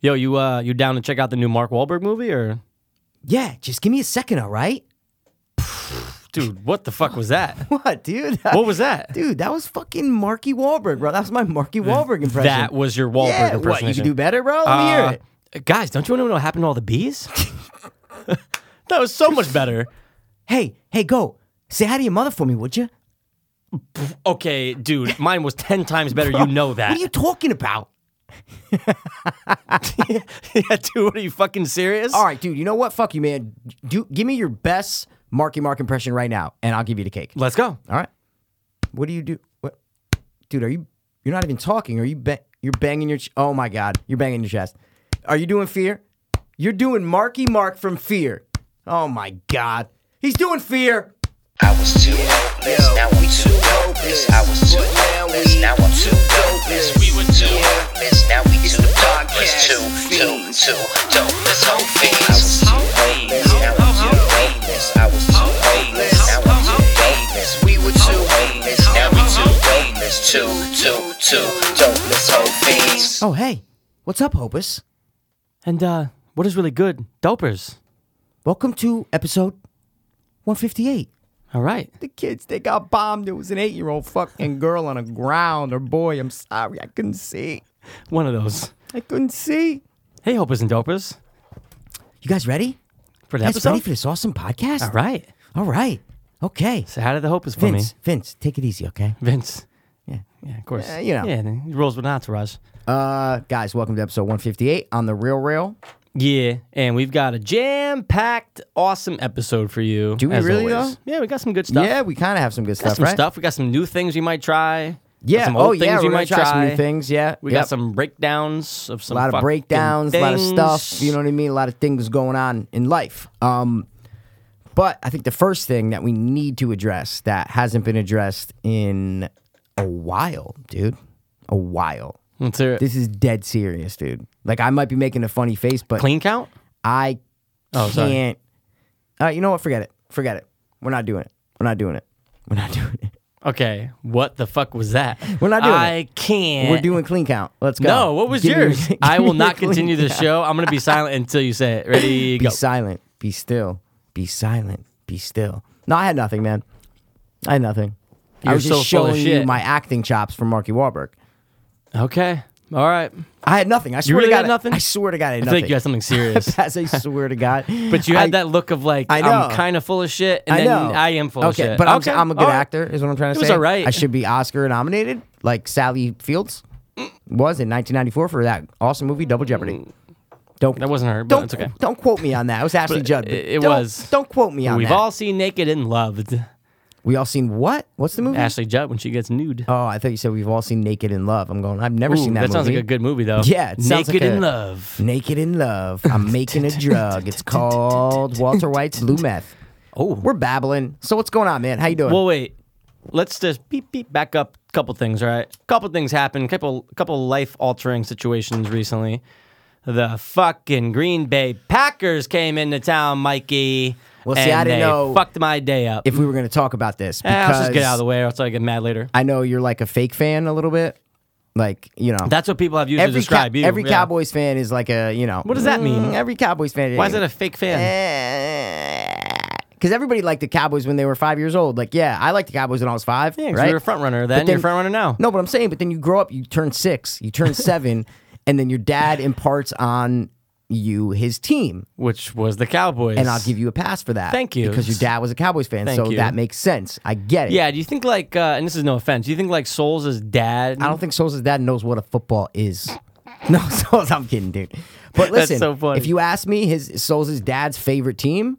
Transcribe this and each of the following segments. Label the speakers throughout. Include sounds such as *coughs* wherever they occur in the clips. Speaker 1: Yo, you uh, you down to check out the new Mark Wahlberg movie or?
Speaker 2: Yeah, just give me a second, all right?
Speaker 1: Dude, what the fuck was that?
Speaker 2: *laughs* What, dude? *laughs*
Speaker 1: What was that?
Speaker 2: Dude, that was fucking Marky Wahlberg, bro. That was my *laughs* Marky Wahlberg impression.
Speaker 1: That was your Wahlberg
Speaker 2: yeah, what? You
Speaker 1: impersonation.
Speaker 2: can do better, bro. Let me hear it.
Speaker 1: Uh, Guys, don't you want to know what happened to all the bees? *laughs* that was so much better.
Speaker 2: Hey, hey, go say hi to your mother for me, would you?
Speaker 1: Okay, dude, mine was ten times better. you know that.
Speaker 2: *laughs* What are you talking about?
Speaker 1: *laughs* yeah, dude, are you fucking serious?
Speaker 2: All right, dude. You know what? Fuck you, man. Do give me your best Marky Mark impression right now, and I'll give you the cake.
Speaker 1: Let's go.
Speaker 2: All right. What do you do? What, dude? Are you? You're not even talking. Are you? Ba- you're banging your. Ch- oh my god. You're banging your chest. Are you doing fear? You're doing Marky Mark from Fear. Oh my god. He's doing fear.
Speaker 3: I was too hopeless, now we too hopeless. I was too hopeless, now I'm too dopeless. We were too hopeless, now we too darkless. Too, too, too dopeless, hopeless. I was too hopeless, now I'm too hopeless. I was too hopeless, now I'm too dopeless. We were too hopeless, now we too dopeless. Too, too, too dopeless, hopeless.
Speaker 2: Oh hey, what's up, Hopus?
Speaker 1: And uh, what is really good? Dopers.
Speaker 2: Welcome to episode 158.
Speaker 1: All right.
Speaker 2: the kids they got bombed. It was an eight-year-old fucking girl on a ground or boy. I'm sorry, I couldn't see.
Speaker 1: One of those.
Speaker 2: I couldn't see.
Speaker 1: Hey, hopers and dopers.
Speaker 2: You guys ready?
Speaker 1: For the
Speaker 2: You guys
Speaker 1: episode.
Speaker 2: ready for this awesome podcast?
Speaker 1: All right.
Speaker 2: All right. Okay.
Speaker 1: So how did the hopers for
Speaker 2: Vince, Vince, take it easy, okay?
Speaker 1: me? Vince.
Speaker 2: Yeah.
Speaker 1: Yeah, of course.
Speaker 2: Yeah, you know.
Speaker 1: Yeah, he rolls with entourage.
Speaker 2: Uh, guys, welcome to episode 158 on the Real Rail.
Speaker 1: Yeah, and we've got a jam-packed, awesome episode for you.
Speaker 2: Do we
Speaker 1: as
Speaker 2: really,
Speaker 1: always.
Speaker 2: though?
Speaker 1: Yeah, we got some good stuff.
Speaker 2: Yeah, we kind of have some good
Speaker 1: got
Speaker 2: stuff,
Speaker 1: some
Speaker 2: right?
Speaker 1: stuff. We got some new things we might try.
Speaker 2: Yeah.
Speaker 1: Some
Speaker 2: oh
Speaker 1: old
Speaker 2: yeah,
Speaker 1: things
Speaker 2: we're
Speaker 1: we
Speaker 2: gonna
Speaker 1: might
Speaker 2: try, some new things. Yeah.
Speaker 1: We
Speaker 2: Yep.
Speaker 1: got some breakdowns of some.
Speaker 2: a lot of
Speaker 1: fucking
Speaker 2: breakdowns, a lot of stuff.
Speaker 1: things.
Speaker 2: You know what I mean? A lot of things going on in life. Um, but I think the first thing that we need to address that hasn't been addressed in a while, dude, a while.
Speaker 1: Let's hear it.
Speaker 2: This is dead serious, dude. Like I might be making a funny face, but
Speaker 1: Clean count.
Speaker 2: I
Speaker 1: Oh, sorry.
Speaker 2: can't. Uh, you know what? Forget it. Forget it. We're not doing it. We're not doing it. We're not *laughs* doing it.
Speaker 1: Okay, what the fuck was that?
Speaker 2: We're not doing
Speaker 1: I
Speaker 2: it.
Speaker 1: can't.
Speaker 2: We're doing clean count. Let's go.
Speaker 1: No, what was
Speaker 2: Give me-
Speaker 1: yours?
Speaker 2: *laughs* give
Speaker 1: I will
Speaker 2: me
Speaker 1: not
Speaker 2: clean
Speaker 1: continue the
Speaker 2: count.
Speaker 1: show. I'm gonna be silent until you say it. Ready?
Speaker 2: be
Speaker 1: go.
Speaker 2: silent. Be still. Be silent. Be still. No, I had nothing, man. I had nothing. I
Speaker 1: You're
Speaker 2: was just
Speaker 1: so full of
Speaker 2: showing you
Speaker 1: shit.
Speaker 2: my acting chops from Marky Wahlberg.
Speaker 1: Okay. All right.
Speaker 2: I had nothing. I swear
Speaker 1: really
Speaker 2: to
Speaker 1: had
Speaker 2: God,
Speaker 1: nothing?
Speaker 2: I swear to God, I had
Speaker 1: I feel
Speaker 2: nothing.
Speaker 1: like you had something serious.
Speaker 2: As *laughs* I swear to God.
Speaker 1: *laughs* But you had
Speaker 2: I-
Speaker 1: that look of like
Speaker 2: I
Speaker 1: I'm
Speaker 2: know.
Speaker 1: kind of full of shit, and
Speaker 2: I
Speaker 1: then
Speaker 2: know.
Speaker 1: I am full
Speaker 2: okay,
Speaker 1: of shit.
Speaker 2: But I'm,
Speaker 1: okay,
Speaker 2: I'm a good
Speaker 1: all right.
Speaker 2: actor, is what I'm trying to
Speaker 1: It was
Speaker 2: say.
Speaker 1: all right.
Speaker 2: I should be Oscar nominated, like Sally Fields was in 1994 for that awesome movie Double Jeopardy. Don't
Speaker 1: Mm. That wasn't her, but
Speaker 2: don't
Speaker 1: it's okay.
Speaker 2: don't quote me on that. It was Ashley Judd. but
Speaker 1: it- it
Speaker 2: don't-
Speaker 1: was.
Speaker 2: Don't quote me on
Speaker 1: We've
Speaker 2: that.
Speaker 1: all seen Naked and
Speaker 2: *laughs*
Speaker 1: Loved.
Speaker 2: we all seen what? What's the movie?
Speaker 1: Ashley Judd when she gets nude.
Speaker 2: Oh, I thought you said we've all seen Naked in Love. I'm going. I've never
Speaker 1: Ooh,
Speaker 2: seen that.
Speaker 1: that sounds like
Speaker 2: movie.
Speaker 1: a good movie though.
Speaker 2: Yeah, it sounds
Speaker 1: Naked
Speaker 2: like
Speaker 1: in
Speaker 2: a-
Speaker 1: Love.
Speaker 2: Naked in Love.
Speaker 1: *laughs*
Speaker 2: I'm making a drug. It's called Walter White's Blue Meth.
Speaker 1: Oh,
Speaker 2: We're babbling. So what's going on, man? How you doing?
Speaker 1: well, wait. Let's just beep beep back up. a Couple things, all right. Couple things happened. Couple couple life altering situations recently. The fucking Green Bay Packers came into town, Mikey.
Speaker 2: Well, see,
Speaker 1: and
Speaker 2: I didn't
Speaker 1: they
Speaker 2: know
Speaker 1: Fucked my day up.
Speaker 2: if we were going to talk about this,
Speaker 1: Eh,
Speaker 2: because
Speaker 1: I'll just get out of the way, or else I get mad later.
Speaker 2: I know you're like a fake fan a little bit. Like you know,
Speaker 1: That's what people have used
Speaker 2: every
Speaker 1: to describe
Speaker 2: cow-
Speaker 1: you.
Speaker 2: every
Speaker 1: yeah.
Speaker 2: Cowboys fan is like a you know.
Speaker 1: What does that mean?
Speaker 2: "Mm, Every Cowboys fan. Eh,
Speaker 1: Why is that a fake fan?
Speaker 2: *laughs* Because everybody liked the Cowboys when they were five years old. Like, yeah, I liked the Cowboys when I was five.
Speaker 1: Yeah, 'cause
Speaker 2: right?
Speaker 1: you're a front runner then. you're a front runner now.
Speaker 2: No, but I'm saying, but then you grow up, you turn six,
Speaker 1: *laughs*
Speaker 2: you turn seven, and then your dad imparts on you his team.
Speaker 1: Which was the Cowboys.
Speaker 2: And I'll give you a pass for that.
Speaker 1: Thank you.
Speaker 2: Because your dad was a Cowboys fan.
Speaker 1: Thank
Speaker 2: so
Speaker 1: you.
Speaker 2: that makes sense. I get it.
Speaker 1: Yeah, do you think like, uh, and this is no offense, do you think like Souls' dad?
Speaker 2: I don't think Souls' dad knows what a football is. *laughs* No, Souls, I'm kidding, dude. But listen,
Speaker 1: so funny.
Speaker 2: if you ask me his Souls' dad's favorite team,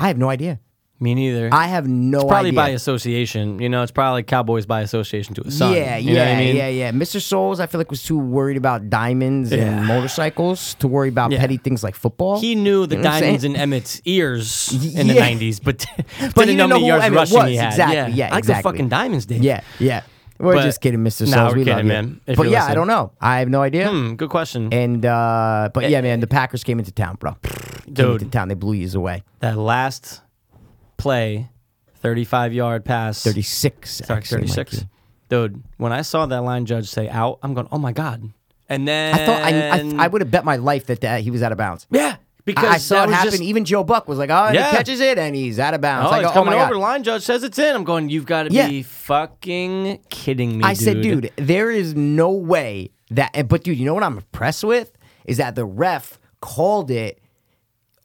Speaker 2: I have no idea.
Speaker 1: Me neither.
Speaker 2: I have no
Speaker 1: probably
Speaker 2: idea.
Speaker 1: by association. You know, it's probably Cowboys by association to a son.
Speaker 2: Yeah,
Speaker 1: you know
Speaker 2: yeah,
Speaker 1: what I mean?
Speaker 2: yeah, yeah. Mr. Souls, I feel like was too worried about diamonds and motorcycles to worry about
Speaker 1: Yeah.
Speaker 2: petty things like football.
Speaker 1: He knew the
Speaker 2: You know what I'm
Speaker 1: diamonds
Speaker 2: saying?
Speaker 1: in Emmett's ears in the
Speaker 2: yeah.
Speaker 1: 90s, but, *laughs*
Speaker 2: But
Speaker 1: didn't
Speaker 2: he
Speaker 1: know
Speaker 2: didn't
Speaker 1: how many
Speaker 2: know who
Speaker 1: yards
Speaker 2: Emmett
Speaker 1: rushing
Speaker 2: was.
Speaker 1: he had.
Speaker 2: Exactly,
Speaker 1: Yeah,
Speaker 2: yeah,
Speaker 1: I like the
Speaker 2: exactly.
Speaker 1: fucking diamonds, Dave.
Speaker 2: Yeah, yeah. We're
Speaker 1: But-
Speaker 2: just kidding, Mr.
Speaker 1: Nah,
Speaker 2: Souls.
Speaker 1: we're
Speaker 2: we love
Speaker 1: kidding,
Speaker 2: you.
Speaker 1: man, if
Speaker 2: But
Speaker 1: you're
Speaker 2: yeah, I
Speaker 1: listening.
Speaker 2: don't know. I have no idea.
Speaker 1: Hmm, good question.
Speaker 2: And uh, but yeah, man, the Packers came into town, bro. came into
Speaker 1: Dude,
Speaker 2: town. They blew you away.
Speaker 1: that last play, 35 yard pass.
Speaker 2: Thirty six.
Speaker 1: Sorry, 36. Dude, when I saw that line judge say out, I'm going, oh my God. And then
Speaker 2: I thought I I, I would have bet my life that, that he was out of bounds.
Speaker 1: yeah because
Speaker 2: I, I saw
Speaker 1: that
Speaker 2: it
Speaker 1: was
Speaker 2: happen.
Speaker 1: just-
Speaker 2: Even Joe Buck was like, "Oh, and
Speaker 1: Yeah.
Speaker 2: he catches it and he's out of bounds."
Speaker 1: Oh,
Speaker 2: I go,
Speaker 1: it's coming
Speaker 2: oh my
Speaker 1: over.
Speaker 2: God.
Speaker 1: Line judge says it's in. I'm going. You've got to
Speaker 2: Yeah.
Speaker 1: be fucking kidding me.
Speaker 2: I said, dude, there is no way that. and- But dude, you know what I'm impressed with is that the ref called it,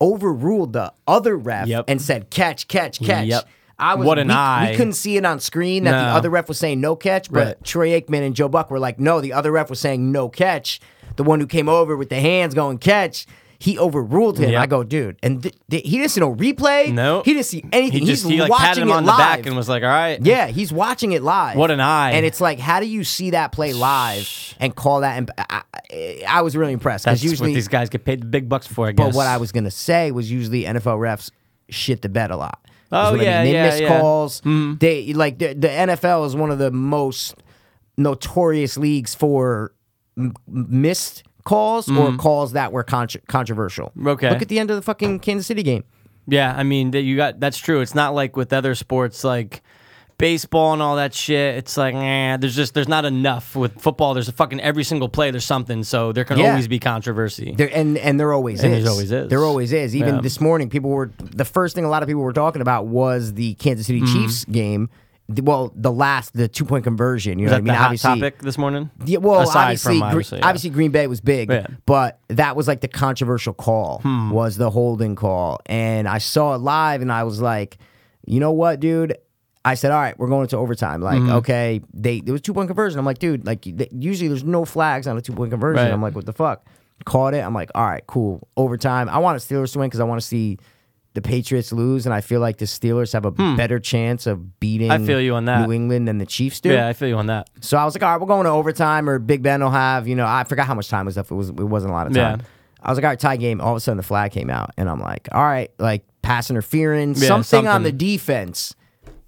Speaker 2: overruled the other ref,
Speaker 1: Yep.
Speaker 2: and said catch, catch, catch.
Speaker 1: Yep.
Speaker 2: I was,
Speaker 1: What an
Speaker 2: we,
Speaker 1: eye.
Speaker 2: We couldn't see it on screen that
Speaker 1: No.
Speaker 2: the other ref was saying no catch, but
Speaker 1: Right.
Speaker 2: Troy Aikman and Joe Buck were like, no, the other ref was saying no catch. The one who came over with the hands going catch. He overruled him.
Speaker 1: Yep.
Speaker 2: I go, dude, and th- th- he didn't see no replay.
Speaker 1: No.
Speaker 2: he didn't see anything.
Speaker 1: He just
Speaker 2: He's
Speaker 1: he like
Speaker 2: watching
Speaker 1: patted him
Speaker 2: it
Speaker 1: on
Speaker 2: live.
Speaker 1: the back and was like, "All right,
Speaker 2: Yeah, he's watching it live.
Speaker 1: What an eye.
Speaker 2: And it's like, how do you see that play live and call that? And I, I- I was really impressed
Speaker 1: that's
Speaker 2: because usually,
Speaker 1: what these guys get paid the big bucks for." I guess.
Speaker 2: but what I was gonna say was usually NFL refs shit the bed a lot. Is
Speaker 1: Oh,
Speaker 2: what
Speaker 1: yeah,
Speaker 2: I mean. they
Speaker 1: yeah,
Speaker 2: miss
Speaker 1: yeah. Mm-hmm.
Speaker 2: calls. They like the, the NFL is one of the most notorious leagues for m- missed calls or calls that were contr controversial.
Speaker 1: Mm-hmm. Okay.
Speaker 2: look at the end of the fucking Kansas City game.
Speaker 1: Yeah, I mean that you got that's true. It's not like with other sports like baseball and all that shit. It's like eh, there's just there's not enough with football. There's a fucking every single play there's something, so there can
Speaker 2: Yeah.
Speaker 1: always be controversy.
Speaker 2: There and and there always
Speaker 1: And
Speaker 2: is.
Speaker 1: there's always is.
Speaker 2: There always is. Even
Speaker 1: Yeah.
Speaker 2: this morning, people were the first thing a lot of people were talking about was the Kansas
Speaker 1: Mm-hmm.
Speaker 2: City Chiefs game. The- Well, the last the two point conversion. You
Speaker 1: Is
Speaker 2: know
Speaker 1: that
Speaker 2: what I mean?
Speaker 1: the hot
Speaker 2: obviously,
Speaker 1: topic this morning?
Speaker 2: Yeah, well,
Speaker 1: Aside
Speaker 2: obviously,
Speaker 1: from
Speaker 2: Gre-
Speaker 1: obviously,
Speaker 2: obviously,
Speaker 1: yeah.
Speaker 2: Green Bay was big,
Speaker 1: Yeah. Hmm.
Speaker 2: but that was like the controversial call was the holding call, and I saw it live, and I was like, you know what, dude. I said, all right, we're going to overtime. Like,
Speaker 1: Hmm.
Speaker 2: okay, they there was two point conversion. I'm like, dude, like th- usually there's no flags on a two point conversion.
Speaker 1: Right.
Speaker 2: I'm like, what the fuck? Caught it. I'm like, all right, cool. Overtime. I want the Steelers to win because I want to see the Patriots lose, and I feel like the Steelers have a better chance of beating.
Speaker 1: Hmm. I feel you on that.
Speaker 2: New England than the Chiefs do.
Speaker 1: Yeah, I feel you on that.
Speaker 2: So I was like, all right, we're going to overtime, or Big Ben will have, you know, I forgot how much time was left. It was it wasn't a lot of time.
Speaker 1: Yeah.
Speaker 2: I was like, all right, tie game. All of a sudden, the flag came out, and I'm like, all right, like pass interference,
Speaker 1: Yeah,
Speaker 2: something, on the
Speaker 1: something.
Speaker 2: defense,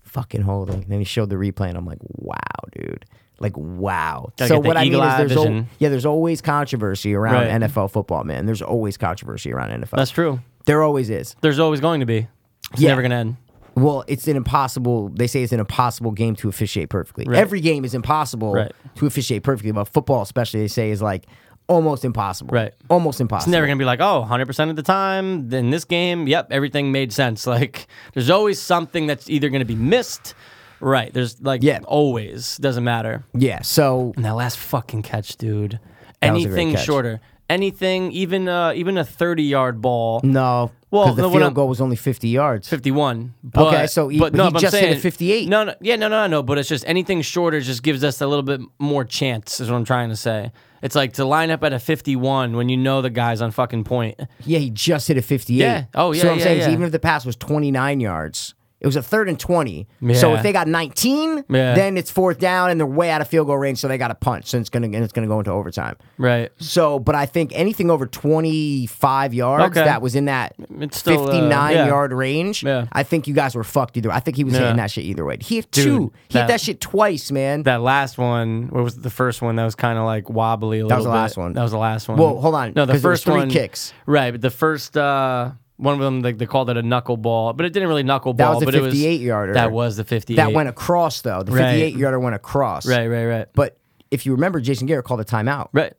Speaker 2: fucking holding. And then he showed the replay, and I'm like, wow, dude, like wow.
Speaker 1: Gotta
Speaker 2: so
Speaker 1: get the
Speaker 2: what I mean
Speaker 1: eagle
Speaker 2: is,
Speaker 1: eye
Speaker 2: there's al-
Speaker 1: vision.
Speaker 2: yeah, there's always controversy around
Speaker 1: Right.
Speaker 2: NFL football, man. There's always controversy around NFL.
Speaker 1: That's true.
Speaker 2: there always is.
Speaker 1: There's always going to be. It's
Speaker 2: Yeah.
Speaker 1: never gonna end.
Speaker 2: Well, it's an impossible. They say it's an impossible game to officiate perfectly.
Speaker 1: Right.
Speaker 2: Every game is impossible
Speaker 1: Right.
Speaker 2: to officiate perfectly, but football, especially, they say is like almost impossible.
Speaker 1: Right.
Speaker 2: Almost
Speaker 1: It's
Speaker 2: impossible.
Speaker 1: never gonna be like, oh, 100 percent of the time in this game, yep, everything made sense. *laughs* Like there's always something that's either gonna be missed. Right. There's like
Speaker 2: Yeah.
Speaker 1: always. Doesn't matter.
Speaker 2: yeah. So
Speaker 1: And that last fucking catch, dude.
Speaker 2: That was a great
Speaker 1: Anything
Speaker 2: catch.
Speaker 1: shorter. Anything, even uh, even a thirty yard ball.
Speaker 2: no.
Speaker 1: Well,
Speaker 2: 'cause the
Speaker 1: no, what
Speaker 2: field
Speaker 1: I'm-
Speaker 2: goal was only fifty yards.
Speaker 1: Fifty one. But,
Speaker 2: Okay, so he-
Speaker 1: but
Speaker 2: but
Speaker 1: no,
Speaker 2: he
Speaker 1: but I'm
Speaker 2: just hit a
Speaker 1: saying-
Speaker 2: 58.
Speaker 1: No, no, yeah, no, no, no. But it's just anything shorter just gives us a little bit more chance. Is what I'm trying to say. It's like to line up at a fifty one when you know the guy's on fucking point.
Speaker 2: Yeah, he just hit a fifty-eight.
Speaker 1: Yeah. Oh, yeah,
Speaker 2: So what I'm
Speaker 1: yeah,
Speaker 2: saying is,
Speaker 1: yeah.
Speaker 2: even if the pass was twenty-nine yards, it was a third and twenty. So
Speaker 1: Yeah.
Speaker 2: if they got nineteen,
Speaker 1: Yeah.
Speaker 2: then it's fourth down and they're way out of field goal range, so they got a punch, and it's gonna and it's gonna go into overtime.
Speaker 1: Right.
Speaker 2: So, but I think anything over 25 yards
Speaker 1: Okay.
Speaker 2: that was in that
Speaker 1: It's still, uh,
Speaker 2: 59
Speaker 1: yeah.
Speaker 2: yard range,
Speaker 1: Yeah.
Speaker 2: I think you guys were fucked either. I think he was
Speaker 1: Yeah.
Speaker 2: hitting that shit either way. He hit
Speaker 1: Dude,
Speaker 2: two. He
Speaker 1: that-
Speaker 2: hit that shit twice, man.
Speaker 1: That last one, what was the first one that was kind of like wobbly a little
Speaker 2: was the
Speaker 1: bit.
Speaker 2: last one.
Speaker 1: That was the last one.
Speaker 2: Well, hold on,
Speaker 1: No, the
Speaker 2: 'cause there was
Speaker 1: first
Speaker 2: three
Speaker 1: one
Speaker 2: kicks.
Speaker 1: Right, but the first uh one of them they, they called it a knuckleball, but it didn't really knuckleball,
Speaker 2: That was the
Speaker 1: but it was
Speaker 2: 58 yarder.
Speaker 1: That was the 58.
Speaker 2: that went across, though. The
Speaker 1: Right.
Speaker 2: 58 yarder went across.
Speaker 1: Right, right, right.
Speaker 2: But if you remember, Jason Garrett called a timeout
Speaker 1: Right.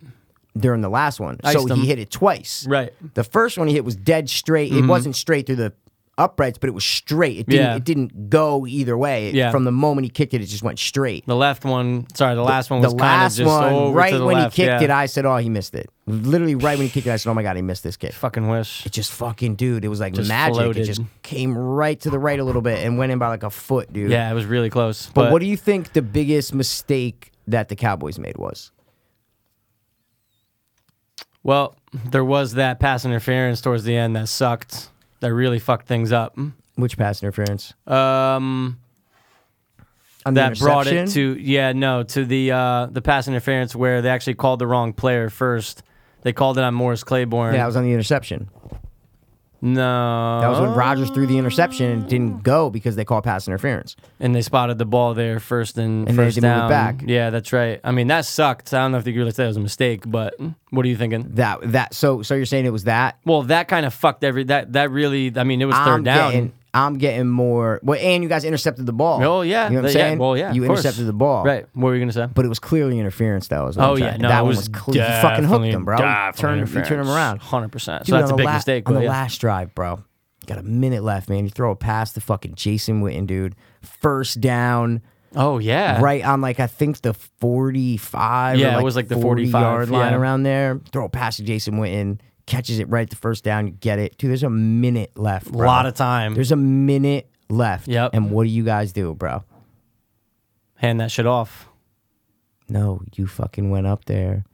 Speaker 2: during the last one. so
Speaker 1: Iced him.
Speaker 2: he hit it twice.
Speaker 1: Right. Mm-hmm.
Speaker 2: The first one he hit was dead straight. It wasn't straight through the uprights, but it was straight. It didn't,
Speaker 1: Yeah.
Speaker 2: it didn't go either way. It-
Speaker 1: Yeah.
Speaker 2: From the moment he kicked it, it just went straight.
Speaker 1: The left one, sorry, the last one was
Speaker 2: the
Speaker 1: kind of
Speaker 2: last
Speaker 1: just
Speaker 2: one,
Speaker 1: over
Speaker 2: right
Speaker 1: to the
Speaker 2: when
Speaker 1: left.
Speaker 2: he kicked
Speaker 1: yeah.
Speaker 2: it, I said, "Oh, he missed it." Literally, right when he kicked it, I said, "Oh my god, he missed this kick."
Speaker 1: fucking wish.
Speaker 2: It just fucking dude, it was like magic.
Speaker 1: floated.
Speaker 2: It just came right to the right a little bit and went in by like a foot, dude.
Speaker 1: Yeah, it was really close.
Speaker 2: But, what do you think the biggest mistake that the Cowboys made was?
Speaker 1: Well, there was that pass interference towards the end that sucked. That really fucked things up.
Speaker 2: Which pass interference?
Speaker 1: Um
Speaker 2: On the
Speaker 1: that brought it
Speaker 2: interception?
Speaker 1: to yeah no to the uh, the pass interference where they actually called the wrong player first. They called it on Morris Claiborne.
Speaker 2: Yeah, that was on the interception.
Speaker 1: no,
Speaker 2: That was when Rogers threw the interception and it didn't go because they called pass interference.
Speaker 1: and they spotted the ball there first and,
Speaker 2: And they
Speaker 1: first
Speaker 2: had to move it
Speaker 1: down.
Speaker 2: back.
Speaker 1: Yeah, that's right. I mean that sucked. I don't know if you really say it was a mistake, but what are you thinking?
Speaker 2: That that so so you're saying it was that
Speaker 1: Well, that kind of fucked every that that really. I mean, it was third
Speaker 2: I'm
Speaker 1: down.
Speaker 2: Getting, I'm getting more. Well, and you guys intercepted the ball.
Speaker 1: Oh, yeah.
Speaker 2: you know what I'm
Speaker 1: Yeah,
Speaker 2: saying.
Speaker 1: well, yeah,
Speaker 2: you
Speaker 1: of course.
Speaker 2: intercepted the ball.
Speaker 1: Right. What were you gonna say?
Speaker 2: but it was clearly interference. That was. what I'm
Speaker 1: Oh,
Speaker 2: trying-
Speaker 1: yeah, no,
Speaker 2: that
Speaker 1: it
Speaker 2: one
Speaker 1: was
Speaker 2: was clearly you fucking hooked
Speaker 1: definitely-
Speaker 2: him, bro.
Speaker 1: definitely
Speaker 2: Turn, you turn him
Speaker 1: interference.
Speaker 2: around.
Speaker 1: 100%. So
Speaker 2: Dude,
Speaker 1: that's a
Speaker 2: on the
Speaker 1: big
Speaker 2: la-
Speaker 1: mistake,
Speaker 2: On
Speaker 1: but
Speaker 2: the
Speaker 1: yeah.
Speaker 2: last drive, bro, got a minute left, man. You throw a pass to fucking Jason Witten, dude. First down,
Speaker 1: Oh yeah.
Speaker 2: right on like I think the forty-five. or,
Speaker 1: Yeah, it was, like, the 45,
Speaker 2: yard line
Speaker 1: yeah.
Speaker 2: around there. Throw a pass to Jason Witten, catches it right at the first down. You get it, dude. There's a minute left.
Speaker 1: A
Speaker 2: Bro.
Speaker 1: lot of time.
Speaker 2: There's a minute left.
Speaker 1: Yep.
Speaker 2: And what do you guys do, bro?
Speaker 1: Hand that shit off.
Speaker 2: No, you fucking went up there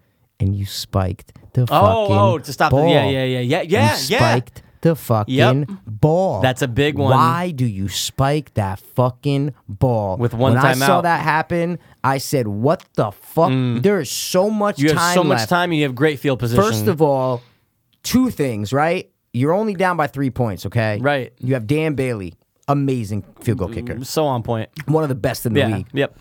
Speaker 2: and you spiked the
Speaker 1: Oh,
Speaker 2: fucking
Speaker 1: oh, to stop the-
Speaker 2: ball.
Speaker 1: yeah, yeah, yeah, yeah, yeah, yeah.
Speaker 2: You spiked the fucking
Speaker 1: Yep.
Speaker 2: ball.
Speaker 1: That's a big one.
Speaker 2: Why do you spike that fucking ball?
Speaker 1: With one
Speaker 2: when I
Speaker 1: timeout. Mm.
Speaker 2: saw that happen, I said, "What the fuck? There is so much
Speaker 1: You
Speaker 2: time
Speaker 1: have so much
Speaker 2: left.
Speaker 1: time. and You have great field position.
Speaker 2: First of all, two things, right? You're only down by three points, okay?
Speaker 1: Right.
Speaker 2: You have Dan Bailey, amazing field goal kicker,
Speaker 1: so on point.
Speaker 2: one of the best in the
Speaker 1: Yeah.
Speaker 2: league.
Speaker 1: Yep.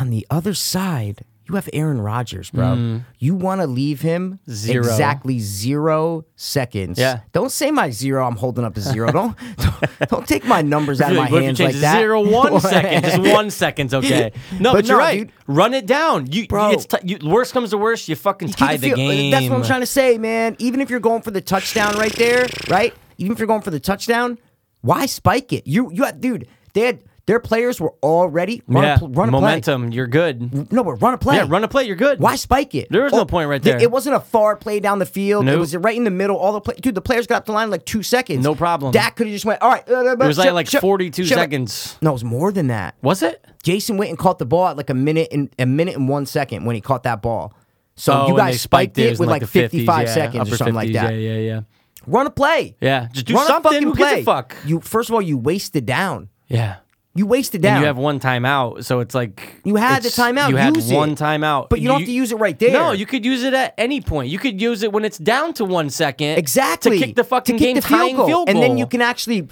Speaker 2: on the other side, you have Aaron Rodgers, bro. You want to leave him
Speaker 1: Mm. Zero.
Speaker 2: exactly zero seconds.
Speaker 1: Yeah.
Speaker 2: Don't say my zero. I'm holding up
Speaker 1: *laughs*
Speaker 2: a zero. don't, don't don't take my numbers out of my
Speaker 1: What if you
Speaker 2: hands
Speaker 1: change it
Speaker 2: like
Speaker 1: to
Speaker 2: that.
Speaker 1: Zero
Speaker 2: *laughs*
Speaker 1: one second, just one second's okay. No, but,
Speaker 2: But
Speaker 1: you're
Speaker 2: no,
Speaker 1: right.
Speaker 2: dude.
Speaker 1: Run it down. You,
Speaker 2: Bro.
Speaker 1: you, it's t- you worst comes to worst, you fucking *laughs*
Speaker 2: Keep
Speaker 1: tie the
Speaker 2: field- uh,
Speaker 1: game.
Speaker 2: That's what I'm trying to say, man. Even if you're going for the touchdown right there, right? Even if you're going for the touchdown, why spike it? You you had, dude. They had their players were already run
Speaker 1: yeah,
Speaker 2: a, pl- run a
Speaker 1: momentum. You're good.
Speaker 2: play. No, but run a play.
Speaker 1: Yeah, run a play. You're good.
Speaker 2: Why spike it? Oh,
Speaker 1: There was no point right
Speaker 2: th-
Speaker 1: there.
Speaker 2: It wasn't a far play down the field. It
Speaker 1: Nope.
Speaker 2: was right in the middle. All the play- dude, the players got up the line in like two seconds.
Speaker 1: No problem.
Speaker 2: Dak could have just went. All right, uh, it
Speaker 1: It was like like 42 seconds.
Speaker 2: No, it was more than that.
Speaker 1: Was it?
Speaker 2: Jason Witten caught the ball at like a minute and a minute and one second when he caught that ball. So
Speaker 1: Oh,
Speaker 2: you
Speaker 1: and they
Speaker 2: guys spiked it
Speaker 1: was
Speaker 2: with
Speaker 1: in,
Speaker 2: like,
Speaker 1: the 50s,
Speaker 2: 55
Speaker 1: yeah,
Speaker 2: seconds or
Speaker 1: upper
Speaker 2: something like
Speaker 1: 50s,
Speaker 2: that.
Speaker 1: Yeah, yeah, yeah.
Speaker 2: Run a play.
Speaker 1: Yeah, just do
Speaker 2: Run
Speaker 1: something.
Speaker 2: A fucking
Speaker 1: Who
Speaker 2: play.
Speaker 1: gives a fuck?
Speaker 2: You first of all, you wasted down.
Speaker 1: Yeah.
Speaker 2: You wasted
Speaker 1: And
Speaker 2: down.
Speaker 1: you have one timeout, so it's like
Speaker 2: You had the
Speaker 1: it's-
Speaker 2: timeout,
Speaker 1: You had
Speaker 2: use it.
Speaker 1: one timeout,
Speaker 2: But you don't have to use it right there.
Speaker 1: No, you could use it at any point. You could use it when it's down to one second,
Speaker 2: Exactly.
Speaker 1: to kick the fucking
Speaker 2: To kick
Speaker 1: game
Speaker 2: the
Speaker 1: tying
Speaker 2: field goal. And then you
Speaker 1: goal.
Speaker 2: can actually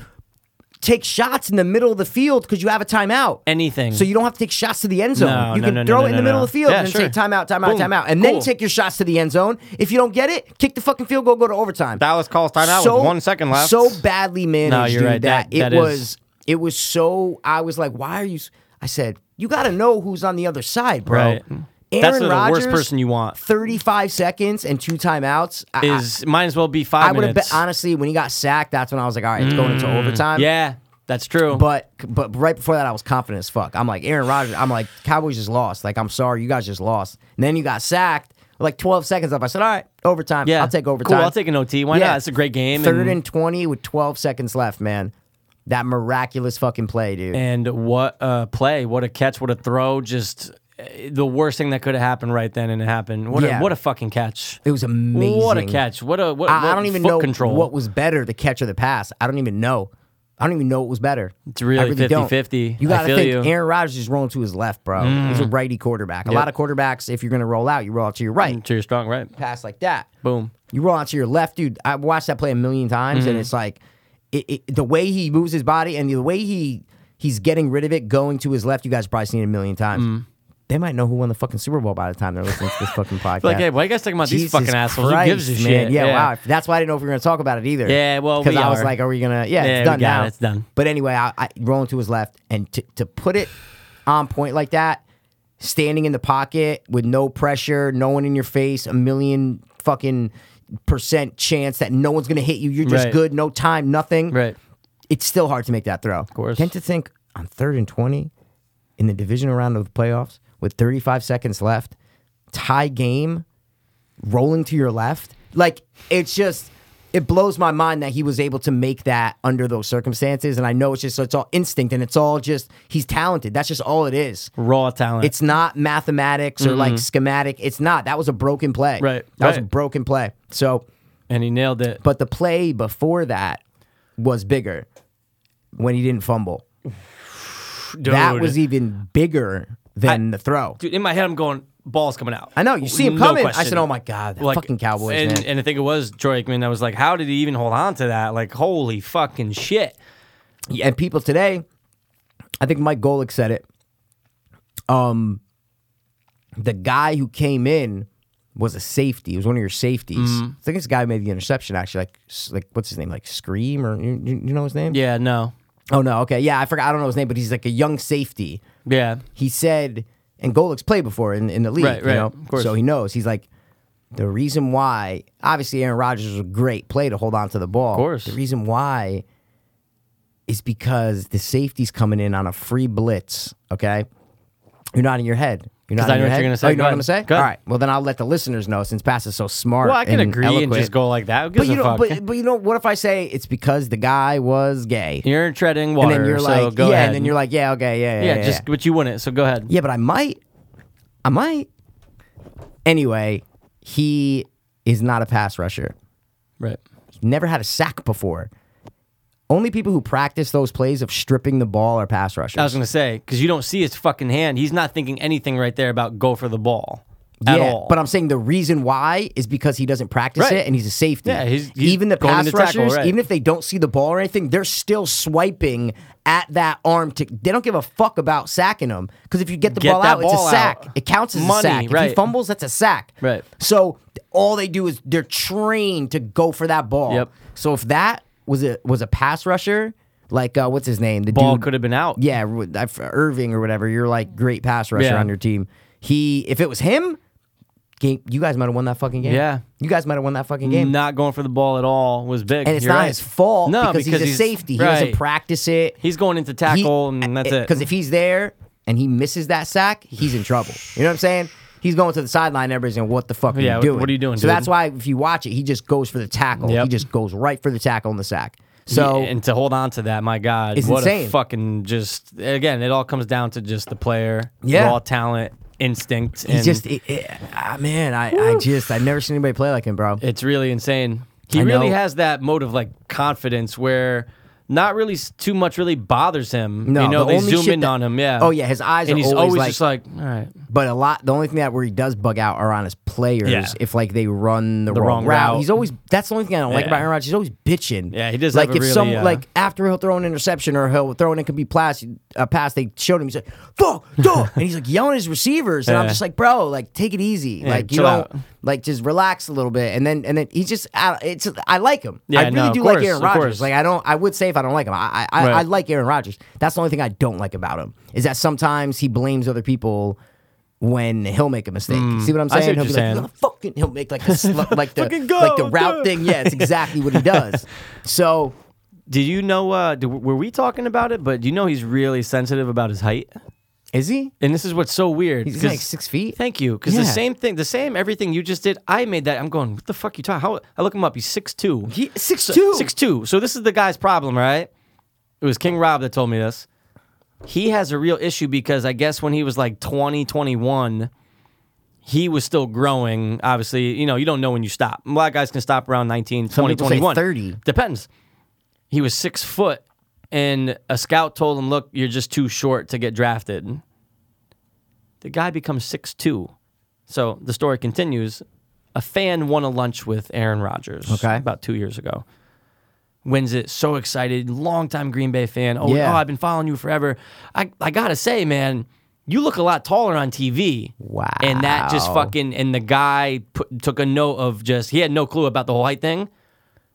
Speaker 2: take shots in the middle of the field because you have a timeout.
Speaker 1: anything.
Speaker 2: So you don't have to take shots to the end zone.
Speaker 1: No,
Speaker 2: you
Speaker 1: no,
Speaker 2: can
Speaker 1: no, no,
Speaker 2: throw
Speaker 1: no,
Speaker 2: it in
Speaker 1: no,
Speaker 2: the middle
Speaker 1: no.
Speaker 2: of the field
Speaker 1: Yeah,
Speaker 2: and then
Speaker 1: sure.
Speaker 2: say timeout, timeout,
Speaker 1: Boom.
Speaker 2: timeout. And
Speaker 1: Cool.
Speaker 2: then take your shots to the end zone. If you don't get it, kick the fucking field goal, go to overtime.
Speaker 1: Dallas calls timeout with one second left.
Speaker 2: So badly managed,
Speaker 1: No, you're
Speaker 2: dude,
Speaker 1: right.
Speaker 2: that,
Speaker 1: That- that
Speaker 2: it
Speaker 1: is-
Speaker 2: was it was so I was like, why are you s- I said, you gotta know who's on the other side, bro.
Speaker 1: Right.
Speaker 2: Aaron
Speaker 1: That's the
Speaker 2: Rodgers,
Speaker 1: worst person you want.
Speaker 2: 35 seconds and two timeouts. I- I-
Speaker 1: is might as well be five
Speaker 2: I would have been
Speaker 1: minutes. Mm.
Speaker 2: honestly when he got sacked. That's when I was like, all right, it's going into overtime.
Speaker 1: yeah, that's true.
Speaker 2: But but right before that, I was confident as fuck. I'm like Aaron Rodgers. I'm like Cowboys just lost. Like I'm sorry, you guys just lost. And then you got sacked. Like 12 seconds left. I said, all right, overtime.
Speaker 1: yeah,
Speaker 2: I'll take
Speaker 1: Cool,
Speaker 2: overtime.
Speaker 1: I'll take an OT. Why not? It's a great game.
Speaker 2: Third and, 20 with 12 seconds left, man. That miraculous fucking play, dude.
Speaker 1: and what a play! What a catch! What a throw! Just eh, the worst thing that could have happened right then, and it happened. What
Speaker 2: Yeah.
Speaker 1: a what a fucking catch!
Speaker 2: it was amazing.
Speaker 1: What a catch! What a what?
Speaker 2: I, I
Speaker 1: what
Speaker 2: don't even
Speaker 1: foot
Speaker 2: know
Speaker 1: control.
Speaker 2: what was better, the catch or the pass. I don't even know. I don't even know what was better.
Speaker 1: It's really
Speaker 2: I really don't.
Speaker 1: 50-50.
Speaker 2: You
Speaker 1: I
Speaker 2: gotta
Speaker 1: feel
Speaker 2: think
Speaker 1: you. Mm.
Speaker 2: Aaron Rodgers is rolling to his left, bro. He's a righty quarterback. A lot of quarterbacks, if you're gonna roll out, you roll out to your right.
Speaker 1: to your strong right.
Speaker 2: Pass like that.
Speaker 1: Mm. Boom.
Speaker 2: You roll out to your left, dude. I watched that play a million times,
Speaker 1: Mm-hmm.
Speaker 2: and it's like it, it, the way he moves his body and the way he he's getting rid of it, going to his left. You guys probably seen it a million times.
Speaker 1: Mm.
Speaker 2: They might know who won the fucking Super Bowl by the time they're listening
Speaker 1: *laughs*
Speaker 2: to this fucking podcast.
Speaker 1: Like, hey, why you guys talking about these
Speaker 2: Jesus
Speaker 1: fucking assholes? Who gives a
Speaker 2: Christ, man.
Speaker 1: shit?
Speaker 2: Yeah, wow. That's why I didn't know if we were going to talk about it either.
Speaker 1: Yeah, well, we
Speaker 2: because I was
Speaker 1: are.
Speaker 2: like, are we gonna?
Speaker 1: Yeah,
Speaker 2: Yeah,
Speaker 1: we
Speaker 2: it's
Speaker 1: got
Speaker 2: done now.
Speaker 1: it. It's done.
Speaker 2: But anyway, I, I rolling to his left, and to to put it on point like that, standing in the pocket with no pressure, no one in your face, a million fucking percent chance that no one's gonna hit you. You're just
Speaker 1: Right.
Speaker 2: good, no time, nothing.
Speaker 1: Right.
Speaker 2: It's still hard to make that throw. Of
Speaker 1: course.
Speaker 2: Tend to think on third and twenty in the divisional round of the playoffs with 35 seconds left, tie game, rolling to your left. Like it's just it blows my mind that he was able to make that under those circumstances. And I know it's just it's all instinct and it's all just he's talented. That's just all it is.
Speaker 1: Raw talent.
Speaker 2: It's not mathematics or like schematic. It's not. That was a broken play.
Speaker 1: Mm-hmm. Right,
Speaker 2: That was a
Speaker 1: right.
Speaker 2: broken play. So
Speaker 1: and he nailed it.
Speaker 2: but the play before that was bigger when he didn't fumble. That was even bigger than the throw.
Speaker 1: dude. In my head, I'm going balls coming out.
Speaker 2: I know, you see him
Speaker 1: No
Speaker 2: coming. I
Speaker 1: question.
Speaker 2: said, "Oh my God, that fucking Cowboys,
Speaker 1: And,
Speaker 2: man."
Speaker 1: and I think it was Troy Aikman. I was like, how did he even hold on to that? Like, holy fucking shit.
Speaker 2: and people today, I think Mike Golick said it. Um, the guy who came in was a safety. It was one of your safeties.
Speaker 1: Mm-hmm.
Speaker 2: I think this guy made the interception actually. Like s- like what's his name? Like Scream or you, you you know his name?
Speaker 1: Yeah, no.
Speaker 2: Oh no. Okay. Yeah, I forgot. I don't know his name, but he's like a young safety.
Speaker 1: Yeah.
Speaker 2: he said, and Golick's played before in, in the league,
Speaker 1: Right,
Speaker 2: you
Speaker 1: right,
Speaker 2: know?
Speaker 1: of course.
Speaker 2: so he knows. He's like, the reason why, obviously, Aaron Rodgers was a great play to hold on to the ball. Of
Speaker 1: course.
Speaker 2: The reason why is because the safety's coming in on a free blitz, okay? You're not in your head. You're not
Speaker 1: 'Cause I
Speaker 2: in
Speaker 1: know
Speaker 2: your
Speaker 1: what
Speaker 2: head.
Speaker 1: you're gonna say.
Speaker 2: Oh, you know
Speaker 1: Go
Speaker 2: what I'm
Speaker 1: ahead.
Speaker 2: going to say?
Speaker 1: Go
Speaker 2: All
Speaker 1: ahead.
Speaker 2: right. Well, then I'll let the listeners know since Bass is so smart.
Speaker 1: Well, I can
Speaker 2: and
Speaker 1: agree and
Speaker 2: eloquent.
Speaker 1: just go like that. Who
Speaker 2: But
Speaker 1: gives
Speaker 2: you,
Speaker 1: a
Speaker 2: know,
Speaker 1: fuck?
Speaker 2: but, but you know, what if I say it's because the guy was gay?
Speaker 1: you're treading
Speaker 2: and
Speaker 1: water,
Speaker 2: then you're
Speaker 1: so
Speaker 2: like,
Speaker 1: go
Speaker 2: yeah,
Speaker 1: ahead.
Speaker 2: and then you're like, yeah, okay, yeah, yeah,
Speaker 1: yeah,
Speaker 2: yeah, yeah.
Speaker 1: just but you wouldn't, so go ahead.
Speaker 2: Yeah, but I might. I might. Anyway, he is not a pass rusher.
Speaker 1: Right.
Speaker 2: He's never had a sack before. Only people who practice those plays of stripping the ball are pass rushers.
Speaker 1: I was gonna say because you don't see his fucking hand. He's not thinking anything right there about go for the ball at
Speaker 2: yeah,
Speaker 1: all.
Speaker 2: but I'm saying the reason why is because he doesn't practice
Speaker 1: Right.
Speaker 2: it and he's a safety.
Speaker 1: Yeah, he's- he's
Speaker 2: even the
Speaker 1: going
Speaker 2: pass
Speaker 1: to tackle,
Speaker 2: rushers,
Speaker 1: right.
Speaker 2: even if they don't see the ball or anything, they're still swiping at that arm. To, they don't give a fuck about sacking him because if you get the
Speaker 1: Get
Speaker 2: ball
Speaker 1: that
Speaker 2: out, it's
Speaker 1: ball
Speaker 2: a sack.
Speaker 1: out.
Speaker 2: It counts as
Speaker 1: Money,
Speaker 2: a sack. If
Speaker 1: right.
Speaker 2: he fumbles, that's a sack.
Speaker 1: Right.
Speaker 2: So th- all they do is they're trained to go for that ball.
Speaker 1: Yep.
Speaker 2: So if that was a was a pass rusher, like uh, what's his name, the
Speaker 1: ball
Speaker 2: dude-
Speaker 1: could have been out.
Speaker 2: yeah, Ru- I- Irving or whatever, you're like great pass rusher
Speaker 1: Yeah.
Speaker 2: on your team. He, if it was him, game, you guys might have won that fucking game.
Speaker 1: Yeah.
Speaker 2: you guys might have won that fucking game.
Speaker 1: Not going for the ball at all was big.
Speaker 2: and it's
Speaker 1: You're
Speaker 2: not
Speaker 1: right.
Speaker 2: his fault.
Speaker 1: No,
Speaker 2: because, he's a safety. He
Speaker 1: right.
Speaker 2: doesn't practice it.
Speaker 1: He's going into tackle, and that's it.
Speaker 2: Because if he's there and he misses that sack, he's in trouble. You know what I'm saying? He's going to the sideline. Everybody's going, "What the fuck are
Speaker 1: Yeah,
Speaker 2: you
Speaker 1: what-
Speaker 2: doing?
Speaker 1: what are you doing,
Speaker 2: So
Speaker 1: dude?
Speaker 2: that's why if you watch it, he just goes for the tackle.
Speaker 1: Yep.
Speaker 2: He just goes right for the tackle and the sack. So
Speaker 1: Yeah, and to hold on to that, my God,
Speaker 2: It's
Speaker 1: what a
Speaker 2: insane.
Speaker 1: fucking just again, it all comes down to just the player,
Speaker 2: Yeah.
Speaker 1: raw talent, instinct.
Speaker 2: he's
Speaker 1: and
Speaker 2: just, it, it, ah, man, I, I just, I've never seen anybody play like him, bro.
Speaker 1: it's really insane. He
Speaker 2: I
Speaker 1: really
Speaker 2: know.
Speaker 1: has that mode of like confidence where not really s- too much really bothers him.
Speaker 2: No,
Speaker 1: you know
Speaker 2: the
Speaker 1: they
Speaker 2: only
Speaker 1: zoom
Speaker 2: shit
Speaker 1: in
Speaker 2: that-
Speaker 1: on him. Yeah.
Speaker 2: Oh, yeah, his eyes
Speaker 1: and
Speaker 2: are
Speaker 1: he's
Speaker 2: always, like-
Speaker 1: just like, all right,
Speaker 2: But a lot, the only thing that where he does bug out are on his players.
Speaker 1: Yeah.
Speaker 2: If like they run the,
Speaker 1: wrong
Speaker 2: wrong, route.
Speaker 1: route.
Speaker 2: he's always. That's the only thing I don't like
Speaker 1: Yeah.
Speaker 2: about Aaron Rodgers. He's always bitching.
Speaker 1: Yeah, he does
Speaker 2: Like
Speaker 1: have a
Speaker 2: if
Speaker 1: really,
Speaker 2: some
Speaker 1: uh,
Speaker 2: like after he'll throw an interception or he'll throw an incomplete pass, a pass they showed him. He's like, "Fuck,
Speaker 1: *laughs*
Speaker 2: duh," and he's like yelling at his receivers, and I'm
Speaker 1: Yeah.
Speaker 2: just like, "Bro, like take it easy, like you
Speaker 1: chill
Speaker 2: don't."
Speaker 1: out.
Speaker 2: Like just relax a little bit, and then and then he just I, it's I like him.
Speaker 1: Yeah,
Speaker 2: I really
Speaker 1: no, of
Speaker 2: do
Speaker 1: course,
Speaker 2: like Aaron
Speaker 1: of course.
Speaker 2: Rodgers. Like I don't I would say if I don't like him, I I, I
Speaker 1: Right.
Speaker 2: I like Aaron Rodgers. That's the only thing I don't like about him is that sometimes he blames other people when he'll make a mistake. See what I'm
Speaker 1: Mm. I see
Speaker 2: saying?
Speaker 1: what
Speaker 2: he'll
Speaker 1: you're
Speaker 2: be
Speaker 1: saying.
Speaker 2: like, "Motherfucking," he'll make like
Speaker 1: *laughs*
Speaker 2: the sl- like the
Speaker 1: Fucking go,
Speaker 2: like the route
Speaker 1: dude.
Speaker 2: thing. Yeah, it's
Speaker 1: *laughs*
Speaker 2: exactly what he does. So
Speaker 1: Did you know? Uh, do, were we talking about it? But you know, he's really sensitive about his height,
Speaker 2: is he?
Speaker 1: and this is what's so weird.
Speaker 2: He's
Speaker 1: 'cause-
Speaker 2: like six feet.
Speaker 1: Thank you, because the
Speaker 2: Yeah.
Speaker 1: same thing, the same everything you just did, I made that. I'm going. What the fuck you talking? How I look him up. He's six two.
Speaker 2: He- 6'2"?
Speaker 1: Six two. So this is the guy's problem, right? It was King Rob that told me this. He has a real issue because I guess when he was like 20, 21, he was still growing. Obviously, you know, you don't know when you stop. A lot of guys can stop around 19, 20,
Speaker 2: people say
Speaker 1: 21.
Speaker 2: 30.
Speaker 1: Depends. He was six foot, and a scout told him, Look, you're just too short to get drafted. The guy becomes six two. So the story continues. A fan won a lunch with Aaron Rodgers
Speaker 2: Okay.
Speaker 1: about two years ago. Wins it, so excited, longtime Green Bay fan. Oh,
Speaker 2: Yeah.
Speaker 1: oh, I've been following you forever. I, I gotta say, man, you look a lot taller on TV.
Speaker 2: Wow.
Speaker 1: And that just fucking, and the guy put, took a note of just, he had no clue about the whole height thing.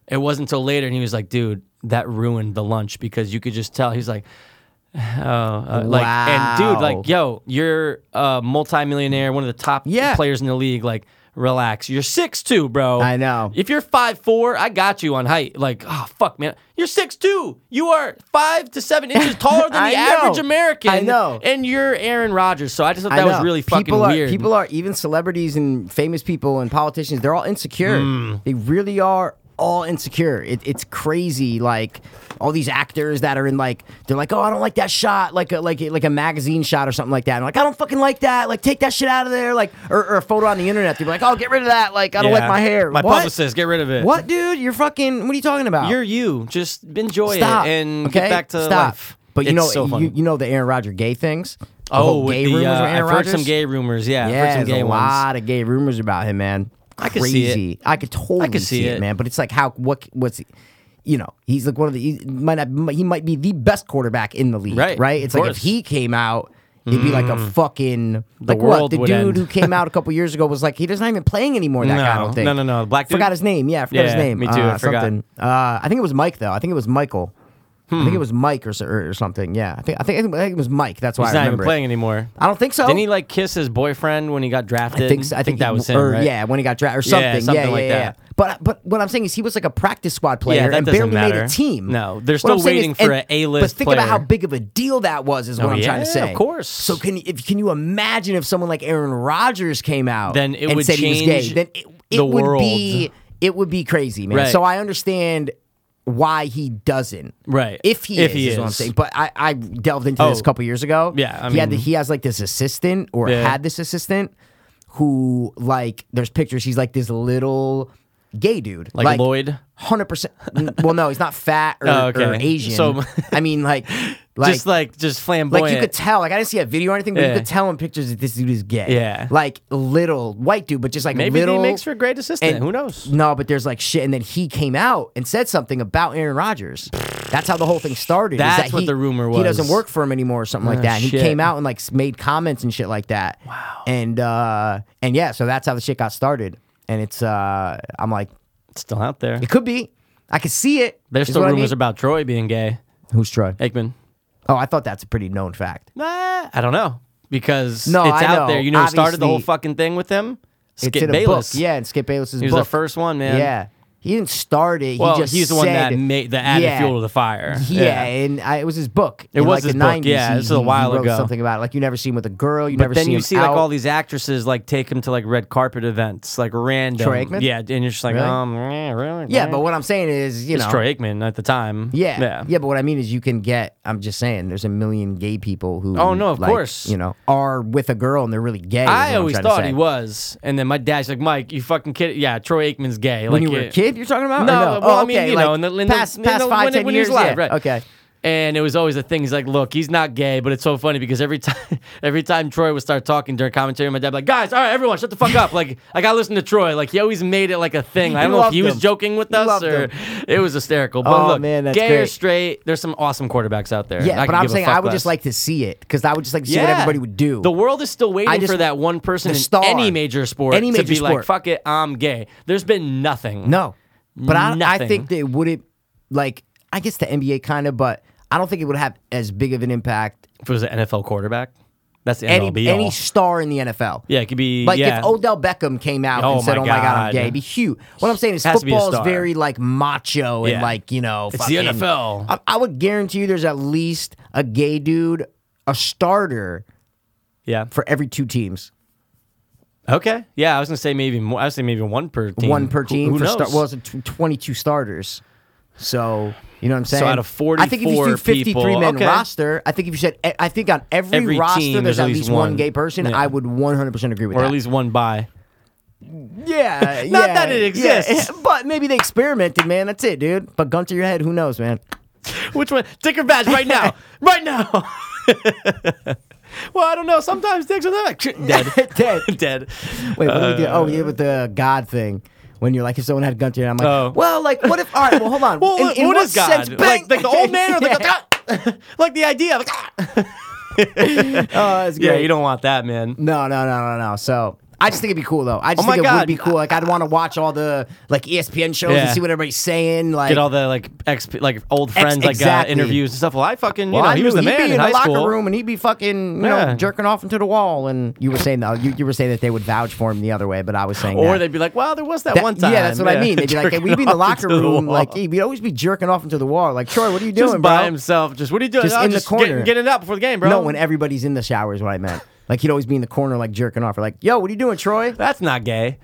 Speaker 1: It wasn't until later, and he was like, dude, that ruined the lunch because you could just tell. He's like, *sighs* uh, like and dude,
Speaker 2: Wow.
Speaker 1: like yo, you're a multimillionaire, one of the top
Speaker 2: Yeah.
Speaker 1: players in the league. Like, relax. You're six two, bro.
Speaker 2: I know.
Speaker 1: If you're five four, I got you on height. Like, oh fuck, man, you're six two. You are five to
Speaker 2: *laughs*
Speaker 1: seven inches taller than
Speaker 2: I
Speaker 1: the
Speaker 2: know.
Speaker 1: average American.
Speaker 2: I know.
Speaker 1: And you're Aaron Rodgers. So I just thought that
Speaker 2: I
Speaker 1: was
Speaker 2: know.
Speaker 1: really fucking
Speaker 2: people are,
Speaker 1: weird.
Speaker 2: People are even celebrities and famous people and politicians. They're all insecure.
Speaker 1: Mm.
Speaker 2: They really are all insecure. It, it's crazy. Like all these actors that are in like they're like, oh, I don't like that shot, like a, like a- like a magazine shot or something like that. And like I don't fucking like that. Like take that shit out of there. Like or, or a photo on the internet. They're like, oh, get rid of that. Like I don't
Speaker 1: Yeah.
Speaker 2: like my hair.
Speaker 1: My
Speaker 2: What?
Speaker 1: publicist, get rid of it.
Speaker 2: What, dude? You're fucking. What are you talking about?
Speaker 1: You're you. Just enjoy
Speaker 2: Stop
Speaker 1: it and
Speaker 2: okay?
Speaker 1: get back to
Speaker 2: Stop.
Speaker 1: life.
Speaker 2: But you
Speaker 1: It's
Speaker 2: know,
Speaker 1: so funny.
Speaker 2: you, you know the Aaron Rodgers gay things. The
Speaker 1: oh,
Speaker 2: whole
Speaker 1: with
Speaker 2: gay
Speaker 1: the,
Speaker 2: rumors
Speaker 1: uh,
Speaker 2: with Aaron
Speaker 1: I've heard some
Speaker 2: Rodgers?
Speaker 1: gay rumors. Yeah, I've
Speaker 2: Yeah,
Speaker 1: heard some
Speaker 2: there's
Speaker 1: gay
Speaker 2: a
Speaker 1: ones.
Speaker 2: lot of gay rumors about him, man.
Speaker 1: I could see
Speaker 2: Crazy.
Speaker 1: it.
Speaker 2: I could totally
Speaker 1: see
Speaker 2: see
Speaker 1: it.
Speaker 2: it, man. But it's like how what what's you know he's like one of the he might not, he might be the best quarterback in the league,
Speaker 1: Right,
Speaker 2: Right? It's
Speaker 1: of
Speaker 2: like
Speaker 1: course. Mm.
Speaker 2: if he came out. He'd be like a fucking like what
Speaker 1: world
Speaker 2: the
Speaker 1: would
Speaker 2: dude
Speaker 1: end.
Speaker 2: who came out a couple years ago was like he doesn't even playing anymore. That guy, I
Speaker 1: No.
Speaker 2: don't think.
Speaker 1: No, no, no. The black dude?
Speaker 2: Forgot his name. Yeah, I forgot his
Speaker 1: Yeah,
Speaker 2: name.
Speaker 1: me too,
Speaker 2: Uh,
Speaker 1: I forgot.
Speaker 2: Something. Uh, I think it was Mike though. I think it was Michael. I
Speaker 1: Hmm.
Speaker 2: think it was Mike or, so- or, or something. Yeah, I think I think I think it was Mike. That's why
Speaker 1: He's
Speaker 2: I
Speaker 1: not even
Speaker 2: remember. it.
Speaker 1: playing anymore.
Speaker 2: I don't think so.
Speaker 1: Didn't he like kiss his boyfriend when he got drafted?
Speaker 2: I think, so- I think
Speaker 1: that
Speaker 2: he-
Speaker 1: was him,
Speaker 2: or,
Speaker 1: right?
Speaker 2: Yeah, when he got drafted or something. Yeah,
Speaker 1: something
Speaker 2: yeah,
Speaker 1: like
Speaker 2: yeah,
Speaker 1: that.
Speaker 2: yeah. But but what I'm saying is he was like a practice squad player
Speaker 1: that
Speaker 2: and
Speaker 1: doesn't
Speaker 2: barely made
Speaker 1: matter.
Speaker 2: a team.
Speaker 1: No, they're
Speaker 2: What
Speaker 1: still
Speaker 2: I'm saying
Speaker 1: waiting
Speaker 2: is-
Speaker 1: for
Speaker 2: and-
Speaker 1: a A-list
Speaker 2: But think about how
Speaker 1: player.
Speaker 2: big of a deal that was. Is
Speaker 1: Oh,
Speaker 2: what I'm trying to
Speaker 1: yeah,
Speaker 2: say.
Speaker 1: of course.
Speaker 2: So can you- if can you imagine if someone like Aaron Rodgers came out
Speaker 1: Then it
Speaker 2: and
Speaker 1: would
Speaker 2: said he was gay?
Speaker 1: change
Speaker 2: Then it, it
Speaker 1: the
Speaker 2: would
Speaker 1: world.
Speaker 2: be it would be crazy, man.
Speaker 1: Right.
Speaker 2: So I understand why he doesn't.
Speaker 1: Right.
Speaker 2: If he
Speaker 1: If
Speaker 2: is,
Speaker 1: he
Speaker 2: is what I'm
Speaker 1: is.
Speaker 2: saying. But I, I delved into
Speaker 1: Oh.
Speaker 2: this a couple years ago.
Speaker 1: Yeah, I
Speaker 2: he had the,
Speaker 1: mean-
Speaker 2: he has like this assistant or
Speaker 1: Yeah.
Speaker 2: had this assistant who like there's pictures he's like this little gay dude
Speaker 1: Like Lloyd?
Speaker 2: 100% well no he's not fat or,
Speaker 1: *laughs* Oh, okay.
Speaker 2: or asian
Speaker 1: So-
Speaker 2: so i mean like
Speaker 1: *laughs*
Speaker 2: like
Speaker 1: just like just flamboyant.
Speaker 2: like you could tell like i didn't see a video or anything but
Speaker 1: Yeah.
Speaker 2: you could tell in pictures that this dude is gay
Speaker 1: Yeah.
Speaker 2: like little white dude but just like
Speaker 1: Maybe
Speaker 2: little
Speaker 1: he makes for a great assistant.
Speaker 2: and-
Speaker 1: Who knows?
Speaker 2: no, but there's like shit, and then he came out and said something about Aaron Rodgers. That's how the whole thing started. is
Speaker 1: That's
Speaker 2: that
Speaker 1: what
Speaker 2: he-
Speaker 1: the rumor
Speaker 2: He doesn't
Speaker 1: was.
Speaker 2: work for him anymore, or something like
Speaker 1: Oh,
Speaker 2: that. And he
Speaker 1: shit.
Speaker 2: came out and like s- made comments and shit like that. Wow. And uh, and yeah, so that's how the shit got started. And it's uh, I'm like,
Speaker 1: It's still out there.
Speaker 2: it could be. I could see it.
Speaker 1: There's
Speaker 2: is
Speaker 1: still
Speaker 2: what I
Speaker 1: rumors
Speaker 2: mean.
Speaker 1: about Troy being gay.
Speaker 2: who's Troy.
Speaker 1: Aikman.
Speaker 2: Oh, I thought that's a pretty known fact.
Speaker 1: Nah, I don't know because
Speaker 2: No,
Speaker 1: it's
Speaker 2: I
Speaker 1: out
Speaker 2: know.
Speaker 1: there. You know, who started the whole
Speaker 2: Obviously-
Speaker 1: fucking thing with him. Skip
Speaker 2: it's in
Speaker 1: Bayless.
Speaker 2: a book. Yeah, and Skip Bayless's
Speaker 1: he was
Speaker 2: book.
Speaker 1: the first one, man.
Speaker 2: Yeah, he didn't start it.
Speaker 1: Well,
Speaker 2: he just
Speaker 1: he's the one that
Speaker 2: said-
Speaker 1: made that added
Speaker 2: Yeah.
Speaker 1: fuel to the fire. *laughs*
Speaker 2: Yeah, and I, it was his book.
Speaker 1: It
Speaker 2: in,
Speaker 1: was
Speaker 2: like
Speaker 1: his
Speaker 2: the
Speaker 1: book,
Speaker 2: 90s,
Speaker 1: yeah,
Speaker 2: He,
Speaker 1: this is a
Speaker 2: he- he
Speaker 1: while
Speaker 2: wrote
Speaker 1: ago.
Speaker 2: Something about it. like you never see him with a girl. You
Speaker 1: But
Speaker 2: never
Speaker 1: then
Speaker 2: see
Speaker 1: you
Speaker 2: him
Speaker 1: see
Speaker 2: out.
Speaker 1: like all these actresses like take him to like red carpet events, like random.
Speaker 2: Troy Aikman?
Speaker 1: Yeah, and you're just like,
Speaker 2: Really?
Speaker 1: um, eh, really?
Speaker 2: Yeah,
Speaker 1: Eh?
Speaker 2: but what I'm saying is, you
Speaker 1: it's
Speaker 2: know,
Speaker 1: Troy Aikman at the time.
Speaker 2: yeah,
Speaker 1: yeah,
Speaker 2: yeah, But what I mean is, you can get. I'm just saying, there's a million gay people who.
Speaker 1: Oh, no, of
Speaker 2: like,
Speaker 1: course.
Speaker 2: You know, are with a girl and they're really gay. is what
Speaker 1: I
Speaker 2: I'm
Speaker 1: always
Speaker 2: trying to
Speaker 1: thought
Speaker 2: say.
Speaker 1: he was, and then my dad's like, "Mike, you fucking kid, yeah, Troy Aikman's gay." like,
Speaker 2: When you were
Speaker 1: yeah.
Speaker 2: a kid, you're talking about? Or
Speaker 1: No,
Speaker 2: no?
Speaker 1: but- well,
Speaker 2: oh,
Speaker 1: I mean,
Speaker 2: okay,
Speaker 1: you
Speaker 2: like,
Speaker 1: know, in the, in the-
Speaker 2: past
Speaker 1: in the-
Speaker 2: past five,
Speaker 1: when,
Speaker 2: ten
Speaker 1: when he
Speaker 2: years,
Speaker 1: was alive,
Speaker 2: yeah,
Speaker 1: right?
Speaker 2: Okay.
Speaker 1: And it was always a thing. He's like, "Look, he's not gay," but it's so funny because every time, *laughs* every time Troy would start talking during commentary, my dad would be like, "Guys, all right, everyone, shut the fuck up!" Like, I gotta listen to Troy. Like, he always made it like a
Speaker 2: *laughs*
Speaker 1: thing. I
Speaker 2: He
Speaker 1: don't know if
Speaker 2: loved
Speaker 1: he was
Speaker 2: him.
Speaker 1: joking with
Speaker 2: He
Speaker 1: us
Speaker 2: loved
Speaker 1: or
Speaker 2: him.
Speaker 1: it was hysterical. But
Speaker 2: Oh,
Speaker 1: look,
Speaker 2: man, that's
Speaker 1: gay or
Speaker 2: great.
Speaker 1: straight, there's some awesome quarterbacks out there. and
Speaker 2: Yeah,
Speaker 1: I
Speaker 2: but
Speaker 1: could
Speaker 2: I'm
Speaker 1: give a
Speaker 2: saying
Speaker 1: fuck
Speaker 2: I would
Speaker 1: less.
Speaker 2: just like to see it because I would just like to see what everybody would do.
Speaker 1: The world is still waiting
Speaker 2: just-
Speaker 1: for that one person
Speaker 2: the
Speaker 1: in
Speaker 2: star.
Speaker 1: any major sport
Speaker 2: Any
Speaker 1: to
Speaker 2: major
Speaker 1: be like,
Speaker 2: sport.
Speaker 1: "Fuck it, I'm gay." There's been nothing.
Speaker 2: No. But I, I
Speaker 1: Nothing.
Speaker 2: think that it wouldn't like I guess the NBA kind of, but I don't think it would have as big of an impact.
Speaker 1: if it was an NFL quarterback, that's the end all
Speaker 2: Any
Speaker 1: be
Speaker 2: any
Speaker 1: all.
Speaker 2: star in the NFL.
Speaker 1: Yeah, it could be
Speaker 2: Like
Speaker 1: yeah.
Speaker 2: if Odell Beckham came out
Speaker 1: Oh
Speaker 2: and
Speaker 1: my
Speaker 2: said, "Oh my god, I'm
Speaker 1: God.
Speaker 2: gay," it'd be huge. What I'm saying is,
Speaker 1: Has to be a
Speaker 2: football is
Speaker 1: star.
Speaker 2: very like macho and
Speaker 1: Yeah.
Speaker 2: like you know,
Speaker 1: It's the
Speaker 2: fucking-
Speaker 1: NFL.
Speaker 2: I, I would guarantee you, there's at least a gay dude, a starter
Speaker 1: yeah.
Speaker 2: for every two teams,
Speaker 1: Okay. Yeah, I was gonna say maybe more. I was gonna say maybe one per team.
Speaker 2: one per
Speaker 1: Who-
Speaker 2: team.
Speaker 1: Who,
Speaker 2: for
Speaker 1: knows?
Speaker 2: star- well, it's a tw- 22 starters. So you know what I'm saying.
Speaker 1: out of
Speaker 2: I think if you
Speaker 1: 44
Speaker 2: do 53
Speaker 1: people,
Speaker 2: man
Speaker 1: okay.
Speaker 2: roster, I think if you said, eh, I think on every,
Speaker 1: Every
Speaker 2: roster
Speaker 1: team,
Speaker 2: there's at least, one gay person.
Speaker 1: Yeah.
Speaker 2: I would 100 percent agree with
Speaker 1: or
Speaker 2: that.
Speaker 1: at least one by.
Speaker 2: yeah,
Speaker 1: *laughs* Not
Speaker 2: yeah,
Speaker 1: that it
Speaker 2: yeah.
Speaker 1: exists.
Speaker 2: *laughs* but maybe they experimented, man. That's it, dude. But gun to your head, who knows, man?
Speaker 1: *laughs* Which one? Ticker badge right
Speaker 2: *laughs*
Speaker 1: now, right now. *laughs* well, I don't know. Sometimes dicks are like *laughs* *laughs* dead,
Speaker 2: *laughs*
Speaker 1: Uh,
Speaker 2: Dead.
Speaker 1: dead.
Speaker 2: Wait, what do we do? Oh, yeah, with the God thing. When you're like, if someone had a gun to your head, I'm like,
Speaker 1: Oh.
Speaker 2: well, like, what if? All right, well, hold on.
Speaker 1: *laughs* Well,
Speaker 2: in,
Speaker 1: what-
Speaker 2: in
Speaker 1: what
Speaker 2: what
Speaker 1: is God?
Speaker 2: sense, bang-
Speaker 1: Like, like
Speaker 2: *laughs*
Speaker 1: the old man or the
Speaker 2: Yeah.
Speaker 1: *laughs* like the idea? Like,
Speaker 2: Oh, that's
Speaker 1: yeah,
Speaker 2: great.
Speaker 1: you don't want that, man.
Speaker 2: No, no, no, no, no. So I just think it'd be cool though. I just
Speaker 1: Oh my
Speaker 2: think it
Speaker 1: God.
Speaker 2: would be cool. Like I'd want to watch all the like E ESPN shows
Speaker 1: Yeah.
Speaker 2: and see what everybody's saying. Like
Speaker 1: Get all the like ex like old friends
Speaker 2: exactly.
Speaker 1: like uh, interviews and stuff. Well, I fucking you
Speaker 2: Well,
Speaker 1: know
Speaker 2: I
Speaker 1: he was
Speaker 2: knew
Speaker 1: the man
Speaker 2: he'd be in,
Speaker 1: high
Speaker 2: the
Speaker 1: school.
Speaker 2: locker room and he'd be fucking you
Speaker 1: Yeah.
Speaker 2: know jerking off into the wall. And you were saying though you, you were saying that they would vouch for him the other way, but I was saying
Speaker 1: Or
Speaker 2: that.
Speaker 1: they'd be like, "Well, there was that,
Speaker 2: That-
Speaker 1: one time."
Speaker 2: Yeah, that's what I mean. They'd
Speaker 1: *laughs*
Speaker 2: be like, hey,
Speaker 1: Jerking
Speaker 2: we'd be in the
Speaker 1: off
Speaker 2: locker
Speaker 1: into the
Speaker 2: room,
Speaker 1: wall.
Speaker 2: like, hey, we'd always be jerking off into the wall. Like, Troy, what are you doing,
Speaker 1: just
Speaker 2: bro?
Speaker 1: by himself. Just what are you doing?
Speaker 2: Just
Speaker 1: "Oh,
Speaker 2: in the corner."
Speaker 1: Get, get it out before the game, bro.
Speaker 2: No, when everybody's in the shower is what I meant. Like he'd always be in the corner, like jerking off, or like, "Yo, what are you doing, Troy?"
Speaker 1: that's not gay.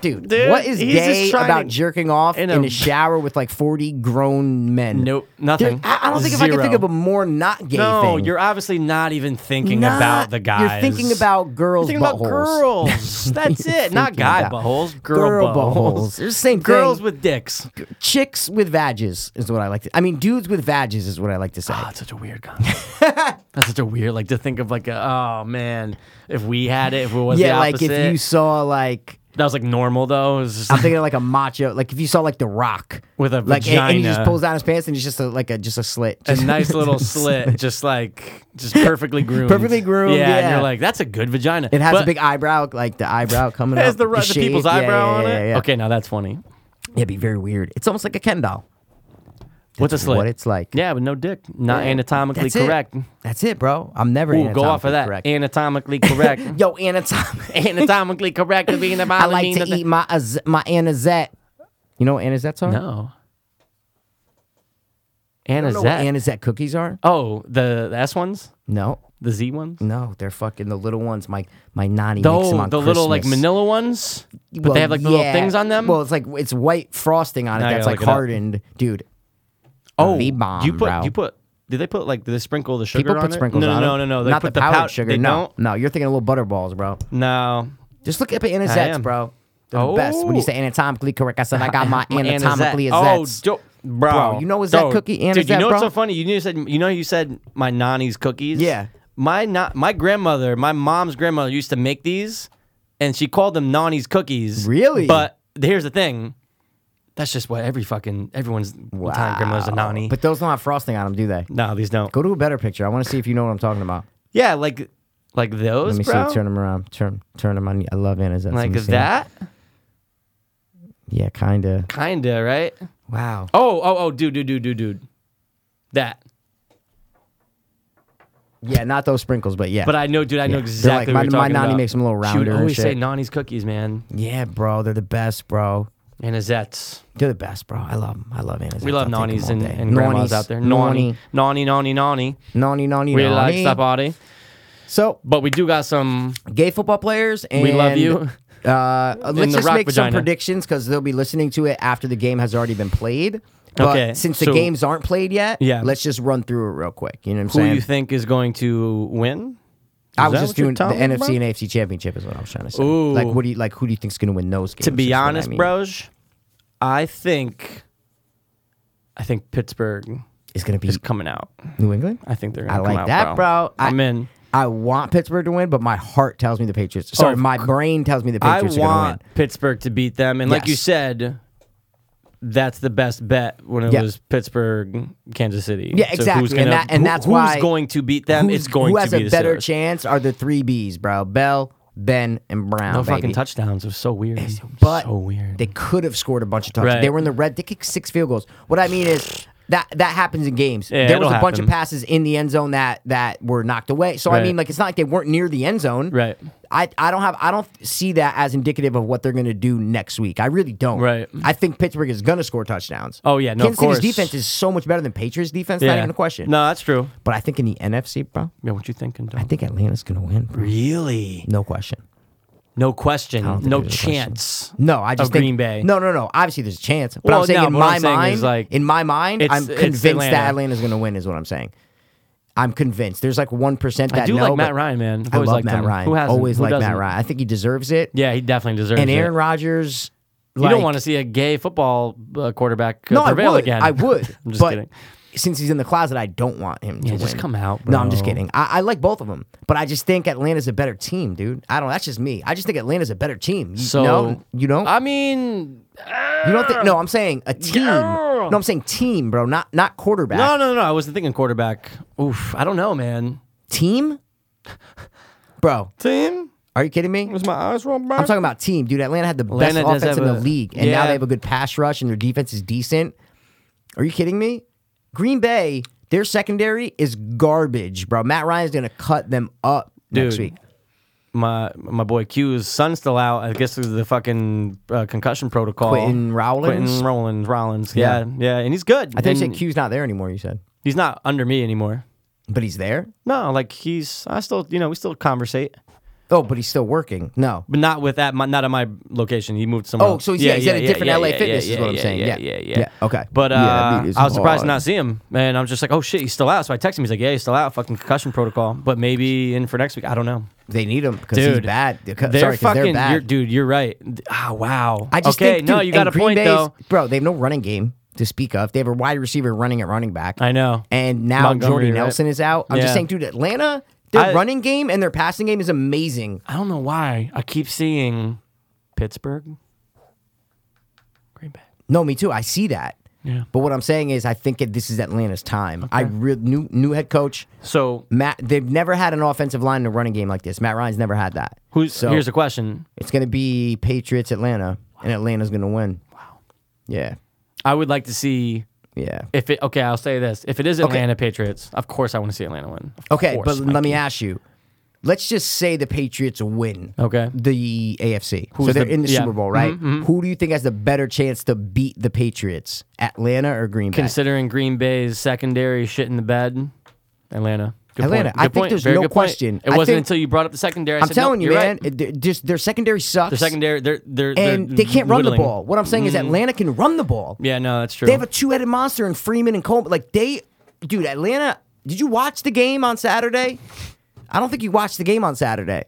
Speaker 2: Dude,
Speaker 1: Dude,
Speaker 2: what is
Speaker 1: he's just
Speaker 2: gay
Speaker 1: trying
Speaker 2: about
Speaker 1: to-
Speaker 2: jerking off
Speaker 1: in
Speaker 2: in
Speaker 1: a-
Speaker 2: a, shower with like 40 grown men?
Speaker 1: Nope, nothing.
Speaker 2: Dude, I, I don't think if I can
Speaker 1: Zero.
Speaker 2: think of a more not gay
Speaker 1: No,
Speaker 2: thing.
Speaker 1: you're obviously not even thinking
Speaker 2: Not-
Speaker 1: about the guys.
Speaker 2: You're thinking about girls'
Speaker 1: You're thinking about
Speaker 2: buttholes.
Speaker 1: *laughs* girls. That's it. Not
Speaker 2: thinking
Speaker 1: guy
Speaker 2: about
Speaker 1: buttholes. Girl,
Speaker 2: girl
Speaker 1: buttholes.
Speaker 2: buttholes. They're the same
Speaker 1: Girls
Speaker 2: thing.
Speaker 1: with dicks.
Speaker 2: Chicks with vages is what I like to. I mean, dudes with vages is what I like to say.
Speaker 1: Oh, that's such a weird concept. *laughs* that's such a weird. Like to think of like a. Oh man, if we had it, if it was
Speaker 2: yeah,
Speaker 1: the
Speaker 2: like if
Speaker 1: opposite.
Speaker 2: you saw like
Speaker 1: That was like normal though. It was just
Speaker 2: I'm
Speaker 1: like-
Speaker 2: thinking of like a macho, like if you saw like The Rock
Speaker 1: With a
Speaker 2: like, and- and he just
Speaker 1: vagina.
Speaker 2: pulls down his pants and it's just a, like a just a slit.
Speaker 1: a
Speaker 2: *laughs* Just-
Speaker 1: nice little slit, just like just perfectly groomed,
Speaker 2: Perfectly groomed,
Speaker 1: Yeah, and
Speaker 2: yeah.
Speaker 1: you're like, that's a good vagina.
Speaker 2: It has
Speaker 1: But
Speaker 2: a big eyebrow, like the eyebrow coming
Speaker 1: it
Speaker 2: up.
Speaker 1: has the, the,
Speaker 2: shape.
Speaker 1: people's
Speaker 2: Yeah,
Speaker 1: eyebrow
Speaker 2: yeah,
Speaker 1: on
Speaker 2: yeah,
Speaker 1: it.
Speaker 2: yeah.
Speaker 1: Okay, now that's funny.
Speaker 2: it'd be very weird. It's almost like a Ken doll.
Speaker 1: What's a slit?
Speaker 2: What it's like.
Speaker 1: yeah, with no dick, not anatomically
Speaker 2: That's it.
Speaker 1: correct.
Speaker 2: That's it, bro. I'm never.
Speaker 1: Ooh, go off of
Speaker 2: anatomically
Speaker 1: that.
Speaker 2: correct.
Speaker 1: Anatomically
Speaker 2: *laughs*
Speaker 1: correct.
Speaker 2: Yo,
Speaker 1: *laughs*
Speaker 2: anatomic.
Speaker 1: anatomically correct to be in the
Speaker 2: I like to eat my az- my anisette. You know what anisettes are?
Speaker 1: No.
Speaker 2: You
Speaker 1: Anna's
Speaker 2: know what
Speaker 1: that.
Speaker 2: anisette cookies are?
Speaker 1: oh, the, the S ones,
Speaker 2: No,
Speaker 1: the Z ones.
Speaker 2: no, they're fucking the little ones. My my nanny makes
Speaker 1: Oh,
Speaker 2: them on
Speaker 1: the little like
Speaker 2: Christmas.
Speaker 1: Manila ones, but
Speaker 2: Well,
Speaker 1: they have like the little
Speaker 2: yeah.
Speaker 1: things on them.
Speaker 2: Well, it's like it's white frosting on it
Speaker 1: Now I
Speaker 2: that's
Speaker 1: gotta
Speaker 2: like
Speaker 1: look it up.
Speaker 2: hardened, dude.
Speaker 1: oh,
Speaker 2: the bomb,
Speaker 1: you put
Speaker 2: bro.
Speaker 1: you put. Do they put like? Do they sprinkle the sugar
Speaker 2: People
Speaker 1: on
Speaker 2: put
Speaker 1: it?
Speaker 2: sprinkles
Speaker 1: no, no,
Speaker 2: on
Speaker 1: no,
Speaker 2: them.
Speaker 1: no, no. They
Speaker 2: Not
Speaker 1: put
Speaker 2: the
Speaker 1: powdered
Speaker 2: powdered sugar.
Speaker 1: They
Speaker 2: no,
Speaker 1: don't?
Speaker 2: no. You're thinking of little butterballs, bro.
Speaker 1: No.
Speaker 2: Just look up at
Speaker 1: I am.
Speaker 2: anisettes, bro. They're the best. When you say anatomically correct, I said I
Speaker 1: *laughs*
Speaker 2: got my anatomically
Speaker 1: Oh,
Speaker 2: azettes.
Speaker 1: do- bro.
Speaker 2: Bro, you know what's that
Speaker 1: Dude,
Speaker 2: cookie,
Speaker 1: Dude, you
Speaker 2: Anisette,
Speaker 1: know what's
Speaker 2: bro?
Speaker 1: so funny? You knew you said you know you said my nanny's cookies.
Speaker 2: Yeah.
Speaker 1: My not my grandmother, my mom's grandmother used to make these, and she called them nanny's cookies.
Speaker 2: Really?
Speaker 1: But here's the thing. That's just what every fucking everyone's Italian grandmother's a nanny.
Speaker 2: But those don't have frosting on them, do they?
Speaker 1: no, these don't.
Speaker 2: Go to a better picture. I want to see if you know what I'm talking about.
Speaker 1: Yeah, like like those,
Speaker 2: Let me
Speaker 1: bro.
Speaker 2: see. Turn them around. Turn turn them on. I love anisettes. Let
Speaker 1: like
Speaker 2: me see.
Speaker 1: that,
Speaker 2: Yeah, kind of.
Speaker 1: kinda, right?
Speaker 2: Wow.
Speaker 1: Oh, oh, oh, dude, dude, dude, dude, dude, that.
Speaker 2: Yeah, not those sprinkles, but yeah.
Speaker 1: But I know, dude, I know
Speaker 2: Yeah. They're
Speaker 1: exactly.
Speaker 2: like-
Speaker 1: what
Speaker 2: my-
Speaker 1: you're
Speaker 2: my
Speaker 1: talking
Speaker 2: nanny
Speaker 1: about.
Speaker 2: makes them a little
Speaker 1: She would
Speaker 2: rounder and
Speaker 1: always say
Speaker 2: shit.
Speaker 1: Nani's cookies, man,
Speaker 2: yeah, bro, they're the best, bro.
Speaker 1: and Azettes.
Speaker 2: They're the best, bro. I love them. I love anisettes.
Speaker 1: We love
Speaker 2: I'll take 'em
Speaker 1: nannies
Speaker 2: all
Speaker 1: and,
Speaker 2: day.
Speaker 1: and grandmas
Speaker 2: Nannies.
Speaker 1: out there. Nanny, nanny, nanny, nanny.
Speaker 2: Nonny, nonny,
Speaker 1: We
Speaker 2: nonny.
Speaker 1: like that body,
Speaker 2: So,
Speaker 1: but we do got some.
Speaker 2: gay football players, and
Speaker 1: love you. *laughs*
Speaker 2: Uh, let's
Speaker 1: the
Speaker 2: just
Speaker 1: rock
Speaker 2: make some
Speaker 1: vagina.
Speaker 2: predictions because they'll be listening to it after the game has already been played. But
Speaker 1: Okay,
Speaker 2: since the
Speaker 1: so-
Speaker 2: games aren't played yet,
Speaker 1: Yeah.
Speaker 2: let's just run through it real quick. You know what I'm
Speaker 1: Who
Speaker 2: saying?
Speaker 1: you think is going to win?
Speaker 2: I
Speaker 1: Is
Speaker 2: was
Speaker 1: that
Speaker 2: just
Speaker 1: what you're
Speaker 2: doing the
Speaker 1: talking
Speaker 2: NFC
Speaker 1: about?
Speaker 2: and AFC championship is what I was trying to say.
Speaker 1: Ooh.
Speaker 2: Like, what do you like? Who do you think's going to win those games?
Speaker 1: To
Speaker 2: is
Speaker 1: be
Speaker 2: what I
Speaker 1: honest,
Speaker 2: mean.
Speaker 1: bros, I think, I think Pittsburgh
Speaker 2: it's going to be
Speaker 1: is coming out.
Speaker 2: New England.
Speaker 1: I think they're.
Speaker 2: I
Speaker 1: Gonna come
Speaker 2: like
Speaker 1: out,
Speaker 2: that, bro. I-
Speaker 1: I'm in.
Speaker 2: I want Pittsburgh to win, but my heart tells me the Patriots. Sorry,
Speaker 1: of
Speaker 2: my brain tells me the Patriots
Speaker 1: I
Speaker 2: are going
Speaker 1: want
Speaker 2: to
Speaker 1: Pittsburgh to beat them, and like you
Speaker 2: Yes.
Speaker 1: said, that's the best bet when it
Speaker 2: Yeah.
Speaker 1: was Pittsburgh, Kansas City.
Speaker 2: Yeah, exactly,
Speaker 1: who's
Speaker 2: and
Speaker 1: gonna,
Speaker 2: that- and
Speaker 1: who-
Speaker 2: that's
Speaker 1: who's
Speaker 2: why-
Speaker 1: going to beat
Speaker 2: win.
Speaker 1: them.
Speaker 2: Who's-
Speaker 1: it's going
Speaker 2: who
Speaker 1: to
Speaker 2: has
Speaker 1: be
Speaker 2: a
Speaker 1: the
Speaker 2: better
Speaker 1: Steelers.
Speaker 2: chance are the three Bs, bro. Bell, Ben, and Brown.
Speaker 1: No
Speaker 2: baby.
Speaker 1: fucking touchdowns. It was so weird.
Speaker 2: But
Speaker 1: so weird.
Speaker 2: they could have scored a bunch of touchdowns.
Speaker 1: Right.
Speaker 2: They were in the red. They kicked six field goals. What I mean is that that happens in games.
Speaker 1: Yeah,
Speaker 2: there was a
Speaker 1: it'll
Speaker 2: bunch of
Speaker 1: happen.
Speaker 2: passes in the end zone that that were knocked away. So I
Speaker 1: Right.
Speaker 2: mean, like it's not like they weren't near the end zone.
Speaker 1: Right.
Speaker 2: I, I don't have I don't see that as indicative of what they're going to do next week. I really don't.
Speaker 1: Right.
Speaker 2: I think Pittsburgh is going to score touchdowns.
Speaker 1: Oh, yeah, no, of
Speaker 2: Kansas City's
Speaker 1: course.
Speaker 2: defense is so much better than Patriots defense.
Speaker 1: yeah.
Speaker 2: Not even a question.
Speaker 1: No, that's true.
Speaker 2: But I think in the NFC, bro,
Speaker 1: Yeah, what you thinking? Dom?
Speaker 2: I think Atlanta's going to win. bro.
Speaker 1: really,
Speaker 2: No question.
Speaker 1: no question,
Speaker 2: don't think
Speaker 1: no
Speaker 2: there's a question.
Speaker 1: chance.
Speaker 2: No, I just
Speaker 1: Of
Speaker 2: think
Speaker 1: Green Bay.
Speaker 2: No, no, no. Obviously, there's a chance, but
Speaker 1: Well,
Speaker 2: I'm saying
Speaker 1: no,
Speaker 2: in
Speaker 1: but what
Speaker 2: my
Speaker 1: I'm saying
Speaker 2: mind,
Speaker 1: is, like,
Speaker 2: in my mind,
Speaker 1: it's- it's
Speaker 2: I'm convinced that
Speaker 1: Atlanta.
Speaker 2: Atlanta's going to win. Is what I'm saying. I'm convinced. There's like one percent that
Speaker 1: I do
Speaker 2: no,
Speaker 1: like Matt
Speaker 2: but
Speaker 1: Ryan, man. I've
Speaker 2: I
Speaker 1: always
Speaker 2: love
Speaker 1: liked
Speaker 2: Matt
Speaker 1: him.
Speaker 2: Ryan.
Speaker 1: Who hasn't?
Speaker 2: Always
Speaker 1: Who
Speaker 2: like Matt
Speaker 1: doesn't?
Speaker 2: Ryan. I think he deserves it.
Speaker 1: Yeah, he definitely deserves
Speaker 2: and
Speaker 1: it.
Speaker 2: Aaron Rodgers.
Speaker 1: you don't want to see a gay football uh, quarterback uh,
Speaker 2: no, I
Speaker 1: prevail
Speaker 2: would.
Speaker 1: again.
Speaker 2: I would.
Speaker 1: *laughs* I'm just
Speaker 2: but
Speaker 1: kidding.
Speaker 2: Since he's in the closet, I don't want him
Speaker 1: Yeah,
Speaker 2: to
Speaker 1: just
Speaker 2: win.
Speaker 1: come out,
Speaker 2: No, I'm just
Speaker 1: bro.
Speaker 2: kidding. I, I like both of them, but I just think Atlanta's a better team, dude. I don't. That's just me. I just think Atlanta's a better team. You,
Speaker 1: So
Speaker 2: no, you don't.
Speaker 1: I mean,
Speaker 2: You don't think? No, I'm saying a team. No, I'm saying team, bro. Not not quarterback.
Speaker 1: No, no, no, no. I wasn't thinking quarterback. Oof, I don't know, man.
Speaker 2: Team, bro.
Speaker 1: Team?
Speaker 2: Are you kidding me?
Speaker 1: Was my eyes wrong back?
Speaker 2: I'm talking about team, dude. Atlanta had the
Speaker 1: Atlanta
Speaker 2: best
Speaker 1: does
Speaker 2: offense in
Speaker 1: have
Speaker 2: the
Speaker 1: a-
Speaker 2: league, and now
Speaker 1: yeah.
Speaker 2: they have a good pass rush, and their defense is decent. Are you kidding me? Green Bay, their secondary is garbage, bro. Matt Ryan's gonna cut them up next
Speaker 1: Dude.
Speaker 2: week.
Speaker 1: my my boy Q's son's still out. I guess it was the fucking uh, concussion protocol.
Speaker 2: Quentin Rowlands?
Speaker 1: Quentin Rollins. Rollins. Yeah, yeah, and he's good.
Speaker 2: I think you
Speaker 1: And
Speaker 2: said Q's not there anymore. You said,
Speaker 1: he's not under me anymore.
Speaker 2: but he's there.
Speaker 1: No, like he's. I still, you know, we still conversate,
Speaker 2: Oh, but he's still working. No,
Speaker 1: but not with that. My, not at my location. He moved somewhere.
Speaker 2: Oh,
Speaker 1: else.
Speaker 2: so he's, yeah, he's at a different LA Fitness is what I'm saying. Yeah,
Speaker 1: yeah, yeah.
Speaker 2: Okay,
Speaker 1: But uh,
Speaker 2: Yeah, that beat is
Speaker 1: I was surprised
Speaker 2: hard.
Speaker 1: to not see him, and I'm just like, oh shit, he's still out. So I texted him. He's like, yeah, he's still out. Fucking concussion protocol, but maybe in for next week. I don't know.
Speaker 2: They need him because he's
Speaker 1: Dude,
Speaker 2: bad. They're,
Speaker 1: They're
Speaker 2: sorry, 'cause
Speaker 1: fucking,
Speaker 2: they're bad.
Speaker 1: You're, dude. You're right. Ah, wow.
Speaker 2: I just
Speaker 1: okay.
Speaker 2: think,
Speaker 1: no,
Speaker 2: dude,
Speaker 1: you got
Speaker 2: and
Speaker 1: a
Speaker 2: Green
Speaker 1: point
Speaker 2: Bay's-
Speaker 1: though.
Speaker 2: bro. They have no running game to speak of. They have a wide receiver running at running back.
Speaker 1: I know.
Speaker 2: And now
Speaker 1: Montgomery,
Speaker 2: Jordy
Speaker 1: right?
Speaker 2: Nelson is out. I'm just
Speaker 1: Yeah.
Speaker 2: saying, dude, Atlanta, their
Speaker 1: I-
Speaker 2: running game and their passing game is amazing.
Speaker 1: I don't know why I keep seeing Pittsburgh, Green Bay.
Speaker 2: No, me too. I see that.
Speaker 1: Yeah.
Speaker 2: But what I'm saying is, I think that this is Atlanta's time. I real new new head coach
Speaker 1: So
Speaker 2: Matt. They've never had an offensive line in a running game like this. Matt Ryan's never had that.
Speaker 1: who's
Speaker 2: so
Speaker 1: here's a question.
Speaker 2: it's going to be Patriots Atlanta, and Atlanta's going to win. Wow. Yeah.
Speaker 1: I would like to see
Speaker 2: Yeah.
Speaker 1: if it. Okay, I'll say this: if it is Atlanta Patriots, of course I want to see Atlanta win. Of
Speaker 2: Okay,
Speaker 1: course,
Speaker 2: but
Speaker 1: Mikey.
Speaker 2: let me ask you. Let's just say the Patriots win.
Speaker 1: Okay.
Speaker 2: The AFC. so
Speaker 1: Who's
Speaker 2: they're
Speaker 1: Oh. the-
Speaker 2: in the
Speaker 1: yeah. Mm-hmm,
Speaker 2: Super Bowl, right? Who do you think has the better chance to beat the Patriots? Atlanta or Green Bay?
Speaker 1: Considering Green Bay's secondary shit in the bed, Atlanta. Good
Speaker 2: Atlanta.
Speaker 1: Point.
Speaker 2: I
Speaker 1: Good
Speaker 2: think
Speaker 1: point.
Speaker 2: there's
Speaker 1: Very
Speaker 2: no
Speaker 1: good point.
Speaker 2: question.
Speaker 1: It
Speaker 2: I
Speaker 1: wasn't
Speaker 2: think-
Speaker 1: until you brought up the secondary. I
Speaker 2: I'm
Speaker 1: said,
Speaker 2: telling
Speaker 1: nope,
Speaker 2: you,
Speaker 1: you're
Speaker 2: man.
Speaker 1: Right.
Speaker 2: it- they're- Just their secondary sucks.
Speaker 1: Their secondary, they're they're
Speaker 2: and
Speaker 1: they're
Speaker 2: they can't run the
Speaker 1: whittling.
Speaker 2: ball. What I'm saying is Atlanta can run the ball.
Speaker 1: Yeah, no, that's true.
Speaker 2: They have a two-headed monster in Freeman and Coleman. Like they, dude, Atlanta. Did you watch the game on Saturday? I don't think you watched the game on Saturday.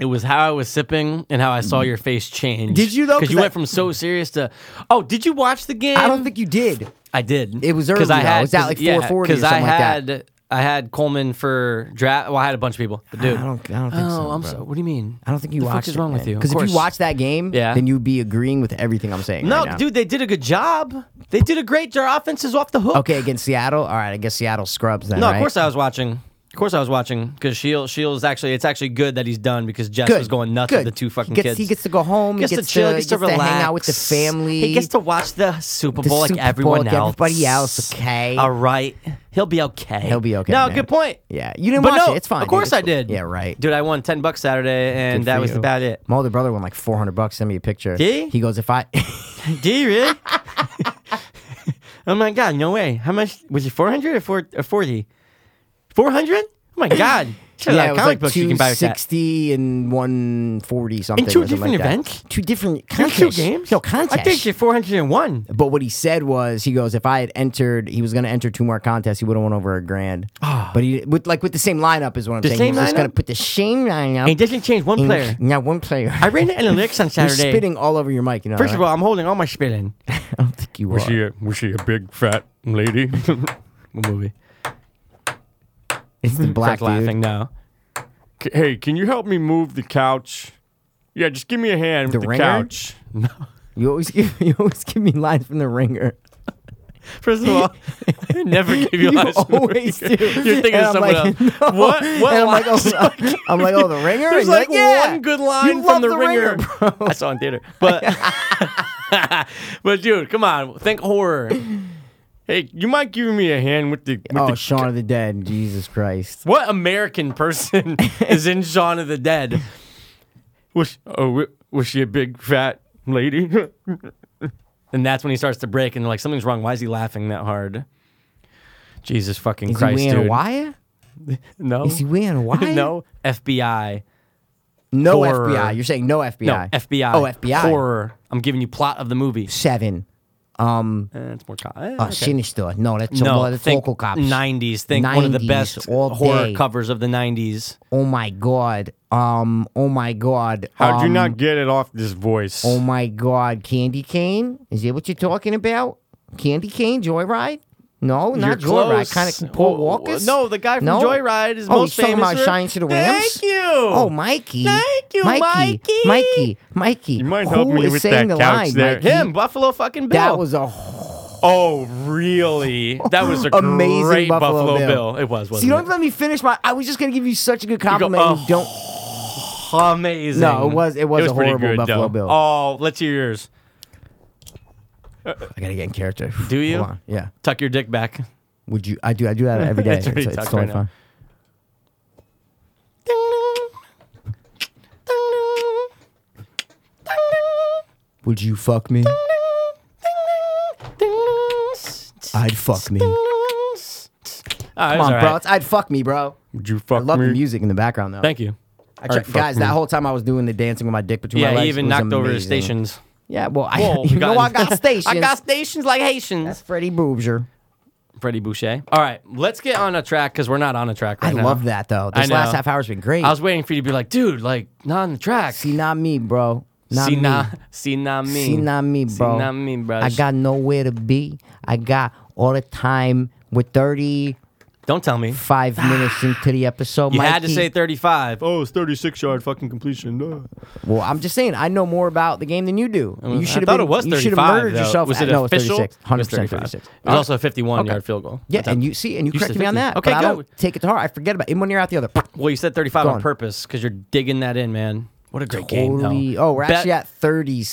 Speaker 1: It was how I was sipping and how I saw your face change.
Speaker 2: Did you, though?
Speaker 1: Because you
Speaker 2: 'Cause I-
Speaker 1: went from so serious to, oh, did you watch the game?
Speaker 2: I don't think you did.
Speaker 1: I did.
Speaker 2: It was early,
Speaker 1: Because I
Speaker 2: though.
Speaker 1: had
Speaker 2: It was at, like, 4:40 or
Speaker 1: Because I
Speaker 2: something like that.
Speaker 1: had I had Coleman for draft. Well, I had a bunch of people, but dude,
Speaker 2: I don't. I don't think
Speaker 1: oh,
Speaker 2: so.
Speaker 1: I'm
Speaker 2: bro.
Speaker 1: so. What do you mean?
Speaker 2: I don't think you
Speaker 1: the
Speaker 2: watched.
Speaker 1: Fuck is wrong with you? Of
Speaker 2: Because if
Speaker 1: course.
Speaker 2: you watch that game,
Speaker 1: Yeah.
Speaker 2: then you'd be agreeing with everything I'm saying.
Speaker 1: no,
Speaker 2: right now.
Speaker 1: dude, they did a good job. They did a great. Their offense is off the hook.
Speaker 2: Okay, against Seattle. All right, I guess Seattle scrubs then.
Speaker 1: No,
Speaker 2: right?
Speaker 1: of course I was watching. Of course I was watching because Shield Shields actually it's actually good that he's done because Jess
Speaker 2: Good.
Speaker 1: was going nuts with
Speaker 2: Good.
Speaker 1: the two fucking
Speaker 2: he gets,
Speaker 1: kids.
Speaker 2: He gets to go home.
Speaker 1: gets,
Speaker 2: he
Speaker 1: to chill, gets, to relax,
Speaker 2: hang out with the family.
Speaker 1: He gets to watch the Super
Speaker 2: The
Speaker 1: Bowl
Speaker 2: Super
Speaker 1: like
Speaker 2: Bowl
Speaker 1: everyone
Speaker 2: like
Speaker 1: else.
Speaker 2: everybody else, okay?
Speaker 1: All right, he'll be okay.
Speaker 2: He'll be okay,
Speaker 1: No,
Speaker 2: man.
Speaker 1: good point.
Speaker 2: Yeah, you didn't
Speaker 1: But
Speaker 2: watch
Speaker 1: no,
Speaker 2: it. It's fine.
Speaker 1: Of course
Speaker 2: dude.
Speaker 1: I
Speaker 2: It's cool.
Speaker 1: did.
Speaker 2: Yeah, right.
Speaker 1: Dude, I won ten bucks Saturday, and
Speaker 2: Good
Speaker 1: that
Speaker 2: for
Speaker 1: was
Speaker 2: you.
Speaker 1: about it.
Speaker 2: My older brother won like 400 bucks. Send me a picture.
Speaker 1: Did he?
Speaker 2: He goes, if I, *laughs*
Speaker 1: Did you really? *laughs* oh my god, no way. How much was it? Four hundred or four or forty? Four hundred? Oh my
Speaker 2: *coughs*
Speaker 1: god. Shit,
Speaker 2: yeah,
Speaker 1: a
Speaker 2: it
Speaker 1: lot of
Speaker 2: was
Speaker 1: comic
Speaker 2: like
Speaker 1: books you can buy with that.
Speaker 2: 260 and 140 something.
Speaker 1: two
Speaker 2: or something
Speaker 1: different
Speaker 2: like that.
Speaker 1: events?
Speaker 2: Two different
Speaker 1: Two-
Speaker 2: contests.
Speaker 1: two games?
Speaker 2: No contest.
Speaker 1: I think you're 401.
Speaker 2: But what he said was, he goes, if I had entered, he was going to enter two more contests, he would have won over a grand. But he with like with the same lineup is what I'm
Speaker 1: Ah. The
Speaker 2: saying.
Speaker 1: same
Speaker 2: He's just going
Speaker 1: lineup?
Speaker 2: to put the same lineup.
Speaker 1: And it doesn't change one
Speaker 2: in-
Speaker 1: player.
Speaker 2: Yeah, one player.
Speaker 1: I ran the analytics on
Speaker 2: You're
Speaker 1: Saturday.
Speaker 2: spitting all over your mic. You know.
Speaker 1: First of
Speaker 2: right?
Speaker 1: all, I'm holding all my spit in.
Speaker 2: I don't think you are.
Speaker 4: Was she a, was she a big fat lady?
Speaker 2: *laughs*
Speaker 1: movie. *laughs*
Speaker 2: it's the black
Speaker 1: Starts laughing
Speaker 2: dude.
Speaker 1: now.
Speaker 4: C- hey, can you help me move the couch? Yeah, just give me a hand
Speaker 2: The
Speaker 4: with the
Speaker 2: ringer?
Speaker 4: couch.
Speaker 2: You always give *laughs* you always give me lines from the ringer.
Speaker 1: First of
Speaker 2: *laughs*
Speaker 1: all, I never give you,
Speaker 2: You
Speaker 1: last
Speaker 2: always
Speaker 1: movie.
Speaker 2: do.
Speaker 1: You're thinking
Speaker 2: And
Speaker 1: of
Speaker 2: I'm
Speaker 1: someone else.
Speaker 2: like,
Speaker 1: What?
Speaker 2: no.
Speaker 1: What?
Speaker 2: And I'm like,
Speaker 1: lines?
Speaker 2: oh, *laughs* I'm like, oh, the ringer.
Speaker 1: There's like,
Speaker 2: And you're yeah.
Speaker 1: one good line
Speaker 2: you
Speaker 1: from
Speaker 2: love
Speaker 1: the,
Speaker 2: the
Speaker 1: *laughs* ringer.
Speaker 2: Ringer, *laughs* bro.
Speaker 1: I saw it in theater, but but *laughs* dude, come on, think horror.
Speaker 4: Hey, you mind giving me a hand with the? With
Speaker 2: Oh,
Speaker 4: the
Speaker 2: Shaun of the Dead. Jesus Christ.
Speaker 1: What American person *laughs* is in Shaun of the Dead?
Speaker 4: Was oh wi- was she a big fat lady?
Speaker 1: *laughs* And that's when he starts to break, and they're like, something's wrong. Why is he laughing that hard? Jesus fucking
Speaker 2: Is
Speaker 1: Christ,
Speaker 2: he
Speaker 1: dude.
Speaker 2: wearing a wire?
Speaker 1: *laughs* No.
Speaker 2: Is he wearing a wire?
Speaker 1: no. FBI.
Speaker 2: No
Speaker 1: Horror.
Speaker 2: FBI. You're saying no FBI.
Speaker 1: No, FBI.
Speaker 2: Oh, FBI.
Speaker 1: Horror. I'm giving you plot of the movie.
Speaker 2: Seven. Um,
Speaker 1: Eh, it's more cop.
Speaker 2: uh, Sinister. No, that's
Speaker 1: no,
Speaker 2: no, that's
Speaker 1: think
Speaker 2: local cops.
Speaker 1: 90s. Think one of the
Speaker 2: 90s
Speaker 1: best
Speaker 2: all
Speaker 1: horror
Speaker 2: day.
Speaker 1: covers of the 90s.
Speaker 2: Oh my god. Um. Oh my god.
Speaker 4: How'd you
Speaker 2: Um,
Speaker 4: not get it off this voice?
Speaker 2: Oh my god. Candy cane. Is that what you're talking about? Candy cane. Joyride. No, not Joyride. Kind of Paul Walker.
Speaker 1: No, the guy from
Speaker 2: No?
Speaker 1: Joyride is
Speaker 2: Oh,
Speaker 1: most
Speaker 2: he's talking
Speaker 1: famous
Speaker 2: about
Speaker 1: for-
Speaker 2: Shine to the Rams?
Speaker 1: Thank you.
Speaker 2: Oh, Mikey.
Speaker 1: Thank you, Mikey.
Speaker 2: Mikey. Mikey.
Speaker 4: You might
Speaker 2: Who
Speaker 4: help me
Speaker 2: is
Speaker 4: with
Speaker 2: saying
Speaker 4: that
Speaker 2: the
Speaker 4: couch
Speaker 2: line,
Speaker 4: there.
Speaker 2: Mikey?
Speaker 1: Him, Buffalo fucking Bill.
Speaker 2: That was a. wh-
Speaker 1: oh, really?
Speaker 2: *laughs*
Speaker 1: That was a
Speaker 2: Amazing
Speaker 1: great
Speaker 2: Buffalo
Speaker 1: Buffalo,
Speaker 2: Bill.
Speaker 1: Bill. It was,
Speaker 2: So you
Speaker 1: wasn't
Speaker 2: don't
Speaker 1: it?
Speaker 2: let me finish my. I was just gonna give you such a good compliment. and
Speaker 1: oh,
Speaker 2: you don't.
Speaker 1: Amazing.
Speaker 2: No, it was. It was,
Speaker 4: It was
Speaker 2: a
Speaker 4: pretty
Speaker 2: horrible
Speaker 4: good,
Speaker 2: Buffalo
Speaker 4: though.
Speaker 2: Bill.
Speaker 1: Oh, let's hear yours.
Speaker 2: I gotta get in character.
Speaker 1: Do you?
Speaker 2: Hold on. Yeah.
Speaker 1: Tuck your dick back.
Speaker 2: Would you? I do. I do
Speaker 1: *laughs*
Speaker 2: that every day.
Speaker 1: It's already tucked right now.
Speaker 2: Would you fuck me? I'd fuck me. Come
Speaker 1: All right,
Speaker 2: on,
Speaker 1: Ah, all
Speaker 2: bro.
Speaker 1: right.
Speaker 2: It's- I'd fuck me, bro.
Speaker 4: Would you
Speaker 2: I
Speaker 4: fuck
Speaker 2: love
Speaker 4: me?
Speaker 2: the music in the background though.
Speaker 1: Thank you.
Speaker 2: I tried-
Speaker 4: fuck
Speaker 2: guys,
Speaker 4: me.
Speaker 2: that whole time I was doing the dancing with my dick between my
Speaker 1: Yeah,
Speaker 2: legs.
Speaker 1: he even
Speaker 2: It was
Speaker 1: knocked over his
Speaker 2: amazing.
Speaker 1: stations.
Speaker 2: Yeah, well, I,
Speaker 1: Whoa, we
Speaker 2: *laughs* you know I got
Speaker 1: *laughs*
Speaker 2: stations.
Speaker 1: I got stations like Haitians.
Speaker 2: Freddie Boobser.
Speaker 1: Freddie Boucher. All right, let's get on a track because we're not on a track
Speaker 2: I
Speaker 1: right now.
Speaker 2: love that though. This
Speaker 1: know.
Speaker 2: last half hour's been great.
Speaker 1: I was waiting for you to be like, dude, like not on the track.
Speaker 2: See, not me, bro. Not
Speaker 1: see,
Speaker 2: me.
Speaker 1: na- see not me.
Speaker 2: See, not me,
Speaker 1: See
Speaker 2: bro.
Speaker 1: not me, bro. *sighs*
Speaker 2: I got nowhere to be. I got all the time. We're 30,
Speaker 1: Don't tell me.
Speaker 2: Five minutes into the episode,
Speaker 1: You
Speaker 2: Mikey.
Speaker 1: had to say 35.
Speaker 4: Oh, it's 36 yard fucking completion. Ugh.
Speaker 2: Well, I'm just saying, I know more about the game than you do. You should have
Speaker 1: thought
Speaker 2: been-
Speaker 1: it was
Speaker 2: You should have
Speaker 1: 35,
Speaker 2: murdered
Speaker 1: though.
Speaker 2: yourself.
Speaker 1: Was it
Speaker 2: no, it's
Speaker 1: official?
Speaker 2: 36. 100
Speaker 1: It was
Speaker 2: percent
Speaker 1: 35.
Speaker 2: 36.
Speaker 1: It was also a 51 yard field goal.
Speaker 2: Yeah,
Speaker 1: That's
Speaker 2: and
Speaker 1: how-
Speaker 2: you see, and you,
Speaker 1: You said
Speaker 2: corrected me on
Speaker 1: 50.
Speaker 2: that.
Speaker 1: Okay,
Speaker 2: but I
Speaker 1: good.
Speaker 2: don't take it to heart. I forget about it. In one ear, out the other.
Speaker 1: Well, you said 35
Speaker 2: on.
Speaker 1: on purpose because you're digging that in, man. What a great game,
Speaker 2: Holy!
Speaker 1: though.
Speaker 2: Oh, we're
Speaker 1: Bet-
Speaker 2: actually at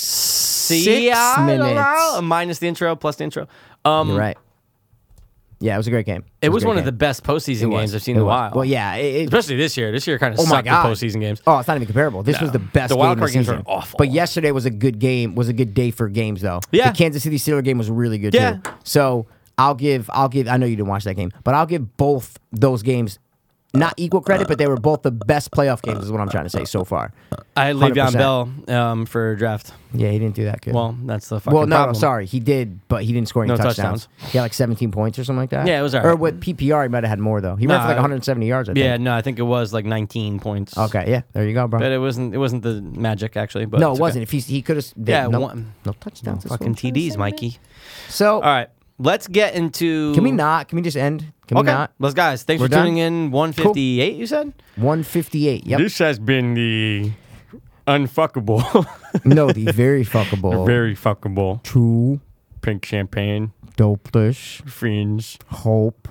Speaker 2: 36
Speaker 1: See, I don't know.
Speaker 2: minutes.
Speaker 1: Minus the intro, plus the intro. Um,
Speaker 2: You're right. Yeah, it was a great game.
Speaker 1: It was
Speaker 2: a great
Speaker 1: one of the
Speaker 2: game.
Speaker 1: best postseason
Speaker 2: It was.
Speaker 1: games I've seen
Speaker 2: It
Speaker 1: in a
Speaker 2: was.
Speaker 1: while.
Speaker 2: Well, yeah. It, it,
Speaker 1: Especially this year. This year kind of
Speaker 2: oh my
Speaker 1: sucked the
Speaker 2: god!
Speaker 1: postseason games.
Speaker 2: Oh, it's not even comparable. This was the best.
Speaker 1: The wild
Speaker 2: game of
Speaker 1: card games were
Speaker 2: season.
Speaker 1: awful.
Speaker 2: But yesterday was a good game. Was a good day for games though.
Speaker 1: Yeah.
Speaker 2: The Kansas City Steelers game was really good
Speaker 1: Yeah.
Speaker 2: too. So I'll give. I'll give. I know you didn't watch that game, but I'll give both those games. Not equal credit, but they were both the best playoff games, is what I'm trying to say so far.
Speaker 1: I had Le'Veon
Speaker 2: 100%.
Speaker 1: Bell um, for draft.
Speaker 2: Yeah, he didn't do that good.
Speaker 1: Well, that's the fucking
Speaker 2: Well, no,
Speaker 1: problem.
Speaker 2: no, sorry, he did, but he didn't score any
Speaker 1: No
Speaker 2: touchdowns. He had like 17 points or something like that.
Speaker 1: Yeah, it was all
Speaker 2: Or
Speaker 1: right.
Speaker 2: what PPR, he might have had more though. He ran for like
Speaker 1: Nah,
Speaker 2: 170 yards. I
Speaker 1: Yeah,
Speaker 2: Think.
Speaker 1: no, I think it was like 19 points.
Speaker 2: Okay. Yeah. There you go, bro.
Speaker 1: But it wasn't. It wasn't the magic actually. But
Speaker 2: no,
Speaker 1: it's
Speaker 2: it
Speaker 1: okay.
Speaker 2: wasn't. If he he could have.
Speaker 1: Yeah,
Speaker 2: No,
Speaker 1: one-
Speaker 2: no touchdowns. that's what
Speaker 1: Fucking
Speaker 2: I'm trying to
Speaker 1: TDs,
Speaker 2: say,
Speaker 1: Mikey.
Speaker 2: man. So,
Speaker 1: All right, let's get into.
Speaker 2: can we not? Can we just end? Can
Speaker 1: Okay,
Speaker 2: we not?
Speaker 1: let's guys. Thanks
Speaker 2: We're
Speaker 1: for tuning in. 158. You said. *laughs*
Speaker 2: 158. Yep.
Speaker 4: This has been the unfuckable, *laughs*
Speaker 2: no, the very fuckable.
Speaker 4: very fuckable
Speaker 2: true.
Speaker 4: pink champagne
Speaker 2: Dopeless.
Speaker 4: fringe.
Speaker 2: Hope.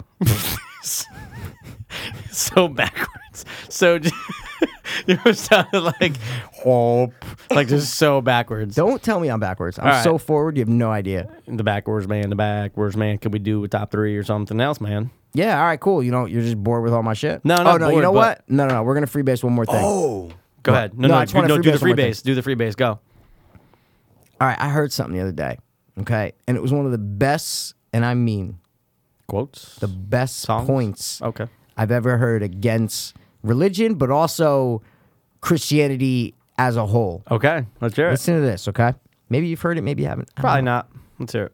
Speaker 1: so backwards. So *laughs* j- it sounded like hope, like just so backwards.
Speaker 2: Don't tell me I'm backwards. I'm
Speaker 1: right.
Speaker 2: so forward. You have no idea.
Speaker 1: The backwards man, the backwards man. Could we do a top three or something else, man?
Speaker 2: Yeah. All right. Cool. You know, you're just bored with all my shit.
Speaker 1: No, not
Speaker 2: Oh no. you
Speaker 1: bored,
Speaker 2: know
Speaker 1: but-
Speaker 2: what? No, no, no. We're gonna freebase one more thing.
Speaker 1: Oh, go ahead. No,
Speaker 2: No,
Speaker 1: no,
Speaker 2: I just
Speaker 1: do,
Speaker 2: wanna
Speaker 1: no do the
Speaker 2: freebase one
Speaker 1: free
Speaker 2: more thing.
Speaker 1: base. Do the free base. Go.
Speaker 2: All right, I heard something the other day. Okay, and it was one of the best, and I mean
Speaker 1: Quotes.
Speaker 2: the best
Speaker 1: Songs? Oh.
Speaker 2: points
Speaker 1: Okay.
Speaker 2: I've ever heard against religion, but also Christianity as a whole.
Speaker 1: Okay, let's hear it.
Speaker 2: Listen to this, okay? Maybe you've heard it, maybe you haven't. I don't
Speaker 1: Probably
Speaker 2: know.
Speaker 1: not. Let's hear it.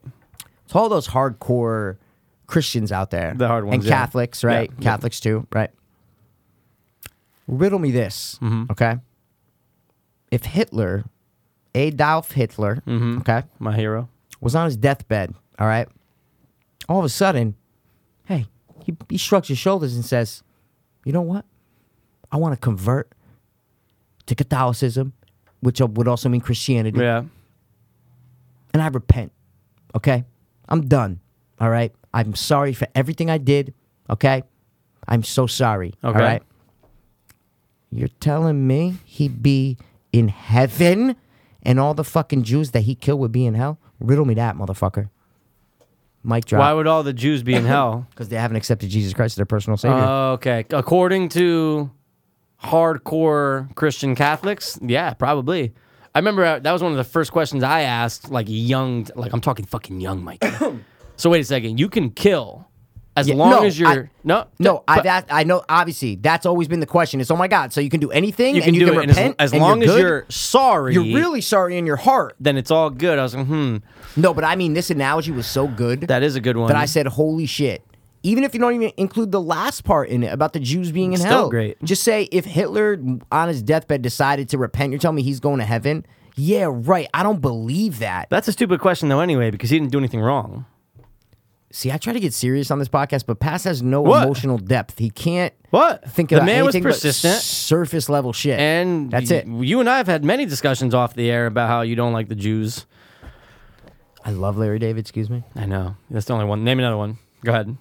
Speaker 2: It's all those hardcore Christians out there,
Speaker 1: The hard
Speaker 2: and
Speaker 1: ones, yeah.
Speaker 2: Catholics, right?
Speaker 1: Yeah, yeah.
Speaker 2: Catholics too, right? Riddle me this,
Speaker 1: Mm-hmm.
Speaker 2: okay? If Hitler, Adolf Hitler,
Speaker 1: Mm-hmm.
Speaker 2: okay,
Speaker 1: My hero.
Speaker 2: was on his deathbed, all right? All of a sudden, hey, he, he shrugs his shoulders and says, You know what? I want to convert to Catholicism, which would also mean Christianity,
Speaker 1: Yeah.
Speaker 2: and I repent, okay? I'm done, all right? I'm sorry for everything I did, okay? I'm so sorry, all
Speaker 1: Okay.
Speaker 2: right? You're telling me he'd be in heaven and all the fucking Jews that he killed would be in hell? Riddle me that, motherfucker. Mike drop.
Speaker 1: Why would all the Jews be in hell?
Speaker 2: Because they haven't accepted Jesus Christ as their personal savior.
Speaker 1: Uh, okay. According to hardcore Christian Catholics, yeah, probably. I remember uh, that was one of the first questions I asked, like young, like I'm talking fucking young,
Speaker 2: *coughs*
Speaker 1: Mike. so wait a second, you can kill as
Speaker 2: Yeah,
Speaker 1: long
Speaker 2: no,
Speaker 1: as you're
Speaker 2: I-
Speaker 1: no,
Speaker 2: no,
Speaker 1: but
Speaker 2: I've asked, I know. Obviously, that's always been the question. It's oh my God, so you can do anything.
Speaker 1: you can
Speaker 2: and you
Speaker 1: do
Speaker 2: can
Speaker 1: it and
Speaker 2: repent,
Speaker 1: as, as
Speaker 2: and
Speaker 1: long
Speaker 2: you're
Speaker 1: as
Speaker 2: good?
Speaker 1: you're sorry.
Speaker 2: You're really sorry in your heart.
Speaker 1: then it's all good. I was like, hmm,
Speaker 2: No, but I mean, this analogy was so good
Speaker 1: that is a good one.
Speaker 2: that I said, "Holy shit!" Even if you don't even include the last part in it about the Jews being in
Speaker 1: Still
Speaker 2: hell,
Speaker 1: great.
Speaker 2: Just say if Hitler on his deathbed decided to repent, you're telling me he's going to heaven? Yeah, right. I don't believe that.
Speaker 1: That's a stupid question though, anyway, because he didn't do anything wrong.
Speaker 2: See, I try to get serious on this podcast, but Pass has no
Speaker 1: What?
Speaker 2: emotional depth. He can't
Speaker 1: What?
Speaker 2: think
Speaker 1: The
Speaker 2: about
Speaker 1: man was
Speaker 2: anything but
Speaker 1: persistent.
Speaker 2: surface level shit.
Speaker 1: And
Speaker 2: that's
Speaker 1: y-
Speaker 2: it.
Speaker 1: You and I have had many discussions off the air about how you don't like the Jews.
Speaker 2: I love Larry David. Excuse me,
Speaker 1: I know. That's the only one. Name another one. Go ahead.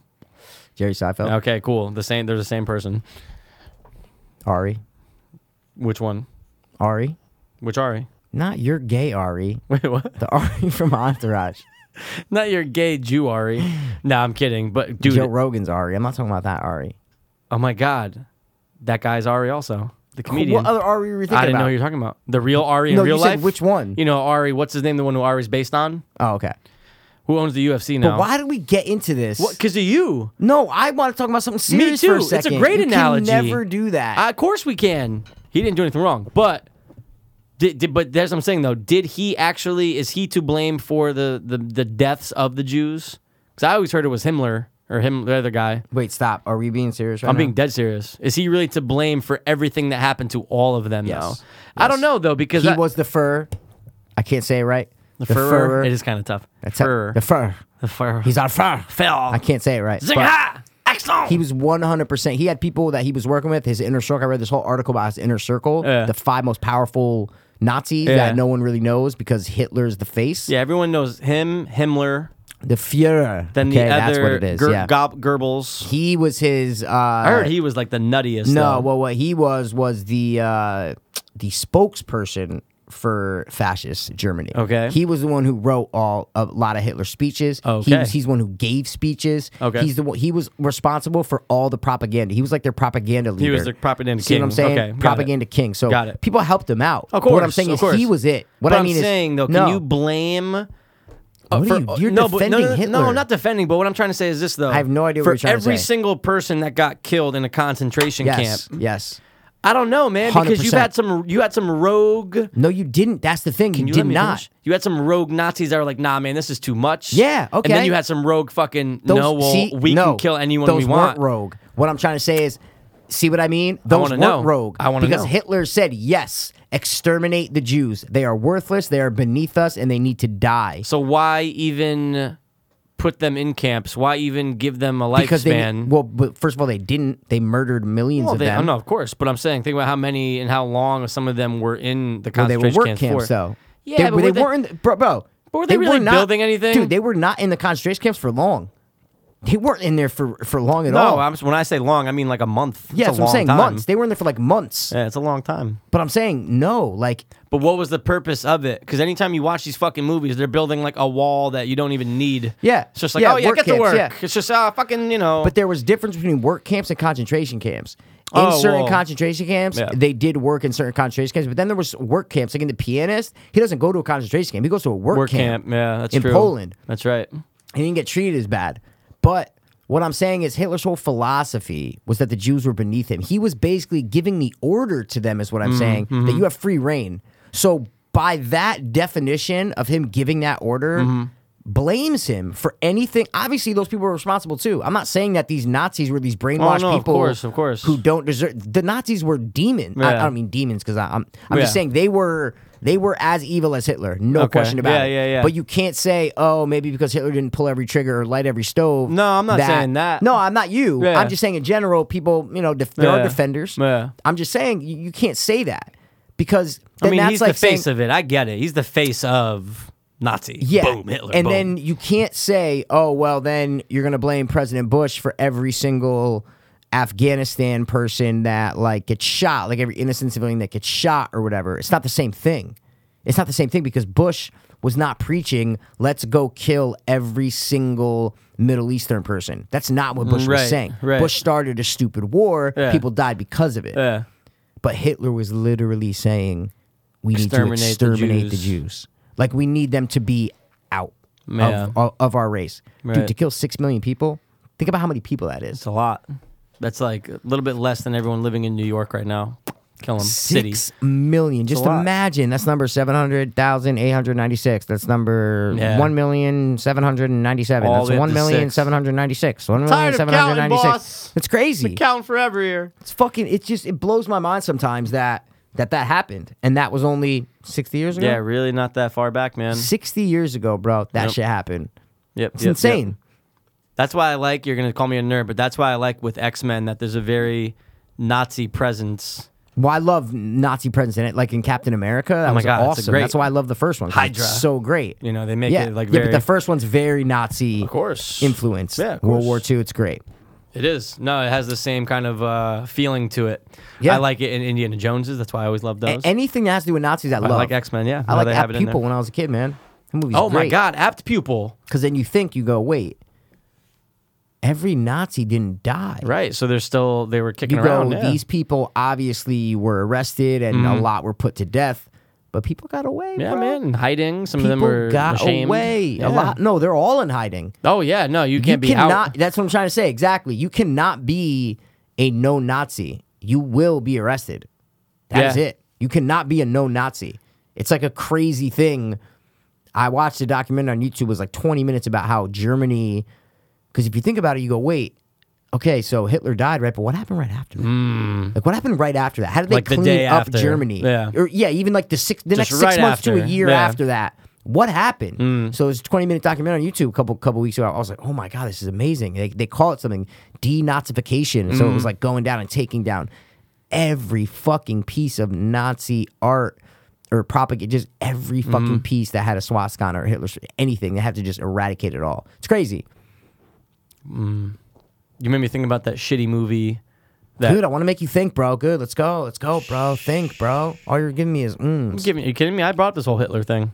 Speaker 2: Jerry Seinfeld,
Speaker 1: Okay, cool. The same. They're the same person.
Speaker 2: Ari,
Speaker 1: Which one?
Speaker 2: Ari,
Speaker 1: Which Ari?
Speaker 2: not your gay Ari,
Speaker 1: *laughs* Wait, what?
Speaker 2: the *laughs* Ari from Entourage,
Speaker 1: Not your gay Jew Ari. No, I'm kidding. But dude,
Speaker 2: Joe Rogan's Ari. I'm not talking about that Ari.
Speaker 1: oh my god, that guy's Ari also. The comedian.
Speaker 2: What other Ari were you thinking
Speaker 1: I didn't
Speaker 2: about?
Speaker 1: know who you're talking about. The real Ari in
Speaker 2: No, you
Speaker 1: real
Speaker 2: said
Speaker 1: life.
Speaker 2: which one?
Speaker 1: You know Ari. What's his name? The one who Ari's based on.
Speaker 2: oh, okay.
Speaker 1: Who owns the UFC
Speaker 2: But
Speaker 1: now?
Speaker 2: why did we get into this?
Speaker 1: Because of you.
Speaker 2: No, I want to talk about something serious
Speaker 1: Me too.
Speaker 2: for a second.
Speaker 1: It's a great
Speaker 2: You can
Speaker 1: analogy.
Speaker 2: never do that.
Speaker 1: Uh, of course we can. He didn't do anything wrong, but did, did but that's what I'm saying though. Did he actually? Is he to blame for the the, the deaths of the Jews? Because I always heard it was Himmler or him the other guy.
Speaker 2: Wait, stop. Are we being serious right
Speaker 1: I'm
Speaker 2: now?
Speaker 1: being dead serious. Is he really to blame for everything that happened to all of them?
Speaker 2: Yes.
Speaker 1: Though I don't know though because
Speaker 2: He
Speaker 1: I-
Speaker 2: was the fur. I can't say it right.
Speaker 1: the fur. It is kind of tough.
Speaker 2: That's how-
Speaker 1: fur.
Speaker 2: The fur.
Speaker 1: the fur.
Speaker 2: He's our fur.
Speaker 1: fell.
Speaker 2: I can't say it right. but-
Speaker 1: Zing ha! Stone.
Speaker 2: He was 100%. He had people that he was working with, his inner circle. I read this whole article about his inner circle,
Speaker 1: Yeah.
Speaker 2: the five most powerful Nazis
Speaker 1: Yeah.
Speaker 2: that no one really knows because Hitler's the face.
Speaker 1: yeah, everyone knows him, Himmler.
Speaker 2: The Fuhrer.
Speaker 1: Then the
Speaker 2: okay,
Speaker 1: other
Speaker 2: that's what it is.
Speaker 1: Ger-
Speaker 2: yeah.
Speaker 1: Gob- Goebbels.
Speaker 2: he was his. Uh,
Speaker 1: I heard he was like the nuttiest.
Speaker 2: No,
Speaker 1: though.
Speaker 2: well, what he was was the uh, the spokesperson for fascist Germany.
Speaker 1: Okay.
Speaker 2: he was the one who wrote all a lot of Hitler's speeches. he
Speaker 1: Okay.
Speaker 2: was, he's the one who gave speeches.
Speaker 1: Okay.
Speaker 2: he's the one, he was responsible for all the propaganda. He was like their propaganda leader.
Speaker 1: He was the propaganda
Speaker 2: See
Speaker 1: king.
Speaker 2: what I'm saying?
Speaker 1: Okay, got it.
Speaker 2: propaganda king. So
Speaker 1: Got it.
Speaker 2: people helped him out.
Speaker 1: Of
Speaker 2: But what I'm
Speaker 1: course,
Speaker 2: saying
Speaker 1: of
Speaker 2: is
Speaker 1: course.
Speaker 2: he was it. What
Speaker 1: But
Speaker 2: I mean
Speaker 1: I'm
Speaker 2: is
Speaker 1: saying though, can
Speaker 2: no.
Speaker 1: you blame?
Speaker 2: What are you- you're
Speaker 1: no, but- no,
Speaker 2: defending
Speaker 1: no, no,
Speaker 2: Hitler.
Speaker 1: No, not defending. But what I'm trying to say is this, though.
Speaker 2: I have no idea what
Speaker 1: For
Speaker 2: you're trying to
Speaker 1: every
Speaker 2: say.
Speaker 1: single person that got killed in a concentration
Speaker 2: yes,
Speaker 1: camp,
Speaker 2: yes.
Speaker 1: I don't know, man, because you've
Speaker 2: 100%.
Speaker 1: had some, you had some rogue.
Speaker 2: No, you didn't. That's the thing.
Speaker 1: Can
Speaker 2: you
Speaker 1: you
Speaker 2: did
Speaker 1: let me
Speaker 2: not.
Speaker 1: finish? You had some rogue Nazis that were like, "Nah, man, this is too much."
Speaker 2: Yeah,
Speaker 1: And then
Speaker 2: okay.
Speaker 1: you had some rogue fucking.
Speaker 2: Those-
Speaker 1: no, well,
Speaker 2: see,
Speaker 1: we
Speaker 2: no,
Speaker 1: can kill anyone
Speaker 2: those
Speaker 1: we want.
Speaker 2: weren't rogue. What I'm trying to say is, see what I mean? Those
Speaker 1: wanna
Speaker 2: weren't
Speaker 1: know.
Speaker 2: rogue.
Speaker 1: I wanna
Speaker 2: because
Speaker 1: know.
Speaker 2: Hitler said yes, exterminate the Jews. They are worthless. They are beneath us, and they need to die.
Speaker 1: So why even put them in camps? Why even give them a
Speaker 2: Because they
Speaker 1: lifespan?
Speaker 2: well, but first of all, they didn't. They murdered millions
Speaker 1: Well,
Speaker 2: of
Speaker 1: they, oh,
Speaker 2: them.
Speaker 1: no, of course. But I'm saying, think about how many and how long some of them were in the
Speaker 2: Well, they were
Speaker 1: concentration
Speaker 2: work
Speaker 1: camps.
Speaker 2: camps,
Speaker 1: for.
Speaker 2: though.
Speaker 1: Yeah,
Speaker 2: they,
Speaker 1: but were
Speaker 2: they
Speaker 1: they-
Speaker 2: weren't. in the- bro, bro,
Speaker 1: But were they really
Speaker 2: not,
Speaker 1: building anything?
Speaker 2: Dude, they were not in the concentration camps for long. They weren't in there for for long at
Speaker 1: No,
Speaker 2: all.
Speaker 1: Oh, I'm, when I say long, I mean like a month.
Speaker 2: Oh. yeah,
Speaker 1: it's
Speaker 2: that's
Speaker 1: a
Speaker 2: what I'm
Speaker 1: long
Speaker 2: saying.
Speaker 1: time.
Speaker 2: Months. They were in there for like months.
Speaker 1: Yeah, it's a long time.
Speaker 2: But I'm saying no, like
Speaker 1: But what was the purpose of it? Because anytime you watch these fucking movies, they're building like a wall that you don't even need.
Speaker 2: Yeah.
Speaker 1: It's just like,
Speaker 2: Yeah,
Speaker 1: oh, yeah,
Speaker 2: work
Speaker 1: get to
Speaker 2: camps,
Speaker 1: work.
Speaker 2: yeah.
Speaker 1: It's just, uh, fucking, you know.
Speaker 2: But there was difference between work camps and concentration camps. In
Speaker 1: Oh,
Speaker 2: certain
Speaker 1: well.
Speaker 2: concentration camps,
Speaker 1: Yeah.
Speaker 2: they did work in certain concentration camps. But then there was work camps. Like in the pianist, he doesn't go to a concentration camp. He goes to a work,
Speaker 1: work camp. Yeah, that's
Speaker 2: in
Speaker 1: true.
Speaker 2: Poland.
Speaker 1: That's right.
Speaker 2: He didn't get treated as bad. But what I'm saying is Hitler's whole philosophy was that the Jews were beneath him. He was basically giving the order to them, is what
Speaker 1: Mm-hmm.
Speaker 2: I'm saying, that you have free reign. So by that definition of him giving that order,
Speaker 1: Mm-hmm.
Speaker 2: blames him for anything. Obviously, those people were responsible too. I'm not saying that these Nazis were these brainwashed
Speaker 1: Oh, no, of
Speaker 2: people,
Speaker 1: course, of course.
Speaker 2: who don't deserve. The Nazis were demons. I,
Speaker 1: Yeah.
Speaker 2: I don't mean demons because I'm. I'm
Speaker 1: Yeah.
Speaker 2: just saying they were. They were as evil as Hitler, no
Speaker 1: Okay.
Speaker 2: question about
Speaker 1: Yeah,
Speaker 2: it.
Speaker 1: yeah, yeah.
Speaker 2: But you can't say, oh, maybe because Hitler didn't pull every trigger or light every stove.
Speaker 1: No, I'm not saying that.
Speaker 2: No, I'm not you.
Speaker 1: Yeah.
Speaker 2: I'm just saying in general, people, you know, def- there
Speaker 1: Yeah.
Speaker 2: are defenders.
Speaker 1: Yeah.
Speaker 2: I'm just saying you, you can't say that because
Speaker 1: I
Speaker 2: then
Speaker 1: mean,
Speaker 2: that's
Speaker 1: he's
Speaker 2: like
Speaker 1: the face
Speaker 2: saying,
Speaker 1: of it. I get it. He's the face of Nazi.
Speaker 2: yeah,
Speaker 1: Boom, Hitler.
Speaker 2: and
Speaker 1: boom.
Speaker 2: then you can't say, oh, well, then you're gonna blame President Bush for every single Afghanistan person that like gets shot, like every innocent civilian that gets shot or whatever. It's not the same thing. It's not the same thing because Bush was not preaching, let's go kill every single Middle Eastern person. That's not what Bush
Speaker 1: Right,
Speaker 2: was saying.
Speaker 1: right.
Speaker 2: Bush started a stupid war,
Speaker 1: Yeah.
Speaker 2: people died because of it.
Speaker 1: Yeah.
Speaker 2: But Hitler was literally saying, "We need to
Speaker 1: Exterminate the
Speaker 2: exterminate the Jews.
Speaker 1: Jews.
Speaker 2: Like we need them to be out
Speaker 1: Yeah.
Speaker 2: of, of of our race,
Speaker 1: Right.
Speaker 2: dude. To kill six million people, think about how many people that is.
Speaker 1: It's a lot. That's like a little bit less than everyone living in New York right now. Kill them. City.
Speaker 2: Six million. Just
Speaker 1: lot.
Speaker 2: imagine. That's number seven hundred thousand eight hundred ninety-six. That's number
Speaker 1: Yeah.
Speaker 2: one million seven hundred ninety-seven.
Speaker 1: All
Speaker 2: That's
Speaker 1: the way up
Speaker 2: one
Speaker 1: to
Speaker 2: million
Speaker 1: six.
Speaker 2: seven hundred ninety-six. One million
Speaker 1: Tired of
Speaker 2: seven
Speaker 1: counting,
Speaker 2: hundred ninety-six.
Speaker 1: boss.
Speaker 2: It's crazy.
Speaker 1: Counting forever here.
Speaker 2: it's fucking. It's just. It blows my mind sometimes that that that happened, and that was only sixty years ago.
Speaker 1: Yeah, really not that far back, man.
Speaker 2: 60 years ago, bro, that
Speaker 1: Yep.
Speaker 2: shit happened.
Speaker 1: Yep.
Speaker 2: It's insane.
Speaker 1: That's why I like you're gonna call me a nerd, but that's why I like with X Men that there's a very Nazi presence.
Speaker 2: Well, I love Nazi presence in it, like in Captain America. That
Speaker 1: Oh my
Speaker 2: was
Speaker 1: God, it's a
Speaker 2: awesome.
Speaker 1: great-
Speaker 2: That's why I love the first one. 'cause it's
Speaker 1: Hydra.
Speaker 2: so great.
Speaker 1: You know, they make
Speaker 2: yeah,
Speaker 1: it like
Speaker 2: yeah,
Speaker 1: very
Speaker 2: but the first one's very Nazi
Speaker 1: Of course.
Speaker 2: influenced.
Speaker 1: Yeah, of
Speaker 2: World War
Speaker 1: course.
Speaker 2: II, it's great.
Speaker 1: It is. No, it has the same kind of uh, feeling to it.
Speaker 2: Yeah.
Speaker 1: I like it in Indiana Jones's. That's why I always love
Speaker 2: A-
Speaker 1: those.
Speaker 2: anything that has to do with Nazis, I,
Speaker 1: I
Speaker 2: love.
Speaker 1: like X Men. Yeah,
Speaker 2: I
Speaker 1: No,
Speaker 2: like
Speaker 1: they
Speaker 2: App
Speaker 1: have it in there.
Speaker 2: Pupil when I was a kid, man. That movie's
Speaker 1: Oh my
Speaker 2: great.
Speaker 1: God, apt pupil.
Speaker 2: Because then you think you go, wait, every Nazi didn't die.
Speaker 1: Right. So they're still they were kicking
Speaker 2: You
Speaker 1: around.
Speaker 2: go,
Speaker 1: yeah. Mm-hmm.
Speaker 2: these people obviously were arrested and a lot were put to death, but people got away.
Speaker 1: yeah,
Speaker 2: bro.
Speaker 1: man, and hiding. Some
Speaker 2: people
Speaker 1: of them were
Speaker 2: got
Speaker 1: ashamed.
Speaker 2: away.
Speaker 1: Yeah.
Speaker 2: A lot. No, they're all in hiding.
Speaker 1: Oh yeah, no, you can't
Speaker 2: you
Speaker 1: be
Speaker 2: cannot.
Speaker 1: out.
Speaker 2: That's what I'm trying to say. Exactly. You cannot be a no Nazi. You will be arrested. That is
Speaker 1: Yeah.
Speaker 2: it. You cannot be a no Nazi. It's like a crazy thing. I watched a documentary on YouTube. It was like 20 minutes about how Germany. Because if you think about it, you go, wait. Okay, so Hitler died, right? But what happened right after that? Like, what happened right after that? How did
Speaker 1: Hmm.
Speaker 2: they
Speaker 1: Like the
Speaker 2: clean
Speaker 1: day
Speaker 2: up
Speaker 1: after.
Speaker 2: Germany?
Speaker 1: Yeah.
Speaker 2: or yeah, even like the six, the
Speaker 1: Just
Speaker 2: next
Speaker 1: right
Speaker 2: six months to
Speaker 1: after.
Speaker 2: a year
Speaker 1: Yeah. Mm.
Speaker 2: after that. What happened? So it's a 20 minute documentary on YouTube a couple couple weeks ago. I was like, oh my god, this is amazing. They they call it something denazification. So it
Speaker 1: Mm.
Speaker 2: was like going down and taking down every fucking piece of Nazi art or propaganda, just every fucking
Speaker 1: Mm.
Speaker 2: piece that had a swastika on or Hitler's anything. They have to just eradicate it all. It's crazy,
Speaker 1: You made me think about that shitty movie. That
Speaker 2: dude. I want to make you think, bro. Good, let's go, let's go, bro. Think, bro. All you're giving me is mm.
Speaker 1: Give me, you kidding me? I brought up this whole Hitler thing.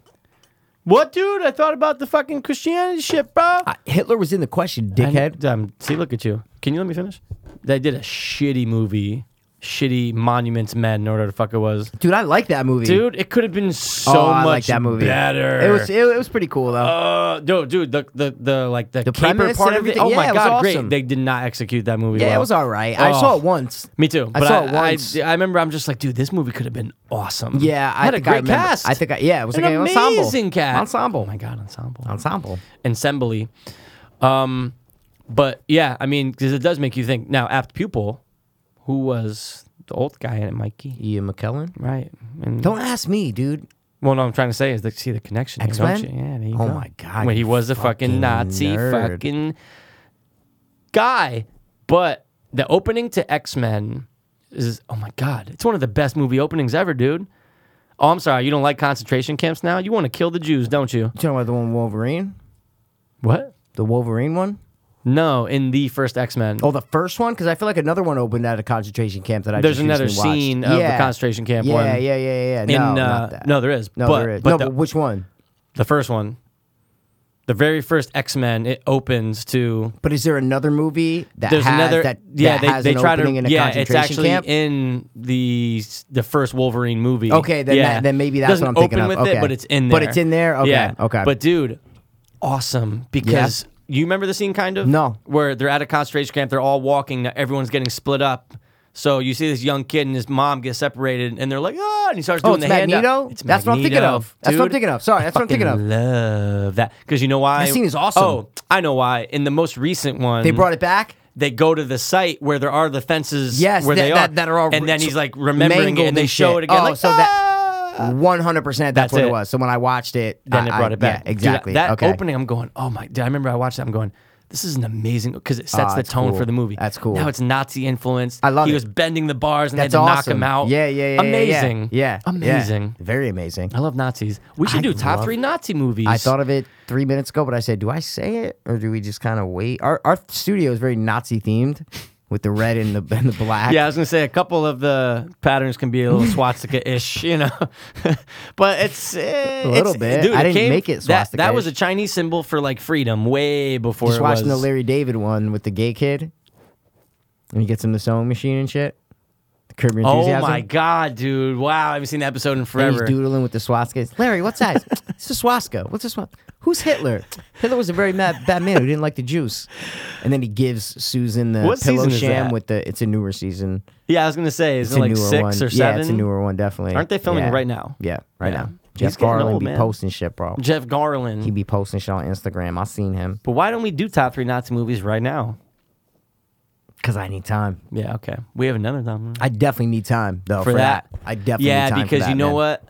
Speaker 1: What, dude? I thought about the fucking Christianity shit, bro.
Speaker 2: Hitler was in the question,
Speaker 1: I-
Speaker 2: dickhead.
Speaker 1: um, see, look at you. Can you let me finish? They did a shitty movie, shitty Monuments Men, or whatever the fuck it was.
Speaker 2: Dude, I like that movie.
Speaker 1: Dude, it could have been so
Speaker 2: oh, I
Speaker 1: much
Speaker 2: like that movie.
Speaker 1: better.
Speaker 2: It was it, it was pretty cool though.
Speaker 1: Uh, no, dude, the the the like the, caper
Speaker 2: premise
Speaker 1: part
Speaker 2: and
Speaker 1: of it.
Speaker 2: everything,
Speaker 1: Oh my
Speaker 2: yeah, it was
Speaker 1: god, great!
Speaker 2: awesome.
Speaker 1: They did not execute that movie.
Speaker 2: yeah,
Speaker 1: well.
Speaker 2: it was all right. I
Speaker 1: Oh.
Speaker 2: saw it once.
Speaker 1: Me too. But I
Speaker 2: saw it once.
Speaker 1: I, I remember I'm just like, dude, this movie could have been awesome.
Speaker 2: Yeah, I
Speaker 1: had
Speaker 2: think
Speaker 1: a
Speaker 2: I
Speaker 1: great
Speaker 2: remember.
Speaker 1: cast.
Speaker 2: I think I- yeah, it was
Speaker 1: an
Speaker 2: like an ensemble.
Speaker 1: amazing cast.
Speaker 2: Ensemble.
Speaker 1: Oh my god, ensemble.
Speaker 2: Ensemble.
Speaker 1: Ensemble. Um, but yeah, I mean, because it does make you think. Now, apt pupil, who was the old guy in it, Mikey,
Speaker 2: Ian McKellen.
Speaker 1: right? And
Speaker 2: Don't ask me, dude.
Speaker 1: well, no, I'm trying to say is like see the connection. Here, don't
Speaker 2: X-Men?
Speaker 1: you? Yeah, there you
Speaker 2: Oh
Speaker 1: go.
Speaker 2: my God,
Speaker 1: When he
Speaker 2: you
Speaker 1: was a
Speaker 2: fucking
Speaker 1: fucking Nazi
Speaker 2: nerd.
Speaker 1: fucking guy. But the opening to X Men is oh my god, it's one of the best movie openings ever, dude. Oh, I'm sorry, you don't like concentration camps now? You want to kill the Jews, don't you?
Speaker 2: You talking about the one with Wolverine?
Speaker 1: What?
Speaker 2: The Wolverine one?
Speaker 1: No, in the first X Men.
Speaker 2: Oh, the first one? Because I feel like another one opened at a concentration camp that I
Speaker 1: There's
Speaker 2: just recently
Speaker 1: another
Speaker 2: watched.
Speaker 1: scene of the concentration camp
Speaker 2: yeah,
Speaker 1: one.
Speaker 2: Yeah, yeah, yeah, yeah.
Speaker 1: In,
Speaker 2: No,
Speaker 1: uh,
Speaker 2: not that.
Speaker 1: no, there is.
Speaker 2: no,
Speaker 1: but,
Speaker 2: there is.
Speaker 1: But
Speaker 2: no,
Speaker 1: the,
Speaker 2: but which one?
Speaker 1: the first one, the very first X Men, it opens to
Speaker 2: But is there another movie that
Speaker 1: there's
Speaker 2: has
Speaker 1: another
Speaker 2: that,
Speaker 1: yeah
Speaker 2: that
Speaker 1: they,
Speaker 2: has
Speaker 1: they
Speaker 2: an
Speaker 1: try to
Speaker 2: opening in a
Speaker 1: yeah it's
Speaker 2: concentration
Speaker 1: actually
Speaker 2: camp?
Speaker 1: in the the first Wolverine movie
Speaker 2: Okay, then
Speaker 1: yeah.
Speaker 2: that- then maybe that's
Speaker 1: Doesn't
Speaker 2: what I'm thinking
Speaker 1: open
Speaker 2: of.
Speaker 1: with
Speaker 2: Okay.
Speaker 1: it but it's in there
Speaker 2: But it's in there? Okay,
Speaker 1: yeah.
Speaker 2: okay.
Speaker 1: but dude awesome because you remember the scene kind of
Speaker 2: No.
Speaker 1: where they're at a concentration camp they're all walking everyone's getting split up. So you see this young kid and his mom get separated, and they're like, "Ah!" And he starts
Speaker 2: Oh,
Speaker 1: doing
Speaker 2: it's
Speaker 1: the hand up.
Speaker 2: Magneto?
Speaker 1: It's
Speaker 2: That's what I'm thinking
Speaker 1: Magneto,
Speaker 2: of. That's what I'm
Speaker 1: dude.
Speaker 2: thinking of. Sorry,
Speaker 1: I
Speaker 2: that's what I'm thinking
Speaker 1: fucking Love that because you know why
Speaker 2: That scene is awesome.
Speaker 1: Oh, I know why. In the most recent one,
Speaker 2: they brought it back?
Speaker 1: they go to the site where there are the fences
Speaker 2: Yes,
Speaker 1: where
Speaker 2: that-
Speaker 1: they are
Speaker 2: that- that are all
Speaker 1: and then
Speaker 2: re-
Speaker 1: he's like remembering it
Speaker 2: mangled
Speaker 1: and they
Speaker 2: and
Speaker 1: show it
Speaker 2: shit.
Speaker 1: again
Speaker 2: Oh,
Speaker 1: like "Ah!"
Speaker 2: so that-
Speaker 1: that
Speaker 2: ah! 100% that's,
Speaker 1: That's
Speaker 2: what it.
Speaker 1: it.
Speaker 2: was. So when I watched it,
Speaker 1: then
Speaker 2: I,
Speaker 1: it brought
Speaker 2: I-
Speaker 1: it back
Speaker 2: Yeah, exactly.
Speaker 1: Dude, that
Speaker 2: okay.
Speaker 1: opening i'm going oh my dude, i remember i watched that i'm going this is an amazing because it sets
Speaker 2: Ah,
Speaker 1: the
Speaker 2: that's
Speaker 1: tone
Speaker 2: cool.
Speaker 1: for the movie
Speaker 2: That's cool.
Speaker 1: now it's nazi influence
Speaker 2: I love
Speaker 1: he
Speaker 2: it.
Speaker 1: was bending the bars and
Speaker 2: That's
Speaker 1: they had to knock
Speaker 2: awesome.
Speaker 1: him out
Speaker 2: Yeah, yeah, yeah. yeah, yeah.
Speaker 1: amazing
Speaker 2: Yeah, yeah.
Speaker 1: amazing
Speaker 2: Very amazing.
Speaker 1: i love nazis we should
Speaker 2: I
Speaker 1: do top
Speaker 2: love-
Speaker 1: three nazi movies
Speaker 2: I thought of it three minutes ago, but I said, do I say it or do we just kind of wait? Our, our studio is very Nazi themed with the red and the, and the black.
Speaker 1: Yeah, I was gonna say a couple of the patterns can be a
Speaker 2: *laughs*
Speaker 1: little swastika-ish, you know, *laughs* but it's eh,
Speaker 2: A little
Speaker 1: it's-
Speaker 2: bit.
Speaker 1: Dude,
Speaker 2: I didn't
Speaker 1: came,
Speaker 2: make it
Speaker 1: That, that was a
Speaker 2: swastika-ish.
Speaker 1: Chinese symbol for like freedom way before
Speaker 2: Just
Speaker 1: it
Speaker 2: watching the
Speaker 1: was.
Speaker 2: Larry David one with the gay kid, and he gets him the sewing machine and shit. The Curb Your
Speaker 1: Oh
Speaker 2: Enthusiasm.
Speaker 1: my god, dude! Wow, I haven't seen the episode in
Speaker 2: And he's
Speaker 1: forever.
Speaker 2: doodling with the swastika. It's, Larry,
Speaker 1: *laughs*
Speaker 2: what's that? it's a swastika. What's a swastika? Who's Hitler? Hitler was a very mad, bad man who didn't like the juice. And then he gives Susan the
Speaker 1: What
Speaker 2: pillow
Speaker 1: season is
Speaker 2: sham
Speaker 1: that?
Speaker 2: with the. It's a newer season.
Speaker 1: Yeah, I was gonna say, is
Speaker 2: It's
Speaker 1: it
Speaker 2: a
Speaker 1: like
Speaker 2: newer
Speaker 1: six
Speaker 2: one.
Speaker 1: or seven?
Speaker 2: Yeah, it's a newer one, definitely.
Speaker 1: Aren't they filming
Speaker 2: Yeah.
Speaker 1: right now?
Speaker 2: Yeah, right
Speaker 1: Yeah.
Speaker 2: now.
Speaker 1: He's
Speaker 2: Jeff
Speaker 1: getting
Speaker 2: Garland
Speaker 1: old,
Speaker 2: be
Speaker 1: man.
Speaker 2: posting shit, bro.
Speaker 1: Jeff
Speaker 2: He
Speaker 1: Garland.
Speaker 2: be posting shit on Instagram. I seen him
Speaker 1: But why don't we do top three Nazi movies right now?
Speaker 2: because I need time.
Speaker 1: Yeah, okay. We have another time
Speaker 2: I definitely need time though
Speaker 1: for that.
Speaker 2: I definitely
Speaker 1: yeah,
Speaker 2: need time for
Speaker 1: because
Speaker 2: that,
Speaker 1: you know
Speaker 2: man.
Speaker 1: what?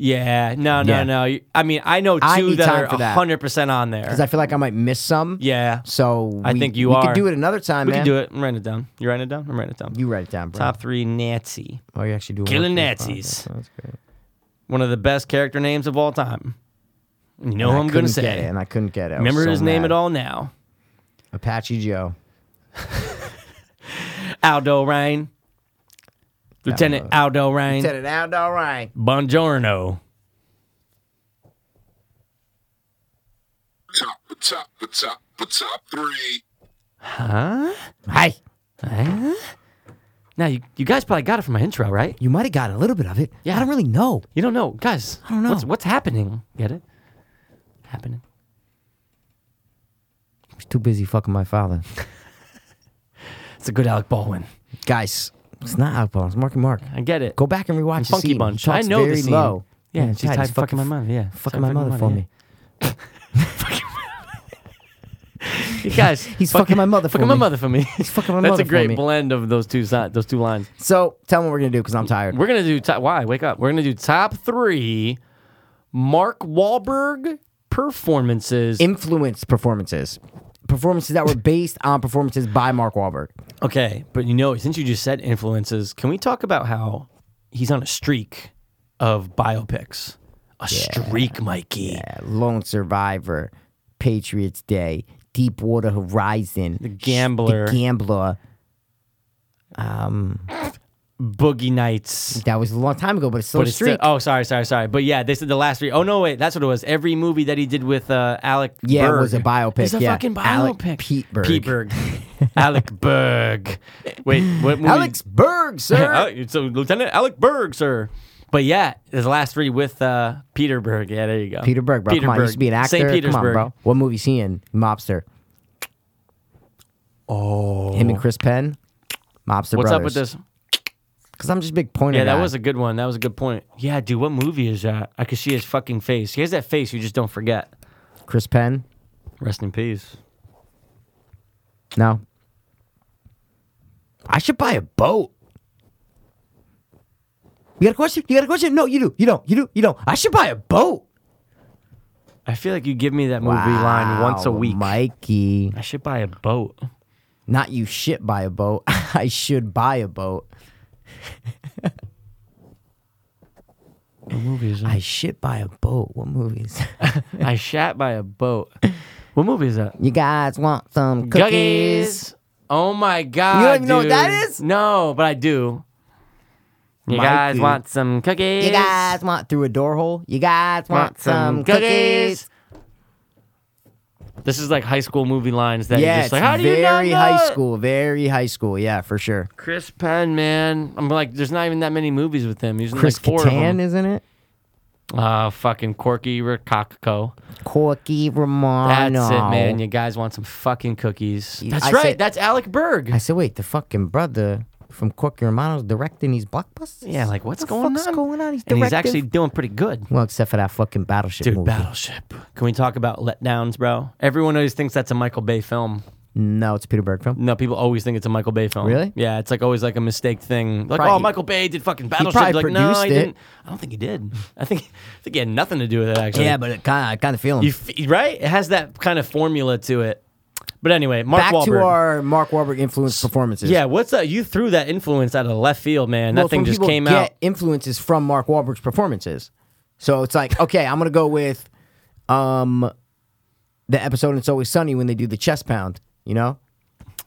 Speaker 1: Yeah, no, no,
Speaker 2: Yeah.
Speaker 1: no. You- I mean, I know two
Speaker 2: I need time
Speaker 1: that
Speaker 2: for
Speaker 1: are
Speaker 2: that.
Speaker 1: hundred percent on there.
Speaker 2: Because I feel like I might miss some.
Speaker 1: Yeah.
Speaker 2: So
Speaker 1: I
Speaker 2: we-
Speaker 1: think you
Speaker 2: we
Speaker 1: are.
Speaker 2: could do it another time,
Speaker 1: We
Speaker 2: man.
Speaker 1: can do it. I'm writing it down. You writing it down? I'm writing it down.
Speaker 2: You write it down, bro.
Speaker 1: Top three Nazi.
Speaker 2: Oh, you actually do.
Speaker 1: Killing
Speaker 2: work for the
Speaker 1: Nazis.
Speaker 2: podcast. That's great.
Speaker 1: One of the best character names of all time. You know
Speaker 2: And
Speaker 1: who
Speaker 2: I
Speaker 1: I'm going to
Speaker 2: couldn't get it,
Speaker 1: say.
Speaker 2: and I couldn't get it. I was
Speaker 1: Remember
Speaker 2: so
Speaker 1: his name
Speaker 2: mad.
Speaker 1: at all now.
Speaker 2: Apache Joe.
Speaker 1: Aldo Rain. Lieutenant Aldo Rain.
Speaker 2: Said it out all right.
Speaker 1: Buongiorno.
Speaker 5: top, the top, the top, the top three.
Speaker 2: Hi.
Speaker 1: Now, you, you guys probably got it from my intro, right?
Speaker 2: You might have gotten a little bit of it.
Speaker 1: Yeah.
Speaker 2: I don't really know.
Speaker 1: You don't know. Guys, I
Speaker 2: don't know.
Speaker 1: What's, what's happening? Get it? Happening.
Speaker 2: I was too busy fucking my father.
Speaker 1: *laughs* It's a good Alec Baldwin.
Speaker 2: Guys, it's not alcohol. It's Marky Mark.
Speaker 1: I get it.
Speaker 2: Go back and rewatch
Speaker 1: And
Speaker 2: the
Speaker 1: Funky
Speaker 2: scene. He
Speaker 1: Bunch. I
Speaker 2: talks
Speaker 1: know the
Speaker 2: very
Speaker 1: scene.
Speaker 2: low.
Speaker 1: Yeah,
Speaker 2: God,
Speaker 1: she's tied
Speaker 2: he's
Speaker 1: fucking my mother, yeah.
Speaker 2: fucking
Speaker 1: Tied
Speaker 2: my
Speaker 1: fucking
Speaker 2: mother
Speaker 1: mother,
Speaker 2: for
Speaker 1: yeah.
Speaker 2: me.
Speaker 1: You *laughs* guys,
Speaker 2: He's fucking my mother for
Speaker 1: *laughs* Fucking my
Speaker 2: me.
Speaker 1: mother for me.
Speaker 2: He's fucking my
Speaker 1: That's
Speaker 2: mother
Speaker 1: a
Speaker 2: for
Speaker 1: great
Speaker 2: me.
Speaker 1: blend of those two si- those two lines.
Speaker 2: So tell me what we're gonna do because I'm tired.
Speaker 1: We're gonna do top, why wake up. We're gonna do top three Mark Wahlberg performances.
Speaker 2: Influence performances. Performances that were based on performances by Mark Wahlberg.
Speaker 1: Okay, but you know, since you just said influences, can we talk about how he's on a streak of biopics? A streak, Mikey.
Speaker 2: Yeah, Lone Survivor, Patriots Day, Deepwater Horizon, The
Speaker 1: Gambler.
Speaker 2: The Gambler.
Speaker 1: Boogie Nights.
Speaker 2: That was a long time ago, but it's still
Speaker 1: But
Speaker 2: a
Speaker 1: it's still,
Speaker 2: streak.
Speaker 1: oh, sorry, sorry, sorry. But yeah, they said the last three. Oh no, wait, that's what it was. Every movie that he did with uh, Alec.
Speaker 2: Yeah, it
Speaker 1: Berg
Speaker 2: was a biopic,
Speaker 1: It's a
Speaker 2: yeah.
Speaker 1: fucking biopic.
Speaker 2: Alec Pete Berg.
Speaker 1: Pete Berg.
Speaker 2: *laughs*
Speaker 1: Alec Berg. Wait, what movie?
Speaker 2: Alex
Speaker 1: *laughs*
Speaker 2: Berg, sir.
Speaker 1: Alec- so Lieutenant Alec Berg, sir. But yeah, his last three with uh, Peter Berg. Yeah, there you go.
Speaker 2: Peter Berg, bro.
Speaker 1: Peter
Speaker 2: Come on,
Speaker 1: Berg.
Speaker 2: he used to be an actor.
Speaker 1: St.
Speaker 2: Come on,
Speaker 1: Petersburg.
Speaker 2: bro. What movie he in? Mobster. Oh. Him and Chris Penn. Mobster
Speaker 1: What's
Speaker 2: brothers.
Speaker 1: up with this?
Speaker 2: Because I'm just a big pointer.
Speaker 1: Yeah, that
Speaker 2: guy.
Speaker 1: was a good one. That was a good point. Yeah, dude, what movie is that? I could see his fucking face. He has that face you just don't forget.
Speaker 2: Chris Penn.
Speaker 1: Rest in peace.
Speaker 2: No. I should buy a boat. You got a question? You got a question? No, you do. You don't. You do. You don't. I should buy a boat.
Speaker 1: I feel like you give me that movie line once a
Speaker 2: Wow,
Speaker 1: week.
Speaker 2: Mikey.
Speaker 1: I should buy a boat.
Speaker 2: Not you shit buy a boat. *laughs* I should buy a boat.
Speaker 1: What movie is that?
Speaker 2: *laughs* I should buy a boat. What movies?
Speaker 1: I shat by a boat. What movie is that?
Speaker 2: *laughs* you guys want some cookies?
Speaker 1: Oh my god.
Speaker 2: You don't even know what that
Speaker 1: dude.
Speaker 2: is?
Speaker 1: No, but I do. You guys
Speaker 2: Mikey.
Speaker 1: want some cookies?
Speaker 2: You guys want through a door hole? You guys want, some cookies?
Speaker 1: This is like high school movie lines that you're
Speaker 2: Yeah,
Speaker 1: just
Speaker 2: it's
Speaker 1: like, how do you not
Speaker 2: very
Speaker 1: know
Speaker 2: high
Speaker 1: it?
Speaker 2: school, very high school. Yeah, for sure.
Speaker 1: Chris Penn, man. I'm like, there's not even that many movies with him. He's in
Speaker 2: Chris
Speaker 1: like four of
Speaker 2: Kattan,
Speaker 1: them.
Speaker 2: isn't it?
Speaker 1: Uh, fucking Corky Rococo.
Speaker 2: Corky
Speaker 1: That's
Speaker 2: Romano.
Speaker 1: it, man. You guys want some fucking cookies. That's
Speaker 2: I
Speaker 1: right.
Speaker 2: said-
Speaker 1: That's Alec Berg.
Speaker 2: I said, wait, the fucking brother from Corky Romano's directing these blockbusters?
Speaker 1: yeah, like, what's
Speaker 2: What the
Speaker 1: going
Speaker 2: fuck's
Speaker 1: on?
Speaker 2: going on? He's
Speaker 1: and he's
Speaker 2: directing-
Speaker 1: actually doing pretty good.
Speaker 2: Well, except for that fucking Battleship
Speaker 1: Dude,
Speaker 2: movie.
Speaker 1: Battleship. Can we talk about letdowns, bro? Everyone always thinks that's a Michael Bay film.
Speaker 2: No, it's a Peter Berg film.
Speaker 1: No, people always think it's a Michael Bay film.
Speaker 2: Really?
Speaker 1: Yeah, it's like always like a mistake thing. Like,
Speaker 2: Probably-
Speaker 1: oh, Michael Bay did fucking Battleship.
Speaker 2: probably
Speaker 1: like, no,
Speaker 2: produced
Speaker 1: he
Speaker 2: it.
Speaker 1: didn't. I don't think he did. I think I think he had nothing to do with it actually.
Speaker 2: Yeah, but it kinda, I kind of feel him.
Speaker 1: You f- right? It has that kind of formula to it. But anyway, Mark
Speaker 2: Back
Speaker 1: Wahlberg.
Speaker 2: to our Mark Wahlberg influence performances.
Speaker 1: yeah, what's that? You threw that influence out of left field, man. that
Speaker 2: Well, it's
Speaker 1: thing
Speaker 2: when
Speaker 1: just
Speaker 2: people
Speaker 1: came
Speaker 2: get
Speaker 1: out.
Speaker 2: Influences from Mark Wahlberg's performances. So
Speaker 1: *laughs*
Speaker 2: it's like, okay, I'm gonna go with, um, the episode in "It's Always Sunny" when they do the chest pound. You know,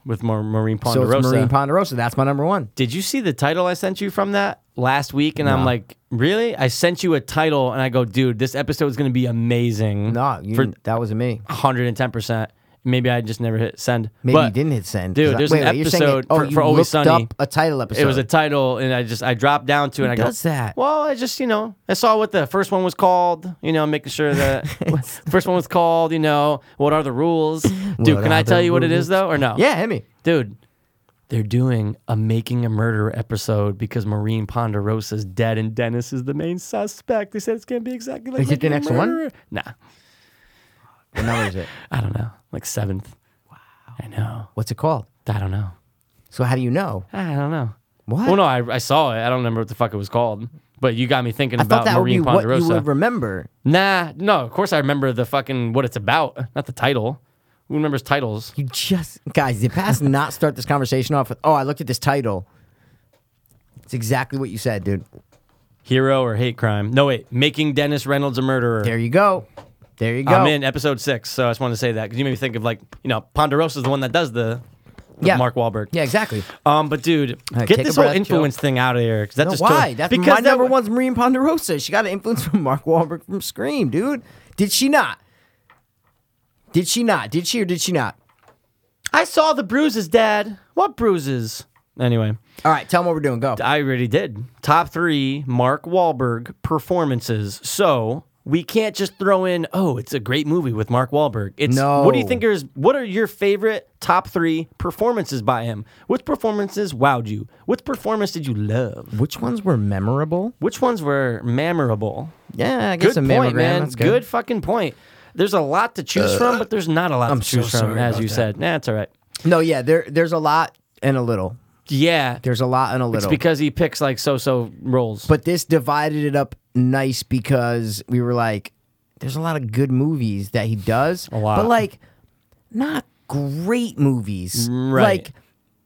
Speaker 1: with Mar- Marine
Speaker 2: so
Speaker 1: Ponderosa.
Speaker 2: it's Marine Ponderosa. That's my number one.
Speaker 1: Did you see the title I sent you from that last week? And I'm like, really? I sent you a title, and I go, dude, this episode is going to be amazing.
Speaker 2: No, you,
Speaker 1: for
Speaker 2: didn't- that wasn't me.
Speaker 1: 110. percent Maybe I just never hit send.
Speaker 2: Maybe
Speaker 1: But-
Speaker 2: you didn't hit send.
Speaker 1: Dude,
Speaker 2: 'Cause I-
Speaker 1: there's
Speaker 2: wait,
Speaker 1: an
Speaker 2: wait, you're saying
Speaker 1: episode
Speaker 2: that- oh,
Speaker 1: for,
Speaker 2: you
Speaker 1: for Always
Speaker 2: looked
Speaker 1: Sunny.
Speaker 2: up a title episode.
Speaker 1: It was a title, and I just I dropped down to it. and I
Speaker 2: does
Speaker 1: go,
Speaker 2: that?
Speaker 1: Well, I just you know I saw what the first one was called. You know, making sure
Speaker 2: *laughs*
Speaker 1: that first one was called. You know, what are the rules, dude?
Speaker 2: What
Speaker 1: can
Speaker 2: are
Speaker 1: I
Speaker 2: the
Speaker 1: tell you what it is
Speaker 2: rules?
Speaker 1: though, or no?
Speaker 2: yeah, hit me.
Speaker 1: dude. They're doing a making a murderer episode because Marine Ponderosa is dead and Dennis is the main suspect. They said it's gonna be exactly like
Speaker 2: Is it the
Speaker 1: Making a
Speaker 2: next one?
Speaker 1: Murderer. Nah,
Speaker 2: What number
Speaker 1: *laughs*
Speaker 2: is it?
Speaker 1: I don't know. Like seventh. Wow. I know.
Speaker 2: What's it called?
Speaker 1: I don't know.
Speaker 2: So how do you know?
Speaker 1: I don't know.
Speaker 2: What?
Speaker 1: Well, no, I, I saw it. I don't remember what the fuck it was called. But you got me thinking
Speaker 2: I
Speaker 1: about
Speaker 2: thought that would be
Speaker 1: Maureen
Speaker 2: what you
Speaker 1: Ponderosa.
Speaker 2: would remember.
Speaker 1: nah, no, of course I remember the fucking what it's about, not the title. Who remembers titles?
Speaker 2: You just guys,
Speaker 1: *laughs*
Speaker 2: the past not start this conversation off with, "Oh, I looked at this title." It's exactly what you said, dude.
Speaker 1: Hero or hate crime? No, wait. Making Dennis Reynolds a murderer.
Speaker 2: There you go. There you go.
Speaker 1: I'm in episode six, so I just wanted to say that because you made me think of like you know Ponderosa is the one that does the, the
Speaker 2: Yeah.
Speaker 1: Mark Wahlberg.
Speaker 2: Yeah, exactly.
Speaker 1: Um, but dude,
Speaker 2: right,
Speaker 1: get
Speaker 2: take a
Speaker 1: this whole
Speaker 2: breath,
Speaker 1: influence thing out of here because that
Speaker 2: No,
Speaker 1: just
Speaker 2: why?
Speaker 1: took-
Speaker 2: That's
Speaker 1: because
Speaker 2: my
Speaker 1: that
Speaker 2: number
Speaker 1: wa-
Speaker 2: one's Marine Ponderosa. She got an influence from Mark Wahlberg from Scream, dude. Did she not? Did she not? Did she or did she not?
Speaker 1: I saw the bruises, Dad. What bruises? Anyway.
Speaker 2: All right, tell them what we're doing. Go.
Speaker 1: I already did. Top three Mark Wahlberg performances. So we can't just throw in, oh, it's a great movie with Mark Wahlberg. It's
Speaker 2: No.
Speaker 1: what do you think is what are your favorite top three performances by him? Which performances wowed you? Which performance did you love?
Speaker 2: Which ones were memorable?
Speaker 1: Which ones were memorable?
Speaker 2: Yeah, I
Speaker 1: Good
Speaker 2: guess a
Speaker 1: point,
Speaker 2: mammogram.
Speaker 1: man.
Speaker 2: That's
Speaker 1: Good. fucking point. There's a lot to
Speaker 2: Uh,
Speaker 1: choose from, but there's not a lot to
Speaker 2: so
Speaker 1: choose from,
Speaker 2: sorry
Speaker 1: as
Speaker 2: about
Speaker 1: you
Speaker 2: that.
Speaker 1: said. Nah, it's all right.
Speaker 2: No, yeah, there there's a lot and a little.
Speaker 1: Yeah.
Speaker 2: There's a lot and a little.
Speaker 1: It's because he picks like so so roles.
Speaker 2: but this divided it up nice because we were like, there's a lot of good movies that he does, a
Speaker 1: lot.
Speaker 2: but like not great movies.
Speaker 1: Right.
Speaker 2: Like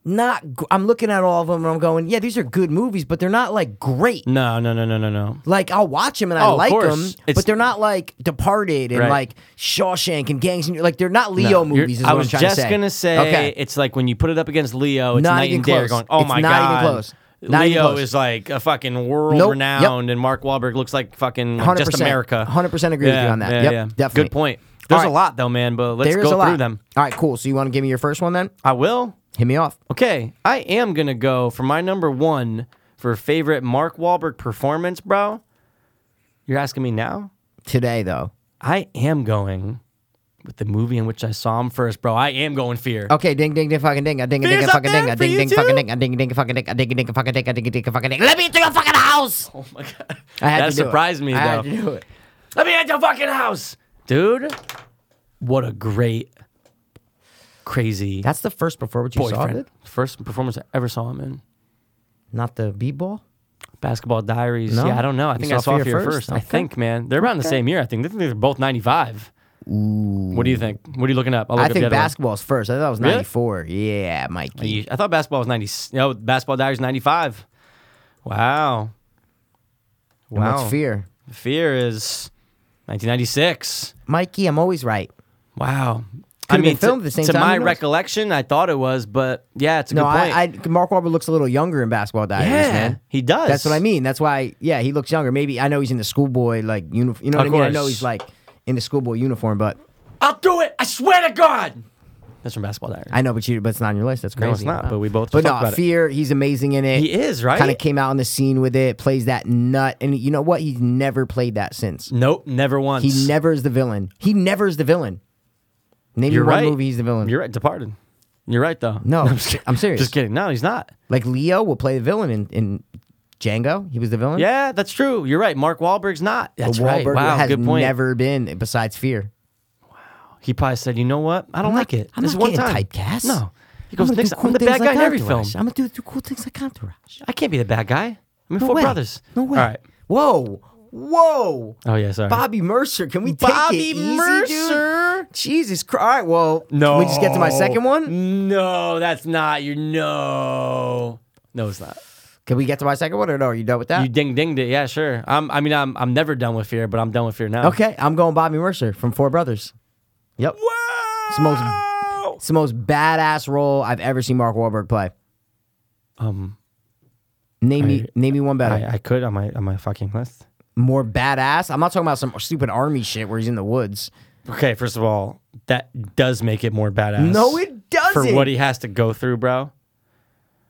Speaker 2: not. Gr- I'm looking at all of them and I'm going, yeah, these are good movies, but they're not like great.
Speaker 1: No, no, no, no, no, no.
Speaker 2: Like I'll watch them and I
Speaker 1: Oh, of
Speaker 2: like
Speaker 1: course.
Speaker 2: them,
Speaker 1: It's-
Speaker 2: but they're not like Departed and
Speaker 1: Right.
Speaker 2: like Shawshank and Gangs and like they're not Leo
Speaker 1: You're-
Speaker 2: movies. Is
Speaker 1: I
Speaker 2: what
Speaker 1: was
Speaker 2: I'm trying
Speaker 1: just
Speaker 2: to say.
Speaker 1: gonna say
Speaker 2: okay.
Speaker 1: it's like when you put it up against Leo, it's
Speaker 2: Not
Speaker 1: night
Speaker 2: even
Speaker 1: and day. You're
Speaker 2: close.
Speaker 1: going, oh
Speaker 2: It's
Speaker 1: my
Speaker 2: not even
Speaker 1: god,
Speaker 2: close. Not
Speaker 1: Leo
Speaker 2: even close.
Speaker 1: is like a fucking world renowned, and Mark Wahlberg looks like fucking like, just
Speaker 2: 100%.
Speaker 1: America.
Speaker 2: 100% agree with you on that. Yep, definitely.
Speaker 1: Good point. There's
Speaker 2: All
Speaker 1: a
Speaker 2: right.
Speaker 1: lot though, man. But let's
Speaker 2: There is
Speaker 1: go
Speaker 2: a lot.
Speaker 1: through them.
Speaker 2: All right, cool. So you want to give me your first one then?
Speaker 1: I will.
Speaker 2: Hit me off.
Speaker 1: Okay, I am gonna go for my number one for favorite Mark Wahlberg performance, bro. You're asking me now?
Speaker 2: Today though.
Speaker 1: I am going with the movie in which I saw him first, bro. I am going Fear. *laughs*
Speaker 2: Okay, ding ding ding fucking ding a ding a ding
Speaker 1: Fear's
Speaker 2: a
Speaker 1: up
Speaker 2: fucking ding
Speaker 1: there
Speaker 2: a
Speaker 1: for
Speaker 2: ding
Speaker 1: you
Speaker 2: ding fucking
Speaker 1: too.
Speaker 2: ding a ding ding fucking ding a ding ding fucking ding a ding ding fucking ding. Let me into your fucking house.
Speaker 1: Oh my god,
Speaker 2: I had
Speaker 1: that
Speaker 2: to do it.
Speaker 1: surprised me
Speaker 2: I
Speaker 1: though.
Speaker 2: had to do it.
Speaker 1: Let me at your fucking house, dude. What a great, crazy
Speaker 2: That's the first performance you saw
Speaker 1: boyfriend.
Speaker 2: it.
Speaker 1: First performance I ever saw him in.
Speaker 2: Not the b-ball.
Speaker 1: Basketball Diaries.
Speaker 2: No?
Speaker 1: Yeah, I don't know. I
Speaker 2: You
Speaker 1: think
Speaker 2: saw
Speaker 1: I saw
Speaker 2: Fear
Speaker 1: Fear,
Speaker 2: first?
Speaker 1: first. I
Speaker 2: Okay.
Speaker 1: think, man, they're around the same year. I think. I think they're both ninety five. What do you think? What are you looking up? I'll look
Speaker 2: I
Speaker 1: up the
Speaker 2: think
Speaker 1: other one.
Speaker 2: basketball's first. I thought it was
Speaker 1: Really?
Speaker 2: 94. Yeah, Mikey.
Speaker 1: You- I thought basketball was ninety. No, Basketball Diaries ninety five. Wow.
Speaker 2: And
Speaker 1: Wow.
Speaker 2: What's fear?
Speaker 1: Fear is nineteen ninety six.
Speaker 2: Mikey, I'm always right.
Speaker 1: Wow.
Speaker 2: Could've
Speaker 1: I mean,
Speaker 2: been filmed
Speaker 1: to,
Speaker 2: at the same
Speaker 1: to
Speaker 2: time,
Speaker 1: my
Speaker 2: who knows?
Speaker 1: recollection, I thought it was, but yeah, it's a
Speaker 2: No,
Speaker 1: good point.
Speaker 2: I, I Mark Wahlberg looks a little younger in Basketball Diaries,
Speaker 1: yeah,
Speaker 2: man.
Speaker 1: he does.
Speaker 2: That's what I mean. That's why, yeah, he looks younger. Maybe I know he's in the schoolboy like uniform. You know what
Speaker 1: Of
Speaker 2: I mean? I know
Speaker 1: course.
Speaker 2: he's like in the schoolboy uniform, but
Speaker 1: I'll do it. I swear to God. That's from Basketball Diaries.
Speaker 2: I know, but you, but it's not on your list. That's crazy.
Speaker 1: No, it's not,
Speaker 2: Wow.
Speaker 1: but we both
Speaker 2: But
Speaker 1: talked
Speaker 2: no,
Speaker 1: about it.
Speaker 2: fear. He's amazing in it.
Speaker 1: He is, right?
Speaker 2: Kind of came out on the scene with it. Plays that nut, and you know what? He's never played that since.
Speaker 1: nope, never once.
Speaker 2: He never is the villain. He never is the villain. Name me
Speaker 1: You're
Speaker 2: one
Speaker 1: right.
Speaker 2: movie he's the villain.
Speaker 1: You're right. Departed. You're right, though. *laughs*
Speaker 2: no, I'm,
Speaker 1: just kidding.
Speaker 2: serious.
Speaker 1: Just kidding. No, he's not.
Speaker 2: Like Leo will play the villain in, in Django. He was the villain.
Speaker 1: Yeah, that's true. You're right. Mark Wahlberg's not. That's
Speaker 2: But
Speaker 1: right.
Speaker 2: Wahlberg
Speaker 1: Wow,
Speaker 2: has
Speaker 1: good point.
Speaker 2: never been besides fear.
Speaker 1: He probably said, "You know what? I don't
Speaker 2: I'm
Speaker 1: like
Speaker 2: not-
Speaker 1: it.
Speaker 2: I'm
Speaker 1: this
Speaker 2: not
Speaker 1: is one
Speaker 2: getting
Speaker 1: time."
Speaker 2: typecast.
Speaker 1: No, he
Speaker 2: I'm
Speaker 1: goes,
Speaker 2: gonna do
Speaker 1: "Niggas,
Speaker 2: cool
Speaker 1: I'm the
Speaker 2: things
Speaker 1: bad guy
Speaker 2: like
Speaker 1: in every film.
Speaker 2: Entourage. I'm gonna do, do cool things like Entourage.
Speaker 1: I can't be the bad guy. I'm in
Speaker 2: No
Speaker 1: Four
Speaker 2: way.
Speaker 1: Brothers.
Speaker 2: No way.
Speaker 1: All right.
Speaker 2: Whoa. Whoa.
Speaker 1: Oh yeah, sorry.
Speaker 2: Bobby Mercer. Can we take
Speaker 1: Bobby
Speaker 2: it easy,
Speaker 1: Mercer?
Speaker 2: dude? Jesus Christ. All right. Well,
Speaker 1: No.
Speaker 2: Can we just get to my second one?
Speaker 1: No, that's not. You no. No, it's not.
Speaker 2: Can we get to my second one or no? Are you done with that?
Speaker 1: You ding dinged it. Yeah, sure. I'm, I mean, I'm, I'm never done with fear, but I'm done with fear now.
Speaker 2: okay. I'm going Bobby Mercer from Four Brothers. Yep. It's the most, it's the most badass role I've ever seen Mark Wahlberg play.
Speaker 1: Um,
Speaker 2: Name me, name me one better.
Speaker 1: I, I could on my on my fucking list.
Speaker 2: More badass. I'm not talking about some stupid army shit where he's in the woods.
Speaker 1: Okay, first of all, that does make it more badass.
Speaker 2: No, it doesn't.
Speaker 1: For what he has to go through, bro.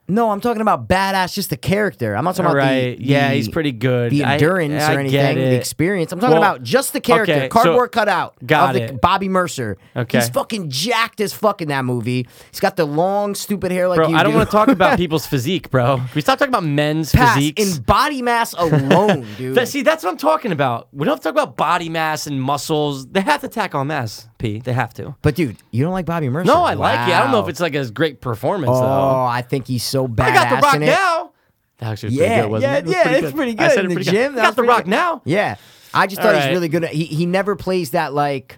Speaker 2: No, I'm talking about badass, just the character. I'm not talking
Speaker 1: All
Speaker 2: about
Speaker 1: right.
Speaker 2: the,
Speaker 1: yeah,
Speaker 2: the-
Speaker 1: he's pretty good.
Speaker 2: The
Speaker 1: I-
Speaker 2: endurance
Speaker 1: I
Speaker 2: or
Speaker 1: get
Speaker 2: anything,
Speaker 1: it.
Speaker 2: the experience. I'm talking
Speaker 1: Well,
Speaker 2: about just the character,
Speaker 1: okay, so-
Speaker 2: cardboard cutout
Speaker 1: Got
Speaker 2: of the
Speaker 1: it.
Speaker 2: Bobby Mercer.
Speaker 1: Okay.
Speaker 2: he's fucking jacked as fuck in that movie. He's got the long, stupid hair like
Speaker 1: Bro,
Speaker 2: you
Speaker 1: I don't
Speaker 2: do.
Speaker 1: want to
Speaker 2: *laughs*
Speaker 1: talk about people's physique, bro. Can we stop talking about men's
Speaker 2: Pass
Speaker 1: physiques.
Speaker 2: in body
Speaker 1: *laughs*
Speaker 2: mass alone, dude.
Speaker 1: That- see, that's what I'm talking about. We don't have to talk about body mass and muscles. They have to tack on mass, P. They have to.
Speaker 2: but dude, you don't like Bobby Mercer?
Speaker 1: No, I like it. I don't know if
Speaker 2: Wow.
Speaker 1: it's like a great performance,
Speaker 2: Oh,
Speaker 1: though.
Speaker 2: I think he's so badass
Speaker 1: I got the rock
Speaker 2: in it.
Speaker 1: now. That actually was pretty
Speaker 2: Yeah,
Speaker 1: good, wasn't
Speaker 2: yeah,
Speaker 1: it? It was
Speaker 2: yeah. It's pretty good
Speaker 1: I said
Speaker 2: in
Speaker 1: it
Speaker 2: the
Speaker 1: pretty
Speaker 2: gym.
Speaker 1: Good. I
Speaker 2: that
Speaker 1: got
Speaker 2: was
Speaker 1: the
Speaker 2: pretty
Speaker 1: rock
Speaker 2: good.
Speaker 1: now.
Speaker 2: Yeah, I just thought he's
Speaker 1: Alright.
Speaker 2: really good. At, he he never plays that like.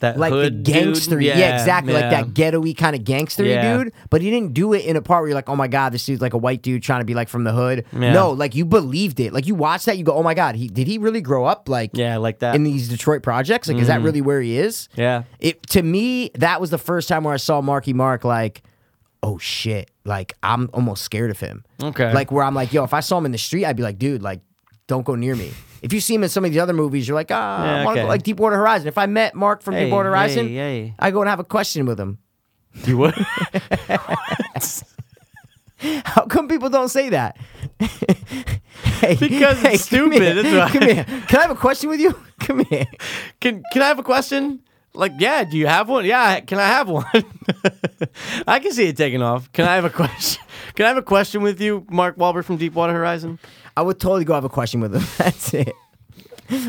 Speaker 1: That
Speaker 2: like
Speaker 1: hood
Speaker 2: the
Speaker 1: dude.
Speaker 2: gangster. Yeah, exactly. Like
Speaker 1: yeah.
Speaker 2: that ghetto-y kind of gangster
Speaker 1: Yeah.
Speaker 2: dude. But he didn't do it in a part where you're like, oh my God, this dude's like a white dude trying to be like from the hood.
Speaker 1: Yeah.
Speaker 2: No, like you believed it. Like you watched that, you go, oh my God, he did he really grow up like
Speaker 1: Yeah, like that.
Speaker 2: in these Detroit projects? Like, is that really where he is?
Speaker 1: Yeah.
Speaker 2: It to me, that was the first time where I saw Marky Mark like, oh shit. Like I'm almost scared of him.
Speaker 1: Okay.
Speaker 2: Like where I'm like, yo, if I saw him in the street, I'd be like, dude, like, don't go near me. If you see him in some of these other movies, you're like, ah, I
Speaker 1: Yeah,
Speaker 2: wanna go,
Speaker 1: okay.
Speaker 2: like Deepwater Horizon. If I met Mark from
Speaker 1: Hey,
Speaker 2: Deepwater Horizon,
Speaker 1: hey, hey.
Speaker 2: I go and have a question with him. *laughs*
Speaker 1: You would?
Speaker 2: How come people don't say that? *laughs* hey,
Speaker 1: Because it's
Speaker 2: hey, come
Speaker 1: stupid,
Speaker 2: here.
Speaker 1: that's why.
Speaker 2: Come here. Can I have a question with you? *laughs* Come here.
Speaker 1: can Can I have a question? Like, yeah, do you have one? Yeah, can I have one? *laughs* I can see it taking off. Can I have a question? *laughs* Can I have a question with you, Mark Wahlberg from Deepwater Horizon?
Speaker 2: I would totally go have a question with him. *laughs* That's it.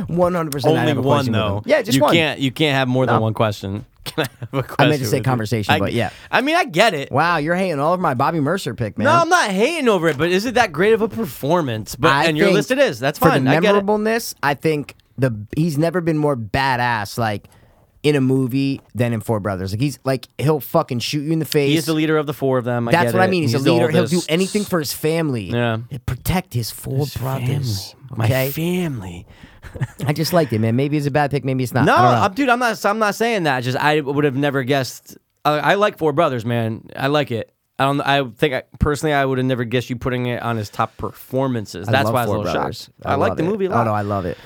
Speaker 2: One hundred percent.
Speaker 1: Only one though.
Speaker 2: Yeah, just
Speaker 1: you
Speaker 2: one.
Speaker 1: can't you can't have more than
Speaker 2: No.
Speaker 1: one question. *laughs* Can I have a question?
Speaker 2: I meant to say
Speaker 1: with you?
Speaker 2: conversation,
Speaker 1: I-
Speaker 2: but yeah.
Speaker 1: I mean, I get it.
Speaker 2: Wow, you're hating all over my Bobby Mercer pick, man.
Speaker 1: No, I'm not hating over it, but is it that great of a performance? But
Speaker 2: I
Speaker 1: and your
Speaker 2: think
Speaker 1: list it is. That's
Speaker 2: for
Speaker 1: fine.
Speaker 2: the
Speaker 1: I get it.
Speaker 2: memorableness, I think the he's never been more badass like in a movie than in Four Brothers. Like he's like he'll fucking shoot you in the face.
Speaker 1: He is the leader of the four of them. I
Speaker 2: That's
Speaker 1: get
Speaker 2: what I
Speaker 1: it.
Speaker 2: mean. He's, a
Speaker 1: the
Speaker 2: leader. He'll do
Speaker 1: oldest.
Speaker 2: anything for his family.
Speaker 1: Yeah.
Speaker 2: He'll protect his four brothers.
Speaker 1: Family.
Speaker 2: Okay.
Speaker 1: My family.
Speaker 2: I just liked it, man. Maybe it's a bad pick. Maybe it's not.
Speaker 1: No,
Speaker 2: I don't know.
Speaker 1: I'm, dude, I'm not. I'm not saying that. Just I would have never guessed. I, I like Four Brothers, man. I like it. I don't. I think I, personally, I would have never guessed you putting it on his top performances.
Speaker 2: I
Speaker 1: That's
Speaker 2: love
Speaker 1: why I was a
Speaker 2: Four
Speaker 1: little
Speaker 2: Brothers.
Speaker 1: shocked. I, like
Speaker 2: love
Speaker 1: the
Speaker 2: it.
Speaker 1: movie a
Speaker 2: Oh
Speaker 1: lot.
Speaker 2: no, I love it.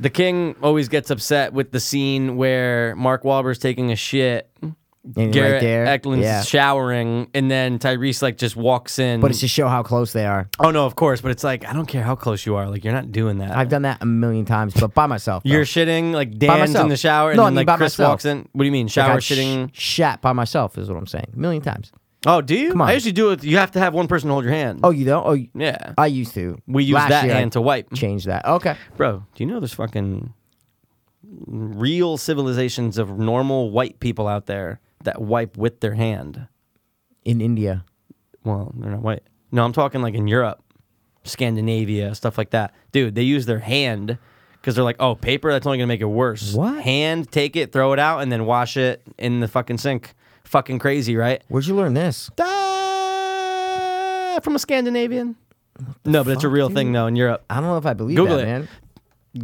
Speaker 1: The King always gets upset with the scene where Mark Wahlberg's taking a shit.
Speaker 2: And Mm-hmm. right
Speaker 1: Garrett
Speaker 2: there,
Speaker 1: Eklund's
Speaker 2: yeah.
Speaker 1: showering, and then Tyrese like just walks in.
Speaker 2: But it's to show how close they are.
Speaker 1: oh no, of course. But it's like I don't care how close you are. Like you're not doing that.
Speaker 2: I've done that a million times, but by myself. though.
Speaker 1: You're shitting like Dan's in
Speaker 2: myself.
Speaker 1: the shower, and
Speaker 2: No, I
Speaker 1: then
Speaker 2: mean
Speaker 1: like
Speaker 2: by
Speaker 1: Chris
Speaker 2: myself.
Speaker 1: walks in. What do you mean
Speaker 2: Like,
Speaker 1: shower
Speaker 2: I've sh-
Speaker 1: shitting?
Speaker 2: shat by myself is what I'm saying. A million times.
Speaker 1: Oh, do you?
Speaker 2: Come on.
Speaker 1: I usually do it. You have to have one person hold your hand.
Speaker 2: Oh, you don't? Oh, you-
Speaker 1: yeah.
Speaker 2: I used to.
Speaker 1: we use
Speaker 2: Last
Speaker 1: that
Speaker 2: year, I
Speaker 1: hand to wipe.
Speaker 2: Change that. Okay.
Speaker 1: Bro, do you know there's fucking real civilizations of normal white people out there that wipe with their hand?
Speaker 2: In India.
Speaker 1: Well, they're not white. No, I'm talking like in Europe, Scandinavia, stuff like that. Dude, they use their hand because they're like, oh, paper, that's only going to make it worse.
Speaker 2: What?
Speaker 1: Hand, take it, throw it out, and then wash it in the fucking sink. Fucking crazy, right?
Speaker 2: Where'd you learn this?
Speaker 1: Ah, from a Scandinavian. No, but it's a
Speaker 2: fuck,
Speaker 1: real
Speaker 2: dude?
Speaker 1: thing though in Europe.
Speaker 2: I don't know if I believe
Speaker 1: Google
Speaker 2: that,
Speaker 1: it.
Speaker 2: man.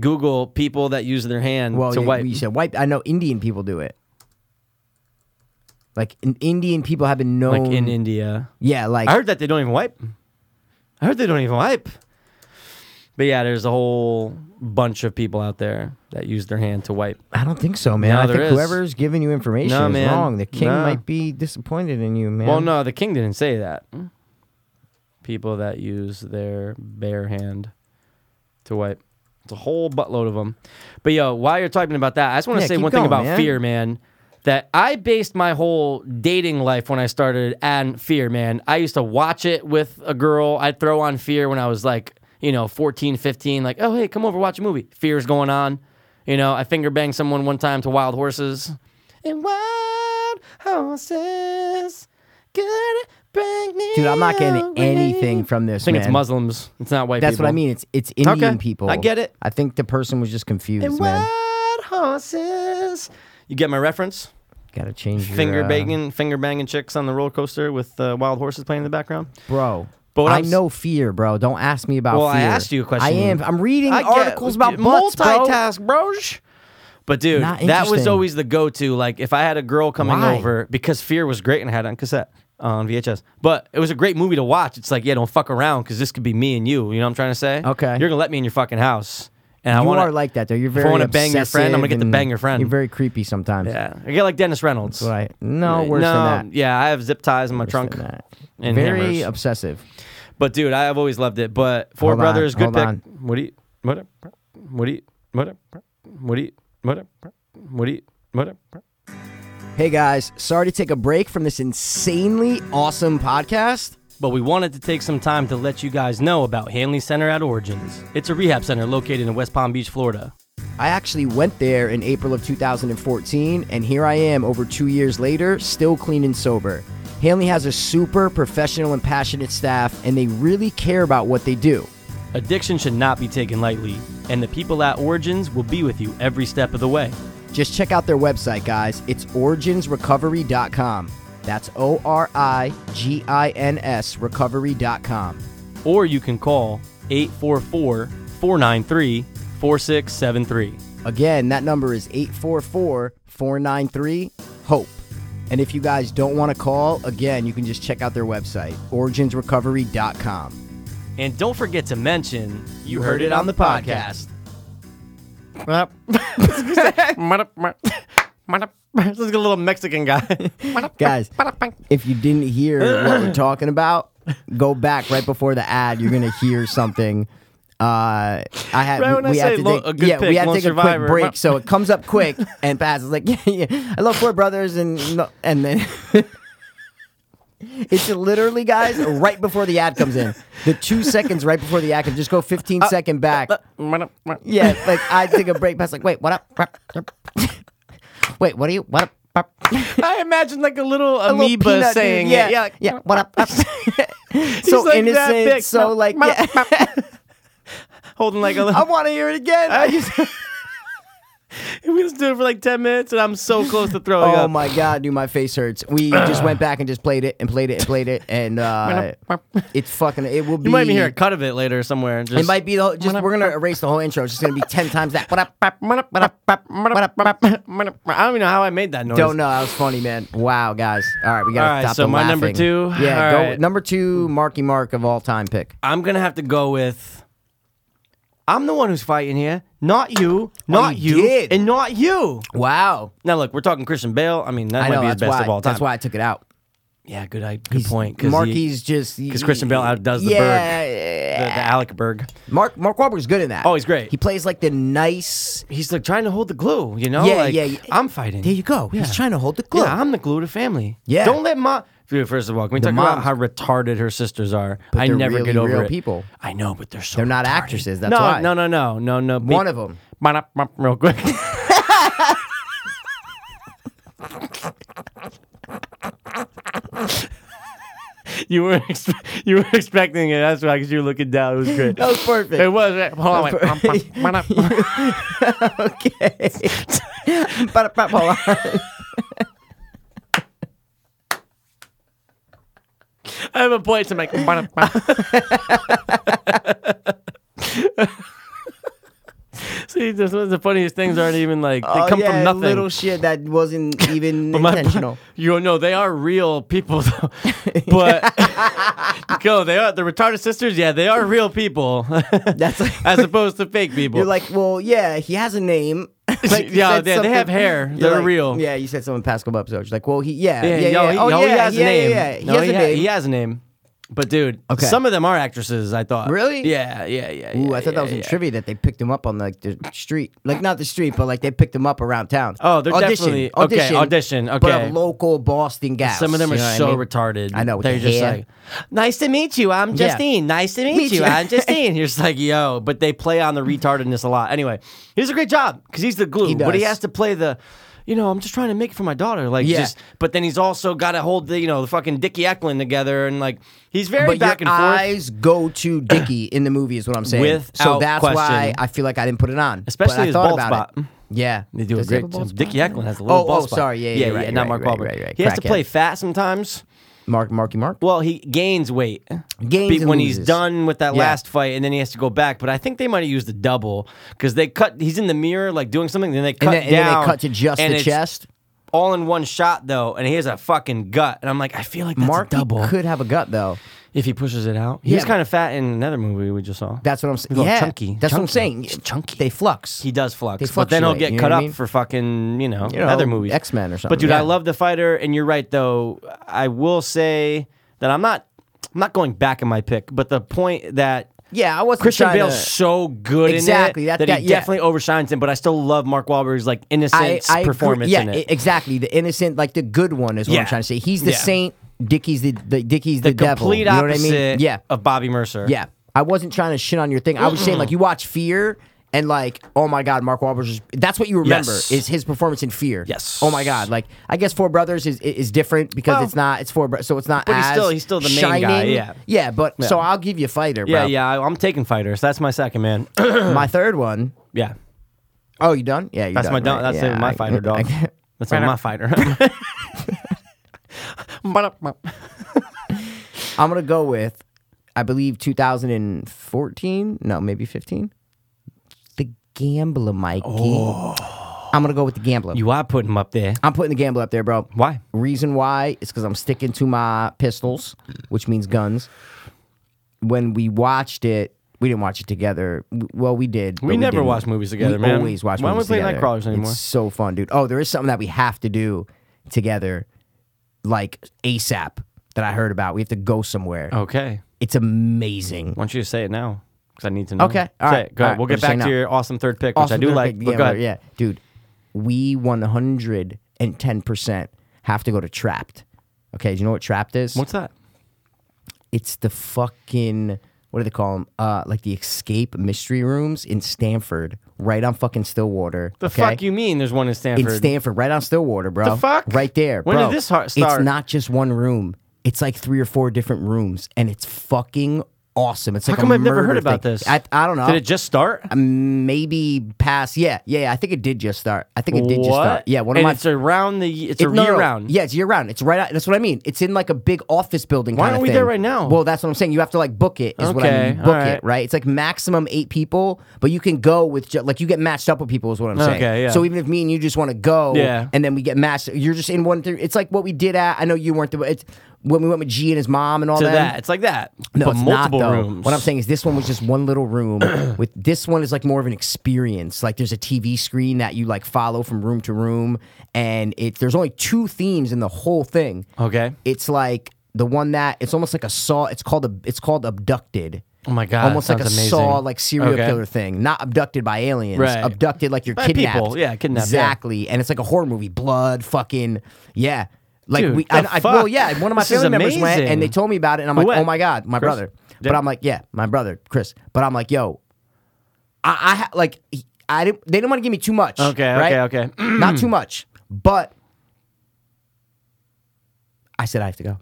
Speaker 1: Google people that use their hand
Speaker 2: Well,
Speaker 1: to
Speaker 2: yeah,
Speaker 1: wipe.
Speaker 2: you said wipe. I know Indian people do it. Like in Indian people have been known.
Speaker 1: Like in India.
Speaker 2: Yeah, like
Speaker 1: I heard that they don't even wipe. I heard they don't even wipe. But yeah, there's a whole bunch of people out there that use their hand to wipe.
Speaker 2: I don't think so, man.
Speaker 1: No,
Speaker 2: I
Speaker 1: there
Speaker 2: think
Speaker 1: is.
Speaker 2: whoever's giving you information
Speaker 1: No,
Speaker 2: is
Speaker 1: man.
Speaker 2: wrong. The king
Speaker 1: No.
Speaker 2: might be disappointed in you, man.
Speaker 1: Well, no, the king didn't say that. People that use their bare hand to wipe. It's a whole buttload of them. But yo, while you're talking about that, I just want to
Speaker 2: Yeah,
Speaker 1: say
Speaker 2: keep
Speaker 1: one thing
Speaker 2: going,
Speaker 1: about
Speaker 2: man.
Speaker 1: fear, man. That I based my whole dating life when I started on fear, man. I used to watch it with a girl. I'd throw on fear when I was like, you know, 14, 15, like, oh, hey, come over, watch a movie. Fear's going on. You know, I finger banged someone one time to Wild Horses. And Wild Horses, gonna bring me.
Speaker 2: Dude, I'm not getting
Speaker 1: away.
Speaker 2: anything from this,
Speaker 1: I think it's
Speaker 2: man.
Speaker 1: Muslims. It's not white
Speaker 2: That's
Speaker 1: people.
Speaker 2: what I mean. It's it's Indian people.
Speaker 1: I get it.
Speaker 2: I think the person was just confused,
Speaker 1: And
Speaker 2: man.
Speaker 1: Wild Horses. You get my reference?
Speaker 2: Gotta change your
Speaker 1: finger
Speaker 2: uh,
Speaker 1: banging, finger banging chicks on the roller coaster with uh, wild horses playing in the background.
Speaker 2: bro.
Speaker 1: But what
Speaker 2: I
Speaker 1: I'm s-
Speaker 2: know fear, bro. Don't ask me about
Speaker 1: Well, I
Speaker 2: fear.
Speaker 1: asked you a question.
Speaker 2: I am. I'm reading
Speaker 1: I get-
Speaker 2: articles about butts, bro.
Speaker 1: multitask, bros. But dude,
Speaker 2: Not
Speaker 1: that was
Speaker 2: interesting.
Speaker 1: always the go-to. Like if I had a girl coming
Speaker 2: Why?
Speaker 1: over, because Fear was great and I had it on cassette on VHS. But it was a great movie to watch. It's like, yeah, don't fuck around because this could be me and you. You know what I'm trying to say?
Speaker 2: Okay.
Speaker 1: you're gonna let me in your fucking house, and I
Speaker 2: You
Speaker 1: want
Speaker 2: are like that, though. You're
Speaker 1: I
Speaker 2: very.
Speaker 1: wanna bang your friend, I'm gonna get to
Speaker 2: obsessive
Speaker 1: bang your
Speaker 2: and
Speaker 1: friend.
Speaker 2: You're very creepy sometimes.
Speaker 1: Yeah, I get like Dennis Reynolds.
Speaker 2: Right? No, worse
Speaker 1: no,
Speaker 2: than that.
Speaker 1: Yeah, I have zip ties in my
Speaker 2: Worse
Speaker 1: trunk.
Speaker 2: than that.
Speaker 1: and
Speaker 2: very
Speaker 1: hammers.
Speaker 2: obsessive.
Speaker 1: But dude, I have always loved it. But Four
Speaker 2: Hold on,
Speaker 1: Brothers, good
Speaker 2: hold
Speaker 1: pick.
Speaker 2: on.
Speaker 1: What do you? What? up? What do you? What? up? What do you? What? up? What do you? What? up?
Speaker 2: Hey guys, sorry to take a break from this insanely awesome podcast.
Speaker 1: But we wanted to take some time to let you guys know about Hanley Center at Origins. It's a rehab center located in West Palm Beach, Florida.
Speaker 2: I actually went there in April of 2014, and here I am over two years later, still clean and sober. Hanley has a super professional and passionate staff, and they really care about what they do.
Speaker 1: Addiction should not be taken lightly, and the people at Origins will be with you every step of the way.
Speaker 2: Just check out their website, guys. It's originsrecovery.com. That's O R I G I N S recovery.com.
Speaker 1: Or you can call 844 493 4673.
Speaker 2: Again, that number is 844 493 HOPE. E. And if you guys don't want to call, again, you can just check out their website, originsrecovery.com.
Speaker 1: And don't forget to mention you
Speaker 2: heard it on the podcast.
Speaker 1: This is a little Mexican guy.
Speaker 2: Guys, if you didn't hear
Speaker 1: *clears throat*
Speaker 2: what we're talking about, go back right before the ad. You're gonna hear something. Uh, I had
Speaker 1: Right when I
Speaker 2: we had
Speaker 1: say
Speaker 2: to
Speaker 1: lo-
Speaker 2: take,
Speaker 1: a good
Speaker 2: yeah,
Speaker 1: pick,
Speaker 2: we had to
Speaker 1: Lone
Speaker 2: take
Speaker 1: Survivor.
Speaker 2: a quick
Speaker 1: *laughs*
Speaker 2: break, so it comes up quick. And Paz is like, *laughs* yeah, yeah, I love Four Brothers, and no- and then *laughs* it's literally, guys, right before the ad comes in, the two seconds right before the ad, comes, just go 15
Speaker 1: Uh,
Speaker 2: second back.
Speaker 1: *laughs*
Speaker 2: Yeah, like I take a break. Past like, wait, what up? Wait, what are you? What up?
Speaker 1: I imagine like a little
Speaker 2: A little
Speaker 1: amoeba
Speaker 2: peanut dude,
Speaker 1: saying it.
Speaker 2: yeah,
Speaker 1: Yeah, like,
Speaker 2: yeah, what up? *laughs* so
Speaker 1: He's like that
Speaker 2: innocent,
Speaker 1: big.
Speaker 2: so like, yeah.
Speaker 1: holding like a
Speaker 2: I
Speaker 1: little.
Speaker 2: want to hear it again.
Speaker 1: I just, we just do it for like ten minutes, and I'm so close to throwing
Speaker 2: *laughs* Oh
Speaker 1: up.
Speaker 2: my god, dude, my face hurts.
Speaker 1: *clears throat*
Speaker 2: We just went back and just played it and played it and played it, and uh, *laughs* it's fucking. It will be.
Speaker 1: You might even hear a cut of it later somewhere. Just,
Speaker 2: It might be the whole, just we're gonna erase the whole intro. It's just gonna be
Speaker 1: *laughs*
Speaker 2: ten times that. What up?
Speaker 1: I don't even know how I made that noise.
Speaker 2: Don't know. That was funny, man. Wow, guys. All right, we gotta
Speaker 1: All right,
Speaker 2: stop.
Speaker 1: so
Speaker 2: the
Speaker 1: my number
Speaker 2: laughing.
Speaker 1: two?
Speaker 2: Yeah,
Speaker 1: All
Speaker 2: go
Speaker 1: right.
Speaker 2: number two, Marky Mark of all time pick.
Speaker 1: I'm gonna have to go with. I'm the one who's fighting here, not Oh, you, not
Speaker 2: you
Speaker 1: you,
Speaker 2: did.
Speaker 1: and not you.
Speaker 2: Wow,
Speaker 1: Now look, we're talking Christian Bale. I mean, that
Speaker 2: I
Speaker 1: might
Speaker 2: know
Speaker 1: be his
Speaker 2: that's
Speaker 1: best
Speaker 2: why.
Speaker 1: of all time.
Speaker 2: That's why I took it out.
Speaker 1: Yeah, good, I- good point. Cause he-
Speaker 2: Marky's just
Speaker 1: 'cause Christian Bale outdoes the
Speaker 2: yeah,
Speaker 1: the, the Alec Berg.
Speaker 2: Mark Mark Wahlberg's good in that.
Speaker 1: Oh, he's great.
Speaker 2: He plays like the nice.
Speaker 1: He's like trying to hold the glue, you know?
Speaker 2: Yeah,
Speaker 1: like,
Speaker 2: yeah, yeah.
Speaker 1: I'm fighting.
Speaker 2: There you go.
Speaker 1: Yeah.
Speaker 2: He's trying to hold the glue.
Speaker 1: Yeah, I'm the glue to family.
Speaker 2: Yeah.
Speaker 1: Don't let mom. Dude, first of all, can we talk about
Speaker 2: moms-
Speaker 1: how retarded her sisters are? I
Speaker 2: they're
Speaker 1: never
Speaker 2: really
Speaker 1: get over
Speaker 2: real
Speaker 1: it.
Speaker 2: people.
Speaker 1: I know, but they're so.
Speaker 2: They're not
Speaker 1: retarded.
Speaker 2: actresses, that's
Speaker 1: no,
Speaker 2: why.
Speaker 1: No, no, no, no, no.
Speaker 2: One
Speaker 1: *laughs*
Speaker 2: of 'em.
Speaker 1: them. Real quick. you were expe- *laughs* you were expecting it. That's why, because you were looking down. It was great.
Speaker 2: *laughs* That was perfect.
Speaker 1: It was. uh, Hold on. Wait. Bum, bum, bum, up.
Speaker 2: okay. But- but- hold on.
Speaker 1: I have a place. I'm like. bum, up, bum. See, this was the funniest things aren't even like they
Speaker 2: Oh,
Speaker 1: come
Speaker 2: yeah,
Speaker 1: from nothing.
Speaker 2: Little shit
Speaker 1: *laughs*
Speaker 2: that wasn't even
Speaker 1: My-
Speaker 2: intentional.
Speaker 1: you know they are real people,
Speaker 2: *laughs*
Speaker 1: though. but *laughs* go. They are the retarded sisters. Yeah, they are real people, *laughs*
Speaker 2: That's like,
Speaker 1: as opposed to fake people.
Speaker 2: *laughs* you're like, well, yeah, he has a name. *laughs* Like, you
Speaker 1: Yeah,
Speaker 2: said
Speaker 1: they- they have
Speaker 2: something-
Speaker 1: hair.
Speaker 2: you're
Speaker 1: They're
Speaker 2: like-
Speaker 1: real.
Speaker 2: Yeah, you said something Pascal episode. She's like, well, he, yeah,
Speaker 1: Yeah,
Speaker 2: yeah,
Speaker 1: yo,
Speaker 2: yeah.
Speaker 1: He,
Speaker 2: oh,
Speaker 1: yo,
Speaker 2: yeah,
Speaker 1: he has
Speaker 2: yeah,
Speaker 1: a name.
Speaker 2: Yeah, yeah. He
Speaker 1: No,
Speaker 2: has a
Speaker 1: ha-
Speaker 2: name.
Speaker 1: He has a name. But dude,
Speaker 2: Okay.
Speaker 1: some of them are actresses. I thought.
Speaker 2: Really?
Speaker 1: Yeah, yeah, yeah.
Speaker 2: Ooh,
Speaker 1: yeah,
Speaker 2: I thought that was
Speaker 1: yeah,
Speaker 2: in
Speaker 1: yeah.
Speaker 2: trivia that they picked him up on like the street, like not the street, but like they picked him up around town.
Speaker 1: Oh, they're
Speaker 2: audition,
Speaker 1: definitely- okay,
Speaker 2: audition,
Speaker 1: audition,
Speaker 2: but
Speaker 1: okay.
Speaker 2: of local Boston guys.
Speaker 1: Some of them are
Speaker 2: you know what I
Speaker 1: so
Speaker 2: mean?
Speaker 1: retarded.
Speaker 2: I know, with
Speaker 1: They're
Speaker 2: the
Speaker 1: just
Speaker 2: hair.
Speaker 1: like, nice to meet you. I'm
Speaker 2: Yeah.
Speaker 1: Justine. Nice to meet,
Speaker 2: Meet
Speaker 1: you.
Speaker 2: you."
Speaker 1: I'm
Speaker 2: *laughs*
Speaker 1: Justine. You're just like, yo, but they play on the retardedness a lot. Anyway, he does a great job because he's the glue,
Speaker 2: He
Speaker 1: but he
Speaker 2: does.
Speaker 1: has to play the. You know, I'm just trying to make it for my daughter. Like,
Speaker 2: Yeah.
Speaker 1: just, but then he's also got to hold the, you know, the fucking Dickie Eklund together, and like, he's very
Speaker 2: But
Speaker 1: back
Speaker 2: your
Speaker 1: and forth.
Speaker 2: eyes go to Dickie in the movie, is what I'm saying. so
Speaker 1: Without
Speaker 2: that's why
Speaker 1: question.
Speaker 2: I feel like I didn't put it on, But
Speaker 1: Especially
Speaker 2: I
Speaker 1: his
Speaker 2: thought
Speaker 1: bald spot.
Speaker 2: about It. Yeah,
Speaker 1: They do a
Speaker 2: Does he have
Speaker 1: great
Speaker 2: bald
Speaker 1: job.
Speaker 2: spot?
Speaker 1: Dickie Eklund has a little
Speaker 2: oh,
Speaker 1: ball
Speaker 2: oh,
Speaker 1: spot.
Speaker 2: sorry. Yeah, yeah,
Speaker 1: yeah,
Speaker 2: right,
Speaker 1: not
Speaker 2: right,
Speaker 1: Mark
Speaker 2: right,
Speaker 1: Wahlberg.
Speaker 2: right, right.
Speaker 1: He has to
Speaker 2: Crackhead.
Speaker 1: play fat sometimes.
Speaker 2: Mark, Marky Mark.
Speaker 1: Well, he gains weight.
Speaker 2: Gains
Speaker 1: Be-
Speaker 2: and
Speaker 1: when he's
Speaker 2: loses.
Speaker 1: done with that
Speaker 2: Yeah.
Speaker 1: last fight, and then he has to go back. But I think they might have used the double because they cut. He's in the mirror, like doing something. Then they cut
Speaker 2: and then, and
Speaker 1: down.
Speaker 2: then they cut to just
Speaker 1: and
Speaker 2: the
Speaker 1: it's
Speaker 2: chest.
Speaker 1: all in one shot though. And he has a fucking gut, and I'm like, I feel like that's
Speaker 2: Mark
Speaker 1: a double
Speaker 2: could have a gut though.
Speaker 1: if he pushes it out. He was
Speaker 2: Yeah.
Speaker 1: kind of fat in another movie we just saw.
Speaker 2: That's what I'm
Speaker 1: He's
Speaker 2: saying.
Speaker 1: a little
Speaker 2: Yeah,
Speaker 1: chunky.
Speaker 2: that's what I'm
Speaker 1: chunky.
Speaker 2: saying.
Speaker 1: He's chunky.
Speaker 2: They flux.
Speaker 1: He does flux,
Speaker 2: They
Speaker 1: but then he'll
Speaker 2: fluctuate,
Speaker 1: get
Speaker 2: you know
Speaker 1: cut
Speaker 2: what I
Speaker 1: up
Speaker 2: mean?
Speaker 1: for fucking you know,
Speaker 2: You know,
Speaker 1: other movies,
Speaker 2: X-Men or
Speaker 1: But
Speaker 2: something,
Speaker 1: dude, I
Speaker 2: yeah.
Speaker 1: love the fighter, and you're right though. I will say that I'm not, I'm not going back in my pick, but the point that
Speaker 2: yeah, I wasn't
Speaker 1: Christian
Speaker 2: trying to-
Speaker 1: Bale's so good
Speaker 2: Exactly,
Speaker 1: in it
Speaker 2: that-
Speaker 1: that,
Speaker 2: that-
Speaker 1: he
Speaker 2: yeah.
Speaker 1: definitely overshines him. But I still love Mark Wahlberg's like
Speaker 2: I,
Speaker 1: innocent
Speaker 2: I agree.
Speaker 1: performance
Speaker 2: yeah,
Speaker 1: in it.
Speaker 2: e- exactly. The innocent, like the good one, is what
Speaker 1: Yeah.
Speaker 2: I'm trying to say. He's the
Speaker 1: Yeah.
Speaker 2: saint. Dickie's the, the Dickie's the,
Speaker 1: the complete
Speaker 2: devil. You know what I
Speaker 1: opposite
Speaker 2: mean? Yeah,
Speaker 1: of Bobby Mercer.
Speaker 2: yeah. I wasn't trying to shit on your thing. I was saying like you watch Fear. And like, oh my God, Mark Wahlberg. is- That's what you remember
Speaker 1: Yes.
Speaker 2: is his performance in Fear.
Speaker 1: Yes.
Speaker 2: Oh my God. Like, I guess Four Brothers is is different because
Speaker 1: Well,
Speaker 2: it's not it's four. Bro- So it's not.
Speaker 1: but he's
Speaker 2: as
Speaker 1: still- he's still the main guy,
Speaker 2: shining.
Speaker 1: yeah.
Speaker 2: Yeah. But so I'll give you Fighter.
Speaker 1: yeah,
Speaker 2: Bro.
Speaker 1: yeah. I, I'm taking fighters. That's my second man. *clears throat*
Speaker 2: My third one.
Speaker 1: yeah,
Speaker 2: Oh, you done? Yeah. You're
Speaker 1: that's
Speaker 2: done,
Speaker 1: my dog.
Speaker 2: right?
Speaker 1: That's
Speaker 2: Yeah,
Speaker 1: my
Speaker 2: I-
Speaker 1: fighter dog.
Speaker 2: I-
Speaker 1: That's my fighter.
Speaker 2: I'm gonna go with, I believe 2014. No, maybe 15. The Gambler, Mikey. I'm gonna go with the Gambler.
Speaker 1: Oh. you are putting him up there.
Speaker 2: I'm putting the Gambler up there, bro.
Speaker 1: Why?
Speaker 2: Reason why is because I'm sticking to my pistols, which means guns. When we watched it, we didn't watch it together. W- Well, we did. but
Speaker 1: We never
Speaker 2: didn't.
Speaker 1: watch movies together,
Speaker 2: we
Speaker 1: man.
Speaker 2: Always watch.
Speaker 1: Why don't
Speaker 2: movies
Speaker 1: we play
Speaker 2: together.
Speaker 1: Nightcrawlers anymore?
Speaker 2: It's so fun, dude. Oh, there is something that we have to do together, like ASAP. That I heard about. We have to go somewhere.
Speaker 1: Okay.
Speaker 2: It's amazing.
Speaker 1: Why don't you say it now? Because I need to know.
Speaker 2: Okay,
Speaker 1: Say
Speaker 2: all right,
Speaker 1: it. Go
Speaker 2: all
Speaker 1: ahead.
Speaker 2: right,
Speaker 1: We'll
Speaker 2: we'll
Speaker 1: get
Speaker 2: just say
Speaker 1: back
Speaker 2: now.
Speaker 1: to your awesome third pick,
Speaker 2: Awesome
Speaker 1: which I do
Speaker 2: third
Speaker 1: like.
Speaker 2: pick,
Speaker 1: but go
Speaker 2: yeah,
Speaker 1: ahead.
Speaker 2: yeah, dude, we one hundred and ten percent have to go to Trapped. Okay, do you know what Trapped is?
Speaker 1: What's that?
Speaker 2: It's the fucking what do they call them? Uh, like the escape mystery rooms in Stanford, right on fucking Stillwater.
Speaker 1: The
Speaker 2: okay?
Speaker 1: fuck you mean? There's one in Stanford.
Speaker 2: in Stanford, right on Stillwater, bro.
Speaker 1: The fuck?
Speaker 2: Right there.
Speaker 1: When
Speaker 2: bro.
Speaker 1: did this har- start?
Speaker 2: It's not just one room. It's like three or four different rooms, and it's fucking awesome. It's
Speaker 1: How
Speaker 2: like a
Speaker 1: come I've never
Speaker 2: murder
Speaker 1: heard about
Speaker 2: thing.
Speaker 1: this?
Speaker 2: I, I don't know.
Speaker 1: Did it just start?
Speaker 2: Um, maybe past? Yeah, yeah. I think it did just start. I think it did just start. Yeah, one of
Speaker 1: and
Speaker 2: my.
Speaker 1: It's around the. It's
Speaker 2: it-
Speaker 1: a
Speaker 2: no, no,
Speaker 1: year
Speaker 2: no.
Speaker 1: round.
Speaker 2: Yeah, it's year round. It's right. out- That's what I mean. It's in like a big office building.
Speaker 1: Why
Speaker 2: kinda
Speaker 1: aren't we
Speaker 2: thing.
Speaker 1: there right now?
Speaker 2: Well, that's what I'm saying. You have to like book it. Is what I
Speaker 1: Okay,
Speaker 2: mean. You Book
Speaker 1: alright.
Speaker 2: it, right? It's like maximum eight people, but you can go with ju- like you get matched up with people. Is what I'm saying.
Speaker 1: Okay, yeah.
Speaker 2: So even if me and you just want to go,
Speaker 1: Yeah.
Speaker 2: and then we get matched, you're just in one. Th- it's like what we did at. I know you weren't the. It's when we went with G and his mom and all
Speaker 1: To
Speaker 2: that.
Speaker 1: that. It's like that.
Speaker 2: No,
Speaker 1: but
Speaker 2: it's
Speaker 1: multiple
Speaker 2: not, though.
Speaker 1: rooms.
Speaker 2: What I'm saying is this one was just one
Speaker 1: *clears throat*
Speaker 2: little room. with this one is like more of an experience. Like there's a TV screen that you like follow from room to room, and it there's only two themes in the whole thing.
Speaker 1: Okay.
Speaker 2: It's like the one that it's almost like a saw. It's called a it's called abducted.
Speaker 1: Oh my God,
Speaker 2: Almost like a
Speaker 1: sounds amazing.
Speaker 2: saw like serial
Speaker 1: Okay.
Speaker 2: killer thing. Not abducted by aliens.
Speaker 1: Right.
Speaker 2: Abducted like you're
Speaker 1: By people.
Speaker 2: kidnapped.
Speaker 1: Yeah, kidnapped, yeah.
Speaker 2: Exactly. And it's like a horror movie. Blood. Fucking yeah. Like
Speaker 1: Dude,
Speaker 2: we,
Speaker 1: the
Speaker 2: I, I, well,
Speaker 1: fuck?
Speaker 2: yeah. One of my
Speaker 1: This is
Speaker 2: family members went,
Speaker 1: amazing.
Speaker 2: and they told me about it, and I'm
Speaker 1: Who
Speaker 2: like,
Speaker 1: went?
Speaker 2: oh my god, my
Speaker 1: Chris?
Speaker 2: brother.
Speaker 1: Yeah.
Speaker 2: But I'm like, yeah, my brother, Chris. But I'm like, yo, I, I ha- like, he- I didn't. They didn't want to give me too much.
Speaker 1: Okay,
Speaker 2: right?
Speaker 1: okay, okay.
Speaker 2: Not too much, but I said I have to go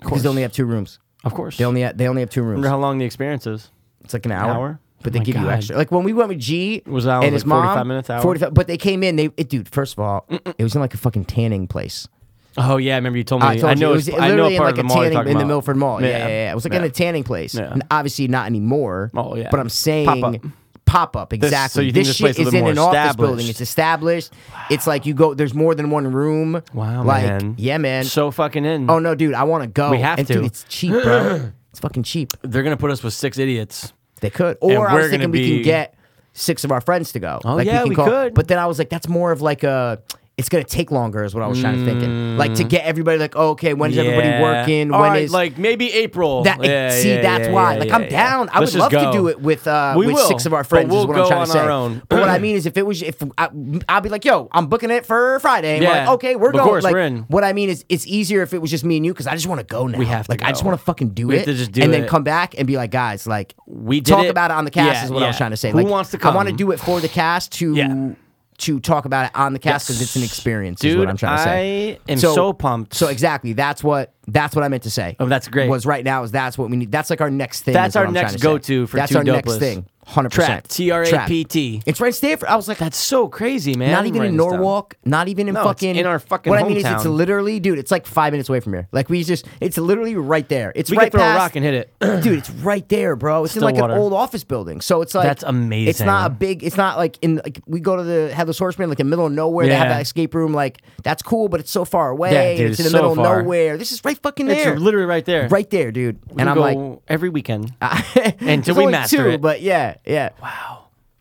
Speaker 2: because they only have two rooms.
Speaker 1: Of course.
Speaker 2: They only have, they only have two rooms.
Speaker 1: Wonder how long the experience is.
Speaker 2: It's like an hour.
Speaker 1: hour?
Speaker 2: But
Speaker 1: Oh
Speaker 2: they
Speaker 1: my
Speaker 2: give you
Speaker 1: God.
Speaker 2: extra. Like when we went with G
Speaker 1: was that,
Speaker 2: and
Speaker 1: like,
Speaker 2: his mom,
Speaker 1: 45 minutes, hour?
Speaker 2: 45 But they came in. They it, dude. First of all, it was in like a fucking tanning place.
Speaker 1: Oh yeah, I remember you told me.
Speaker 2: I, told
Speaker 1: know.
Speaker 2: you, it
Speaker 1: it's-
Speaker 2: was
Speaker 1: I know
Speaker 2: literally
Speaker 1: a part
Speaker 2: in
Speaker 1: of
Speaker 2: like
Speaker 1: the
Speaker 2: a
Speaker 1: mall you're
Speaker 2: tanning
Speaker 1: talking
Speaker 2: in the
Speaker 1: about.
Speaker 2: Milford Mall. Yeah, yeah,
Speaker 1: Yeah.
Speaker 2: yeah. It was like in
Speaker 1: Yeah.
Speaker 2: a tanning place.
Speaker 1: Yeah.
Speaker 2: And obviously not anymore.
Speaker 1: Oh, yeah.
Speaker 2: But I'm saying
Speaker 1: Pop-up.
Speaker 2: Pop up, exactly.
Speaker 1: you think
Speaker 2: this
Speaker 1: this
Speaker 2: shit
Speaker 1: place is a
Speaker 2: is
Speaker 1: bit
Speaker 2: in
Speaker 1: more
Speaker 2: an office building.
Speaker 1: established?
Speaker 2: It's established. It's like you go. There's more than one room.
Speaker 1: Wow,
Speaker 2: like,
Speaker 1: man.
Speaker 2: Yeah, man.
Speaker 1: So fucking in.
Speaker 2: oh no, dude, I want to go.
Speaker 1: We have
Speaker 2: and, Dude,
Speaker 1: to.
Speaker 2: it's cheap, bro.
Speaker 1: *clears throat*
Speaker 2: it's fucking cheap.
Speaker 1: they're gonna put us with six idiots.
Speaker 2: They could. Or I
Speaker 1: we're
Speaker 2: was thinking
Speaker 1: gonna
Speaker 2: we can
Speaker 1: be-
Speaker 2: get six of our friends to go.
Speaker 1: Oh,
Speaker 2: like
Speaker 1: yeah,
Speaker 2: we, can
Speaker 1: we
Speaker 2: call,
Speaker 1: could.
Speaker 2: But then I was like, that's more of like a. It's gonna take longer, is what I was trying to thinking. Like to get everybody, like, oh, okay, when's everybody
Speaker 1: Mm. Yeah.
Speaker 2: working? When is
Speaker 1: All right, like maybe April?
Speaker 2: that?
Speaker 1: Oh, Yeah,
Speaker 2: see,
Speaker 1: yeah,
Speaker 2: that's
Speaker 1: yeah,
Speaker 2: why.
Speaker 1: yeah,
Speaker 2: like,
Speaker 1: yeah,
Speaker 2: I'm
Speaker 1: yeah.
Speaker 2: down. I
Speaker 1: Let's
Speaker 2: would
Speaker 1: just
Speaker 2: love
Speaker 1: go.
Speaker 2: to do it with uh,
Speaker 1: We
Speaker 2: with
Speaker 1: will,
Speaker 2: six of our
Speaker 1: but
Speaker 2: friends.
Speaker 1: we'll
Speaker 2: is what
Speaker 1: go
Speaker 2: I'm trying
Speaker 1: on
Speaker 2: to say.
Speaker 1: our own.
Speaker 2: But what
Speaker 1: *clears throat*
Speaker 2: I mean is, if it was, if I, I'll be like, yo, I'm booking it for Friday. And we're
Speaker 1: Yeah.
Speaker 2: like, okay, we're
Speaker 1: Of
Speaker 2: going.
Speaker 1: course,
Speaker 2: like,
Speaker 1: we're in.
Speaker 2: What I mean is, it's easier if it was just me and you because I just want to go now. We
Speaker 1: have to
Speaker 2: like, I just
Speaker 1: go.
Speaker 2: want to fucking do
Speaker 1: We
Speaker 2: it
Speaker 1: have to just do
Speaker 2: and then
Speaker 1: it.
Speaker 2: come back and be like, guys, like,
Speaker 1: We did
Speaker 2: talk
Speaker 1: it.
Speaker 2: about it on the cast
Speaker 1: Yeah,
Speaker 2: is what I was
Speaker 1: yeah.
Speaker 2: trying to say.
Speaker 1: Who
Speaker 2: like,
Speaker 1: wants to
Speaker 2: I want to
Speaker 1: come?
Speaker 2: do it for the cast to
Speaker 1: Yeah.
Speaker 2: to talk about it on the cast because it's an
Speaker 1: Yes.
Speaker 2: experience.
Speaker 1: Dude,
Speaker 2: is what I'm trying to say.
Speaker 1: I am so pumped.
Speaker 2: So exactly, that's what that's what I meant to say.
Speaker 1: Oh, that's great.
Speaker 2: Was right now is that's what we need. That's like our next thing.
Speaker 1: That's
Speaker 2: is what
Speaker 1: our
Speaker 2: I'm
Speaker 1: next
Speaker 2: trying to say.
Speaker 1: go-to for
Speaker 2: That's
Speaker 1: two
Speaker 2: our next
Speaker 1: dopeless.
Speaker 2: thing. Hundred
Speaker 1: Trap.
Speaker 2: percent.
Speaker 1: T R A P T.
Speaker 2: It's right in Stanford. I was like,
Speaker 1: That's so crazy, man.
Speaker 2: not
Speaker 1: I'm
Speaker 2: even in
Speaker 1: writing this down.
Speaker 2: Norwalk, not even in
Speaker 1: No, it's
Speaker 2: fucking
Speaker 1: in our fucking
Speaker 2: What I mean is, it's
Speaker 1: hometown.
Speaker 2: literally, dude. It's like five minutes away from here. Like we just, it's literally right there. It's
Speaker 1: We
Speaker 2: right
Speaker 1: could throw a
Speaker 2: past-
Speaker 1: rock and hit it.
Speaker 2: *clears throat* dude, it's right there, bro. It's in like an
Speaker 1: Stillwater.
Speaker 2: old office building, so it's like
Speaker 1: That's amazing.
Speaker 2: It's not a big. It's not like in like we go to the Headless Horseman, like in the middle of nowhere. They have
Speaker 1: Yeah.
Speaker 2: that escape room. Like that's cool, but it's so far away.
Speaker 1: Yeah, dude,
Speaker 2: and it's in the
Speaker 1: it's so
Speaker 2: middle
Speaker 1: far.
Speaker 2: of nowhere. This is right fucking
Speaker 1: It's
Speaker 2: there,
Speaker 1: literally right there.
Speaker 2: right there, dude. And
Speaker 1: We
Speaker 2: I'm
Speaker 1: go
Speaker 2: like, *laughs*
Speaker 1: every weekend.
Speaker 2: and
Speaker 1: till we master
Speaker 2: two,
Speaker 1: it.
Speaker 2: But yeah, yeah.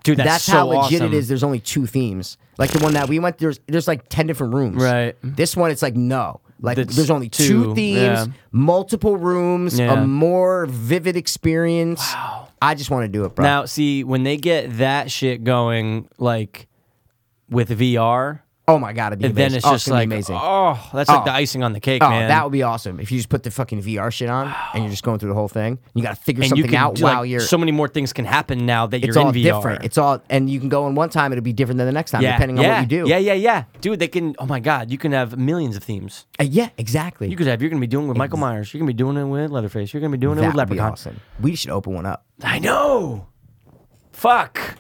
Speaker 1: Dude, that's,
Speaker 2: That's
Speaker 1: so
Speaker 2: how legit
Speaker 1: awesome.
Speaker 2: it is. There's only two themes. Like the one that we went there's there's like ten different rooms.
Speaker 1: Right.
Speaker 2: This one, it's like no. Like
Speaker 1: That's
Speaker 2: there's only
Speaker 1: two,
Speaker 2: two, themes,
Speaker 1: yeah.
Speaker 2: multiple rooms,
Speaker 1: Yeah.
Speaker 2: a more vivid experience. Wow. I just want to do it, bro.
Speaker 1: Now, see, when they get that shit going, like with VR,
Speaker 2: oh my god, it'd be
Speaker 1: and
Speaker 2: amazing.
Speaker 1: then it's
Speaker 2: Oh,
Speaker 1: just
Speaker 2: gonna be
Speaker 1: like,
Speaker 2: amazing.
Speaker 1: oh, that's like the icing on the cake,
Speaker 2: Oh,
Speaker 1: man.
Speaker 2: that would be awesome if you just put the fucking VR shit on and you're just going through the whole thing. You got to figure
Speaker 1: and you
Speaker 2: something
Speaker 1: can
Speaker 2: out
Speaker 1: do, like,
Speaker 2: while you're.
Speaker 1: so many more things can happen now that
Speaker 2: it's
Speaker 1: you're
Speaker 2: all
Speaker 1: in VR.
Speaker 2: different. It's all, and you can go in one time. It'll be different than the next time, depending on
Speaker 1: yeah,
Speaker 2: what you do.
Speaker 1: Yeah, yeah, yeah. Dude, they can. Oh my God, you can have millions of themes.
Speaker 2: Uh, yeah, exactly.
Speaker 1: You could have. You're gonna be doing with Michael Myers. You're gonna be doing it with Leatherface. You're gonna be doing it
Speaker 2: that
Speaker 1: with
Speaker 2: would be
Speaker 1: Leprechaun.
Speaker 2: awesome. We should open one up.
Speaker 1: I know. Fuck.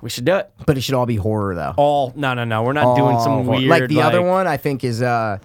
Speaker 1: We should do it.
Speaker 2: But it should all be horror though.
Speaker 1: All no, no, no. We're not doing
Speaker 2: All
Speaker 1: some
Speaker 2: horror.
Speaker 1: weird
Speaker 2: like the other one. I think is uh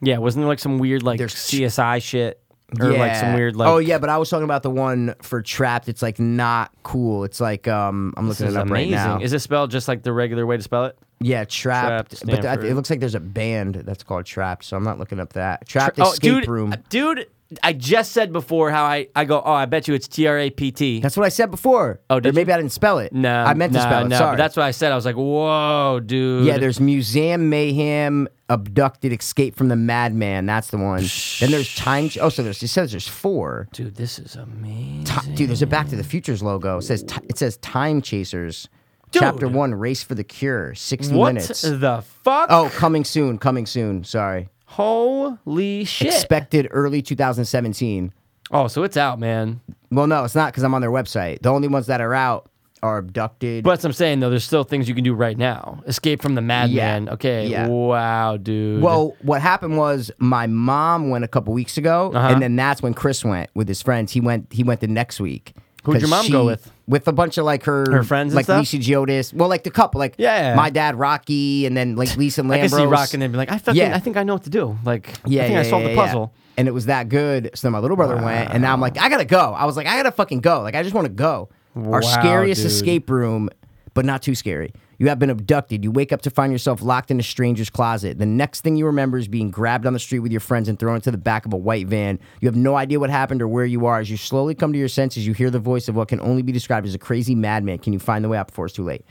Speaker 1: Yeah, wasn't there like some weird like
Speaker 2: There's-
Speaker 1: CSI shit or
Speaker 2: yeah.
Speaker 1: like some weird like
Speaker 2: oh yeah, but I was talking about the one for Trapped. It's like not cool. It's like um I'm
Speaker 1: This
Speaker 2: looking
Speaker 1: is
Speaker 2: it up right
Speaker 1: amazing.
Speaker 2: now.
Speaker 1: Is it spelled just like the regular way to spell it?
Speaker 2: yeah, Trapped.
Speaker 1: Trapped,
Speaker 2: but that,
Speaker 1: Stanford.
Speaker 2: it looks like there's a band that's called Trapped. So I'm not looking up that Trapped
Speaker 1: oh,
Speaker 2: Escape
Speaker 1: dude,
Speaker 2: Room.
Speaker 1: dude, I just said before how I, I go. Oh, I bet you it's T R A P T.
Speaker 2: That's what I said before.
Speaker 1: Oh,
Speaker 2: Or
Speaker 1: did
Speaker 2: maybe
Speaker 1: you?
Speaker 2: I didn't spell it.
Speaker 1: No,
Speaker 2: I meant
Speaker 1: no,
Speaker 2: to spell it.
Speaker 1: No, but
Speaker 2: sorry.
Speaker 1: that's what I said. I was like, whoa, dude.
Speaker 2: Yeah, there's Museum Mayhem, Abducted, Escape from the Madman. That's the one. then there's Time. Ch- oh, so there's it says there's four.
Speaker 1: dude, this is amazing.
Speaker 2: Ti- dude, there's a Back to the Future's logo. It says ti- it says Time Chasers, Chapter
Speaker 1: Dude.
Speaker 2: One, Race for the Cure, sixty
Speaker 1: what
Speaker 2: minutes.
Speaker 1: the fuck?
Speaker 2: Oh, coming soon, coming soon. Sorry,
Speaker 1: holy shit!
Speaker 2: expected early 2017.
Speaker 1: Oh, so it's out, man.
Speaker 2: Well, no, it's not because I'm on their website. The only ones that are out are abducted.
Speaker 1: But that's what I'm saying though, there's still things you can do right now. Escape from the madman.
Speaker 2: Yeah.
Speaker 1: Okay.
Speaker 2: Yeah.
Speaker 1: Wow, dude.
Speaker 2: well, what happened was my mom went a couple weeks ago,
Speaker 1: Uh-huh.
Speaker 2: and then that's when Chris went with his friends. He went. He went the next week.
Speaker 1: Who'd your
Speaker 2: 'Cause
Speaker 1: mom
Speaker 2: she-
Speaker 1: go with?
Speaker 2: With a bunch of like her,
Speaker 1: Her friends and
Speaker 2: like
Speaker 1: stuff?
Speaker 2: Lisa Giotis. Well, like the couple, like
Speaker 1: Yeah.
Speaker 2: my dad Rocky, and then like
Speaker 1: *laughs*
Speaker 2: Lisa
Speaker 1: I
Speaker 2: Lambros.
Speaker 1: can see Rock and then be like, I fucking,
Speaker 2: Yeah.
Speaker 1: I think I know what to do. Like,
Speaker 2: Yeah,
Speaker 1: I think
Speaker 2: yeah,
Speaker 1: I solved
Speaker 2: yeah,
Speaker 1: the
Speaker 2: yeah.
Speaker 1: puzzle.
Speaker 2: And it was that good. So then my little brother went, and now I'm like, I gotta go. I was like, I gotta fucking go. Like, I just want to go.
Speaker 1: Wow,
Speaker 2: Our scariest
Speaker 1: dude.
Speaker 2: escape room, but not too scary. You have been abducted. You wake up to find yourself locked in a stranger's closet. The next thing you remember is being grabbed on the street with your friends and thrown into the back of a white van. You have no idea what happened or where you are. As you slowly come to your senses, you hear the voice of what can only be described as a crazy madman. Can you find the way out before it's too late?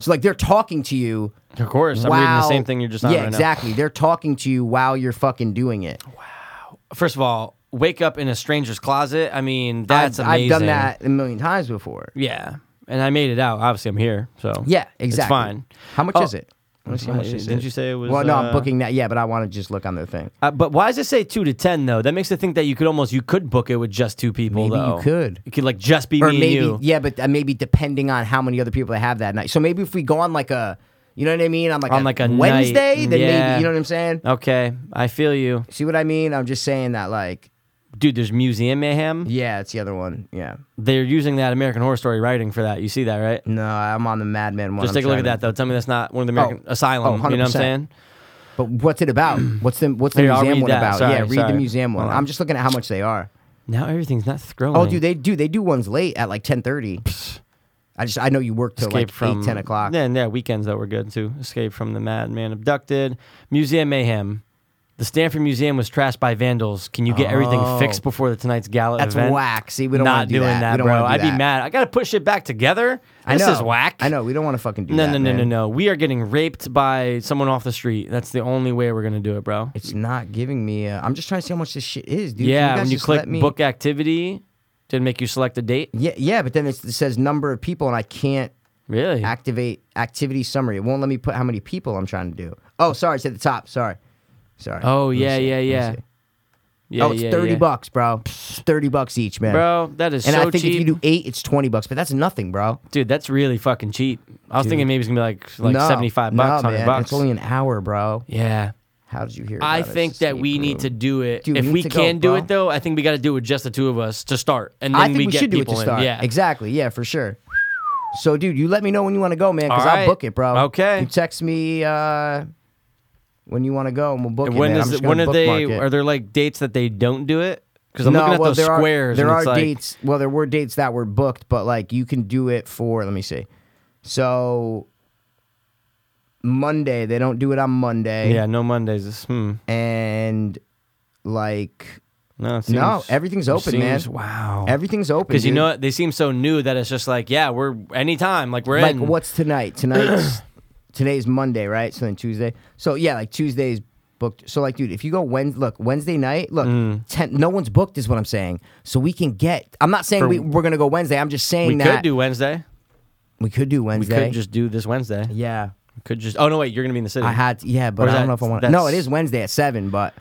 Speaker 2: So like they're talking to you.
Speaker 1: Of course, I'm reading the
Speaker 2: while-
Speaker 1: same thing you're just on
Speaker 2: yeah,
Speaker 1: right now.
Speaker 2: exactly. They're talking to you while you're fucking doing it.
Speaker 1: First of all, wake up in a stranger's closet. I mean, that's
Speaker 2: I've,
Speaker 1: amazing.
Speaker 2: I've done that a million times before.
Speaker 1: Yeah, and I made it out. Obviously, I'm here. So
Speaker 2: Yeah, exactly.
Speaker 1: It's fine.
Speaker 2: How much
Speaker 1: Oh.
Speaker 2: is it? Let me see how much this
Speaker 1: Didn't
Speaker 2: is.
Speaker 1: you say it was,
Speaker 2: Well, no, I'm
Speaker 1: uh,
Speaker 2: booking that. Yeah, but I want to just look on their thing.
Speaker 1: Uh, but why does it say two to ten though? That makes it think that you could almost you could book it with just two people.
Speaker 2: Maybe you
Speaker 1: though.
Speaker 2: could.
Speaker 1: You could like just be
Speaker 2: Or
Speaker 1: me
Speaker 2: maybe,
Speaker 1: and you.
Speaker 2: yeah, but uh, maybe depending on how many other people they have that night. So maybe if we go on like a, you know what I mean, on like
Speaker 1: On
Speaker 2: a
Speaker 1: like a night,
Speaker 2: Wednesday, then
Speaker 1: yeah.
Speaker 2: maybe you know what I'm saying.
Speaker 1: Okay, I feel you,
Speaker 2: See what I mean? I'm just saying that like,
Speaker 1: dude. There's museum mayhem.
Speaker 2: yeah, it's the other one. Yeah,
Speaker 1: They're using that American Horror Story writing for that. You see that, right?
Speaker 2: no, I'm on the Mad Men one.
Speaker 1: Just
Speaker 2: Mm, I'm
Speaker 1: take a look at
Speaker 2: trying
Speaker 1: that
Speaker 2: to-
Speaker 1: though. Tell me that's not one of the American
Speaker 2: Oh.
Speaker 1: Asylum.
Speaker 2: Oh,
Speaker 1: You know what I'm
Speaker 2: 100%.
Speaker 1: saying?
Speaker 2: But what's it
Speaker 1: *clears throat*
Speaker 2: about? What's the what's the
Speaker 1: Here, I'll
Speaker 2: museum
Speaker 1: read
Speaker 2: one
Speaker 1: that.
Speaker 2: about?
Speaker 1: Sorry,
Speaker 2: yeah, read
Speaker 1: sorry. Uh-huh.
Speaker 2: the museum one.
Speaker 1: Hold on.
Speaker 2: I'm just looking at how much they are.
Speaker 1: Now everything's not scrolling.
Speaker 2: Oh, dude, they do. They do ones late at like ten thirty. I just I know you work till
Speaker 1: Escape
Speaker 2: like
Speaker 1: from
Speaker 2: eight ten o'clock.
Speaker 1: Then yeah, weekends that were good too. Escape from the madman abducted. Museum mayhem. The Stanford Museum was trashed by vandals. Can you get everything
Speaker 2: Oh.
Speaker 1: fixed before the tonight's gala
Speaker 2: That's
Speaker 1: event?
Speaker 2: whack. See, we don't
Speaker 1: Not
Speaker 2: want to do
Speaker 1: doing that,
Speaker 2: We don't
Speaker 1: bro.
Speaker 2: wanna do
Speaker 1: I'd
Speaker 2: that.
Speaker 1: be mad. I gotta put shit back together.
Speaker 2: I
Speaker 1: this
Speaker 2: know.
Speaker 1: is whack.
Speaker 2: I know. We don't want to fucking do
Speaker 1: No,
Speaker 2: that.
Speaker 1: no, no, no,
Speaker 2: man.
Speaker 1: no. We are getting raped by someone off the street. That's the only way we're gonna do it, bro.
Speaker 2: It's not giving me. i I'm just trying to see how much this shit is, dude. Can
Speaker 1: yeah,
Speaker 2: guys
Speaker 1: when you
Speaker 2: just
Speaker 1: click
Speaker 2: let me-
Speaker 1: book activity, did it make you select a date?
Speaker 2: Yeah, yeah, but then it's, it says number of people, and I can't
Speaker 1: Really?
Speaker 2: activate activity summary. It won't let me put how many people I'm trying to do. Oh, sorry, it's at the top. Sorry, sorry.
Speaker 1: Oh,
Speaker 2: Let me
Speaker 1: yeah,
Speaker 2: see.
Speaker 1: yeah,
Speaker 2: Let me
Speaker 1: yeah.
Speaker 2: see.
Speaker 1: yeah,
Speaker 2: oh, it's
Speaker 1: yeah,
Speaker 2: thirty
Speaker 1: yeah.
Speaker 2: bucks, bro. It's thirty bucks each, man.
Speaker 1: bro. That is
Speaker 2: and
Speaker 1: so
Speaker 2: I think
Speaker 1: cheap.
Speaker 2: if you do eight, it's twenty bucks, but that's nothing, bro.
Speaker 1: Dude, that's really fucking cheap. I was thinking maybe it's gonna be like like
Speaker 2: No,
Speaker 1: seventy five
Speaker 2: no,
Speaker 1: bucks, hundred
Speaker 2: man,
Speaker 1: bucks.
Speaker 2: It's only an hour, bro.
Speaker 1: yeah,
Speaker 2: How did you hear?
Speaker 1: I
Speaker 2: about us?
Speaker 1: think that
Speaker 2: Escape
Speaker 1: we need to
Speaker 2: room.
Speaker 1: do it.
Speaker 2: Dude, we
Speaker 1: if
Speaker 2: need
Speaker 1: we
Speaker 2: to go,
Speaker 1: can do
Speaker 2: bro.
Speaker 1: it though, I think we got to do it with just the two of us to start, and then
Speaker 2: I think
Speaker 1: we,
Speaker 2: we,
Speaker 1: get
Speaker 2: should do it
Speaker 1: people
Speaker 2: to start.
Speaker 1: in. Yeah,
Speaker 2: exactly. Yeah, for sure. So, dude, you let me know when you want to go, man, because
Speaker 1: All
Speaker 2: I'll
Speaker 1: right.
Speaker 2: book it, bro.
Speaker 1: Okay.
Speaker 2: You text me uh, when you want to go, and we'll book
Speaker 1: And
Speaker 2: it.
Speaker 1: When
Speaker 2: man. I'm
Speaker 1: is
Speaker 2: just
Speaker 1: it,
Speaker 2: gonna
Speaker 1: when are
Speaker 2: bookmark
Speaker 1: they?
Speaker 2: it.
Speaker 1: Are there like dates that they don't do it? Because I'm
Speaker 2: no,
Speaker 1: looking at
Speaker 2: well,
Speaker 1: those
Speaker 2: there are-
Speaker 1: squares.
Speaker 2: there
Speaker 1: and
Speaker 2: are
Speaker 1: it's like,
Speaker 2: dates. Well, there were dates that were booked, but like you can do it for. Let me see. So Monday, they don't do it on Monday.
Speaker 1: Yeah, no Mondays. It's, hmm.
Speaker 2: And like
Speaker 1: No, it
Speaker 2: No,
Speaker 1: seems-
Speaker 2: everything's
Speaker 1: it
Speaker 2: open, man.
Speaker 1: seems- Wow.
Speaker 2: everything's open.
Speaker 1: Because you
Speaker 2: dude.
Speaker 1: know what? They seem so new that it's just like, yeah, we're anytime. Like we're
Speaker 2: like
Speaker 1: in.
Speaker 2: what's
Speaker 1: *coughs*
Speaker 2: tonight? Tonight's today's Monday, right? So then Tuesday. So yeah, like Tuesday's booked. So like, dude, if you go Wednesday, look Wednesday night. Look,
Speaker 1: Mm.
Speaker 2: ten, no one's booked is what I'm saying. So we can get. I'm not saying
Speaker 1: For-
Speaker 2: we, we're gonna go Wednesday. I'm just saying
Speaker 1: we
Speaker 2: that
Speaker 1: could do Wednesday.
Speaker 2: we could do
Speaker 1: We
Speaker 2: Wednesday.
Speaker 1: could just do this Wednesday.
Speaker 2: yeah.
Speaker 1: Could just. Oh no, wait. You're gonna be in the city.
Speaker 2: I had to- yeah, but
Speaker 1: Or is
Speaker 2: I don't
Speaker 1: that-
Speaker 2: know if I want. to.
Speaker 1: that's-
Speaker 2: No, it is Wednesday at seven, but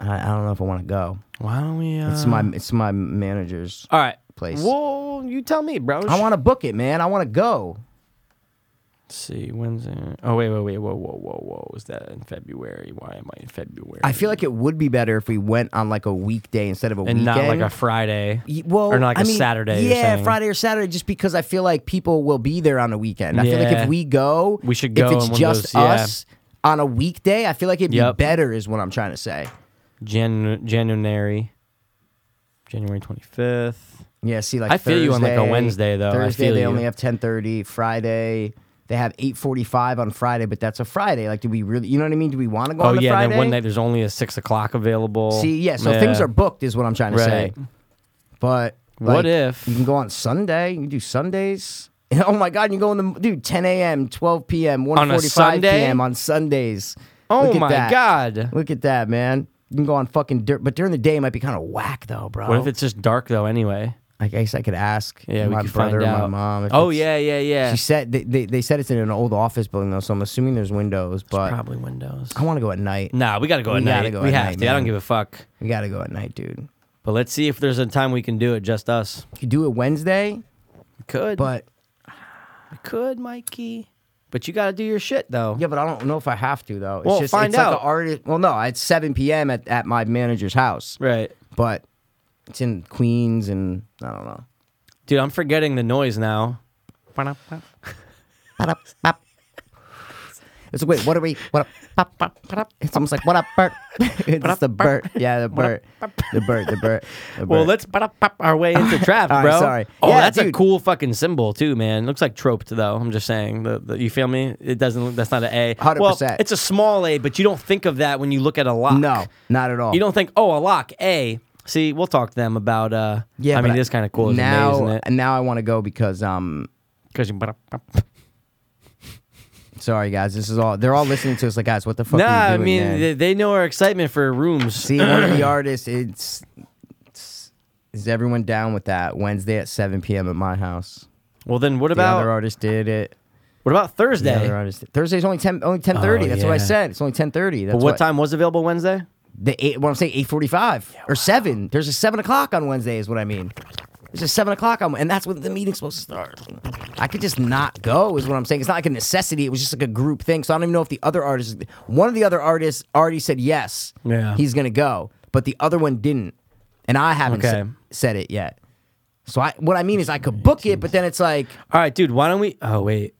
Speaker 2: I, I don't know if I want to go.
Speaker 1: Why don't we? Uh...
Speaker 2: It's my it's my manager's.
Speaker 1: All right.
Speaker 2: place.
Speaker 1: Well, you tell me, bro.
Speaker 2: I want to book it, man. I want to go.
Speaker 1: Let's see Wednesday. Oh wait, wait, wait. Whoa, whoa, whoa, whoa. Is that in February? Why am I in February?
Speaker 2: I feel like it would be better if we went on like a weekday instead of a
Speaker 1: and
Speaker 2: weekend.
Speaker 1: not like a Friday.
Speaker 2: Y- well,
Speaker 1: or not like
Speaker 2: I
Speaker 1: a
Speaker 2: mean,
Speaker 1: Saturday. you're
Speaker 2: Yeah,
Speaker 1: saying.
Speaker 2: Friday or Saturday, just because I feel like people will be there on a weekend. I feel like
Speaker 1: Yeah.
Speaker 2: if we go,
Speaker 1: We should
Speaker 2: If
Speaker 1: go on
Speaker 2: it's
Speaker 1: one of
Speaker 2: just
Speaker 1: those- yeah.
Speaker 2: us on a weekday, I feel like it'd
Speaker 1: Yep.
Speaker 2: be better. Is what I'm trying to say.
Speaker 1: Jan- January. January twenty fifth.
Speaker 2: Yeah, see, like
Speaker 1: I feel you on, like, a
Speaker 2: Thursday-
Speaker 1: Wednesday, though. I
Speaker 2: Thursday
Speaker 1: feel
Speaker 2: they
Speaker 1: you.
Speaker 2: only have ten thirty. Friday they have eight forty five on Friday, but that's a Friday. Like, do we really? You know what I mean? Do we want to go
Speaker 1: Oh
Speaker 2: on the
Speaker 1: yeah,
Speaker 2: Friday?
Speaker 1: and then one night there's only a six o'clock available.
Speaker 2: See, yeah, so things are booked, is what I'm trying to say.
Speaker 1: Right.
Speaker 2: But
Speaker 1: What
Speaker 2: like,
Speaker 1: if-
Speaker 2: you can go on Sunday? You can do Sundays. *laughs* Oh my God, you can go in the dude 10 a.m., 12 p.m., 1:45
Speaker 1: Sunday?
Speaker 2: p.m. on Sundays.
Speaker 1: Oh
Speaker 2: Look at
Speaker 1: my
Speaker 2: that.
Speaker 1: god.
Speaker 2: Look at that, man. You can go on fucking dirt, but during the day it might be kind of whack though, bro.
Speaker 1: What if it's just dark though? Anyway.
Speaker 2: I guess I could ask
Speaker 1: Yeah, we
Speaker 2: my
Speaker 1: could
Speaker 2: brother
Speaker 1: find
Speaker 2: or
Speaker 1: out.
Speaker 2: my mom. if
Speaker 1: oh
Speaker 2: it's-
Speaker 1: yeah, yeah, yeah.
Speaker 2: She said they, they, they said it's in an old office building though, so I'm assuming there's windows. But
Speaker 1: Probably windows.
Speaker 2: I want to go at night.
Speaker 1: Nah, we gotta go at
Speaker 2: uh, We gotta
Speaker 1: night.
Speaker 2: go
Speaker 1: we
Speaker 2: at
Speaker 1: have
Speaker 2: night,
Speaker 1: to. I don't
Speaker 2: man.
Speaker 1: give a fuck.
Speaker 2: We gotta go at night, dude.
Speaker 1: But let's see if there's a time we can do it, just us.
Speaker 2: You could do it Wednesday,
Speaker 1: Could,
Speaker 2: but
Speaker 1: we could, Mikey. But you got to do your shit though.
Speaker 2: yeah, but I don't know if I have to though. It's
Speaker 1: Well,
Speaker 2: just
Speaker 1: find
Speaker 2: it's like
Speaker 1: out.
Speaker 2: an artist. Well, no, it's 7 p.m. at, at my manager's house,
Speaker 1: Right,
Speaker 2: but it's in Queens, and I don't know.
Speaker 1: dude. I'm forgetting the noise now.
Speaker 2: It's wait, what are we? What up? Pop, pop, pop. It's almost like what up, Bert? *laughs* it's the Bert. Yeah, the Bert. The Bert. The Bert. The Bert.
Speaker 1: Well, let's pop our way
Speaker 2: *laughs*
Speaker 1: into trap,
Speaker 2: All right,
Speaker 1: bro.
Speaker 2: sorry.
Speaker 1: Oh,
Speaker 2: Yeah,
Speaker 1: that's a
Speaker 2: dude.
Speaker 1: cool fucking symbol too, man. Looks like troped though. I'm just saying. The, the, you feel me? It doesn't. look That's not an A.
Speaker 2: 100%.
Speaker 1: Well, it's a small A, but you don't think of that when you look at a lock.
Speaker 2: No, not at all.
Speaker 1: You don't think, oh, a lock A. See, we'll talk to them about. Uh, I mean,
Speaker 2: but
Speaker 1: it is kind of cool. It's
Speaker 2: Now,
Speaker 1: amazing, isn't it?
Speaker 2: and now I want to go because um,
Speaker 1: Because you.
Speaker 2: sorry guys, this is all. They're all listening to us like, guys, what the fuck?
Speaker 1: Nah,
Speaker 2: are you
Speaker 1: I
Speaker 2: doing,
Speaker 1: mean
Speaker 2: man?
Speaker 1: they, they know our excitement for rooms.
Speaker 2: See, one of the artists, it's, it's- Is everyone down with that? Wednesday at 7 p.m. at my house.
Speaker 1: well, then what
Speaker 2: The other
Speaker 1: about
Speaker 2: artist did it.
Speaker 1: what about
Speaker 2: The
Speaker 1: Thursday?
Speaker 2: other artist. Thursday's only 10, only 10:30.
Speaker 1: Oh,
Speaker 2: That's what I
Speaker 1: yeah.
Speaker 2: said. It's only 10:30. That's
Speaker 1: But what, time was available Wednesday?
Speaker 2: The eight. What I'm saying, 8:45 or seven. There's a seven o'clock on Wednesday. Is what I mean. There's a seven o'clock on, and that's when the meeting's supposed to start. I could just not go. Is what I'm saying. It's not like a necessity. It was just like a group thing. So I don't even know if the other artist, one of the other artists, already said yes.
Speaker 1: Yeah.
Speaker 2: He's gonna go, but the other one didn't, and I haven't
Speaker 1: Okay.
Speaker 2: sa- said it yet. So I, what I mean is, I could book it, but then it's like,
Speaker 1: All right, dude. Why don't we? Oh wait,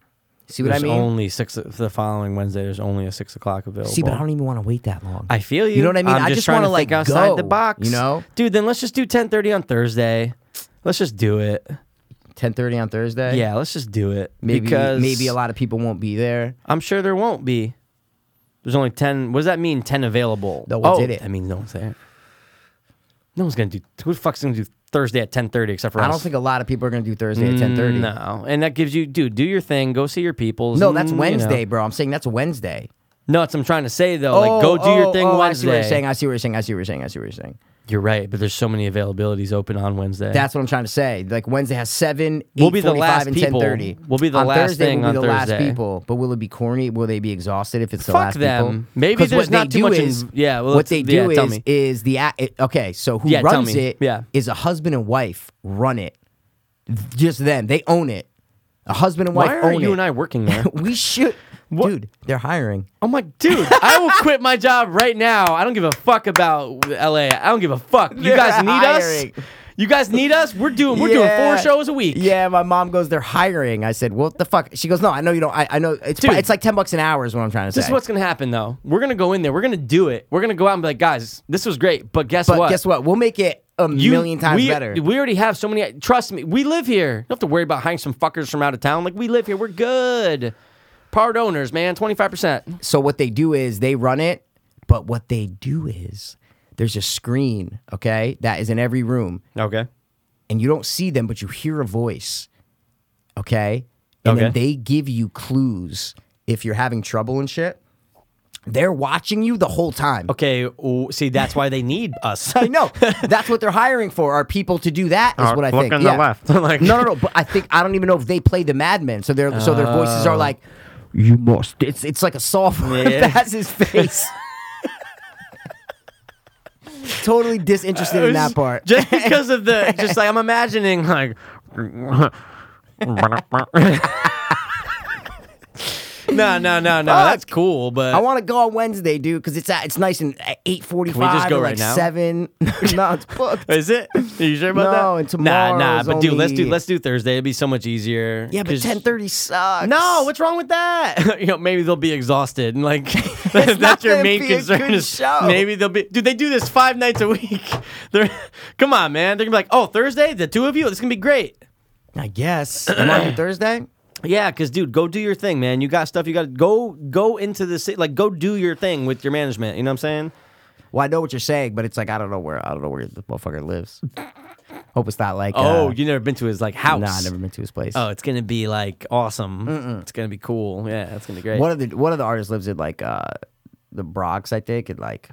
Speaker 2: see what
Speaker 1: there's
Speaker 2: I mean?
Speaker 1: only six. The following Wednesday, there's only a six o'clock available.
Speaker 2: see, but I don't even want to wait that long.
Speaker 1: I feel you.
Speaker 2: You know what I mean?
Speaker 1: I'm
Speaker 2: I
Speaker 1: just,
Speaker 2: just
Speaker 1: trying
Speaker 2: wanna,
Speaker 1: to think
Speaker 2: like,
Speaker 1: outside
Speaker 2: go,
Speaker 1: the box.
Speaker 2: you know?
Speaker 1: dude. Then let's just do 10:30 on Thursday. Let's just do it.
Speaker 2: 10:30 on Thursday.
Speaker 1: Yeah, let's just do it.
Speaker 2: Maybe
Speaker 1: because
Speaker 2: maybe a lot of people won't be there.
Speaker 1: I'm sure there won't be. There's only ten. What does that mean? Ten available.
Speaker 2: No, what
Speaker 1: oh,
Speaker 2: did it?
Speaker 1: That means no one's there. No one's gonna do. Who the fuck's gonna do Thursday at ten thirty? Except for
Speaker 2: I
Speaker 1: us?
Speaker 2: don't think a lot of people are going to do Thursday at ten thirty.
Speaker 1: Mm, No, and that gives you, dude, do your thing. Go see your peoples.
Speaker 2: No, that's
Speaker 1: mm, you
Speaker 2: Wednesday,
Speaker 1: know.
Speaker 2: bro. I'm saying that's Wednesday.
Speaker 1: No, that's what I'm trying to say though. like, go do your thing
Speaker 2: oh, I
Speaker 1: Wednesday.
Speaker 2: see what you're saying. I see what you're saying. I see what you're saying. I see what you're saying.
Speaker 1: You're right, but there's so many availabilities open on Wednesday.
Speaker 2: That's what I'm trying to say. Like Wednesday has seven,
Speaker 1: We'll be the
Speaker 2: 8:45,
Speaker 1: last
Speaker 2: and
Speaker 1: people.
Speaker 2: 10:30.
Speaker 1: We'll be the
Speaker 2: on
Speaker 1: last
Speaker 2: Thursday,
Speaker 1: thing
Speaker 2: We'll
Speaker 1: on
Speaker 2: be the last
Speaker 1: Thursday.
Speaker 2: people, but will it be corny? Will they be exhausted if it's the
Speaker 1: Fuck
Speaker 2: last
Speaker 1: them.
Speaker 2: people?
Speaker 1: Maybe
Speaker 2: 'Cause
Speaker 1: there's
Speaker 2: what they
Speaker 1: not too
Speaker 2: do
Speaker 1: much
Speaker 2: Is,
Speaker 1: in- yeah, well,
Speaker 2: what
Speaker 1: let's-
Speaker 2: they
Speaker 1: yeah,
Speaker 2: do
Speaker 1: tell
Speaker 2: is
Speaker 1: me.
Speaker 2: is the a- it, okay. So who
Speaker 1: Yeah, tell
Speaker 2: runs
Speaker 1: me.
Speaker 2: it?
Speaker 1: Yeah.
Speaker 2: is a husband and wife run it. Just them. They own it. A husband and wife
Speaker 1: Why are
Speaker 2: own
Speaker 1: you
Speaker 2: it.
Speaker 1: and I working there?
Speaker 2: *laughs*
Speaker 1: Oh,
Speaker 2: we should, dude. They're hiring.
Speaker 1: *laughs* I'm like, dude, I *laughs* will quit my job right now. I don't give a fuck about LA. I don't give a fuck. You
Speaker 2: They're
Speaker 1: guys need
Speaker 2: hiring.
Speaker 1: us. You guys need us. We're doing. We're doing
Speaker 2: Yeah.
Speaker 1: four shows a week.
Speaker 2: Yeah, my mom goes, they're hiring. I said, what the fuck? She goes, no, I know you don't. I, I know it's
Speaker 1: Dude.
Speaker 2: it's like ten bucks an hour is what I'm trying to
Speaker 1: This
Speaker 2: say.
Speaker 1: is what's gonna happen though. We're gonna go in there. We're gonna do it. We're gonna go out and be like, guys, this was great, but guess
Speaker 2: but
Speaker 1: what?
Speaker 2: guess what? We'll make it a
Speaker 1: You-
Speaker 2: million times
Speaker 1: we,
Speaker 2: better.
Speaker 1: We already have so many. Trust me, we live here. You don't have to worry about hiring some fuckers from out of town. Like we live here. We're good. Part owners, man, twenty five percent.
Speaker 2: so what they do is they run it, but what they do is there's a screen, okay, that is in every room,
Speaker 1: Okay.
Speaker 2: and you don't see them, but you hear a voice, okay, and then
Speaker 1: Okay.
Speaker 2: they give you clues if you're having trouble and shit. They're watching you the whole time.
Speaker 1: Okay. ooh, see, that's why they need us.
Speaker 2: *laughs* I know. That's what they're hiring for. Are people to do that? Is
Speaker 4: Uh,
Speaker 2: what I
Speaker 4: look
Speaker 2: think.
Speaker 4: on the
Speaker 2: yeah.
Speaker 1: *laughs*
Speaker 4: left.
Speaker 2: like, no, no, no. But I think I don't even know if they play the madmen. So their so their voices are like, you must. It's it's like a software.
Speaker 1: Oh.
Speaker 2: *laughs*
Speaker 1: Yeah.
Speaker 2: That's his
Speaker 1: *laughs*
Speaker 2: face. totally disinterested in that
Speaker 1: *laughs*
Speaker 2: part.
Speaker 1: just because of the just like I'm imagining like *laughs* no no no no that's
Speaker 2: Fuck.
Speaker 1: cool but
Speaker 2: I want to go on Wednesday, dude, because it's at, it's nice and at eight forty five.
Speaker 1: go
Speaker 2: like
Speaker 1: right now?
Speaker 2: Seven. *laughs* no,
Speaker 1: *laughs*
Speaker 2: it's booked.
Speaker 1: is it Are you sure about
Speaker 2: No,
Speaker 1: that
Speaker 2: and
Speaker 1: nah nah
Speaker 2: tomorrow's
Speaker 1: but dude let's do
Speaker 2: only-
Speaker 1: let's do Thursday it'd be so much easier
Speaker 2: Yeah, but
Speaker 1: 'cause-
Speaker 2: ten thirty sucks.
Speaker 1: no what's wrong with that *laughs* you know maybe they'll be exhausted and like *laughs*
Speaker 2: not
Speaker 1: that's your
Speaker 2: gonna
Speaker 1: main
Speaker 2: be a
Speaker 1: concern
Speaker 2: good
Speaker 1: is
Speaker 2: show.
Speaker 1: maybe they'll be dude they do this five nights a week *laughs* they're come on man they're gonna be like oh Thursday the two of you it's gonna be great *clears throat*
Speaker 2: I guess. Am I on Thursday?
Speaker 1: Yeah, because dude, go do your thing, man. You got stuff. You got to go go into the city. Like, go do your thing with your management. You know what I'm saying?
Speaker 2: Well, I know what you're saying, but it's like I don't know where I don't know where the motherfucker lives. Hope it's not like
Speaker 1: Oh,
Speaker 2: uh,
Speaker 1: you never been to his like house?
Speaker 2: Nah, I never been to his place.
Speaker 1: Oh, it's gonna be like awesome. It's gonna be cool. Yeah, it's gonna be great.
Speaker 2: one of the one of the artists lives in like uh the Bronx, I think, and like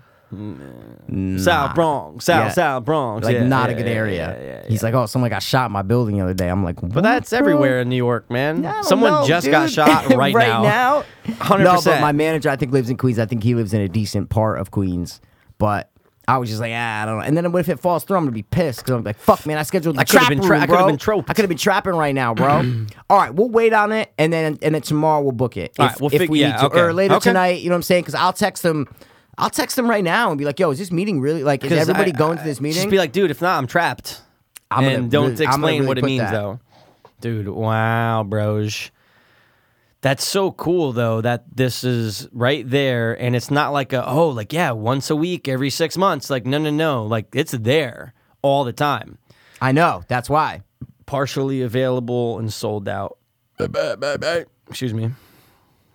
Speaker 1: South Bronx, South
Speaker 2: Yeah.
Speaker 1: South Bronx,
Speaker 2: like
Speaker 1: yeah,
Speaker 2: not a
Speaker 1: yeah,
Speaker 2: good
Speaker 1: yeah,
Speaker 2: area.
Speaker 1: yeah, yeah, yeah.
Speaker 2: He's like, oh, someone got shot in my building the other day. I'm like,
Speaker 1: But that's everywhere in New York, man. Someone just got *laughs*
Speaker 2: *laughs*
Speaker 1: shot right,
Speaker 2: now,
Speaker 1: 100%.
Speaker 2: No, but my manager, I think, lives in Queens. I think he lives in a decent part of Queens, but I was just like, ah, I don't know. And then what if it falls through? I'm gonna be pissed because I'm like, fuck, man, I scheduled the
Speaker 1: I could've
Speaker 2: trap
Speaker 1: been
Speaker 2: room,
Speaker 1: tra- I could've
Speaker 2: bro.
Speaker 1: been troped.
Speaker 2: I could have been trapping right
Speaker 1: *clears throat*
Speaker 2: now, bro. All right, we'll wait on it, and then and then tomorrow we'll book it.
Speaker 1: All
Speaker 2: if
Speaker 1: right, we'll
Speaker 2: if
Speaker 1: fig-
Speaker 2: we
Speaker 1: yeah,
Speaker 2: need to,
Speaker 1: okay.
Speaker 2: or later
Speaker 1: Okay.
Speaker 2: tonight. You know what I'm saying? Because I'll text them. I'll text them right now and be like, yo, is this meeting really like? Is
Speaker 1: 'Cause
Speaker 2: everybody
Speaker 1: I-
Speaker 2: going
Speaker 1: I-
Speaker 2: to this meeting?
Speaker 1: Just be like, dude, if not, I'm trapped.
Speaker 2: I'm gonna
Speaker 1: and don't
Speaker 2: really- I'm gonna
Speaker 1: explain
Speaker 2: really
Speaker 1: what it
Speaker 2: put
Speaker 1: means
Speaker 2: that.
Speaker 1: though. Dude, wow, bros. That's so cool though that this is right there and it's not like a oh like yeah, once a week, every 6 months. Like no, no, no. Like it's there all the time.
Speaker 2: I know. That's why.
Speaker 1: Partially available and sold out. Excuse me.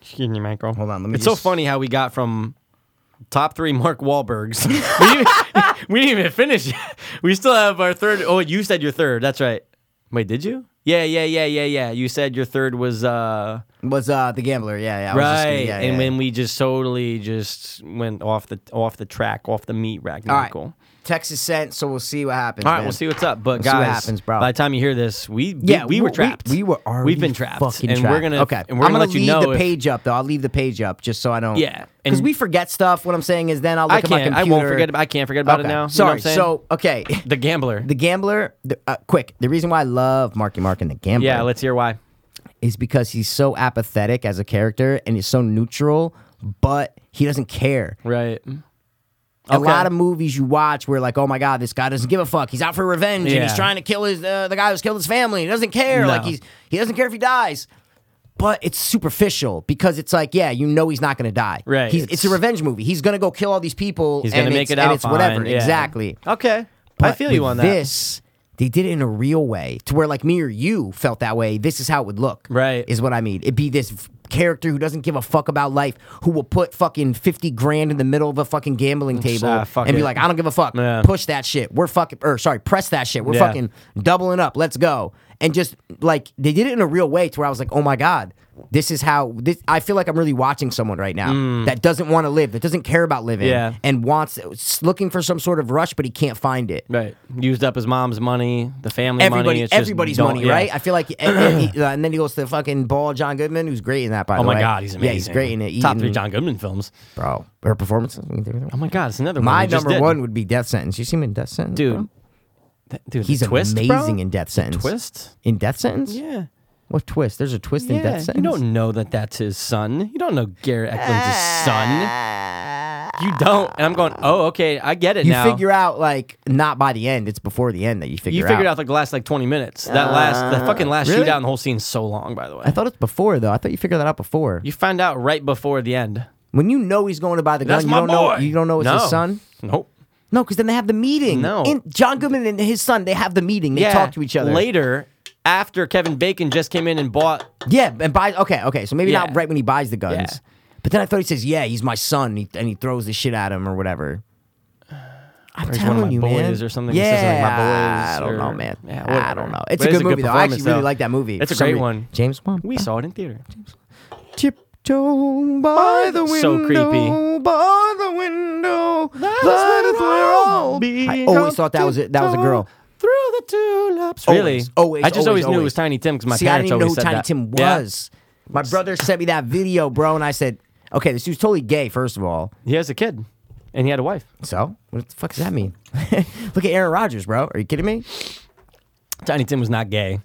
Speaker 1: Excuse me, Michael.
Speaker 2: Hold on, let me
Speaker 1: It's
Speaker 2: just-
Speaker 1: so funny how we got from top three Mark Wahlbergs. *laughs* we, didn't even, *laughs* we didn't even finish. yet. We still have our third. Oh, you said your third. That's right. Wait, did you? Yeah, yeah, yeah, yeah, yeah. You said your third was uh
Speaker 2: Was uh the gambler? Yeah, yeah. I was
Speaker 1: right,
Speaker 2: just gonna- yeah,
Speaker 1: and
Speaker 2: yeah,
Speaker 1: when we just totally just went off the off the track, off the meat rack.
Speaker 2: yeah. all right,
Speaker 1: Michael.
Speaker 2: Texas sent. So we'll see what happens.
Speaker 1: All right,
Speaker 2: man.
Speaker 1: we'll see what's up. But
Speaker 2: We'll see
Speaker 1: guys,
Speaker 2: what happens, bro.
Speaker 1: by the time you hear this, we we,
Speaker 2: Yeah,
Speaker 1: we, were
Speaker 2: we-
Speaker 1: trapped.
Speaker 2: We, were already.
Speaker 1: We've been trapped,
Speaker 2: Fucking
Speaker 1: and
Speaker 2: trapped.
Speaker 1: we're gonna
Speaker 2: Okay.
Speaker 1: And we're
Speaker 2: I'm
Speaker 1: gonna, let you
Speaker 2: leave
Speaker 1: know
Speaker 2: the
Speaker 1: if-
Speaker 2: page up though. I'll leave the page up just so I don't.
Speaker 1: Yeah,
Speaker 2: Because
Speaker 1: and-
Speaker 2: we forget stuff. What I'm saying is, then I'll look
Speaker 1: I
Speaker 2: at my
Speaker 1: can't. I
Speaker 2: computer.
Speaker 1: won't forget. I can't forget about
Speaker 2: Okay.
Speaker 1: it now.
Speaker 2: Sorry.
Speaker 1: You know what I'm saying?
Speaker 2: so okay, *laughs*
Speaker 1: the gambler.
Speaker 2: the gambler. The, uh, quick. The reason why I love Marky Mark and the gambler.
Speaker 1: yeah, let's hear why.
Speaker 2: is because he's so apathetic as a character and he's so neutral, but he doesn't care.
Speaker 1: Right.
Speaker 2: A lot of movies you watch where like, oh my god, this guy doesn't give a fuck. He's out for revenge and he's
Speaker 1: Yeah.
Speaker 2: trying to kill his uh, the guy who's killed his family. He doesn't care. Like
Speaker 1: No.
Speaker 2: he's he doesn't care if he dies. But it's superficial because it's like, yeah, you know he's not going to die.
Speaker 1: Right,
Speaker 2: He's, it's,
Speaker 1: it's-
Speaker 2: a revenge movie. He's going to go kill all these people.
Speaker 1: He's
Speaker 2: going
Speaker 1: gonna
Speaker 2: to
Speaker 1: make it out.
Speaker 2: And it's whatever.
Speaker 1: fine, yeah.
Speaker 2: Exactly.
Speaker 1: Okay. I
Speaker 2: But
Speaker 1: feel you
Speaker 2: with
Speaker 1: on that.
Speaker 2: This they did it in a real way to where like me or you felt that way. This is how it would look.
Speaker 1: Right.
Speaker 2: Is what I mean. It'd be this f- character who doesn't give a fuck about life, who will put fucking fifty grand in the middle of a fucking gambling table
Speaker 1: ah, fuck
Speaker 2: and be
Speaker 1: it.
Speaker 2: like, I don't give a fuck.
Speaker 1: Yeah.
Speaker 2: Push that shit. We're fucking or sorry, press that shit. We're
Speaker 1: Yeah.
Speaker 2: fucking doubling up. Let's go. And just like they did it in a real way to where I was like, oh my God. This is how this, I feel like I'm really watching someone right now that doesn't want to live, that doesn't care about living,
Speaker 1: Mm. Yeah.
Speaker 2: and wants looking for some sort of rush, but he can't find it
Speaker 1: Right. Used up his mom's money, the family money.
Speaker 2: everybody,
Speaker 1: It's just
Speaker 2: everybody's
Speaker 1: don't-
Speaker 2: money,
Speaker 1: yeah.
Speaker 2: right? I feel like, and, and
Speaker 1: *clears throat*
Speaker 2: he- uh, and then he goes to fucking ball John Goodman, who's great in that. By
Speaker 1: Oh
Speaker 2: the way,
Speaker 1: my God, he's amazing.
Speaker 2: Yeah, he's great in it.
Speaker 1: Top
Speaker 2: Eating-
Speaker 1: three John Goodman films.
Speaker 2: bro. Her performance.
Speaker 1: Oh my God, it's another one.
Speaker 2: My
Speaker 1: we just
Speaker 2: number
Speaker 1: did.
Speaker 2: one would be Death Sentence. You see him in Death Sentence, bro?
Speaker 1: dude. That- dude,
Speaker 2: He's
Speaker 1: the twist,
Speaker 2: amazing
Speaker 1: bro?
Speaker 2: in Death Sentence.
Speaker 1: twist.
Speaker 2: in Death Sentence.
Speaker 1: Yeah.
Speaker 2: What twist? There's a twist in
Speaker 1: Yeah,
Speaker 2: Death
Speaker 1: you
Speaker 2: Sentence.
Speaker 1: don't know that that's his son. You don't know Garrett Eklund's his son. You don't. And I'm going, oh, okay, I get it
Speaker 2: You
Speaker 1: now.
Speaker 2: figure out like not by the end. It's before the end that you figure.
Speaker 1: you figured out like the last like 20 minutes. That last, the fucking last
Speaker 2: Uh, really?
Speaker 1: shootout in the whole scene's so long, by the way.
Speaker 2: I thought it's before though. I thought you figured that out before.
Speaker 1: You find out right before the end.
Speaker 2: when you know he's going to buy the gun,
Speaker 1: That's
Speaker 2: you
Speaker 1: my
Speaker 2: don't
Speaker 1: boy.
Speaker 2: know. You don't know it's his
Speaker 1: No.
Speaker 2: son.
Speaker 1: Nope.
Speaker 2: No, because then they have the meeting.
Speaker 1: No.
Speaker 2: In, John Goodman and his son, they have the meeting. They talk to each other.
Speaker 1: later. After Kevin Bacon just came in and bought,
Speaker 2: Yeah, and buys. Okay, okay. So maybe not
Speaker 1: Yeah.
Speaker 2: right when he buys the guns.
Speaker 1: Yeah.
Speaker 2: But then I thought he says, "Yeah, he's my son," and he, and he throws the shit at him or whatever. I'm
Speaker 1: he's
Speaker 2: telling
Speaker 1: one of my
Speaker 2: you, man.
Speaker 1: boys or something. He
Speaker 2: Yeah,
Speaker 1: says, like, my boys
Speaker 2: I don't know,
Speaker 1: or-
Speaker 2: man.
Speaker 1: Yeah,
Speaker 2: I
Speaker 1: whatever.
Speaker 2: don't know. It's
Speaker 1: But
Speaker 2: a
Speaker 1: it is
Speaker 2: good movie though. I actually
Speaker 1: performance,
Speaker 2: really
Speaker 1: though.
Speaker 2: like that movie.
Speaker 1: It's
Speaker 2: for
Speaker 1: a
Speaker 2: some
Speaker 1: great
Speaker 2: reason.
Speaker 1: one.
Speaker 2: James Wan.
Speaker 1: We saw it in theater.
Speaker 2: Tiptoe by the window.
Speaker 1: So creepy.
Speaker 2: By the window.
Speaker 1: That's
Speaker 2: that
Speaker 1: where
Speaker 2: is where
Speaker 1: I'll
Speaker 2: I'll
Speaker 1: be.
Speaker 2: I always thought that was a, that was a girl.
Speaker 1: Through the tulips. Really?
Speaker 2: Always, always,
Speaker 1: I just
Speaker 2: always,
Speaker 1: always, knew
Speaker 2: always.
Speaker 1: it was Tiny Tim because my
Speaker 2: See, I
Speaker 1: parents
Speaker 2: didn't even know
Speaker 1: always
Speaker 2: who
Speaker 1: said
Speaker 2: Tiny
Speaker 1: that.
Speaker 2: Tim
Speaker 1: Yeah.
Speaker 2: was. My brother sent me that video, bro, and I said, "Okay, this dude's totally gay." First of all,
Speaker 1: He has a kid, and he had a wife.
Speaker 2: so what the fuck does that mean? *laughs* Look at Aaron Rodgers, bro. Are you kidding me?
Speaker 1: Tiny Tim was not gay.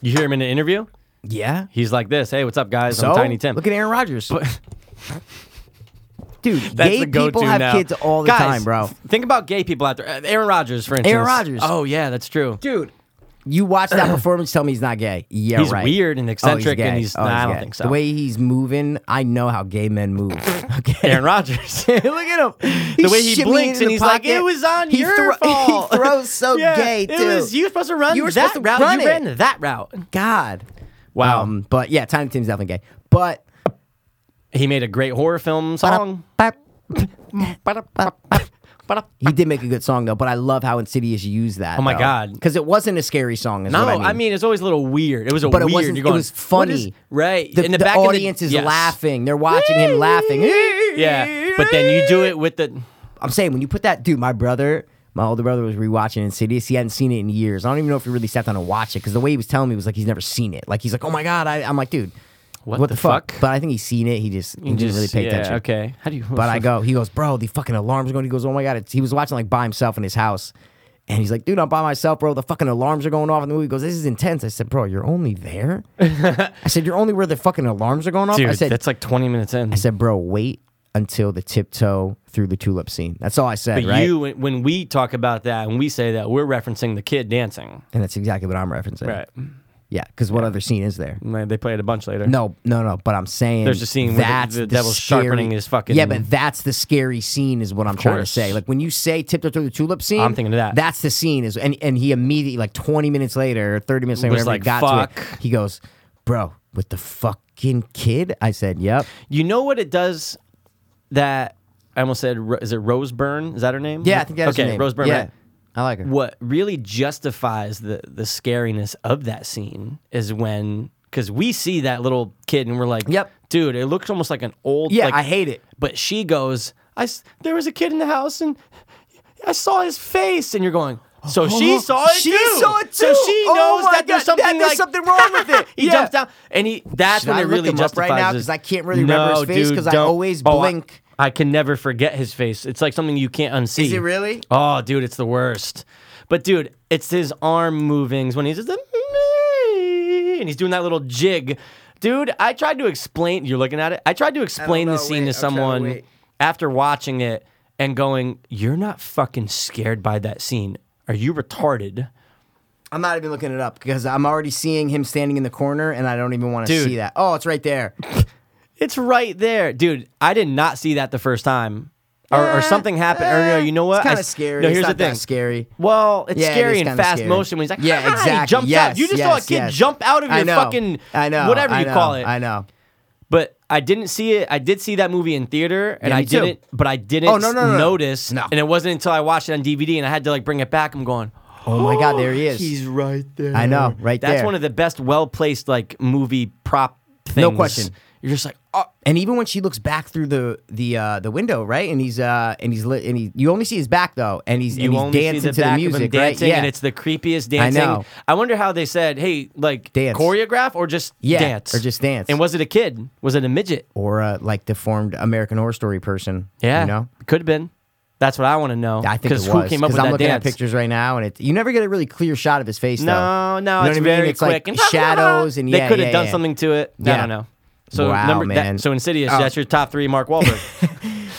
Speaker 1: You hear him in an interview?
Speaker 2: Yeah.
Speaker 1: He's like this. Hey, what's up, guys?
Speaker 2: So
Speaker 1: I'm Tiny Tim.
Speaker 2: Look at Aaron Rodgers, dude.
Speaker 1: That's
Speaker 2: gay
Speaker 1: the go-to
Speaker 2: people have
Speaker 1: now.
Speaker 2: kids all the
Speaker 1: Guys,
Speaker 2: time, bro.
Speaker 1: Think about gay people out there. Uh, Aaron Rodgers, for instance.
Speaker 2: Rodgers.
Speaker 1: Oh yeah, that's true.
Speaker 2: Dude, you watch that performance, tell me he's not gay. Yeah,
Speaker 1: He's
Speaker 2: right.
Speaker 1: weird and eccentric,
Speaker 2: gay.
Speaker 1: and he's.
Speaker 2: Oh,
Speaker 1: nah, I don't
Speaker 2: gay.
Speaker 1: think so.
Speaker 2: The way he's moving, I know how gay men move. Okay.
Speaker 1: Aaron Rodgers.
Speaker 2: *laughs* Look at him.
Speaker 1: the way he blinks and he's like, "It was on
Speaker 2: he
Speaker 1: your
Speaker 2: throw-
Speaker 1: fault."
Speaker 2: He throws so *laughs*
Speaker 1: Yeah,
Speaker 2: gay
Speaker 1: it
Speaker 2: too.
Speaker 1: was- you were supposed to run.
Speaker 2: You were
Speaker 1: that
Speaker 2: supposed to
Speaker 1: route.
Speaker 2: run
Speaker 1: you
Speaker 2: it.
Speaker 1: ran that route.
Speaker 2: God.
Speaker 1: Wow.
Speaker 2: Um, but yeah, Tiny Tim's definitely gay. But
Speaker 1: He made a great horror film song.
Speaker 2: he did make a good song though. But I love how Insidious used that.
Speaker 1: Oh, my God.
Speaker 2: Because it wasn't a scary song. Is
Speaker 1: No,
Speaker 2: what I
Speaker 1: I
Speaker 2: mean.
Speaker 1: mean. it's always a little weird. It was a
Speaker 2: But it
Speaker 1: weird.
Speaker 2: wasn't-
Speaker 1: you're going,
Speaker 2: it was
Speaker 1: "What is-"
Speaker 2: funny.
Speaker 1: right?
Speaker 2: the,
Speaker 1: in the,
Speaker 2: the
Speaker 1: back
Speaker 2: audience
Speaker 1: of
Speaker 2: is
Speaker 1: the, yes.
Speaker 2: laughing. They're watching him *laughs* laughing.
Speaker 1: *laughs* Yeah, but then you do it with the.
Speaker 2: I'm saying when you put that, dude, my brother, my older brother was rewatching Insidious. He hadn't seen it in years. I don't even know if he really sat down and watched it because the way he was telling me was like he's never seen it. Like he's like, oh my god, I, I'm like, dude,
Speaker 1: What,
Speaker 2: What the, fuck? But I think he's seen it. He just he
Speaker 1: You
Speaker 2: didn't really pay
Speaker 1: yeah,
Speaker 2: attention.
Speaker 1: Okay. How do you?
Speaker 2: But I go, he goes, bro, the fucking alarms are going. He goes, oh my god, it's, he was watching like by himself in his house, and he's like, dude, I'm by myself, bro. The fucking alarms are going off in the movie. He goes, this is intense. I said, bro, you're
Speaker 1: *laughs*
Speaker 2: only there. I said, you're only where the fucking alarms are going off.
Speaker 1: Dude,
Speaker 2: I said,
Speaker 1: that's like 20 minutes in.
Speaker 2: I said, bro, wait until the tiptoe through the tulip scene. That's all I said,
Speaker 1: but
Speaker 2: right?
Speaker 1: you, when- when we talk about that, when we say that, we're referencing the kid dancing.
Speaker 2: and that's exactly what I'm referencing.
Speaker 1: Right.
Speaker 2: Yeah, because what other scene is there?
Speaker 1: They play it a bunch later.
Speaker 2: No, no, no. But I'm saying
Speaker 1: There's a scene where the- the devil's sharpening his fucking-
Speaker 2: Yeah, but that's the scary scene, is what I'm trying to
Speaker 1: course.
Speaker 2: say. Like when you say tiptoe through the tulip scene,
Speaker 1: I'm thinking of that.
Speaker 2: That's the scene is, and and he immediately like 20 minutes later, or 30 minutes later,
Speaker 1: Was
Speaker 2: whenever he
Speaker 1: like,
Speaker 2: got to
Speaker 1: "Fuck."
Speaker 2: it, he goes, "Bro, with the fucking kid." I said, "Yep."
Speaker 1: You know what it does that I almost said, Ro- is it Rose Byrne? Is that her name?
Speaker 2: Yeah, I think that's
Speaker 1: okay,
Speaker 2: her name.
Speaker 1: Rose Byrne.
Speaker 2: Yeah,
Speaker 1: right?
Speaker 2: I like her.
Speaker 1: What really justifies the, the scariness of that scene is when, because we see that little kid and we're like,
Speaker 2: Yep.
Speaker 1: dude, it looks almost like an old.
Speaker 2: yeah,
Speaker 1: like-
Speaker 2: I hate it.
Speaker 1: But she goes, I, s- there was a kid in the house and I saw his face. And you're going, so she saw it
Speaker 2: Oh, she
Speaker 1: too.
Speaker 2: saw it
Speaker 1: So
Speaker 2: too.
Speaker 1: she
Speaker 2: Oh
Speaker 1: knows
Speaker 2: my
Speaker 1: that there's
Speaker 2: God, that
Speaker 1: something,
Speaker 2: there's
Speaker 1: like-
Speaker 2: something wrong
Speaker 1: *laughs*
Speaker 2: with it.
Speaker 1: he
Speaker 2: Yeah.
Speaker 1: jumps down and he, that's
Speaker 2: Should
Speaker 1: when
Speaker 2: I
Speaker 1: it
Speaker 2: look
Speaker 1: really
Speaker 2: him up
Speaker 1: justifies
Speaker 2: right now?
Speaker 1: it.
Speaker 2: 'Cause I can't really remember his face
Speaker 1: dude,
Speaker 2: 'cause I
Speaker 1: don't.
Speaker 2: always
Speaker 1: Oh, I-
Speaker 2: blink.
Speaker 1: I, can never forget his face. It's like something you can't unsee.
Speaker 2: Is it really?
Speaker 1: Oh, dude, it's the worst. But dude, it's his arm movings when he's just like, "Me," and he's doing that little jig. Dude, I tried to explain. You're looking at it. I tried to explain
Speaker 2: know,
Speaker 1: the scene
Speaker 2: wait,
Speaker 1: to
Speaker 2: I'm trying to
Speaker 1: someone
Speaker 2: wait.
Speaker 1: after watching it and going, "You're not fucking scared by that scene. Are you retarded?"
Speaker 2: I'm not even looking it up because I'm already seeing him standing in the corner, and I don't even want to
Speaker 1: Dude.
Speaker 2: see that. Oh, it's right there.
Speaker 1: It's right there, dude. I did not see that the first time, or, or
Speaker 2: Eh,
Speaker 1: something happened. or no,
Speaker 2: eh,
Speaker 1: you know what?
Speaker 2: It's kind
Speaker 1: I
Speaker 2: of
Speaker 1: s-
Speaker 2: scary.
Speaker 1: No,
Speaker 2: It's
Speaker 1: here's
Speaker 2: not
Speaker 1: the
Speaker 2: that
Speaker 1: thing.
Speaker 2: scary.
Speaker 1: Well, it's
Speaker 2: Yeah, it
Speaker 1: scary
Speaker 2: is
Speaker 1: in
Speaker 2: kinda
Speaker 1: fast
Speaker 2: scary.
Speaker 1: motion when he's like,
Speaker 2: Yeah,
Speaker 1: "Hi," he
Speaker 2: exactly.
Speaker 1: jumps out.
Speaker 2: Yes,
Speaker 1: You just saw a
Speaker 2: yes,
Speaker 1: kid
Speaker 2: yes.
Speaker 1: jump out of
Speaker 2: I
Speaker 1: your
Speaker 2: know.
Speaker 1: fucking
Speaker 2: I know,
Speaker 1: whatever
Speaker 2: I
Speaker 1: you
Speaker 2: know,
Speaker 1: call it.
Speaker 2: I know.
Speaker 1: But I didn't see it. I did see that movie in theater, and
Speaker 2: Yeah,
Speaker 1: I
Speaker 2: me too.
Speaker 1: didn't. But I didn't
Speaker 2: Oh, no, no, no, no.
Speaker 1: notice.
Speaker 2: No.
Speaker 1: And it wasn't until I watched it on DVD, and I had to like bring it back. I'm going.
Speaker 2: Oh my God, there he is.
Speaker 1: right there.
Speaker 2: I know, right
Speaker 1: That's
Speaker 2: there.
Speaker 1: one of the best, well placed like movie prop things.
Speaker 2: question.
Speaker 1: You're just like, oh,
Speaker 2: and even when she looks back through the the uh, the window, right? And he's uh and he's lit and he you only see his back though, and he's
Speaker 1: you
Speaker 2: and he's
Speaker 1: only
Speaker 2: dancing
Speaker 1: see the
Speaker 2: to
Speaker 1: back
Speaker 2: the music,
Speaker 1: of him dancing,
Speaker 2: right? Yeah,
Speaker 1: and it's the creepiest dancing.
Speaker 2: know.
Speaker 1: I wonder how they said, "Hey, like
Speaker 2: Dance.
Speaker 1: choreograph or just
Speaker 2: Yeah,
Speaker 1: dance
Speaker 2: or just dance.
Speaker 1: And was it a kid? Was it a midget?
Speaker 2: or uh, like deformed American Horror Story person.
Speaker 1: Yeah,
Speaker 2: you know.
Speaker 1: could have been. That's what I want to know.
Speaker 2: I think it was
Speaker 1: who came up
Speaker 2: because
Speaker 1: with
Speaker 2: I'm
Speaker 1: that
Speaker 2: looking
Speaker 1: dance?
Speaker 2: at pictures right now, and it you never get a really clear shot of his face.
Speaker 1: No,
Speaker 2: though.
Speaker 1: no,
Speaker 2: You know
Speaker 1: it's
Speaker 2: what I mean?
Speaker 1: very
Speaker 2: it's
Speaker 1: quick.
Speaker 2: Like shadows and
Speaker 1: they
Speaker 2: yeah,
Speaker 1: could have
Speaker 2: yeah,
Speaker 1: done
Speaker 2: yeah.
Speaker 1: something to it. I
Speaker 2: Yeah.
Speaker 1: don't know. So
Speaker 2: Wow,
Speaker 1: number
Speaker 2: man.
Speaker 1: That, so Insidious,
Speaker 2: Oh.
Speaker 1: that's your top three. Mark
Speaker 2: *laughs*
Speaker 1: Wahlberg.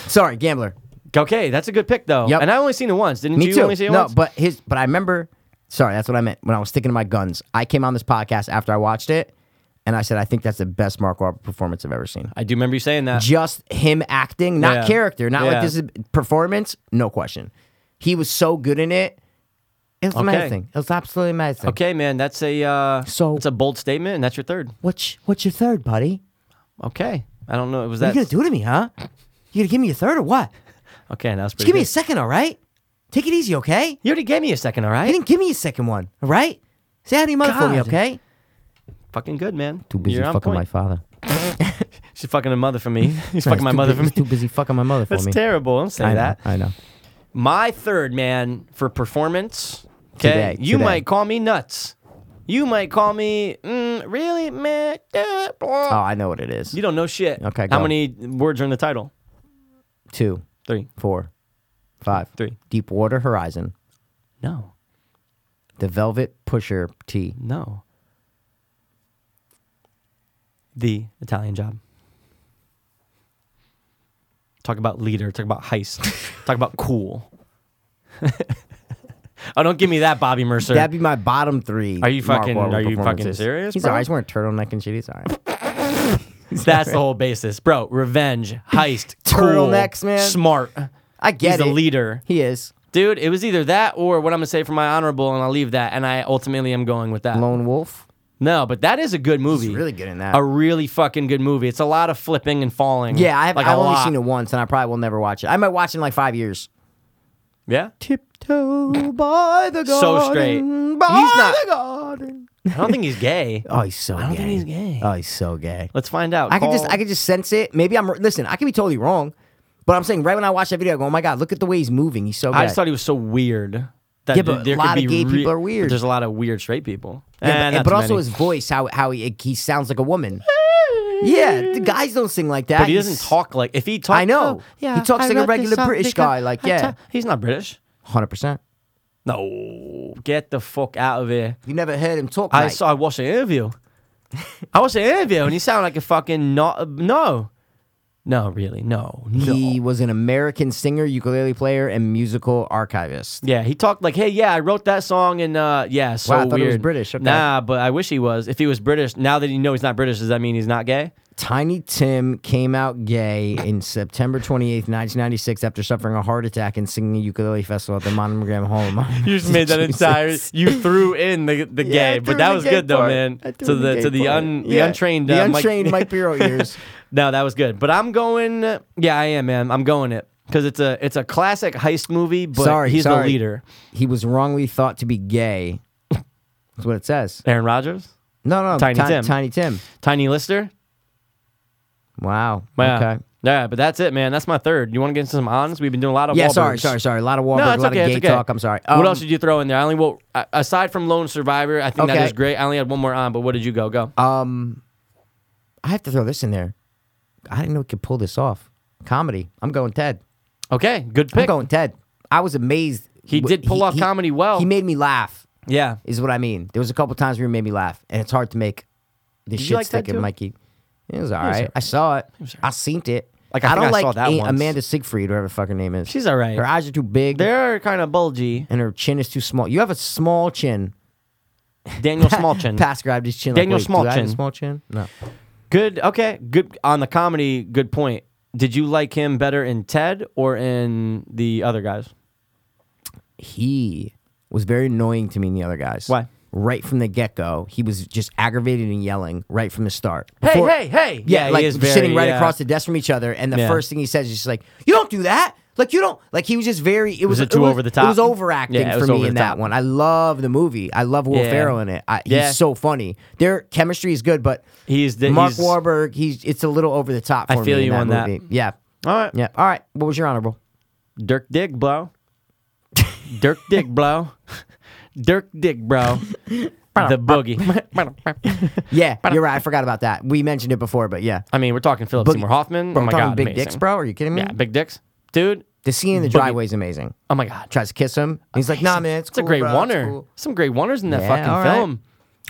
Speaker 2: Sorry, gambler.
Speaker 1: okay, that's a good pick though.
Speaker 2: Yep.
Speaker 1: And I only seen it once. Didn't
Speaker 2: Me
Speaker 1: you
Speaker 2: too.
Speaker 1: only see it
Speaker 2: no,
Speaker 1: once?
Speaker 2: but his but I remember sorry, that's what I meant. When I was sticking to my guns. I came on this podcast after I watched it and I said I think that's the best Mark Wahlberg performance I've ever seen.
Speaker 1: I do remember you saying that.
Speaker 2: Just him acting, not
Speaker 1: Yeah.
Speaker 2: character, not
Speaker 1: Yeah.
Speaker 2: like this is performance, no question. He was so good in it. It was amazing. It was absolutely amazing.
Speaker 1: Okay, man, that's a uh,
Speaker 2: So-
Speaker 1: it's a bold statement, and that's your third.
Speaker 2: What's what's your third, buddy?
Speaker 1: Okay, I don't know. It was
Speaker 2: What
Speaker 1: that.
Speaker 2: are you gonna do to me, huh? You gonna give me a third or what?
Speaker 1: Okay, that was
Speaker 2: Just
Speaker 1: pretty.
Speaker 2: give me a
Speaker 1: good.
Speaker 2: second, all right? Take it easy, okay?
Speaker 1: You already gave me a second, all
Speaker 2: You
Speaker 1: right?
Speaker 2: didn't give me a second one, all right? Say hi to your mother for me,
Speaker 1: God.
Speaker 2: okay?
Speaker 1: Fucking good, man.
Speaker 2: Too busy
Speaker 1: You're on
Speaker 2: fucking
Speaker 1: point.
Speaker 2: my father.
Speaker 1: She's fucking a mother for me.
Speaker 2: *laughs*
Speaker 1: He's fucking
Speaker 2: No, he's
Speaker 1: my
Speaker 2: too
Speaker 1: mother
Speaker 2: bu-
Speaker 1: for me.
Speaker 2: he's Too busy fucking my mother for
Speaker 1: That's
Speaker 2: me.
Speaker 1: terrible. Don't say
Speaker 2: I know,
Speaker 1: that.
Speaker 2: I know.
Speaker 1: My third man for performance. Okay,
Speaker 2: Today,
Speaker 1: you
Speaker 2: today.
Speaker 1: might call me nuts. You might call me mm, really meh. eh,
Speaker 2: Oh,
Speaker 1: blah.
Speaker 2: I know what it is.
Speaker 1: You don't know shit.
Speaker 2: Okay,
Speaker 1: How
Speaker 2: go.
Speaker 1: many words are in the title?
Speaker 2: Two,
Speaker 1: Three.
Speaker 2: four, five.
Speaker 1: Three.
Speaker 2: Deepwater Horizon.
Speaker 1: No.
Speaker 2: The Velvet Pusher T.
Speaker 1: No. The Italian job. Talk about leader. Talk about
Speaker 2: *laughs*
Speaker 1: heist. talk about cool. *laughs* oh, don't give me that, Bobby Mercer.
Speaker 2: That'd be my bottom three.
Speaker 1: Are you
Speaker 2: Mark
Speaker 1: fucking-
Speaker 2: Wahlberg
Speaker 1: are you fucking
Speaker 2: performances.
Speaker 1: serious,
Speaker 2: He's
Speaker 1: bro?
Speaker 2: always wearing turtleneck and shit. He's alright.
Speaker 1: That's the whole basis, bro. Revenge,
Speaker 2: *laughs*
Speaker 1: heist, cool,
Speaker 2: Turtlenecks, man.
Speaker 1: Smart.
Speaker 2: I
Speaker 1: He's
Speaker 2: get it.
Speaker 1: a leader,
Speaker 2: He is
Speaker 1: dude. It was either that or what I'm gonna say for my honorable, and I'll leave that. And I ultimately am going with that.
Speaker 2: Lone Wolf.
Speaker 1: No, but that is a good movie.
Speaker 2: really good in that.
Speaker 1: A really fucking good movie. It's a lot of flipping and falling.
Speaker 2: Yeah, I've,
Speaker 1: like a
Speaker 2: I've only
Speaker 1: lot.
Speaker 2: seen it once, and I probably will never watch it. I might watch it in like five years.
Speaker 1: Yeah,
Speaker 2: Tiptoe by
Speaker 1: *laughs*
Speaker 2: the
Speaker 1: So straight.
Speaker 2: garden,
Speaker 1: He's
Speaker 2: by
Speaker 1: not-
Speaker 2: the garden.
Speaker 1: I don't think he's gay.
Speaker 2: Oh, he's so
Speaker 1: I don't
Speaker 2: gay.
Speaker 1: think he's gay.
Speaker 2: Oh, he's so gay.
Speaker 1: *laughs* Let's find out.
Speaker 2: I could just
Speaker 1: Call-
Speaker 2: I could just sense it. Maybe I'm listen. I could be totally wrong, but I'm saying right when I watch that video, I go, "Oh my god, look at the way he's moving. He's so." Gay.
Speaker 1: I just thought he was so weird. That
Speaker 2: Yeah, but
Speaker 1: there
Speaker 2: a
Speaker 1: could
Speaker 2: lot of
Speaker 1: be
Speaker 2: gay
Speaker 1: re-
Speaker 2: people are weird.
Speaker 1: but There's a lot of weird straight people.
Speaker 2: Yeah,
Speaker 1: Eh,
Speaker 2: but,
Speaker 1: not
Speaker 2: but
Speaker 1: too
Speaker 2: also
Speaker 1: many.
Speaker 2: his voice, how how he he sounds like a woman. Yeah, the guys don't sing like that.
Speaker 1: But he doesn't talk like if he talks.
Speaker 2: I know. He talks like a
Speaker 1: wrote this
Speaker 2: regular
Speaker 1: song
Speaker 2: British
Speaker 1: because
Speaker 2: guy, like,
Speaker 1: I
Speaker 2: yeah.
Speaker 1: ta- he's not British.
Speaker 2: Hundred percent.
Speaker 1: No, get the fuck out of here.
Speaker 2: You never heard him talk.
Speaker 1: I
Speaker 2: like-
Speaker 1: saw. I watched an interview. I watched an interview, and he sounded like a fucking not. No, no, really, no, no.
Speaker 2: He was an American singer, ukulele player, and musical archivist.
Speaker 1: yeah, he talked like, "Hey, yeah, I wrote that song," and uh, yeah, so
Speaker 2: Wow, I thought he was
Speaker 1: weird.
Speaker 2: British, okay.
Speaker 1: Nah, but I wish he was. If he was British, now that you know he's not British, does that mean he's not gay?
Speaker 2: Tiny Tim came out gay in September 28th, 1996, after suffering a heart attack and singing a ukulele festival at the Monogram Hall. of Mon-
Speaker 1: *laughs* You
Speaker 2: *laughs*
Speaker 1: just made that entire. You threw in the the
Speaker 2: Yeah,
Speaker 1: gay,
Speaker 2: I threw
Speaker 1: but
Speaker 2: in
Speaker 1: that
Speaker 2: the
Speaker 1: was
Speaker 2: gay
Speaker 1: good though,
Speaker 2: part.
Speaker 1: man.
Speaker 2: I threw
Speaker 1: To
Speaker 2: in
Speaker 1: the,
Speaker 2: gay
Speaker 1: to the
Speaker 2: part.
Speaker 1: un the
Speaker 2: Yeah.
Speaker 1: untrained
Speaker 2: the
Speaker 1: uh, Mike-
Speaker 2: untrained Mike Bureau ears.
Speaker 1: *laughs* No, that was good. But I'm going. Yeah, I am, man. I'm going it because it's a it's a classic heist movie. But
Speaker 2: Sorry,
Speaker 1: he's
Speaker 2: sorry.
Speaker 1: the leader,
Speaker 2: He was wrongly thought to be gay. That's what it says.
Speaker 1: Aaron Rodgers,
Speaker 2: No, no,
Speaker 1: Tiny
Speaker 2: Ti-
Speaker 1: Tim.
Speaker 2: Tiny Tim.
Speaker 1: Tiny Lister.
Speaker 2: Wow.
Speaker 1: Yeah.
Speaker 2: Okay.
Speaker 1: Yeah, but that's it, man. That's my third. You want to get into some honest? We've been doing a lot of
Speaker 2: Yeah,
Speaker 1: Wahlbergs.
Speaker 2: sorry, sorry, sorry. A lot of Wahlberg,
Speaker 1: No,
Speaker 2: a
Speaker 1: it's
Speaker 2: lot
Speaker 1: okay.
Speaker 2: of
Speaker 1: It's
Speaker 2: gay
Speaker 1: okay.
Speaker 2: talk. I'm sorry.
Speaker 1: what
Speaker 2: Um,
Speaker 1: else did you throw in there? I only well, a- aside from Lone Survivor, I think that
Speaker 2: Okay.
Speaker 1: is great. I only had one more on, but what did you go? Go.
Speaker 2: Um, I have to throw this in there. I didn't know we could pull this off. Comedy. I'm going Ted.
Speaker 1: okay, good
Speaker 2: I'm
Speaker 1: pick.
Speaker 2: going Ted. I was amazed.
Speaker 1: He
Speaker 2: W-
Speaker 1: did pull off comedy well.
Speaker 2: He made me laugh.
Speaker 1: Yeah,
Speaker 2: Is what I mean. There was a couple times where he made me laugh, and it's hard to make the
Speaker 1: you
Speaker 2: shit
Speaker 1: like Ted
Speaker 2: stick in
Speaker 1: too?
Speaker 2: Mikey. It was all right. I saw it. I seen it.
Speaker 1: Like, I
Speaker 2: don't
Speaker 1: think I
Speaker 2: like
Speaker 1: saw that
Speaker 2: A-
Speaker 1: once.
Speaker 2: Amanda Siegfried, whatever the fuck her name is.
Speaker 1: She's all right.
Speaker 2: Her eyes are too big,
Speaker 1: they're kind of bulgy.
Speaker 2: and her chin is too small. You have a small chin.
Speaker 1: *laughs* Daniel Smallchin.
Speaker 2: Pass grabbed his chin.
Speaker 1: Daniel
Speaker 2: like, wait, do I have a
Speaker 1: Small Chin.
Speaker 2: small chin. No.
Speaker 1: Good. Okay. Good on the comedy. Good point. Did you like him better in Ted or in the other guys?
Speaker 2: he was very annoying to me and the other guys.
Speaker 1: Why?
Speaker 2: Right from the get go, he was just aggravated and yelling right from the start. Before-
Speaker 1: hey, hey!
Speaker 2: Yeah, like
Speaker 1: he is
Speaker 2: we're sitting
Speaker 1: very-
Speaker 2: right
Speaker 1: yeah.
Speaker 2: across the desk from each other, and the
Speaker 1: Yeah.
Speaker 2: first thing he says is just like, "You don't do that." Like you don't like he was just very. It was,
Speaker 1: it too
Speaker 2: was-
Speaker 1: over the top?
Speaker 2: It was overacting
Speaker 1: Yeah, it was
Speaker 2: for
Speaker 1: over
Speaker 2: me
Speaker 1: the
Speaker 2: in that
Speaker 1: top.
Speaker 2: one. I love the movie. I love Will
Speaker 1: Yeah.
Speaker 2: Ferrell in it. I, he's
Speaker 1: Yeah.
Speaker 2: so funny. Their chemistry is good, but
Speaker 1: He's the-
Speaker 2: Mark
Speaker 1: he's-
Speaker 2: Wahlberg. He's it's a little over the top.
Speaker 1: I
Speaker 2: For
Speaker 1: feel
Speaker 2: me in
Speaker 1: you on that.
Speaker 2: movie. Yeah,
Speaker 1: All right.
Speaker 2: yeah. All right. What was your honorable?
Speaker 1: Dirk Dick Blow. Dirk Dick
Speaker 2: *laughs*
Speaker 1: Blow. Dirk Dick Bro. the
Speaker 2: *laughs*
Speaker 1: boogie.
Speaker 2: Yeah, you're right. I forgot about that. We mentioned it before, but yeah.
Speaker 1: I mean, we're talking Philip
Speaker 2: Boogie-
Speaker 1: Seymour Hoffman.
Speaker 2: Bro,
Speaker 1: oh
Speaker 2: we're
Speaker 1: my
Speaker 2: talking
Speaker 1: god,
Speaker 2: big
Speaker 1: amazing.
Speaker 2: dicks, bro. Are you kidding me?
Speaker 1: Yeah, big dicks, dude.
Speaker 2: The scene in the driveway is amazing.
Speaker 1: Oh my god,
Speaker 2: Tries to kiss him. and he's like, Nah, man, it's,
Speaker 1: it's
Speaker 2: cool,
Speaker 1: a great
Speaker 2: bro, it's
Speaker 1: wonder.
Speaker 2: cool."
Speaker 1: Some great wonders in that
Speaker 2: Yeah,
Speaker 1: fucking
Speaker 2: all right.
Speaker 1: film.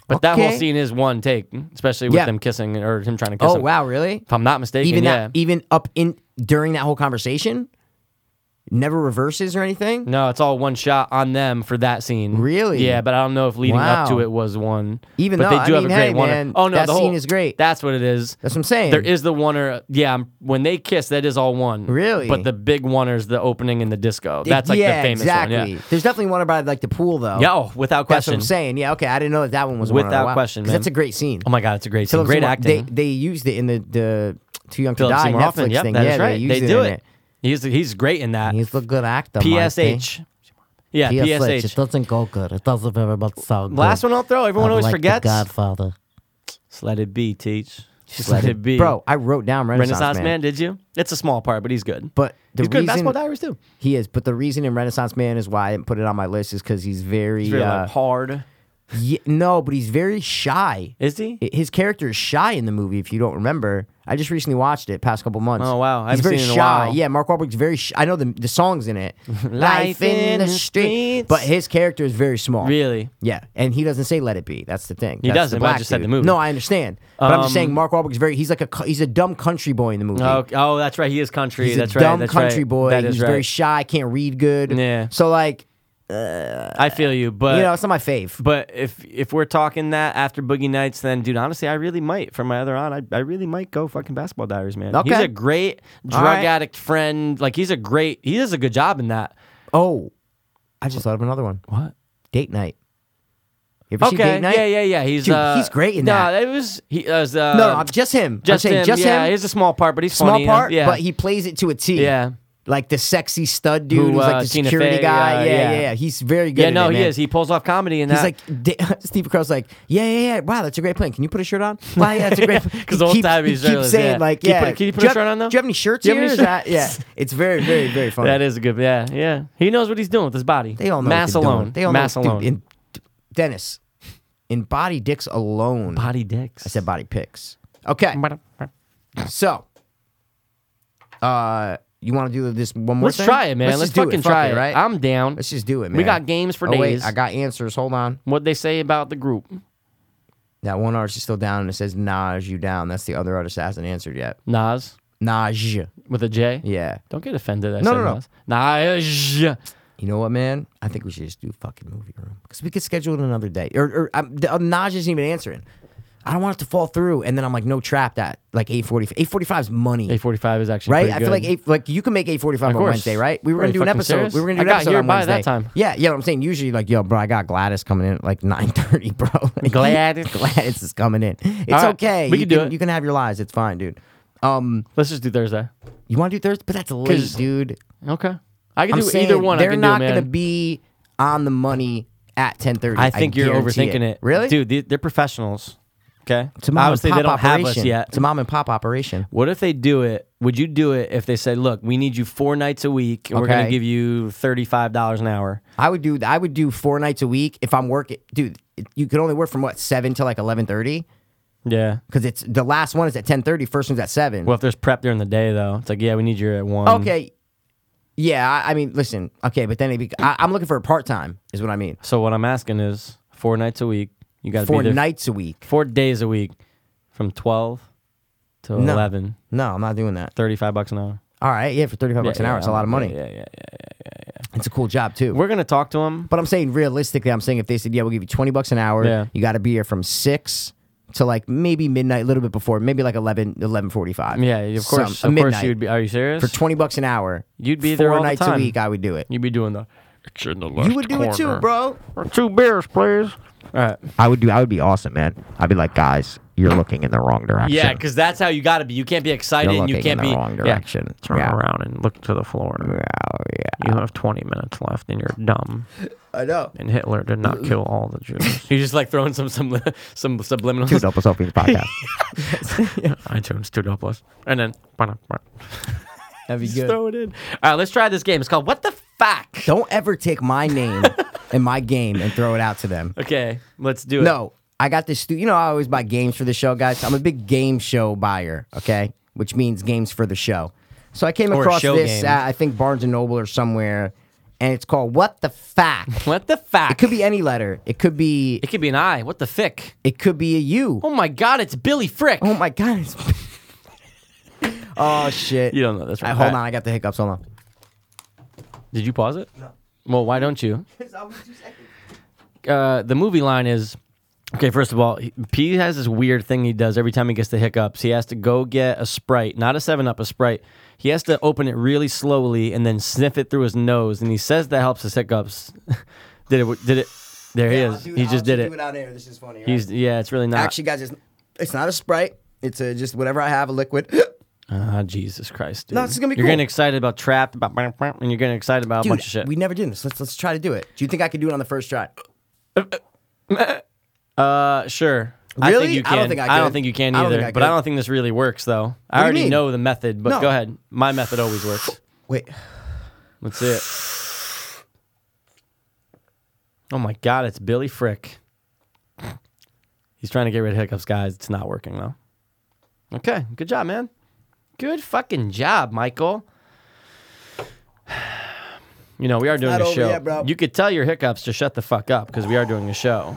Speaker 1: But that whole
Speaker 2: Okay.
Speaker 1: scene is one take, especially with
Speaker 2: Yeah.
Speaker 1: them kissing or him trying to kiss
Speaker 2: Oh
Speaker 1: him.
Speaker 2: wow, really?
Speaker 1: If I'm not mistaken,
Speaker 2: Even
Speaker 1: yeah.
Speaker 2: that, even up in during that whole conversation, never reverses or anything.
Speaker 1: No, it's all one shot on them for that scene.
Speaker 2: Really?
Speaker 1: Yeah, but I don't know if leading up to
Speaker 2: Wow.
Speaker 1: it was one.
Speaker 2: Even
Speaker 1: but
Speaker 2: though-
Speaker 1: they do
Speaker 2: I
Speaker 1: have a
Speaker 2: mean,
Speaker 1: great
Speaker 2: hey,
Speaker 1: one.
Speaker 2: man,
Speaker 1: oh no,
Speaker 2: that
Speaker 1: the whole-
Speaker 2: scene is great.
Speaker 1: That's what it is.
Speaker 2: That's what I'm saying.
Speaker 1: There is the oneer. Yeah, I'm- when they kiss, that is all one.
Speaker 2: Really?
Speaker 1: But the big oneer's the opening in the disco. That's like
Speaker 2: yeah,
Speaker 1: the famous
Speaker 2: exactly.
Speaker 1: one. Yeah.
Speaker 2: There's definitely one about like the pool though.
Speaker 1: Yeah, oh, without
Speaker 2: that's what
Speaker 1: question.
Speaker 2: I'm saying. Yeah, okay. I didn't know that that one was one.
Speaker 1: Without
Speaker 2: Wow.
Speaker 1: question,
Speaker 2: 'Cause
Speaker 1: man.
Speaker 2: That's a great scene.
Speaker 1: Oh my god, it's a great scene.
Speaker 2: Philip
Speaker 1: great
Speaker 2: Seymour-
Speaker 1: acting.
Speaker 2: They, they used it in the the Too Young to
Speaker 1: Philip
Speaker 2: Die
Speaker 1: Seymour
Speaker 2: Netflix
Speaker 1: Hoffman. Yep,
Speaker 2: thing.
Speaker 1: that is
Speaker 2: yeah,
Speaker 1: right.
Speaker 2: They, used
Speaker 1: They
Speaker 2: it
Speaker 1: do
Speaker 2: in
Speaker 1: it. He's he's great in that.
Speaker 2: He's a good actor. eh? Mikey.
Speaker 1: PSH. Yeah,
Speaker 2: PSH.
Speaker 1: PSH.
Speaker 2: doesn't go good. It doesn't very much sound
Speaker 1: Last one I'll throw. Everyone always forgets.
Speaker 2: Godfather.
Speaker 1: Just let it be, teach. Just let it be,
Speaker 2: Bro, I wrote down Renaissance,
Speaker 1: Renaissance
Speaker 2: Man.
Speaker 1: man. did you? It's a small part, but he's good.
Speaker 2: But the
Speaker 1: he's good in
Speaker 2: reason-
Speaker 1: Basketball Diaries too.
Speaker 2: He is, but the reason in Renaissance Man is why I didn't put it on my list is because he's very,
Speaker 1: He's very
Speaker 2: uh,
Speaker 1: like, hard.
Speaker 2: ye- no, but he's very shy.
Speaker 1: Is he?
Speaker 2: I- His character is shy in the movie. If you don't remember, I just recently watched it past couple months.
Speaker 1: Oh, wow. I
Speaker 2: he's
Speaker 1: haven't
Speaker 2: very
Speaker 1: seen it in a
Speaker 2: shy.
Speaker 1: while.
Speaker 2: Yeah, Mark Wahlberg's very. Sh- I know the the songs in it.
Speaker 1: *laughs* Life in the streets.
Speaker 2: but his character is very small.
Speaker 1: Really?
Speaker 2: Yeah, and he doesn't say "Let It Be." That's the thing. He
Speaker 1: doesn't, but I just said the movie.
Speaker 2: No, I understand, but
Speaker 1: Um,
Speaker 2: I'm just saying Mark Wahlberg's very. He's like a cu- he's a dumb country boy in the movie.
Speaker 1: Oh, oh, that's right. He is country.
Speaker 2: He's
Speaker 1: that's
Speaker 2: a
Speaker 1: right.
Speaker 2: dumb
Speaker 1: that's
Speaker 2: country
Speaker 1: right.
Speaker 2: boy.
Speaker 1: That is
Speaker 2: he's
Speaker 1: right.
Speaker 2: very shy, can't read good.
Speaker 1: Yeah.
Speaker 2: So like,
Speaker 1: I feel you, but
Speaker 2: you know, it's not my fave.
Speaker 1: but if if we're talking that after Boogie Nights, then dude, honestly, I really might for my other on. I, I really might go fucking Basketball Diaries, man. He's
Speaker 2: Okay.
Speaker 1: a great drug
Speaker 2: right.
Speaker 1: addict friend. Like he's a great. He does a good job in that.
Speaker 2: Oh, I just thought of another one.
Speaker 1: What?
Speaker 2: Date night. You ever see
Speaker 1: Okay.
Speaker 2: Date Night?
Speaker 1: Yeah, yeah, yeah. He's
Speaker 2: Dude,
Speaker 1: uh,
Speaker 2: he's great in
Speaker 1: no,
Speaker 2: that.
Speaker 1: it was he was uh,
Speaker 2: No, no, just him. I'm
Speaker 1: just
Speaker 2: saying
Speaker 1: him.
Speaker 2: just
Speaker 1: yeah,
Speaker 2: him.
Speaker 1: he's a small part, but he's
Speaker 2: Small
Speaker 1: funny.
Speaker 2: part,
Speaker 1: yeah.
Speaker 2: but he plays it to a T.
Speaker 1: Yeah.
Speaker 2: Like the sexy stud dude
Speaker 1: Who,
Speaker 2: who's
Speaker 1: uh,
Speaker 2: like the
Speaker 1: Tina
Speaker 2: security
Speaker 1: Fey,
Speaker 2: guy.
Speaker 1: uh,
Speaker 2: yeah,
Speaker 1: yeah.
Speaker 2: yeah, yeah. He's very good.
Speaker 1: yeah,
Speaker 2: at
Speaker 1: no,
Speaker 2: it,
Speaker 1: he
Speaker 2: man.
Speaker 1: is. He pulls off comedy in that.
Speaker 2: He's like *laughs* da- Steve Carell's like, yeah, yeah, yeah. Wow, that's a great plan. Can you put a
Speaker 1: *laughs*
Speaker 2: shirt on? Wow, yeah, that's a great.
Speaker 1: 'Cause the whole
Speaker 2: He keeps-
Speaker 1: time
Speaker 2: he
Speaker 1: he's
Speaker 2: keeps
Speaker 1: shirtless,
Speaker 2: saying
Speaker 1: yeah.
Speaker 2: like,
Speaker 1: Can you
Speaker 2: yeah.
Speaker 1: put a- can you put
Speaker 2: "Do
Speaker 1: a shirt on, though?
Speaker 2: Do you have any shirts
Speaker 1: Do you have
Speaker 2: here?
Speaker 1: any
Speaker 2: Is
Speaker 1: shirt-
Speaker 2: that- Yeah, it's very, very, very
Speaker 1: *laughs*
Speaker 2: funny.
Speaker 1: That is a good, yeah, yeah. He knows what he's doing with his body.
Speaker 2: They all know
Speaker 1: mass
Speaker 2: what they're
Speaker 1: alone.
Speaker 2: Doing. They all
Speaker 1: mass
Speaker 2: know,
Speaker 1: alone.
Speaker 2: Dude, in, Dennis, in body dicks alone.
Speaker 1: body dicks.
Speaker 2: I said body pics. Okay. So, uh, you want to do this one more
Speaker 1: Let's
Speaker 2: thing?
Speaker 1: try it, man. Let's,
Speaker 2: just do
Speaker 1: fucking
Speaker 2: Fuck
Speaker 1: try
Speaker 2: it,
Speaker 1: it.
Speaker 2: right?
Speaker 1: I'm down.
Speaker 2: Let's just do it, man.
Speaker 1: We got games for
Speaker 2: oh,
Speaker 1: days.
Speaker 2: Wait, I got answers. Hold on.
Speaker 1: What they say about the group?
Speaker 2: That one artist is still down, and it says Naj you down. That's the other artist that hasn't answered yet.
Speaker 1: Nas
Speaker 2: Naj.
Speaker 1: with a J.
Speaker 2: Yeah.
Speaker 1: Don't get offended. I
Speaker 2: No,
Speaker 1: said
Speaker 2: no, no.
Speaker 1: Nas. Nas.
Speaker 2: You know what, man? I think we should just do fucking movie room because we could schedule it another day. Or, or um, the, uh, Naj isn't even answering. I don't want it to fall through, and then I'm like, no trap that like eight forty. Eight forty five is money,
Speaker 1: A forty five is actually
Speaker 2: right?
Speaker 1: pretty
Speaker 2: I feel
Speaker 1: good.
Speaker 2: like eight, like you can make eight forty five
Speaker 1: Of
Speaker 2: on
Speaker 1: course.
Speaker 2: Wednesday, right? We were
Speaker 1: Are
Speaker 2: gonna
Speaker 1: you
Speaker 2: do an
Speaker 1: fucking
Speaker 2: episode.
Speaker 1: serious?
Speaker 2: We were gonna do
Speaker 1: I
Speaker 2: an
Speaker 1: got
Speaker 2: episode
Speaker 1: here
Speaker 2: on
Speaker 1: by
Speaker 2: Wednesday.
Speaker 1: that time.
Speaker 2: Yeah, yeah. What I'm saying, usually like, yo, bro, I got Gladys coming in at like *laughs* nine thirty, bro.
Speaker 1: *laughs*
Speaker 2: Like,
Speaker 1: Gladys.
Speaker 2: *laughs* Gladys is coming in. It's
Speaker 1: right,
Speaker 2: okay.
Speaker 1: we
Speaker 2: you
Speaker 1: can do it.
Speaker 2: You can have your lies. It's fine, dude. Um,
Speaker 1: Let's just do Thursday.
Speaker 2: you want to do Thursday, but that's late,
Speaker 1: 'Cause-
Speaker 2: dude.
Speaker 1: Okay. I can
Speaker 2: I'm
Speaker 1: do
Speaker 2: saying
Speaker 1: either one.
Speaker 2: They're
Speaker 1: I can
Speaker 2: not
Speaker 1: do, man.
Speaker 2: gonna be on the money at 10:30.
Speaker 1: I think you're
Speaker 2: guarantee
Speaker 1: overthinking it.
Speaker 2: Really,
Speaker 1: dude? They, they're professionals. Okay.
Speaker 2: It's a mom
Speaker 1: Obviously,
Speaker 2: and
Speaker 1: they
Speaker 2: pop
Speaker 1: don't
Speaker 2: operation.
Speaker 1: have us yet.
Speaker 2: It's a mom and pop operation.
Speaker 1: What if they do it? Would you do it if they said, "Look, we need you four nights a week, and we're going
Speaker 2: Okay.
Speaker 1: to give you thirty-five dollars an hour"?
Speaker 2: I would do. I would do four nights a week if I'm working. Dude, it- you can only work from what seven to like 11:30
Speaker 1: Yeah.
Speaker 2: because it's the last one is at 10:30. First one's at seven.
Speaker 1: Well, mm. if there's prep during the day, though, it's like, yeah, we need you at one.
Speaker 2: okay. Yeah, I, I mean, listen. Okay, but then it be, I, I'm looking for a part time. Is what I mean.
Speaker 1: So what I'm asking is four nights a week. You got to
Speaker 2: Four
Speaker 1: be there
Speaker 2: nights a week.
Speaker 1: four days a week, from twelve to
Speaker 2: No.
Speaker 1: 11,
Speaker 2: No, I'm not doing that.
Speaker 1: 35 bucks an hour.
Speaker 2: All right, yeah, for 35 bucks an
Speaker 1: Yeah,
Speaker 2: hour, it's a lot of
Speaker 1: yeah,
Speaker 2: money.
Speaker 1: Yeah, yeah, yeah.
Speaker 2: It's a cool job too.
Speaker 1: We're gonna talk to him.
Speaker 2: But I'm saying realistically, I'm saying if they said, yeah, we'll give you 20 bucks an hour,
Speaker 1: Yeah.
Speaker 2: you got to be here from 6 to like maybe midnight, a little bit before, maybe like 11, 11.45.
Speaker 1: Yeah, of course.
Speaker 2: Some-
Speaker 1: of course,
Speaker 2: midnight.
Speaker 1: you'd be. Are you serious?
Speaker 2: For 20 bucks an hour,
Speaker 1: You'd be
Speaker 2: four
Speaker 1: there all the
Speaker 2: nights
Speaker 1: time.
Speaker 2: a week, I would do it.
Speaker 1: you'd be doing the.
Speaker 4: It's in the left
Speaker 2: You would do it too,
Speaker 4: corner.
Speaker 2: bro.
Speaker 4: Two beers, please.
Speaker 1: All right.
Speaker 2: I would do, I would be awesome, man. I'd be like, guys, you're looking in the wrong direction.
Speaker 1: Yeah, because that's how you got to be. You can't be excited.
Speaker 2: you're
Speaker 1: and
Speaker 2: looking
Speaker 1: You can't
Speaker 2: in the
Speaker 1: be.
Speaker 2: wrong
Speaker 1: yeah.
Speaker 2: direction. Oh,
Speaker 4: Turn around and look to the floor. You have 20 minutes left, and you're dumb.
Speaker 2: I know.
Speaker 4: And Hitler did not kill all the
Speaker 1: *laughs*
Speaker 4: Jews.
Speaker 1: You're just like throwing some some *laughs* some subliminal. *laughs*
Speaker 2: Double selfie podcast.
Speaker 4: iTunes two doubles, and then
Speaker 2: *laughs* That'd be good.
Speaker 1: Throw it in. All right, let's try this game. It's called What the Fuck.
Speaker 2: Don't ever take
Speaker 1: *laughs*
Speaker 2: my name and my game and throw it out to them.
Speaker 1: Okay, let's do it.
Speaker 2: No, I got this. Stu- you know, I always buy games for the show, guys. I'm a big game show buyer. Okay, which means games for the show. So I came
Speaker 1: Or
Speaker 2: across
Speaker 1: show
Speaker 2: this.
Speaker 1: games.
Speaker 2: Uh, I think Barnes and Noble or somewhere, and it's called "What the Fact."
Speaker 1: *laughs* What the fuck?
Speaker 2: it could be any letter. It could be.
Speaker 1: It could be an I. What the fick?
Speaker 2: It could be a U.
Speaker 1: Oh my God! It's Billy Frick.
Speaker 2: Oh my god! It's *laughs* oh shit!
Speaker 1: You don't know this, right?
Speaker 2: All right, hold
Speaker 1: All
Speaker 2: on, I got the hiccups. Hold on.
Speaker 1: Did you pause it? No. Well, why don't
Speaker 2: *laughs*
Speaker 1: you? Uh, the movie line is okay. First of all, he- P has this weird thing he does every time he gets the hiccups. He has to go get a sprite, not a Seven Up, a sprite. He has to open it really slowly and then sniff it through his nose, and he says that helps his hiccups. *laughs* did it? Did it? There he is. he just did it.
Speaker 2: This is funny.
Speaker 1: He's yeah. It's really not.
Speaker 2: Actually, guys, it's, it's not a sprite. It's a, just whatever I have, a liquid. *laughs*
Speaker 1: Ah, Jesus Christ, dude.
Speaker 2: No, this is gonna be
Speaker 1: You're
Speaker 2: cool.
Speaker 1: getting excited about trapped, about and you're getting excited about a bunch of shit.
Speaker 2: we never did this. Let's let's try to do it. Do you think I could do it on the first try?
Speaker 1: Uh, sure. I think
Speaker 2: Really?
Speaker 1: you
Speaker 2: I
Speaker 1: can.
Speaker 2: don't think I could.
Speaker 1: think you can
Speaker 2: I don't
Speaker 1: either.
Speaker 2: think I
Speaker 1: but I
Speaker 2: could.
Speaker 1: don't think this really works, though. I
Speaker 2: you
Speaker 1: already
Speaker 2: mean?
Speaker 1: know the method, but
Speaker 2: No.
Speaker 1: go ahead. My method always works.
Speaker 2: Wait.
Speaker 1: Let's see it. Oh my God, it's Billy Frick. He's trying to get rid of hiccups, guys. It's not working, though. Okay, good job, man. Good fucking job, Michael. *sighs* You know, we are doing
Speaker 2: not
Speaker 1: a
Speaker 2: over
Speaker 1: show.
Speaker 2: yet, bro.
Speaker 1: You could tell your hiccups to shut the fuck up because we are doing a show.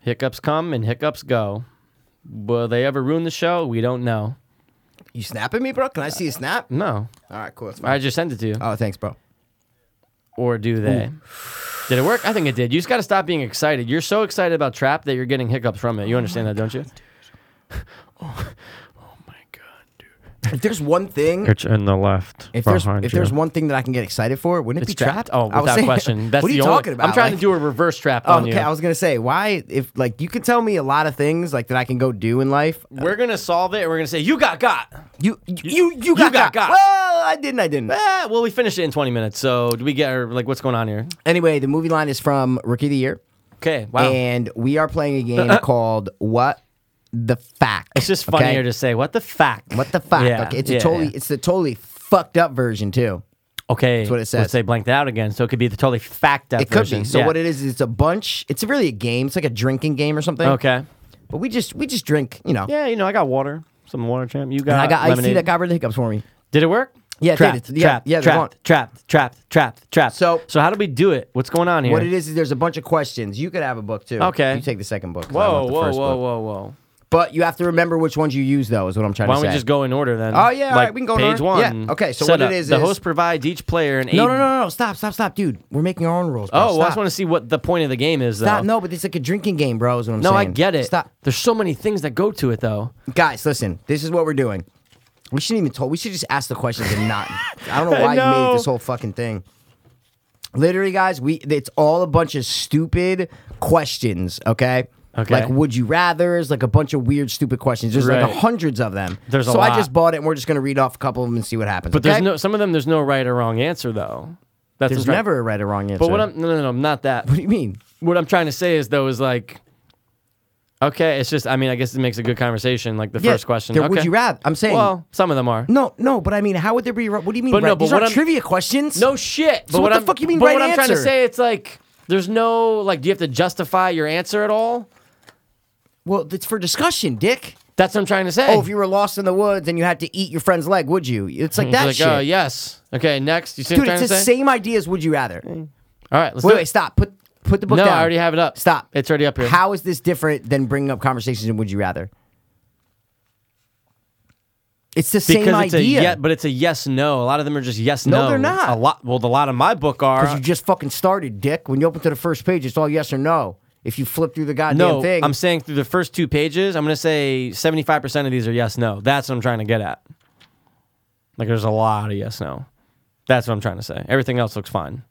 Speaker 1: Hiccups come and hiccups go. Will they ever ruin the show? We don't know.
Speaker 2: You snapping me, bro? Can I see a snap?
Speaker 1: No.
Speaker 2: All right, cool. That's fine.
Speaker 1: I just sent it to you.
Speaker 2: Oh, thanks, bro.
Speaker 1: or do they? Did it work? I think it did. You just got to stop being excited. You're so excited about trap that you're getting hiccups from it. You understand that, don't you?
Speaker 2: If there's one thing,
Speaker 4: It's in the left
Speaker 2: if there's
Speaker 4: behind
Speaker 2: if
Speaker 4: you.
Speaker 2: there's one thing that I can get excited for, wouldn't it
Speaker 1: It's
Speaker 2: be trapped?
Speaker 1: Oh,
Speaker 2: I was
Speaker 1: without *laughs*
Speaker 2: saying- *laughs*
Speaker 1: question. That's
Speaker 2: what are
Speaker 1: the
Speaker 2: you
Speaker 1: only-
Speaker 2: talking about?
Speaker 1: I'm trying to
Speaker 2: Like-
Speaker 1: do a reverse trap
Speaker 2: Oh,
Speaker 1: on
Speaker 2: okay,
Speaker 1: you.
Speaker 2: I was gonna say why if like you could tell me a lot of things like that I can go do in life.
Speaker 1: we're gonna solve it, and we're gonna say you got got.
Speaker 2: You you you, you got,
Speaker 1: got got.
Speaker 2: Well, I didn't. I didn't.
Speaker 1: Ah, well, we finished it in 20 minutes. So, do we get or, like what's going on here?
Speaker 2: Anyway, the movie line is from Rookie of the Year,
Speaker 1: Okay, wow.
Speaker 2: and we are playing a
Speaker 1: *laughs*
Speaker 2: game called What the Fact.
Speaker 1: it's just funnier
Speaker 2: okay?
Speaker 1: to say what the fact.
Speaker 2: What the Fact.
Speaker 1: Yeah,
Speaker 2: okay, it's
Speaker 1: yeah,
Speaker 2: a totally
Speaker 1: yeah.
Speaker 2: it's the totally fucked up version too.
Speaker 1: Okay,
Speaker 2: what it
Speaker 1: Let's
Speaker 2: says.
Speaker 1: say blanked out again. So it could be the totally fact out
Speaker 2: It could
Speaker 1: version.
Speaker 2: be. So
Speaker 1: Yeah.
Speaker 2: what it is, it's a bunch. It's really a game. It's like a drinking game or something.
Speaker 1: Okay.
Speaker 2: But we just we just drink, you know.
Speaker 1: Yeah, you know, I got water. Some water champ. You got,
Speaker 2: And I got iced tea
Speaker 1: lemonade.
Speaker 2: that got rid of the hiccups for me.
Speaker 1: Did it work?
Speaker 2: Yeah, it
Speaker 1: trapped,
Speaker 2: did. It's- yeah,
Speaker 1: trapped,
Speaker 2: yeah, they're
Speaker 1: trapped, trapped, trapped, trapped, trapped.
Speaker 2: So-
Speaker 1: so how do we do it? What's going on here?
Speaker 2: What it is is there's a bunch of questions. You could have a book too.
Speaker 1: Okay.
Speaker 2: You take the second book. 'cause I
Speaker 1: Whoa,
Speaker 2: want the
Speaker 1: whoa,
Speaker 2: first
Speaker 1: whoa,
Speaker 2: book.
Speaker 1: whoa, whoa!
Speaker 2: But you have to remember which ones you use though, is what I'm trying
Speaker 1: Why
Speaker 2: to
Speaker 1: don't
Speaker 2: say.
Speaker 1: we just go in order then?
Speaker 2: Oh, yeah, all
Speaker 1: like
Speaker 2: right, we can go in
Speaker 1: page
Speaker 2: order. Yeah,
Speaker 1: one.
Speaker 2: okay, so
Speaker 1: Setup.
Speaker 2: what it is
Speaker 1: the
Speaker 2: is-
Speaker 1: host provides each player an
Speaker 2: No,
Speaker 1: eight-
Speaker 2: no, no, no, no. Stop, stop, stop, dude. We're making our own rules. Bro.
Speaker 1: Oh, well, I just
Speaker 2: Stop.
Speaker 1: want to see what the point of the game is though.
Speaker 2: Stop. No, but it's like a drinking game, bro. Is what I'm
Speaker 1: No,
Speaker 2: saying.
Speaker 1: I get it.
Speaker 2: Stop,
Speaker 1: There's so many things that go to it though.
Speaker 2: guys. Listen, this is what we're doing. We shouldn't even talk. We should just ask the questions and not. I don't
Speaker 1: *laughs*
Speaker 2: know
Speaker 1: I
Speaker 2: why you
Speaker 1: know.
Speaker 2: made this whole fucking thing. Literally, guys, we it's all a bunch of stupid questions. Okay.
Speaker 1: Okay.
Speaker 2: Like, would you rather's, like a bunch of weird, stupid questions. There's like
Speaker 1: Right.
Speaker 2: hundreds of them.
Speaker 1: There's a
Speaker 2: so I
Speaker 1: lot.
Speaker 2: just bought it, and we're just gonna read off a couple of them and see what happens.
Speaker 1: But there's
Speaker 2: okay?
Speaker 1: no some of them. There's no right or wrong answer though. That's what
Speaker 2: there's
Speaker 1: I'm trying-
Speaker 2: never a right or wrong answer.
Speaker 1: But what I'm no no no not that.
Speaker 2: what do you mean?
Speaker 1: what I'm trying to say is though is like, okay, it's just I mean I guess it makes a good conversation. Like the
Speaker 2: Yeah,
Speaker 1: first question.
Speaker 2: there-
Speaker 1: okay.
Speaker 2: Would you rather? I'm saying.
Speaker 1: Well, some of them are.
Speaker 2: No, no, but I mean, how would there be? What do you mean?
Speaker 1: But no,
Speaker 2: right?
Speaker 1: but
Speaker 2: These
Speaker 1: what
Speaker 2: are
Speaker 1: I'm-
Speaker 2: trivia questions.
Speaker 1: No shit. But
Speaker 2: So what the
Speaker 1: I'm,
Speaker 2: fuck you mean
Speaker 1: But
Speaker 2: right
Speaker 1: what I'm trying to
Speaker 2: answer?
Speaker 1: say, it's like there's no like. Do you have to justify your answer at all?
Speaker 2: Well, it's for discussion, Dick.
Speaker 1: That's what I'm trying to say.
Speaker 2: Oh, if you were lost in the woods and you had to eat your friend's leg, would you? It's like
Speaker 1: It's
Speaker 2: that
Speaker 1: like,
Speaker 2: shit.
Speaker 1: oh, yes. Okay, next. You see
Speaker 2: Dude,
Speaker 1: what I'm
Speaker 2: it's the
Speaker 1: trying to say?
Speaker 2: same idea as would you rather.
Speaker 1: All right, let's
Speaker 2: Wait,
Speaker 1: do
Speaker 2: wait,
Speaker 1: it.
Speaker 2: stop. Put put the book
Speaker 1: No,
Speaker 2: down.
Speaker 1: I already have it up.
Speaker 2: Stop.
Speaker 1: It's already up here.
Speaker 2: How is this different than bringing up conversations in would you rather? It's the same
Speaker 1: Because it's
Speaker 2: idea.
Speaker 1: a yeah, but it's a yes no. A lot of them are just yes
Speaker 2: No,
Speaker 1: no.
Speaker 2: they're not.
Speaker 1: A lot. Well, a lot of my book
Speaker 2: because
Speaker 1: are.
Speaker 2: you just fucking started, Dick. When you open to the first page, it's all yes or no. If you flip through the goddamn
Speaker 1: No,
Speaker 2: thing,
Speaker 1: I'm saying through the first two pages, I'm gonna say 75 percent of these are yes no. That's what I'm trying to get at. Like, there's a lot of yes no. That's what I'm trying to say. Everything else looks fine.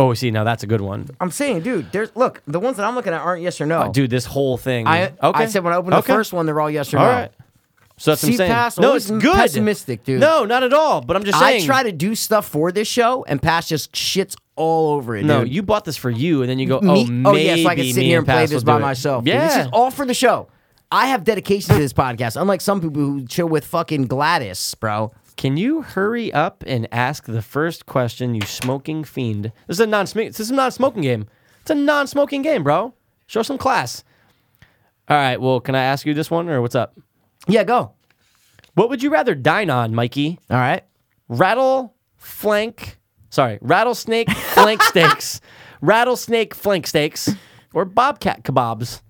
Speaker 1: Oh, see, now that's a good one.
Speaker 2: I'm saying, dude. There's look, the ones that I'm looking at aren't yes or no.
Speaker 1: Dude, this whole thing.
Speaker 2: I,
Speaker 1: okay.
Speaker 2: I said when I opened
Speaker 1: Okay.
Speaker 2: the first one, they're all yes or
Speaker 1: All
Speaker 2: no.
Speaker 1: right. So that's what I'm
Speaker 2: See,
Speaker 1: saying.
Speaker 2: Pass,
Speaker 1: no,
Speaker 2: always
Speaker 1: it's good.
Speaker 2: pessimistic, dude.
Speaker 1: No, not at all. But I'm just saying.
Speaker 2: I try to do stuff for this show, and Pass just shits all over it.
Speaker 1: No,
Speaker 2: dude.
Speaker 1: you bought this for you, and then you go, oh,
Speaker 2: Me-
Speaker 1: maybe
Speaker 2: oh yes, I can sit
Speaker 1: me
Speaker 2: here
Speaker 1: and
Speaker 2: and play
Speaker 1: Pass
Speaker 2: this
Speaker 1: will
Speaker 2: by
Speaker 1: do it."
Speaker 2: myself. dude.
Speaker 1: Yeah,
Speaker 2: this is all for the show. I have dedication to this podcast, unlike some people who chill with fucking Gladys, bro.
Speaker 1: Can you hurry up and ask the first question, you smoking fiend? This is a non-smoking. This is a non-smoking game. It's a non-smoking game, bro. Show some class. All right. Well, can I ask you this one, or what's up?
Speaker 2: Yeah, go. All
Speaker 1: What would you rather dine on, Mikey?
Speaker 2: right.
Speaker 1: Rattle flank. Sorry, rattlesnake
Speaker 2: *laughs*
Speaker 1: flank steaks, rattlesnake flank steaks, or bobcat kebabs.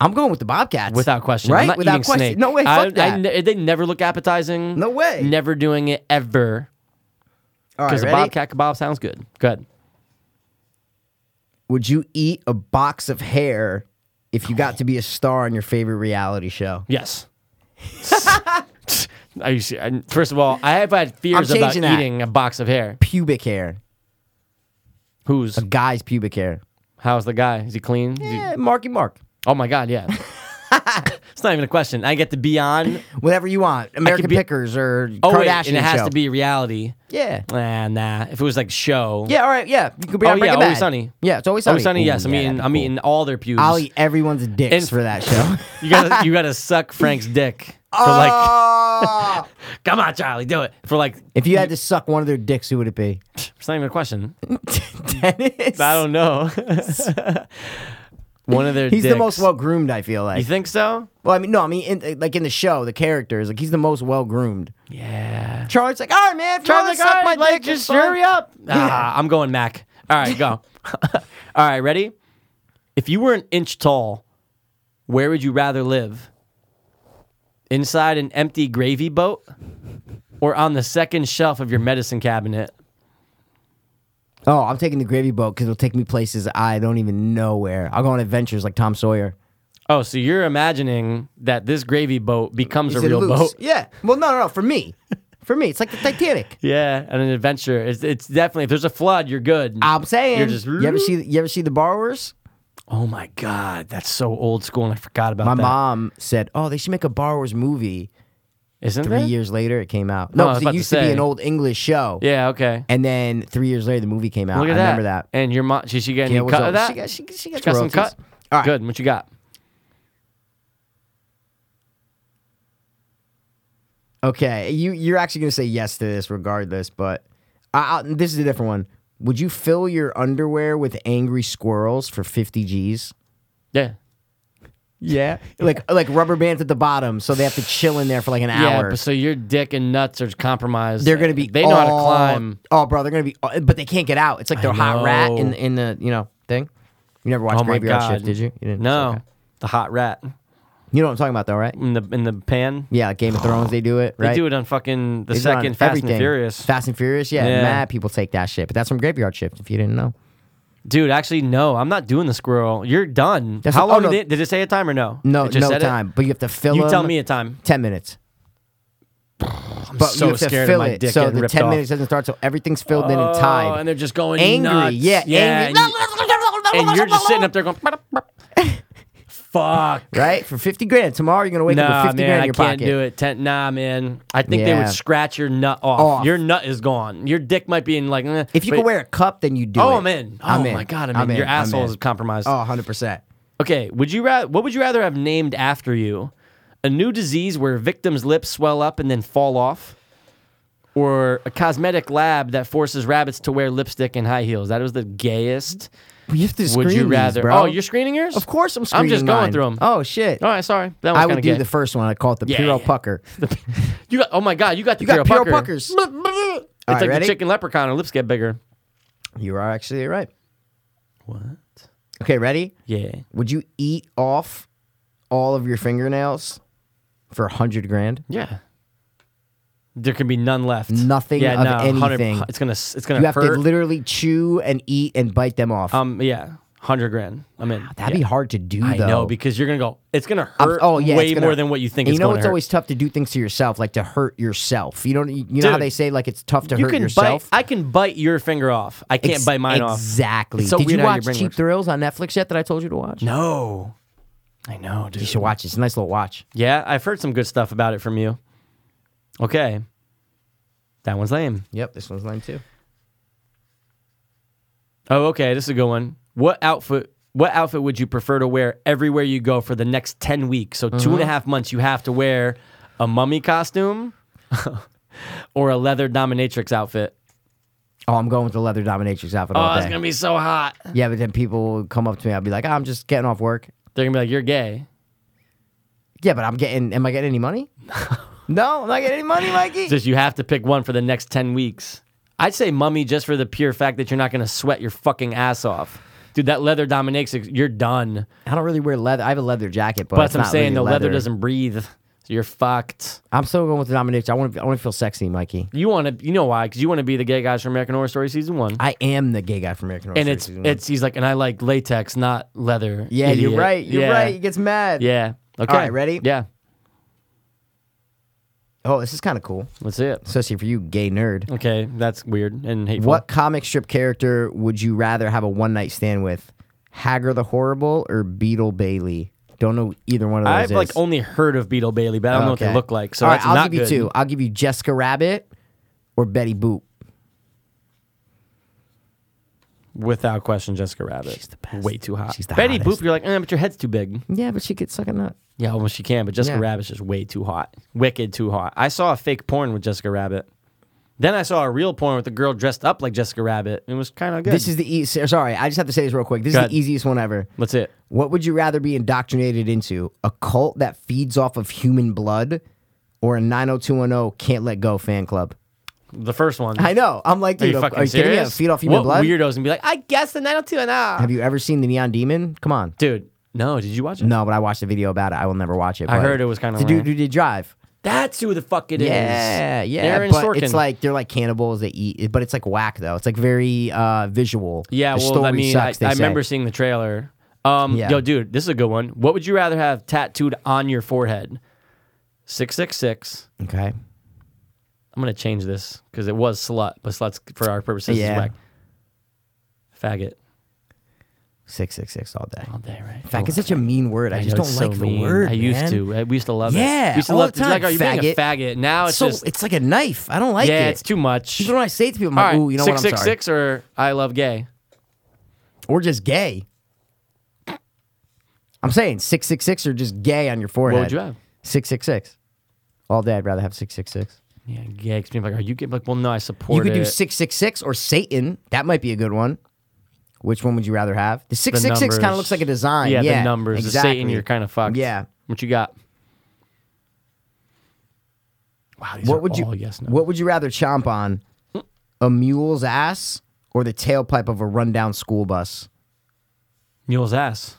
Speaker 2: I'm going with the Bobcats
Speaker 1: Without question,
Speaker 2: Right?
Speaker 1: I'm not
Speaker 2: Without
Speaker 1: eating
Speaker 2: question.
Speaker 1: snake.
Speaker 2: No way. Fuck
Speaker 1: I- I
Speaker 2: that.
Speaker 1: ne- they never look appetizing.
Speaker 2: No way.
Speaker 1: Never doing it ever.
Speaker 2: All right,
Speaker 1: Because
Speaker 2: ready?
Speaker 1: a bobcat kebab sounds good. Good.
Speaker 2: Would you eat a box of hair if you got to be a star on your favorite reality show?
Speaker 1: Yes. *laughs* I used to- I- first of all, I have had fears
Speaker 2: I'm
Speaker 1: about
Speaker 2: changing that.
Speaker 1: eating a box of hair.
Speaker 2: Pubic hair.
Speaker 1: Who's
Speaker 2: Guy's pubic hair.
Speaker 1: how's the guy? Is he clean? Is he-
Speaker 2: Eh, Marky Mark.
Speaker 1: oh my god,
Speaker 2: *laughs*
Speaker 1: yeah. it's not even a question. I get to be on.
Speaker 2: Whatever you want. American
Speaker 1: be-
Speaker 2: Pickers or
Speaker 1: Oh
Speaker 2: Kardashian
Speaker 1: wait, and it has
Speaker 2: show.
Speaker 1: to be reality.
Speaker 2: Yeah.
Speaker 1: Nah, nah. If it was like show.
Speaker 2: Yeah, all right, yeah. You could be
Speaker 1: Oh,
Speaker 2: on
Speaker 1: yeah,
Speaker 2: Breaking
Speaker 1: Always
Speaker 2: Bad.
Speaker 1: Sunny.
Speaker 2: Yeah, it's always sunny.
Speaker 1: Oh, Sonny,
Speaker 2: Ooh,
Speaker 1: yes. I'm
Speaker 2: yeah,
Speaker 1: eating.
Speaker 2: that'd be
Speaker 1: I'm
Speaker 2: cool.
Speaker 1: eating all their pews.
Speaker 2: I'll eat everyone's dicks
Speaker 1: And-
Speaker 2: for that
Speaker 1: *laughs*
Speaker 2: show.
Speaker 1: You gotta,
Speaker 2: *laughs*
Speaker 1: you gotta suck Frank's dick for like.
Speaker 2: Ah!
Speaker 1: Come on, Charlie, do it for like.
Speaker 2: if you had to suck one of their dicks, who would
Speaker 1: *laughs*
Speaker 2: it be?
Speaker 1: It's not even a question.
Speaker 2: Dennis.
Speaker 1: I don't
Speaker 2: *laughs*
Speaker 1: know. One of their.
Speaker 2: He's the most
Speaker 1: dicks.
Speaker 2: well groomed. I feel
Speaker 1: You
Speaker 2: like.
Speaker 1: think so?
Speaker 2: Well, I mean, no, I mean, in, like in the show, the characters, like he's the most well groomed.
Speaker 1: Yeah.
Speaker 2: Charlie's like, all right, man, if you wanna
Speaker 1: Charlie,
Speaker 2: suck my
Speaker 1: like,
Speaker 2: dick,
Speaker 1: just
Speaker 2: it's fine."
Speaker 1: hurry up. *laughs* Ah, I'm going Mac. All right, go. *laughs* all right, ready? If you were an inch tall, where would you rather live? Inside an empty gravy boat, or on the second shelf of your medicine cabinet?
Speaker 2: Oh, I'm taking the gravy boat because it'll take me places I don't even know where. I'll go on adventures like Tom Sawyer.
Speaker 1: Oh, so you're imagining that this gravy boat becomes
Speaker 2: Is
Speaker 1: a
Speaker 2: it
Speaker 1: real
Speaker 2: loose?
Speaker 1: boat?
Speaker 2: Yeah. Well, no, no, no. For me, for me, it's like the Titanic.
Speaker 1: *laughs* Yeah, and an adventure. It's, it's definitely if there's a flood, you're good.
Speaker 2: I'm saying.
Speaker 1: You're just- mm-hmm.
Speaker 2: you ever see? You ever see the borrowers?
Speaker 1: oh my god, that's so old school, and I forgot about
Speaker 2: My
Speaker 1: that.
Speaker 2: mom said, "Oh, they should make a borrowers movie."
Speaker 1: Isn't
Speaker 2: Three
Speaker 1: there?
Speaker 2: years later, it came out.
Speaker 1: Oh,
Speaker 2: No,
Speaker 1: I was
Speaker 2: 'cause
Speaker 1: about
Speaker 2: it
Speaker 1: to
Speaker 2: used to, be
Speaker 1: say.
Speaker 2: an old English show.
Speaker 1: Yeah. Okay.
Speaker 2: And then three years later, the movie came out.
Speaker 1: Look at
Speaker 2: I
Speaker 1: that.
Speaker 2: remember that.
Speaker 1: And your mom, she, she got
Speaker 2: Yeah,
Speaker 1: any
Speaker 2: what's
Speaker 1: cut
Speaker 2: up?
Speaker 1: of that?
Speaker 2: She got, she, she gets
Speaker 1: got some
Speaker 2: royalties.
Speaker 1: cut.
Speaker 2: All right.
Speaker 1: Good. What you got?
Speaker 2: Okay. You you're actually gonna say yes to this regardless, but I, I, this is a different one. Would you fill your underwear with angry squirrels for fifty G's?
Speaker 1: Yeah.
Speaker 2: Yeah, *laughs* like like rubber bands at the bottom, so they have to chill in there for like an
Speaker 1: Yeah,
Speaker 2: hour.
Speaker 1: but so your dick and nuts are compromised.
Speaker 2: they're gonna be.
Speaker 1: They know how to
Speaker 2: all-
Speaker 1: climb.
Speaker 2: Oh, bro, they're gonna be. But they can't get out. It's like they're hot rat in
Speaker 1: know.
Speaker 2: in the you know thing. You never watched
Speaker 1: Oh my
Speaker 2: Graveyard Shift,
Speaker 1: God.
Speaker 2: did you? you didn't?
Speaker 1: No,
Speaker 2: Okay.
Speaker 1: the hot rat
Speaker 2: you know what I'm talking about, though, right?
Speaker 1: in the in the pan.
Speaker 2: Yeah, like Game of Thrones, they do it.
Speaker 1: They
Speaker 2: Right?
Speaker 1: do it on fucking the
Speaker 2: They do it on
Speaker 1: second Fast
Speaker 2: everything.
Speaker 1: and Furious.
Speaker 2: Fast and Furious, yeah,
Speaker 1: Yeah.
Speaker 2: Mad people take that shit, but that's from Graveyard Shift. If you didn't know,
Speaker 1: Dude, actually, no, I'm not doing the squirrel. You're done.
Speaker 2: That's
Speaker 1: How
Speaker 2: what- oh,
Speaker 1: long
Speaker 2: no.
Speaker 1: did, it, did it say a time or no?
Speaker 2: no,
Speaker 1: It just
Speaker 2: no
Speaker 1: said it?
Speaker 2: time. But you have to fill.
Speaker 1: You tell
Speaker 2: 'em
Speaker 1: me a time.
Speaker 2: ten minutes.
Speaker 1: *sighs* I'm
Speaker 2: But
Speaker 1: so
Speaker 2: you have to
Speaker 1: scared
Speaker 2: fill
Speaker 1: of my
Speaker 2: it.
Speaker 1: dick
Speaker 2: so
Speaker 1: getting
Speaker 2: the
Speaker 1: ripped
Speaker 2: ten
Speaker 1: off.
Speaker 2: minutes doesn't start till everything's filled in and
Speaker 1: Oh,
Speaker 2: tied.
Speaker 1: and they're just going
Speaker 2: angry,
Speaker 1: nuts.
Speaker 2: yeah, angry.
Speaker 1: and you- And, you're just sitting up there going. *laughs* Fuck.
Speaker 2: right? For 50 grand. Tomorrow you're going to wake up
Speaker 1: Nah,
Speaker 2: with 50
Speaker 1: man,
Speaker 2: grand in
Speaker 1: I
Speaker 2: your
Speaker 1: can't
Speaker 2: pocket.
Speaker 1: do it. Ten, nah, man. I think they
Speaker 2: Yeah.
Speaker 1: would scratch your nut off.
Speaker 2: Off.
Speaker 1: Your nut is gone. Your dick might be in like. eh,
Speaker 2: If you
Speaker 1: but-
Speaker 2: could wear a cup, then you do it.
Speaker 1: Oh, I'm in. Oh
Speaker 2: I'm in.
Speaker 1: my god, I'm, in. Your
Speaker 2: I'm
Speaker 1: asshole
Speaker 2: in.
Speaker 1: is compromised.
Speaker 2: Oh, 100%.
Speaker 1: Okay, would you rather? What would you rather have named after you? A new disease where victims' lips swell up and then fall off, or a cosmetic lab that forces rabbits to wear lipstick and high heels. That was the gayest.
Speaker 2: We have to
Speaker 1: would you
Speaker 2: screen these,
Speaker 1: rather?
Speaker 2: bro.
Speaker 1: Oh, you're screening yours.
Speaker 2: Of course I'm screening
Speaker 1: I'm just going
Speaker 2: mine.
Speaker 1: through them.
Speaker 2: Oh, shit.
Speaker 1: All right, sorry. That was
Speaker 2: I would
Speaker 1: kinda
Speaker 2: do
Speaker 1: gay.
Speaker 2: the first one. I call it the
Speaker 1: Yeah,
Speaker 2: Piro
Speaker 1: yeah.
Speaker 2: Pucker.
Speaker 1: You got. Oh my god, you got the
Speaker 2: You got Piro
Speaker 1: Pucker.
Speaker 2: Puckers.
Speaker 1: It's
Speaker 2: All right,
Speaker 1: like
Speaker 2: ready?
Speaker 1: the chicken leprechaun. Her lips get bigger.
Speaker 2: You are actually right.
Speaker 1: What?
Speaker 2: Okay, ready?
Speaker 1: Yeah.
Speaker 2: Would you eat off all of your fingernails for 100 grand?
Speaker 1: Yeah. There can be none left.
Speaker 2: Nothing
Speaker 1: yeah,
Speaker 2: of
Speaker 1: no, 100
Speaker 2: anything.
Speaker 1: It's gonna. It's gonna
Speaker 2: You have
Speaker 1: hurt.
Speaker 2: to literally chew and eat and bite them off.
Speaker 1: um. Yeah. Hundred grand. I'm in.
Speaker 2: That'd
Speaker 1: Yeah.
Speaker 2: be hard to do,
Speaker 1: I
Speaker 2: though.
Speaker 1: know because you're gonna go. It's gonna
Speaker 2: I'm-
Speaker 1: hurt.
Speaker 2: oh yeah, it's
Speaker 1: way
Speaker 2: gonna-
Speaker 1: more than what you think.
Speaker 2: And
Speaker 1: it's
Speaker 2: you know,
Speaker 1: gonna
Speaker 2: it's
Speaker 1: hurt.
Speaker 2: always tough to do things to yourself, like to hurt yourself. You don't. You know how
Speaker 1: Dude,
Speaker 2: they say like it's tough to
Speaker 1: you
Speaker 2: hurt
Speaker 1: can
Speaker 2: yourself.
Speaker 1: bite. I can bite your finger off. I can't
Speaker 2: Ex-
Speaker 1: bite mine off.
Speaker 2: exactly.
Speaker 1: It's so
Speaker 2: Did
Speaker 1: weird
Speaker 2: you
Speaker 1: how your
Speaker 2: watch
Speaker 1: brain
Speaker 2: Cheap
Speaker 1: works.
Speaker 2: Thrills on Netflix yet? That I told you to watch.
Speaker 1: No. I know, dude.
Speaker 2: You should watch. it. It's a nice little watch.
Speaker 1: Yeah, I've heard some good stuff about it from you. Okay. That one's lame.
Speaker 2: Yep, this one's mine too.
Speaker 1: Oh, okay. This is a good one. What outfit? What outfit would you prefer to wear everywhere you go for the next ten weeks? So two and a half months, you have to wear a mummy *laughs* costume or a leather dominatrix outfit.
Speaker 2: Oh, I'm going with the leather dominatrix outfit all
Speaker 1: Oh, it's
Speaker 2: day.
Speaker 1: gonna be so hot.
Speaker 2: yeah, but then people will come up to me. I'll be like, "Ah, I'm just getting off work.
Speaker 1: They're gonna be like, "You're gay."
Speaker 2: Yeah, but I'm getting. Am I getting
Speaker 1: *laughs*
Speaker 2: any money? no, I'm not getting any money, Mikey.
Speaker 1: Just you have to pick one for the next ten weeks. I'd say mummy just for the pure fact that you're not gonna sweat your fucking ass off, dude. That leather dominatrix, you're done.
Speaker 2: I don't really wear leather. I have a leather jacket, but,
Speaker 1: But
Speaker 2: it's
Speaker 1: that's what I'm
Speaker 2: not
Speaker 1: saying
Speaker 2: really
Speaker 1: the leather.
Speaker 2: leather
Speaker 1: doesn't breathe. So you're fucked.
Speaker 2: I'm still going with the dominatrix. I want to. I want to feel sexy, Mikey.
Speaker 1: You want to, you know why? Because you want to be the gay guys from American Horror Story season one.
Speaker 2: I am the gay guy from American Horror
Speaker 1: and
Speaker 2: Story
Speaker 1: it's
Speaker 2: Season one.
Speaker 1: it's he's like, and I like latex, not leather.
Speaker 2: Yeah, you're
Speaker 1: idiot."
Speaker 2: right. You're
Speaker 1: Yeah.
Speaker 2: right. He gets mad.
Speaker 1: Yeah. Okay.
Speaker 2: right, ready?
Speaker 1: Yeah.
Speaker 2: Oh, this is kind of cool,
Speaker 1: Let's see it.
Speaker 2: especially for you, gay nerd.
Speaker 1: Okay, that's weird and hateful.
Speaker 2: What comic strip character would you rather have a one night stand with? Hagger the Horrible or Beetle Bailey? Don't know either one of those.
Speaker 1: I've like
Speaker 2: is.
Speaker 1: only heard of Beetle Bailey, but I don't know what they
Speaker 2: Okay.
Speaker 1: look like. So
Speaker 2: All right,
Speaker 1: that's
Speaker 2: I'll
Speaker 1: not
Speaker 2: give
Speaker 1: good.
Speaker 2: you two. I'll give you Jessica Rabbit or Betty Boop.
Speaker 1: Without question, Jessica Rabbit. She's
Speaker 2: the best.
Speaker 1: Way too hot.
Speaker 2: She's the
Speaker 1: Betty
Speaker 2: hottest.
Speaker 1: Boop, you're like, eh, but your head's too big.
Speaker 2: Yeah, but she could suck a nut.
Speaker 1: Yeah, well, she can, but Jessica
Speaker 2: Yeah.
Speaker 1: Rabbit's just way too hot. Wicked too hot. I saw a fake porn with Jessica Rabbit. Then I saw a real porn with a girl dressed up like Jessica Rabbit. It was kind of good.
Speaker 2: This is the e- sorry. I just have to say this real quick. This
Speaker 1: Go
Speaker 2: is
Speaker 1: ahead.
Speaker 2: the easiest one ever.
Speaker 1: What's it?
Speaker 2: What would you rather be indoctrinated into? A cult that feeds off of human blood or a 90210 can't let go fan club?
Speaker 1: The first one.
Speaker 2: I know. I'm like,
Speaker 1: Are
Speaker 2: dude,
Speaker 1: you
Speaker 2: are,
Speaker 1: fucking
Speaker 2: are you kidding me?
Speaker 1: serious?
Speaker 2: Feed off human
Speaker 1: what
Speaker 2: blood?
Speaker 1: weirdos and be like, I guess the 902 and
Speaker 2: Have you ever seen the Neon Demon? Come on.
Speaker 1: Dude, no, did you watch it?
Speaker 2: No, but I watched a video about it. I will never watch it.
Speaker 1: I
Speaker 2: but
Speaker 1: heard it was kinda
Speaker 2: It's a dude
Speaker 1: lame.
Speaker 2: who did drive.
Speaker 1: That's who the fuck it is.
Speaker 2: Yeah, yeah.
Speaker 1: Aaron
Speaker 2: but
Speaker 1: Sorkin.
Speaker 2: it's like they're like cannibals. They eat, but it's like whack though. It's like very uh, visual.
Speaker 1: yeah,
Speaker 2: The
Speaker 1: well,
Speaker 2: story
Speaker 1: I mean, I,
Speaker 2: sucks, they
Speaker 1: I
Speaker 2: say.
Speaker 1: remember seeing the trailer. Um,
Speaker 2: Yeah.
Speaker 1: Yo, dude, this is a good one. What would you rather have tattooed on your forehead? 666.
Speaker 2: Okay.
Speaker 1: I'm going to change this because it was slut, but sluts for our purposes
Speaker 2: Yeah.
Speaker 1: is whack. Faggot.
Speaker 2: Six six six all day.
Speaker 1: All day, right?
Speaker 2: Fact is such a mean word. I, just don't like the word.
Speaker 1: I used
Speaker 2: man.
Speaker 1: to. I- We used to love it.
Speaker 2: Yeah,
Speaker 1: We used to
Speaker 2: all
Speaker 1: love
Speaker 2: the
Speaker 1: to-
Speaker 2: time,
Speaker 1: Like, are you being a faggot? Now it's
Speaker 2: so
Speaker 1: just.
Speaker 2: it's like a knife. I don't like
Speaker 1: yeah,
Speaker 2: it.
Speaker 1: it's too much.
Speaker 2: Even when I say it to people, I'm
Speaker 1: All
Speaker 2: like,
Speaker 1: right,
Speaker 2: ooh, you know what? I'm sorry.
Speaker 1: 666 or I love gay.
Speaker 2: Or just gay. I'm saying six six six or just gay on your forehead.
Speaker 1: What would you have?
Speaker 2: Six six six. All day, I'd rather have six six six.
Speaker 1: Yeah, gay. 'cause people are like, are you gay? Like, well, no, I support
Speaker 2: You could do
Speaker 1: it.
Speaker 2: six six six or Satan. That might be a good one. Which one would you rather have? The
Speaker 1: The
Speaker 2: six six six kind of
Speaker 1: numbers.
Speaker 2: looks like a design.
Speaker 1: Yeah,
Speaker 2: Yeah,
Speaker 1: the numbers. The Satan,
Speaker 2: exactly.
Speaker 1: you're kind of fucked.
Speaker 2: Yeah.
Speaker 1: What you got? Wow, these are
Speaker 2: What would you?
Speaker 1: all yes no.
Speaker 2: What would you rather chomp on? A mule's ass or the tailpipe of a rundown school bus?
Speaker 1: Mule's ass.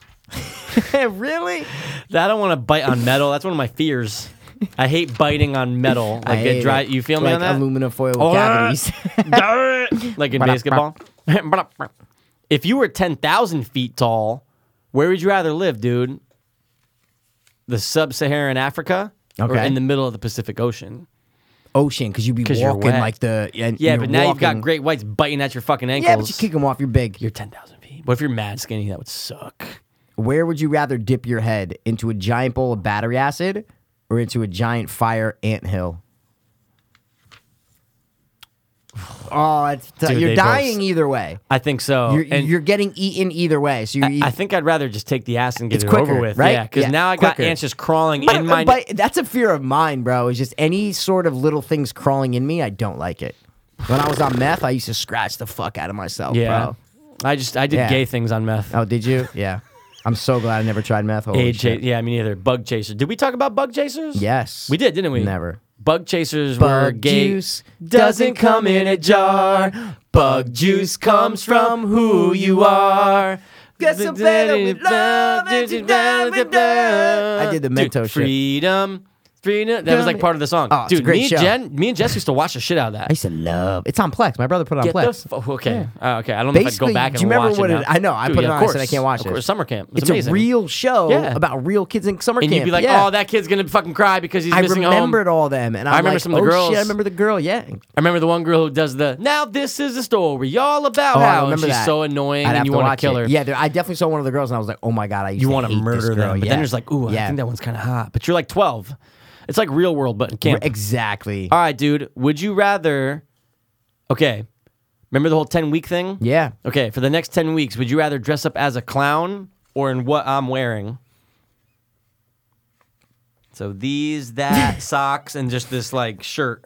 Speaker 2: really?
Speaker 1: I don't want to bite on metal. That's one of my fears. I hate biting on
Speaker 2: *laughs*
Speaker 1: metal. Like it
Speaker 2: hate
Speaker 1: dry.
Speaker 2: it.
Speaker 1: You feel me
Speaker 2: like
Speaker 1: on that?
Speaker 2: Aluminum foil with
Speaker 1: Oh, *laughs*
Speaker 2: cavities.
Speaker 4: *laughs*
Speaker 1: like in basketball. *laughs* if you were ten thousand feet tall, where would you rather live, dude? The sub-Saharan Africa, or
Speaker 2: Okay.
Speaker 1: in the middle of the Pacific Ocean.
Speaker 2: Ocean, because you'd be
Speaker 1: 'Cause you're
Speaker 2: walking
Speaker 1: wet.
Speaker 2: like the and
Speaker 1: Yeah,
Speaker 2: you're
Speaker 1: but now you've got
Speaker 2: walking-
Speaker 1: great whites biting at your fucking ankles.
Speaker 2: Yeah, but you kick them off. You're big.
Speaker 1: You're ten thousand feet. What if you're mad skinny? That would suck.
Speaker 2: Where would you rather dip your head into a giant bowl of battery acid or into a giant fire anthill? *sighs* Oh, it's t-
Speaker 1: Dude,
Speaker 2: you're
Speaker 1: they both-
Speaker 2: dying either way.
Speaker 1: I think so.
Speaker 2: You're,
Speaker 1: and
Speaker 2: you're getting eaten either way. So you're
Speaker 1: I,
Speaker 2: eating.
Speaker 1: I think I'd rather just take the ass and get
Speaker 2: It's
Speaker 1: it over
Speaker 2: quicker,
Speaker 1: with.
Speaker 2: right?
Speaker 1: Yeah, because
Speaker 2: Yeah,
Speaker 1: now I got
Speaker 2: quicker.
Speaker 1: ants just crawling
Speaker 2: but,
Speaker 1: in my.
Speaker 2: but that's a fear of mine, bro. It's just any sort of little things crawling in me. I don't like it. When I was on meth, I used to scratch the fuck out of myself,
Speaker 1: yeah,
Speaker 2: bro.
Speaker 1: I just I did
Speaker 2: Yeah.
Speaker 1: gay things on meth.
Speaker 2: Oh, did you? Yeah. I'm so glad I never tried meth. Holy
Speaker 1: Age,
Speaker 2: shit.
Speaker 1: yeah, I mean either bug chaser. Did we talk about bug chasers?
Speaker 2: Yes.
Speaker 1: we did, didn't we?
Speaker 2: Never.
Speaker 1: Bug chasers were
Speaker 2: Bug
Speaker 1: gay.
Speaker 2: juice
Speaker 1: doesn't come in a jar. Bug juice comes from who you are.
Speaker 2: Get some better with love and you die with love. I did the
Speaker 1: Dude,
Speaker 2: Mentos shit.
Speaker 1: Freedom. Freedom. That was like part of the song.
Speaker 2: Oh, it's a
Speaker 1: Dude,
Speaker 2: great
Speaker 1: me
Speaker 2: show.
Speaker 1: and Jen, me and Jess used to watch the shit out of that.
Speaker 2: I used to love. It's on Plex. My brother put it on
Speaker 1: Get
Speaker 2: Plex.
Speaker 1: those- oh, okay. Uh, okay. I don't know if I'd
Speaker 2: Basically,
Speaker 1: go back and
Speaker 2: do you remember
Speaker 1: watch
Speaker 2: what
Speaker 1: it.
Speaker 2: it-
Speaker 1: now.
Speaker 2: I know, I
Speaker 1: Dude,
Speaker 2: put it
Speaker 1: of
Speaker 2: on, I said I
Speaker 1: course.
Speaker 2: can't watch
Speaker 1: Of
Speaker 2: it.
Speaker 1: course, summer camp. It's,
Speaker 2: It's
Speaker 1: amazing.
Speaker 2: a real show
Speaker 1: Yeah.
Speaker 2: about real kids in summer
Speaker 1: And
Speaker 2: camp.
Speaker 1: you'd be like,
Speaker 2: yeah.
Speaker 1: oh, that kid's gonna fucking cry because he's
Speaker 2: I
Speaker 1: missing
Speaker 2: remembered
Speaker 1: home.
Speaker 2: all them, and I'm
Speaker 1: remember
Speaker 2: like,
Speaker 1: some of the
Speaker 2: oh,
Speaker 1: girls.
Speaker 2: Shit, I remember the girl. Yeah,
Speaker 1: I remember the one girl who does the. Now this is a story all about
Speaker 2: oh, I
Speaker 1: how and
Speaker 2: remember
Speaker 1: she's
Speaker 2: that.
Speaker 1: so annoying
Speaker 2: I'd have
Speaker 1: and you
Speaker 2: to
Speaker 1: want
Speaker 2: watch
Speaker 1: to kill
Speaker 2: it.
Speaker 1: her.
Speaker 2: Yeah, there, I definitely saw one of the girls, and I was like, oh my god, I used
Speaker 1: you
Speaker 2: want to
Speaker 1: wanna
Speaker 2: hate this
Speaker 1: murder
Speaker 2: girl.
Speaker 1: them, but
Speaker 2: yeah.
Speaker 1: then there's like, ooh,
Speaker 2: yeah.
Speaker 1: I think that one's kind of hot. But you're like 12. It's like real world, but in camp.
Speaker 2: *laughs* exactly.
Speaker 1: All right, dude. Would you rather? Okay, remember the whole 10 week thing?
Speaker 2: yeah,
Speaker 1: Okay, for the next 10 weeks, would you rather dress up as a clown or in what I'm wearing? So these,
Speaker 2: *laughs*
Speaker 1: that, socks, and just this like shirt,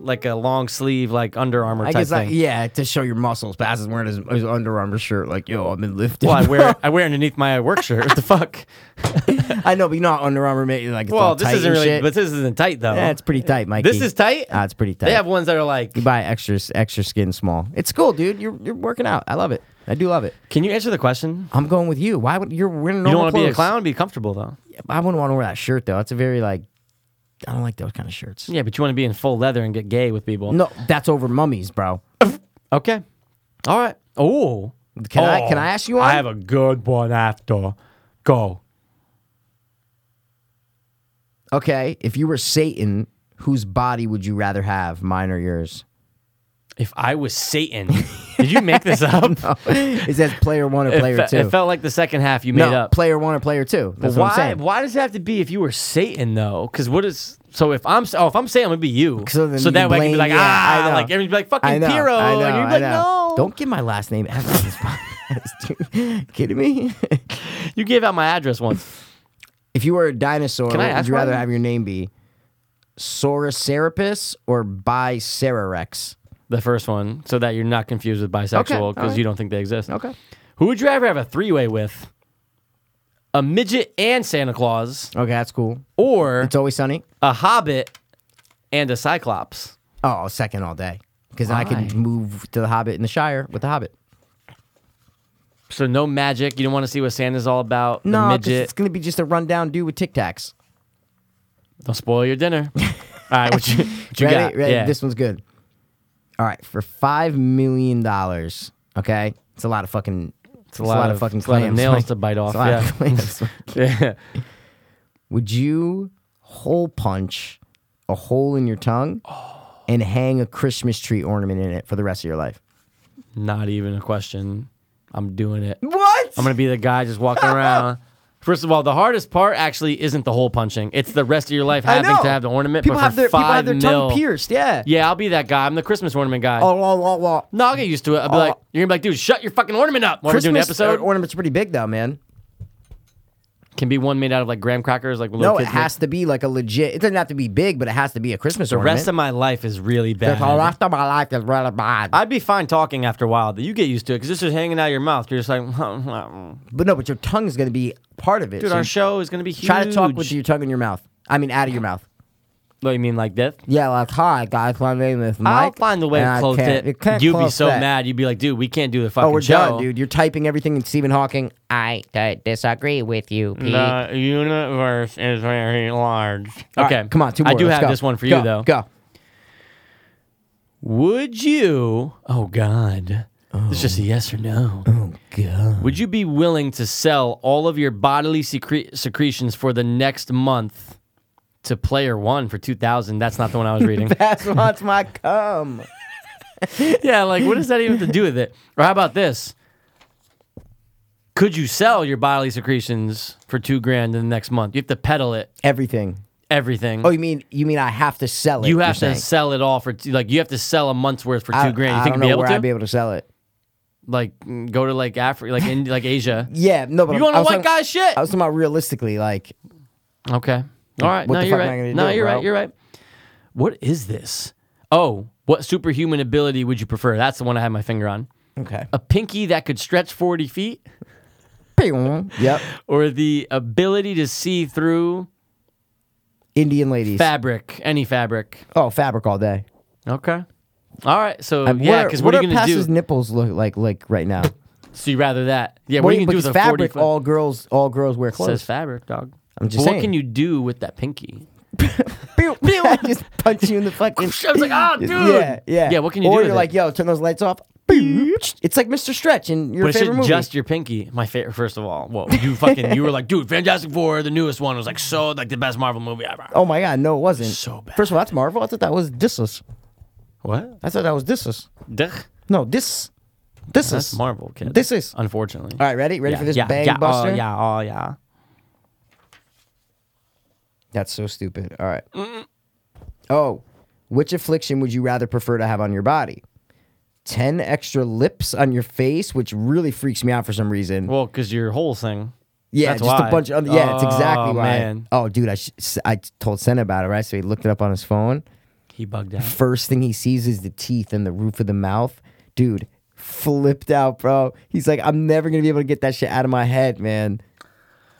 Speaker 1: like a long sleeve, like Under Armour
Speaker 2: I
Speaker 1: type
Speaker 2: guess, like,
Speaker 1: thing.
Speaker 2: yeah, to show your muscles. Bass is wearing his, his Under Armour shirt, like, yo, I've been lifting.
Speaker 1: Well, I wear *laughs* I wear underneath my work shirt. What the fuck?
Speaker 2: *laughs* I know, but you know, how Under Armour made like, it's all
Speaker 1: Well, this
Speaker 2: tight
Speaker 1: isn't
Speaker 2: and
Speaker 1: really,
Speaker 2: shit.
Speaker 1: but this isn't tight though.
Speaker 2: Yeah, it's pretty tight, Mikey.
Speaker 1: This is tight?
Speaker 2: Ah, it's pretty tight.
Speaker 1: They have ones that are like.
Speaker 2: you buy extra extra skin small. It's cool, dude. You're you're working out. I love it. I do love it.
Speaker 1: Can you answer the question?
Speaker 2: I'm going with you. Why would you're wearing
Speaker 1: You
Speaker 2: normal
Speaker 1: don't want to be a
Speaker 2: clothes.
Speaker 1: clown? Be comfortable though.
Speaker 2: I wouldn't want to wear that shirt though. It's a very like I don't like those kind of shirts.
Speaker 1: Yeah, but you want to be in full leather and get gay with people.
Speaker 2: No, that's over mummies, bro.
Speaker 1: Okay. All right. Oh.
Speaker 2: Can I can I ask you one?
Speaker 4: I have a good one after. Go.
Speaker 2: okay, if you were Satan, whose body would you rather have, mine or yours? *laughs*
Speaker 1: If I was Satan, *laughs* did you make this up?
Speaker 2: it says player one or
Speaker 1: *laughs* It
Speaker 2: player
Speaker 1: fe-
Speaker 2: two.
Speaker 1: It, felt like the second half you made
Speaker 2: no,
Speaker 1: up.
Speaker 2: player one or player two. That's what I'm
Speaker 1: why?
Speaker 2: saying.
Speaker 1: Why does it have to be if you were Satan though? Because what is so? If I'm oh, if I'm Satan, it'd be you.
Speaker 2: So then you
Speaker 1: that way I can be
Speaker 2: blame-
Speaker 1: like
Speaker 2: yeah,
Speaker 1: ah,
Speaker 2: I know.
Speaker 1: like everybody's like fucking
Speaker 2: I know,
Speaker 1: Piro,
Speaker 2: I know,
Speaker 1: and you're
Speaker 2: I
Speaker 1: like
Speaker 2: know.
Speaker 1: no.
Speaker 2: Don't give my last name after this podcast, *laughs* dude. Kidding me? *laughs*
Speaker 1: You gave out my address once.
Speaker 2: If you were a dinosaur,
Speaker 1: Can I
Speaker 2: what would
Speaker 1: ask
Speaker 2: you rather
Speaker 1: one?
Speaker 2: have your name be? Saurocerapus or Bicerarex?
Speaker 1: the first one, so that you're not confused with bisexual
Speaker 2: Okay,
Speaker 1: because
Speaker 2: alright.
Speaker 1: you don't think they exist.
Speaker 2: Okay.
Speaker 1: Who would you ever have a three way with? A midget and Santa Claus,
Speaker 2: Okay, that's cool.
Speaker 1: or
Speaker 2: It's always sunny.
Speaker 1: a hobbit and a cyclops.
Speaker 2: Oh, second all day. Because
Speaker 1: Why?
Speaker 2: I could move to the Hobbit in the Shire with the Hobbit.
Speaker 1: So no magic. You don't want to see what Santa's all about. the
Speaker 2: No, 'cause
Speaker 1: midget.
Speaker 2: it's going to be just a rundown dude with Tic Tacs.
Speaker 1: Don't spoil your
Speaker 2: *laughs*
Speaker 1: dinner. all right, what you, what you
Speaker 2: ready?
Speaker 1: got?
Speaker 2: Ready?
Speaker 1: Yeah.
Speaker 2: This one's good. All right, for $5 million, okay? It's a lot of fucking. It's a
Speaker 1: lot
Speaker 2: lot of
Speaker 1: of-
Speaker 2: fucking
Speaker 1: it's a lot of
Speaker 2: clams,
Speaker 1: nails
Speaker 2: Mike.
Speaker 1: to bite off,
Speaker 2: It's a lot of
Speaker 1: yeah. *laughs*
Speaker 2: clams.
Speaker 1: Yeah.
Speaker 2: Would you hole punch a hole in your tongue and hang a Christmas tree ornament in it for the rest of your life?
Speaker 1: Not even a question. I'm doing it.
Speaker 2: What?
Speaker 1: I'm gonna be the guy just
Speaker 2: *laughs*
Speaker 1: walking around. First of all, the hardest part actually isn't the hole punching. It's the rest of your life having to have the ornament.
Speaker 2: People
Speaker 1: but for
Speaker 2: have their people
Speaker 1: five
Speaker 2: have their
Speaker 1: mil,
Speaker 2: tongue pierced. Yeah.
Speaker 1: Yeah, I'll be that guy. I'm the Christmas ornament guy.
Speaker 2: Oh, oh, oh, oh.
Speaker 1: No, I'll get used to it. I'll be like,
Speaker 2: uh,
Speaker 1: you're gonna be like, dude, shut your fucking ornament up. What are we doing? an
Speaker 2: Christmas
Speaker 1: Episode.
Speaker 2: ornament's pretty big though, man.
Speaker 1: Can be one made out of like graham crackers, like little
Speaker 2: No, it
Speaker 1: kids.
Speaker 2: has to be like a legit. It doesn't have to be big, but it has to be a Christmas
Speaker 1: the rest
Speaker 2: ornament.
Speaker 1: of my life is really bad.
Speaker 2: the rest of my life is really bad.
Speaker 1: I'd be fine talking after a while, but you get used to it because it's just hanging out of your mouth. You're just like, *laughs* dude,
Speaker 2: but no, but your tongue's gonna be part of it. so
Speaker 1: our
Speaker 2: you
Speaker 1: show is gonna be huge.
Speaker 2: try to talk with your tongue in your mouth. I mean, out of your mouth.
Speaker 1: What you mean, like this?
Speaker 2: Yeah, like hi guys, my name is Mike.
Speaker 1: I'll find a way
Speaker 2: and
Speaker 1: to
Speaker 2: I
Speaker 1: close
Speaker 2: can't-
Speaker 1: it.
Speaker 2: you can't
Speaker 1: You'd be
Speaker 2: close
Speaker 1: so
Speaker 2: that.
Speaker 1: mad. You'd be like, dude, we can't do the fucking
Speaker 2: Oh, we're
Speaker 1: show.
Speaker 2: done, dude. You're typing everything in Stephen Hawking. I uh, disagree with you, Pete.
Speaker 4: The universe is very large.
Speaker 2: All
Speaker 1: Okay,
Speaker 2: right, come on, two more.
Speaker 1: I do
Speaker 2: Let's
Speaker 1: have
Speaker 2: go.
Speaker 1: this one for you
Speaker 2: Go,
Speaker 1: though.
Speaker 2: Go.
Speaker 1: Would you? Oh God, it's just a yes or no.
Speaker 2: Oh god.
Speaker 1: Would you be willing to sell all of your bodily secre- secretions for the next month to player one for two thousand? That's not the one I was
Speaker 2: *laughs*
Speaker 1: reading.
Speaker 2: That's what's my cum.
Speaker 1: yeah, like what does that even have to do with it? Or how about this? Could you sell your bodily secretions for two grand in the next month? You have to peddle it,
Speaker 2: Everything.
Speaker 1: everything.
Speaker 2: Oh, you mean you mean I have to sell it?
Speaker 1: you
Speaker 2: you're
Speaker 1: have to
Speaker 2: saying.
Speaker 1: sell it all for two, like you have to sell a month's worth for two
Speaker 2: I,
Speaker 1: grand. You
Speaker 2: I
Speaker 1: think
Speaker 2: don't
Speaker 1: you'd be
Speaker 2: know
Speaker 1: able
Speaker 2: where
Speaker 1: to?
Speaker 2: I'd be able to sell it.
Speaker 1: like mm, go to like Africa, like in like Asia.
Speaker 2: *laughs* Yeah, no, but
Speaker 1: You
Speaker 2: I'm-
Speaker 1: going
Speaker 2: I
Speaker 1: on
Speaker 2: was
Speaker 1: white
Speaker 2: talking-
Speaker 1: guy shit?
Speaker 2: I was talking about realistically, like
Speaker 1: Okay. All right.
Speaker 2: what
Speaker 1: no,
Speaker 2: the
Speaker 1: you're
Speaker 2: fuck am I
Speaker 1: right.
Speaker 2: gonna
Speaker 1: No,
Speaker 2: do,
Speaker 1: you're
Speaker 2: bro?
Speaker 1: right. You're right. What is this? Oh, what superhuman ability would you prefer? That's the one I had my finger on.
Speaker 2: okay.
Speaker 1: A pinky that could stretch 40 feet,
Speaker 2: yep.
Speaker 1: or the ability to see through
Speaker 2: Indian ladies.
Speaker 1: fabric, any fabric.
Speaker 2: oh, fabric all day.
Speaker 1: Okay. All right. So
Speaker 2: Um,
Speaker 1: yeah,
Speaker 2: are-
Speaker 1: because what, are you
Speaker 2: are
Speaker 1: gonna do?
Speaker 2: Pastor's nipples look like like right now?
Speaker 1: so you rather that? Yeah. What are you gonna do with a 40
Speaker 2: fabric?
Speaker 1: foot?
Speaker 2: All girls, all girls wear
Speaker 1: It says
Speaker 2: clothes.
Speaker 1: fabric, dog.
Speaker 2: I'm just
Speaker 1: But What
Speaker 2: saying.
Speaker 1: can you do with that pinky?
Speaker 2: Pew, pew. *laughs* I just punch you in the fucking.
Speaker 1: I was like, oh, dude.
Speaker 2: *laughs* Yeah, yeah,
Speaker 1: Yeah. What can you
Speaker 2: or
Speaker 1: do?
Speaker 2: Or
Speaker 1: with
Speaker 2: you're
Speaker 1: it?
Speaker 2: like, yo, turn those
Speaker 1: *laughs*
Speaker 2: lights off. It's like Mr. Stretch in your
Speaker 1: But it's
Speaker 2: favorite
Speaker 1: just
Speaker 2: movie.
Speaker 1: just your pinky. My favorite, first of all. Whoa, you fucking, you were like, dude, Fantastic Four, the newest one was like so, like the best Marvel movie ever.
Speaker 2: oh my god, no, it wasn't.
Speaker 1: So bad.
Speaker 2: First of all, that's Marvel. I thought that was Dissus.
Speaker 1: What?
Speaker 2: I thought that was Dissus.
Speaker 1: Duh.
Speaker 2: No, this, this
Speaker 1: That's
Speaker 2: is
Speaker 1: Marvel, kid.
Speaker 2: This is-
Speaker 1: Unfortunately.
Speaker 2: All right, ready? Ready
Speaker 1: Yeah,
Speaker 2: for this
Speaker 1: yeah,
Speaker 2: bang
Speaker 1: yeah,
Speaker 2: buster?
Speaker 1: Oh, yeah, oh, yeah.
Speaker 2: That's so stupid. All right. Oh, which affliction would you rather prefer to have on your body? 10 extra lips on your face, which really freaks me out for some reason.
Speaker 1: Well, because your whole thing.
Speaker 2: yeah,
Speaker 1: that's
Speaker 2: just
Speaker 1: why.
Speaker 2: a bunch of other. Yeah, it's exactly
Speaker 1: Oh,
Speaker 2: why.
Speaker 1: man.
Speaker 2: Oh, dude, I, sh- I told Sen about it, right? So he looked it up on his phone.
Speaker 1: He bugged out.
Speaker 2: *laughs* First thing he sees is the teeth and the roof of the mouth. Dude, flipped out, bro. He's like, I'm never going to be able to get that shit out of my head, man.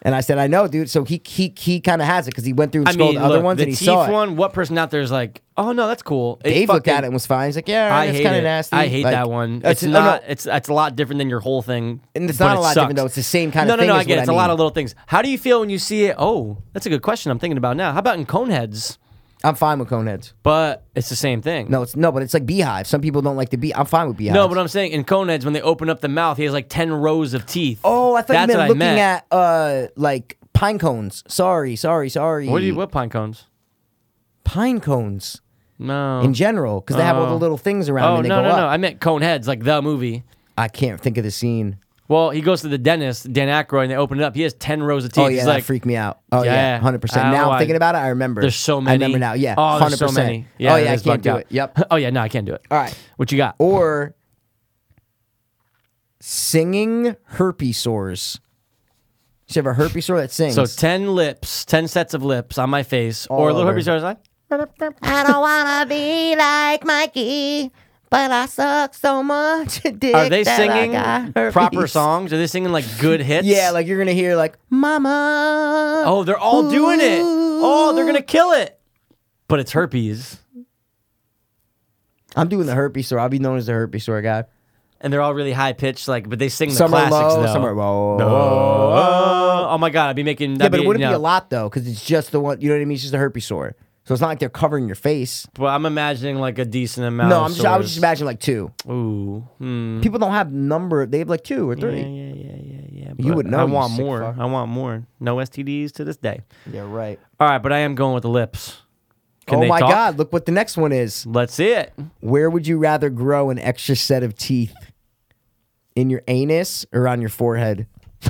Speaker 2: And I said, I know, dude. So he he, he kind of has it because he went through and
Speaker 1: I
Speaker 2: scrolled
Speaker 1: mean,
Speaker 2: the other
Speaker 1: look,
Speaker 2: ones
Speaker 1: the
Speaker 2: and he
Speaker 1: teeth
Speaker 2: saw it.
Speaker 1: one, what person out there is like, oh, no, that's cool. It
Speaker 2: Dave looked
Speaker 1: fucking-
Speaker 2: at it and was fine. He's like, yeah, all
Speaker 1: I
Speaker 2: right, it's
Speaker 1: hate
Speaker 2: kind
Speaker 1: it.
Speaker 2: of nasty.
Speaker 1: I hate
Speaker 2: Like,
Speaker 1: that one.
Speaker 2: uh,
Speaker 1: It's
Speaker 2: no, no,
Speaker 1: not. It's it's a lot different than your whole thing.
Speaker 2: And it's
Speaker 1: but
Speaker 2: not
Speaker 1: it
Speaker 2: a lot different,
Speaker 1: sucks.
Speaker 2: though. It's the same kind
Speaker 1: no,
Speaker 2: of thing
Speaker 1: No, no, I
Speaker 2: is
Speaker 1: get
Speaker 2: what
Speaker 1: it. It's
Speaker 2: I
Speaker 1: a lot
Speaker 2: mean.
Speaker 1: of little things. How do you feel when you see it? Oh, that's a good question. I'm thinking about now. How about in coneheads?
Speaker 2: I'm fine with coneheads.
Speaker 1: But it's the same thing.
Speaker 2: No, it's no, but it's like beehive. Some people don't like the bee. I'm fine with beehives.
Speaker 1: No, but I'm saying in coneheads when they open up the mouth, he has like ten rows of teeth.
Speaker 2: oh, I thought
Speaker 1: that's
Speaker 2: you meant
Speaker 1: what I
Speaker 2: looking
Speaker 1: meant.
Speaker 2: at uh like pine cones. Sorry, sorry, sorry.
Speaker 1: What do you what pine cones?
Speaker 2: Pine cones
Speaker 1: No.
Speaker 2: in general because they have all the
Speaker 1: Oh.
Speaker 2: little things around. them
Speaker 1: oh
Speaker 2: and they
Speaker 1: no
Speaker 2: go
Speaker 1: no no!
Speaker 2: up.
Speaker 1: I meant coneheads like the movie.
Speaker 2: I can't think of the scene.
Speaker 1: Well, he goes to the dentist, Dan Aykroyd, and they open it up. He has ten rows of teeth.
Speaker 2: Oh yeah,
Speaker 1: He's
Speaker 2: that
Speaker 1: like,
Speaker 2: freaked me out. Oh yeah,
Speaker 1: Yeah. I
Speaker 2: hundred percent.
Speaker 1: don't know
Speaker 2: Now
Speaker 1: why.
Speaker 2: I'm thinking about it. I remember.
Speaker 1: There's so
Speaker 2: I
Speaker 1: many.
Speaker 2: remember now. Yeah,
Speaker 1: Oh, there's
Speaker 2: hundred
Speaker 1: so many.
Speaker 2: percent. oh
Speaker 1: that
Speaker 2: yeah, I
Speaker 1: is
Speaker 2: can't
Speaker 1: bugged
Speaker 2: do
Speaker 1: out.
Speaker 2: it. Yep.
Speaker 1: Oh yeah, no, I can't do it.
Speaker 2: All right.
Speaker 1: What you got?
Speaker 2: or singing herpes sores. So you have a herpes sore that sings.
Speaker 1: So ten lips, ten sets of lips on my face,
Speaker 2: All
Speaker 1: or a little
Speaker 2: over.
Speaker 1: herpes sores like.
Speaker 2: I don't wanna be like Mikey, but I suck so much. *laughs* dick
Speaker 1: Are they
Speaker 2: that I
Speaker 1: singing
Speaker 2: got herpes.
Speaker 1: proper songs? Are they singing like
Speaker 2: *laughs*
Speaker 1: good hits?
Speaker 2: Yeah, like you're gonna hear like Mama.
Speaker 1: oh, they're all doing it. Oh, they're gonna kill it. But it's herpes,
Speaker 2: I'm doing the herpes sore. I'll be known as the herpes sore guy.
Speaker 1: and they're all really high pitched. Like, but they sing the
Speaker 2: Some are
Speaker 1: classics
Speaker 2: low,
Speaker 1: though.
Speaker 2: some are low.
Speaker 1: Oh, oh my god, I'd be making.
Speaker 2: Yeah,
Speaker 1: that'd
Speaker 2: but it wouldn't
Speaker 1: no.
Speaker 2: be a lot though, because it's just the one. You know what I mean? It's just a herpes sore, so it's not like they're covering your face.
Speaker 1: But I'm imagining like a decent amount.
Speaker 2: No,
Speaker 1: of
Speaker 2: I'm just, I
Speaker 1: Oh, sores.
Speaker 2: was
Speaker 1: Mm.
Speaker 2: just imagining like two.
Speaker 1: Ooh, hmm.
Speaker 2: People don't have number. They have like two or three.
Speaker 1: Yeah, yeah, yeah, yeah, yeah.
Speaker 2: You
Speaker 1: but
Speaker 2: would know,
Speaker 1: I
Speaker 2: you
Speaker 1: want
Speaker 2: sick
Speaker 1: more.
Speaker 2: fuck.
Speaker 1: I want more. No STDs to this day.
Speaker 2: Yeah, right.
Speaker 1: All right, but I am going with the lips. Can
Speaker 2: oh
Speaker 1: they
Speaker 2: my
Speaker 1: talk?
Speaker 2: God! Look what the next one is.
Speaker 1: Let's see it.
Speaker 2: Where would you rather grow an extra set of teeth? In your anus or on your forehead? *laughs*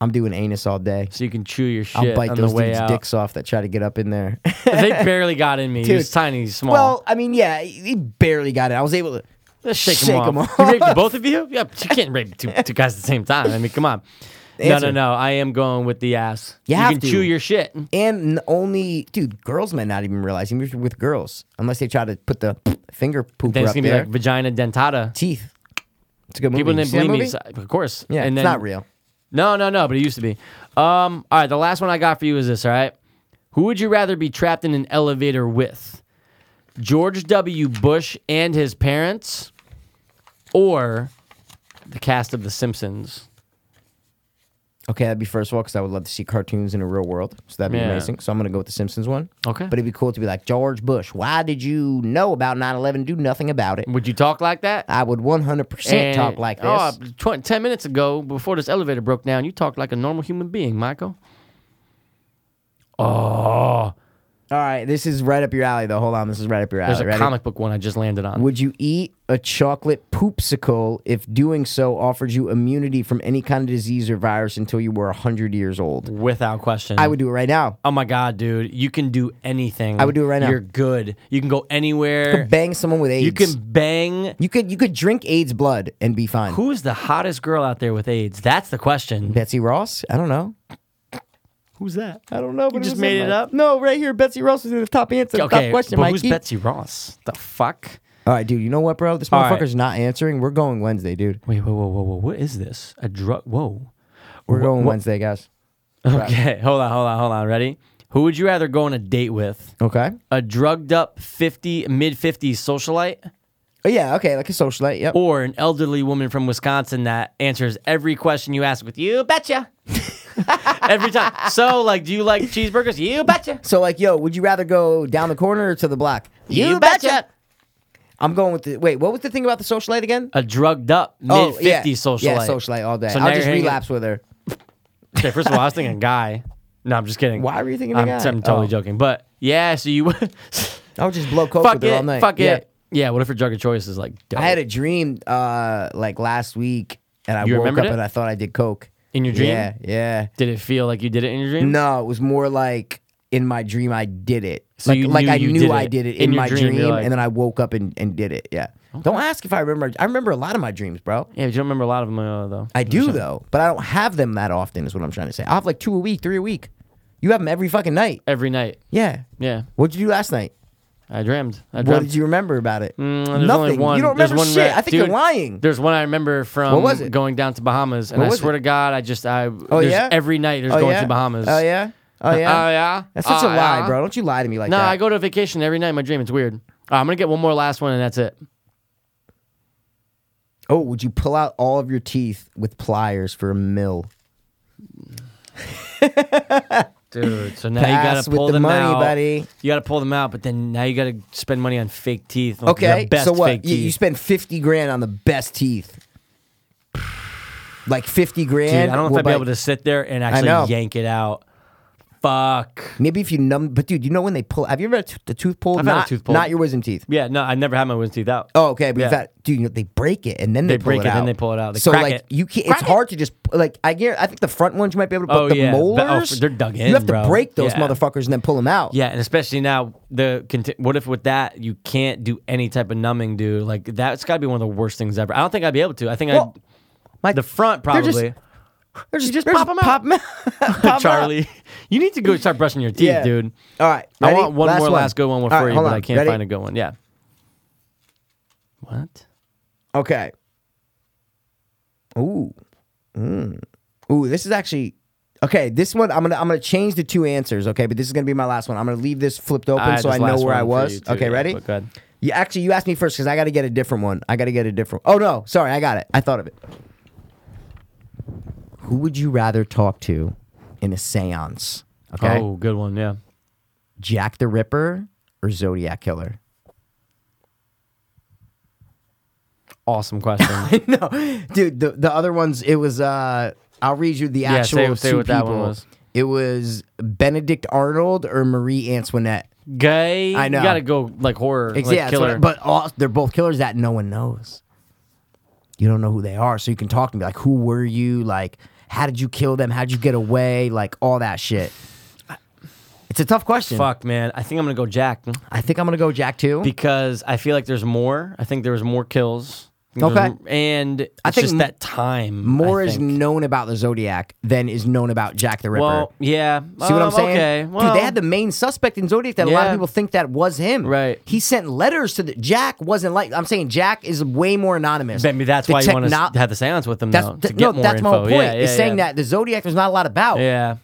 Speaker 2: I'm doing anus all day.
Speaker 1: So you can chew your shit
Speaker 2: I'll bite
Speaker 1: on
Speaker 2: those
Speaker 1: the way
Speaker 2: dudes'
Speaker 1: out.
Speaker 2: dicks off that try to get up in there.
Speaker 1: *laughs*
Speaker 2: *laughs*
Speaker 1: they barely got in me. He was
Speaker 2: Dude.
Speaker 1: tiny, small.
Speaker 2: well, I mean, yeah, he barely got it. I was able to.
Speaker 1: Let's shake,
Speaker 2: shake
Speaker 1: him
Speaker 2: 'em
Speaker 1: off. *laughs*
Speaker 2: off. *laughs*
Speaker 1: You raped both of you? Yeah, but you can't rape two, two guys at the same time. I mean, come on.
Speaker 2: Answer.
Speaker 1: No, no, no. I am going with the ass.
Speaker 2: You
Speaker 1: You,
Speaker 2: have
Speaker 1: can
Speaker 2: to.
Speaker 1: chew your shit.
Speaker 2: And n- only, dude, girls might not even realize you are with girls unless they try to put the *laughs* finger pooper
Speaker 1: Then it's
Speaker 2: up there.
Speaker 1: gonna be like vagina dentata.
Speaker 2: Teeth. It's a good movie.
Speaker 1: People
Speaker 2: You
Speaker 1: didn't
Speaker 2: see that
Speaker 1: believe me,
Speaker 2: movie?
Speaker 1: so- of course.
Speaker 2: Yeah,
Speaker 1: and
Speaker 2: it's
Speaker 1: then,
Speaker 2: not real.
Speaker 1: No, no, no. But it used to be. Um. All right. The last one I got for you is this. All right. Who would you rather be trapped in an elevator with? George W. Bush and his parents, or the cast of The Simpsons?
Speaker 2: Okay, that'd be first of all because I would love to see cartoons in a real world, so that'd be
Speaker 1: Yeah.
Speaker 2: amazing. So I'm gonna go with the Simpsons one.
Speaker 1: Okay.
Speaker 2: but it'd be cool to be like George Bush. Why did you know about 9/11? Do nothing about it.
Speaker 1: Would you talk like that?
Speaker 2: I would 100 percent
Speaker 1: And-
Speaker 2: talk like this.
Speaker 1: Oh, tw- 10 minutes ago, before this elevator broke down, you talked like a normal human being, Michael.
Speaker 2: all right, this is right up your alley though. Hold on, this is right up your alley.
Speaker 1: There's a
Speaker 2: Ready?
Speaker 1: comic book one I just landed on.
Speaker 2: Would you eat a chocolate poopsicle if doing so offered you immunity from any kind of disease or virus until you were 100 years old?
Speaker 1: Without question.
Speaker 2: I would do it right now.
Speaker 1: Oh my God, dude. You can do anything.
Speaker 2: I would do it right now.
Speaker 1: You're good. You can go anywhere.
Speaker 2: Bang someone with AIDS.
Speaker 1: You can bang.
Speaker 2: you could you could drink AIDS blood and be fine.
Speaker 1: Who's the hottest girl out there with AIDS? That's the question.
Speaker 2: Betsy Ross? I don't know.
Speaker 1: Who's that?
Speaker 2: I don't know. But
Speaker 1: You
Speaker 2: it
Speaker 1: just
Speaker 2: was
Speaker 1: made
Speaker 2: in
Speaker 1: it
Speaker 2: my-
Speaker 1: up?
Speaker 2: No, right here, Betsy Ross is in the top answer. the
Speaker 1: Okay,
Speaker 2: top question,
Speaker 1: but
Speaker 2: Mikey.
Speaker 1: who's Betsy Ross? The fuck?
Speaker 2: All right, dude. You know what, bro? This
Speaker 1: All right.
Speaker 2: motherfucker's not answering. We're going Wednesday, dude.
Speaker 1: Wait, whoa, whoa, whoa, whoa. What is this? A drug? Whoa.
Speaker 2: We're going Wednesday, guys.
Speaker 1: Okay, hold on, hold on, hold on. Ready? Who would you rather go on a date with?
Speaker 2: Okay.
Speaker 1: a drugged up 50 mid 50s socialite
Speaker 2: Oh, yeah. Okay. Like a socialite. Yep.
Speaker 1: or an elderly woman from Wisconsin that answers every question you ask with you betcha every
Speaker 2: *laughs*
Speaker 1: time so like do you like cheeseburgers you betcha
Speaker 2: So, like, yo, would you rather go down the corner or to the block?
Speaker 1: You betcha.
Speaker 2: I'm going with the. Wait, what was the thing about the socialite again?
Speaker 1: a drugged up
Speaker 2: Oh,
Speaker 1: mid 50s
Speaker 2: yeah.
Speaker 1: socialite
Speaker 2: Yeah, socialite all day.
Speaker 1: So now
Speaker 2: I'll
Speaker 1: you're
Speaker 2: just
Speaker 1: hanging-
Speaker 2: relapse with her.
Speaker 1: okay first of all I was
Speaker 2: *laughs*
Speaker 1: thinking guy no I'm just kidding
Speaker 2: Why were you thinking
Speaker 1: I'm,
Speaker 2: a guy?
Speaker 1: I'm totally
Speaker 2: Oh.
Speaker 1: joking but yeah so you *laughs*
Speaker 2: I'll just blow coke
Speaker 1: fuck
Speaker 2: with her all
Speaker 1: it
Speaker 2: night.
Speaker 1: fuck
Speaker 2: Yeah.
Speaker 1: it yeah what if your drug of choice is like dope?
Speaker 2: I had a dream uh like last week, and I
Speaker 1: You
Speaker 2: woke up
Speaker 1: remembered it?
Speaker 2: and I thought I did coke.
Speaker 1: in your dream
Speaker 2: Yeah, yeah.
Speaker 1: did it feel like you did it in your dream
Speaker 2: No, it was more like in my dream I did it.
Speaker 1: So
Speaker 2: like
Speaker 1: you
Speaker 2: like
Speaker 1: knew
Speaker 2: I
Speaker 1: you
Speaker 2: knew
Speaker 1: did
Speaker 2: I
Speaker 1: it.
Speaker 2: did it in,
Speaker 1: In your
Speaker 2: my
Speaker 1: dream, you're
Speaker 2: dream,
Speaker 1: like-
Speaker 2: and then I woke up and, and did it. Yeah. Don't ask if I remember. I remember a lot of my dreams, bro.
Speaker 1: yeah but you don't remember a lot of them uh, though
Speaker 2: I do though, but I don't have them that often. Is what I'm trying to say. I have like two a week, three a week. You have them every fucking night.
Speaker 1: every night
Speaker 2: Yeah.
Speaker 1: yeah
Speaker 2: What'd you do last night?
Speaker 1: I dreamed. I
Speaker 2: What
Speaker 1: dreamt.
Speaker 2: did you remember about it?
Speaker 1: Mm, there's
Speaker 2: Nothing.
Speaker 1: Only one.
Speaker 2: You don't
Speaker 1: There's
Speaker 2: remember
Speaker 1: one
Speaker 2: shit.
Speaker 1: ra-
Speaker 2: I think you're
Speaker 1: Dude,
Speaker 2: lying.
Speaker 1: There's one I remember from
Speaker 2: What was it?
Speaker 1: going down to Bahamas, and
Speaker 2: What
Speaker 1: I
Speaker 2: was
Speaker 1: swear
Speaker 2: it?
Speaker 1: to God, I just I
Speaker 2: Oh
Speaker 1: there's
Speaker 2: yeah.
Speaker 1: every night there's
Speaker 2: Oh,
Speaker 1: going
Speaker 2: yeah?
Speaker 1: to Bahamas.
Speaker 2: Oh yeah. Oh yeah.
Speaker 1: Oh yeah.
Speaker 2: That's such
Speaker 1: Oh,
Speaker 2: a lie,
Speaker 1: yeah?
Speaker 2: bro. Don't you lie to me like
Speaker 1: No,
Speaker 2: that.
Speaker 1: I go to vacation every night in my dream. It's weird. Uh, I'm gonna get one more last one, and that's it.
Speaker 2: Oh, would you pull out all of your teeth with pliers for a mill?
Speaker 1: Dude, so now you
Speaker 2: Pass
Speaker 1: gotta
Speaker 2: with
Speaker 1: pull
Speaker 2: the
Speaker 1: them
Speaker 2: money,
Speaker 1: out.
Speaker 2: buddy.
Speaker 1: You gotta pull them out, but then now you gotta spend money on fake teeth. Like
Speaker 2: Okay,
Speaker 1: the best
Speaker 2: so
Speaker 1: Fake
Speaker 2: what? You,
Speaker 1: teeth.
Speaker 2: you spend fifty grand on the best teeth. Like fifty grand.
Speaker 1: Dude, I don't know if
Speaker 2: will
Speaker 1: I'd be
Speaker 2: buy-
Speaker 1: able to sit there and actually
Speaker 2: know.
Speaker 1: yank it out. Fuck.
Speaker 2: Maybe if you numb, but dude, you know when they pull? Have you ever had a tooth- the tooth pulled?
Speaker 1: I've had a
Speaker 2: not,
Speaker 1: tooth pulled.
Speaker 2: Not your wisdom teeth.
Speaker 1: Yeah, no, I never had my wisdom teeth out.
Speaker 2: Oh, okay. But
Speaker 1: Yeah.
Speaker 2: that, dude, you know, they break it and then
Speaker 1: They
Speaker 2: they, pull
Speaker 1: break
Speaker 2: it
Speaker 1: it,
Speaker 2: out.
Speaker 1: then they pull it out. They
Speaker 2: so
Speaker 1: crack
Speaker 2: like
Speaker 1: it.
Speaker 2: you can't. It's hard to just like I guarantee. I think the front ones you might be able to, but
Speaker 1: Oh,
Speaker 2: the
Speaker 1: yeah. But- oh,
Speaker 2: molars,
Speaker 1: they're dug in,
Speaker 2: You have to
Speaker 1: bro.
Speaker 2: break those
Speaker 1: Yeah.
Speaker 2: motherfuckers and then pull them out.
Speaker 1: Yeah, and especially now the conti- what if with that you can't do any type of numbing, dude? Like that's got to be one of the worst things ever. I don't think I'd be able to. I think
Speaker 2: Well,
Speaker 1: I the front
Speaker 2: they're just-
Speaker 1: probably. *laughs*
Speaker 2: They're just,
Speaker 1: just
Speaker 2: they're
Speaker 1: pop 'em out.
Speaker 2: pop 'em out. *laughs* Pop 'em out.
Speaker 1: Charlie, *laughs* you need to go start brushing your teeth, dude.
Speaker 2: All right.
Speaker 1: I
Speaker 2: ready?
Speaker 1: want one more last good one
Speaker 2: All
Speaker 1: for
Speaker 2: right,
Speaker 1: you,
Speaker 2: hold
Speaker 1: but
Speaker 2: on.
Speaker 1: I can't
Speaker 2: Ready?
Speaker 1: find a good one. Yeah. What?
Speaker 2: Okay. Ooh. Mm. Ooh, this is actually okay. This one I'm gonna I'm gonna change the two answers, okay? But this is gonna be my last one. I'm gonna leave this flipped open
Speaker 1: had
Speaker 2: so
Speaker 1: this
Speaker 2: I know
Speaker 1: last
Speaker 2: where I
Speaker 1: one for
Speaker 2: was.
Speaker 1: you, too,
Speaker 2: okay,
Speaker 1: yeah,
Speaker 2: ready?
Speaker 1: but go ahead.
Speaker 2: You actually you asked me first because I gotta get a different one. I gotta get a different Oh no, sorry, I got it. I thought of it. Who would you rather talk to in a seance? Okay.
Speaker 1: Oh, good one. Yeah.
Speaker 2: Jack the Ripper or Zodiac Killer?
Speaker 1: Awesome question.
Speaker 2: *laughs* no, dude. The the other ones, it was. uh I'll read you the
Speaker 1: Yeah, say-
Speaker 2: actual
Speaker 1: say
Speaker 2: two
Speaker 1: what
Speaker 2: people.
Speaker 1: that one was.
Speaker 2: It was Benedict Arnold or Marie Antoinette.
Speaker 1: Gay.
Speaker 2: I know.
Speaker 1: You gotta go like horror,
Speaker 2: Ex-
Speaker 1: like
Speaker 2: yeah, that's what I-
Speaker 1: killer.
Speaker 2: but all, they're both killers that no one knows. You don't know who they are, so you can talk to me like, who were you? Like, how did you kill them? How'd you get away? Like all that shit. It's a tough question.
Speaker 1: Fuck, man. I think I'm gonna go Jack
Speaker 2: I think I'm gonna go Jack too.
Speaker 1: because I feel like there's more. I think there was more kills.
Speaker 2: Okay.
Speaker 1: And it's
Speaker 2: I think
Speaker 1: just
Speaker 2: m-
Speaker 1: that time.
Speaker 2: More
Speaker 1: I
Speaker 2: is
Speaker 1: think.
Speaker 2: known about the Zodiac than is known about Jack the Ripper.
Speaker 1: Well, yeah.
Speaker 2: See what I'm
Speaker 1: Um,
Speaker 2: saying?
Speaker 1: Okay. Well,
Speaker 2: Dude, they had the main suspect in Zodiac that a lot of
Speaker 1: Yeah.
Speaker 2: people think that was him.
Speaker 1: Right.
Speaker 2: He sent letters to the Jack wasn't like I'm saying Jack is way more anonymous.
Speaker 1: Maybe that's
Speaker 2: The
Speaker 1: why you want
Speaker 2: techno-
Speaker 1: to have the seance with them,
Speaker 2: that's,
Speaker 1: though, to
Speaker 2: th-
Speaker 1: get
Speaker 2: no,
Speaker 1: more
Speaker 2: that's
Speaker 1: info.
Speaker 2: my whole point.
Speaker 1: Yeah, yeah,
Speaker 2: is saying
Speaker 1: yeah.
Speaker 2: that the Zodiac there's not a lot about.
Speaker 1: Yeah.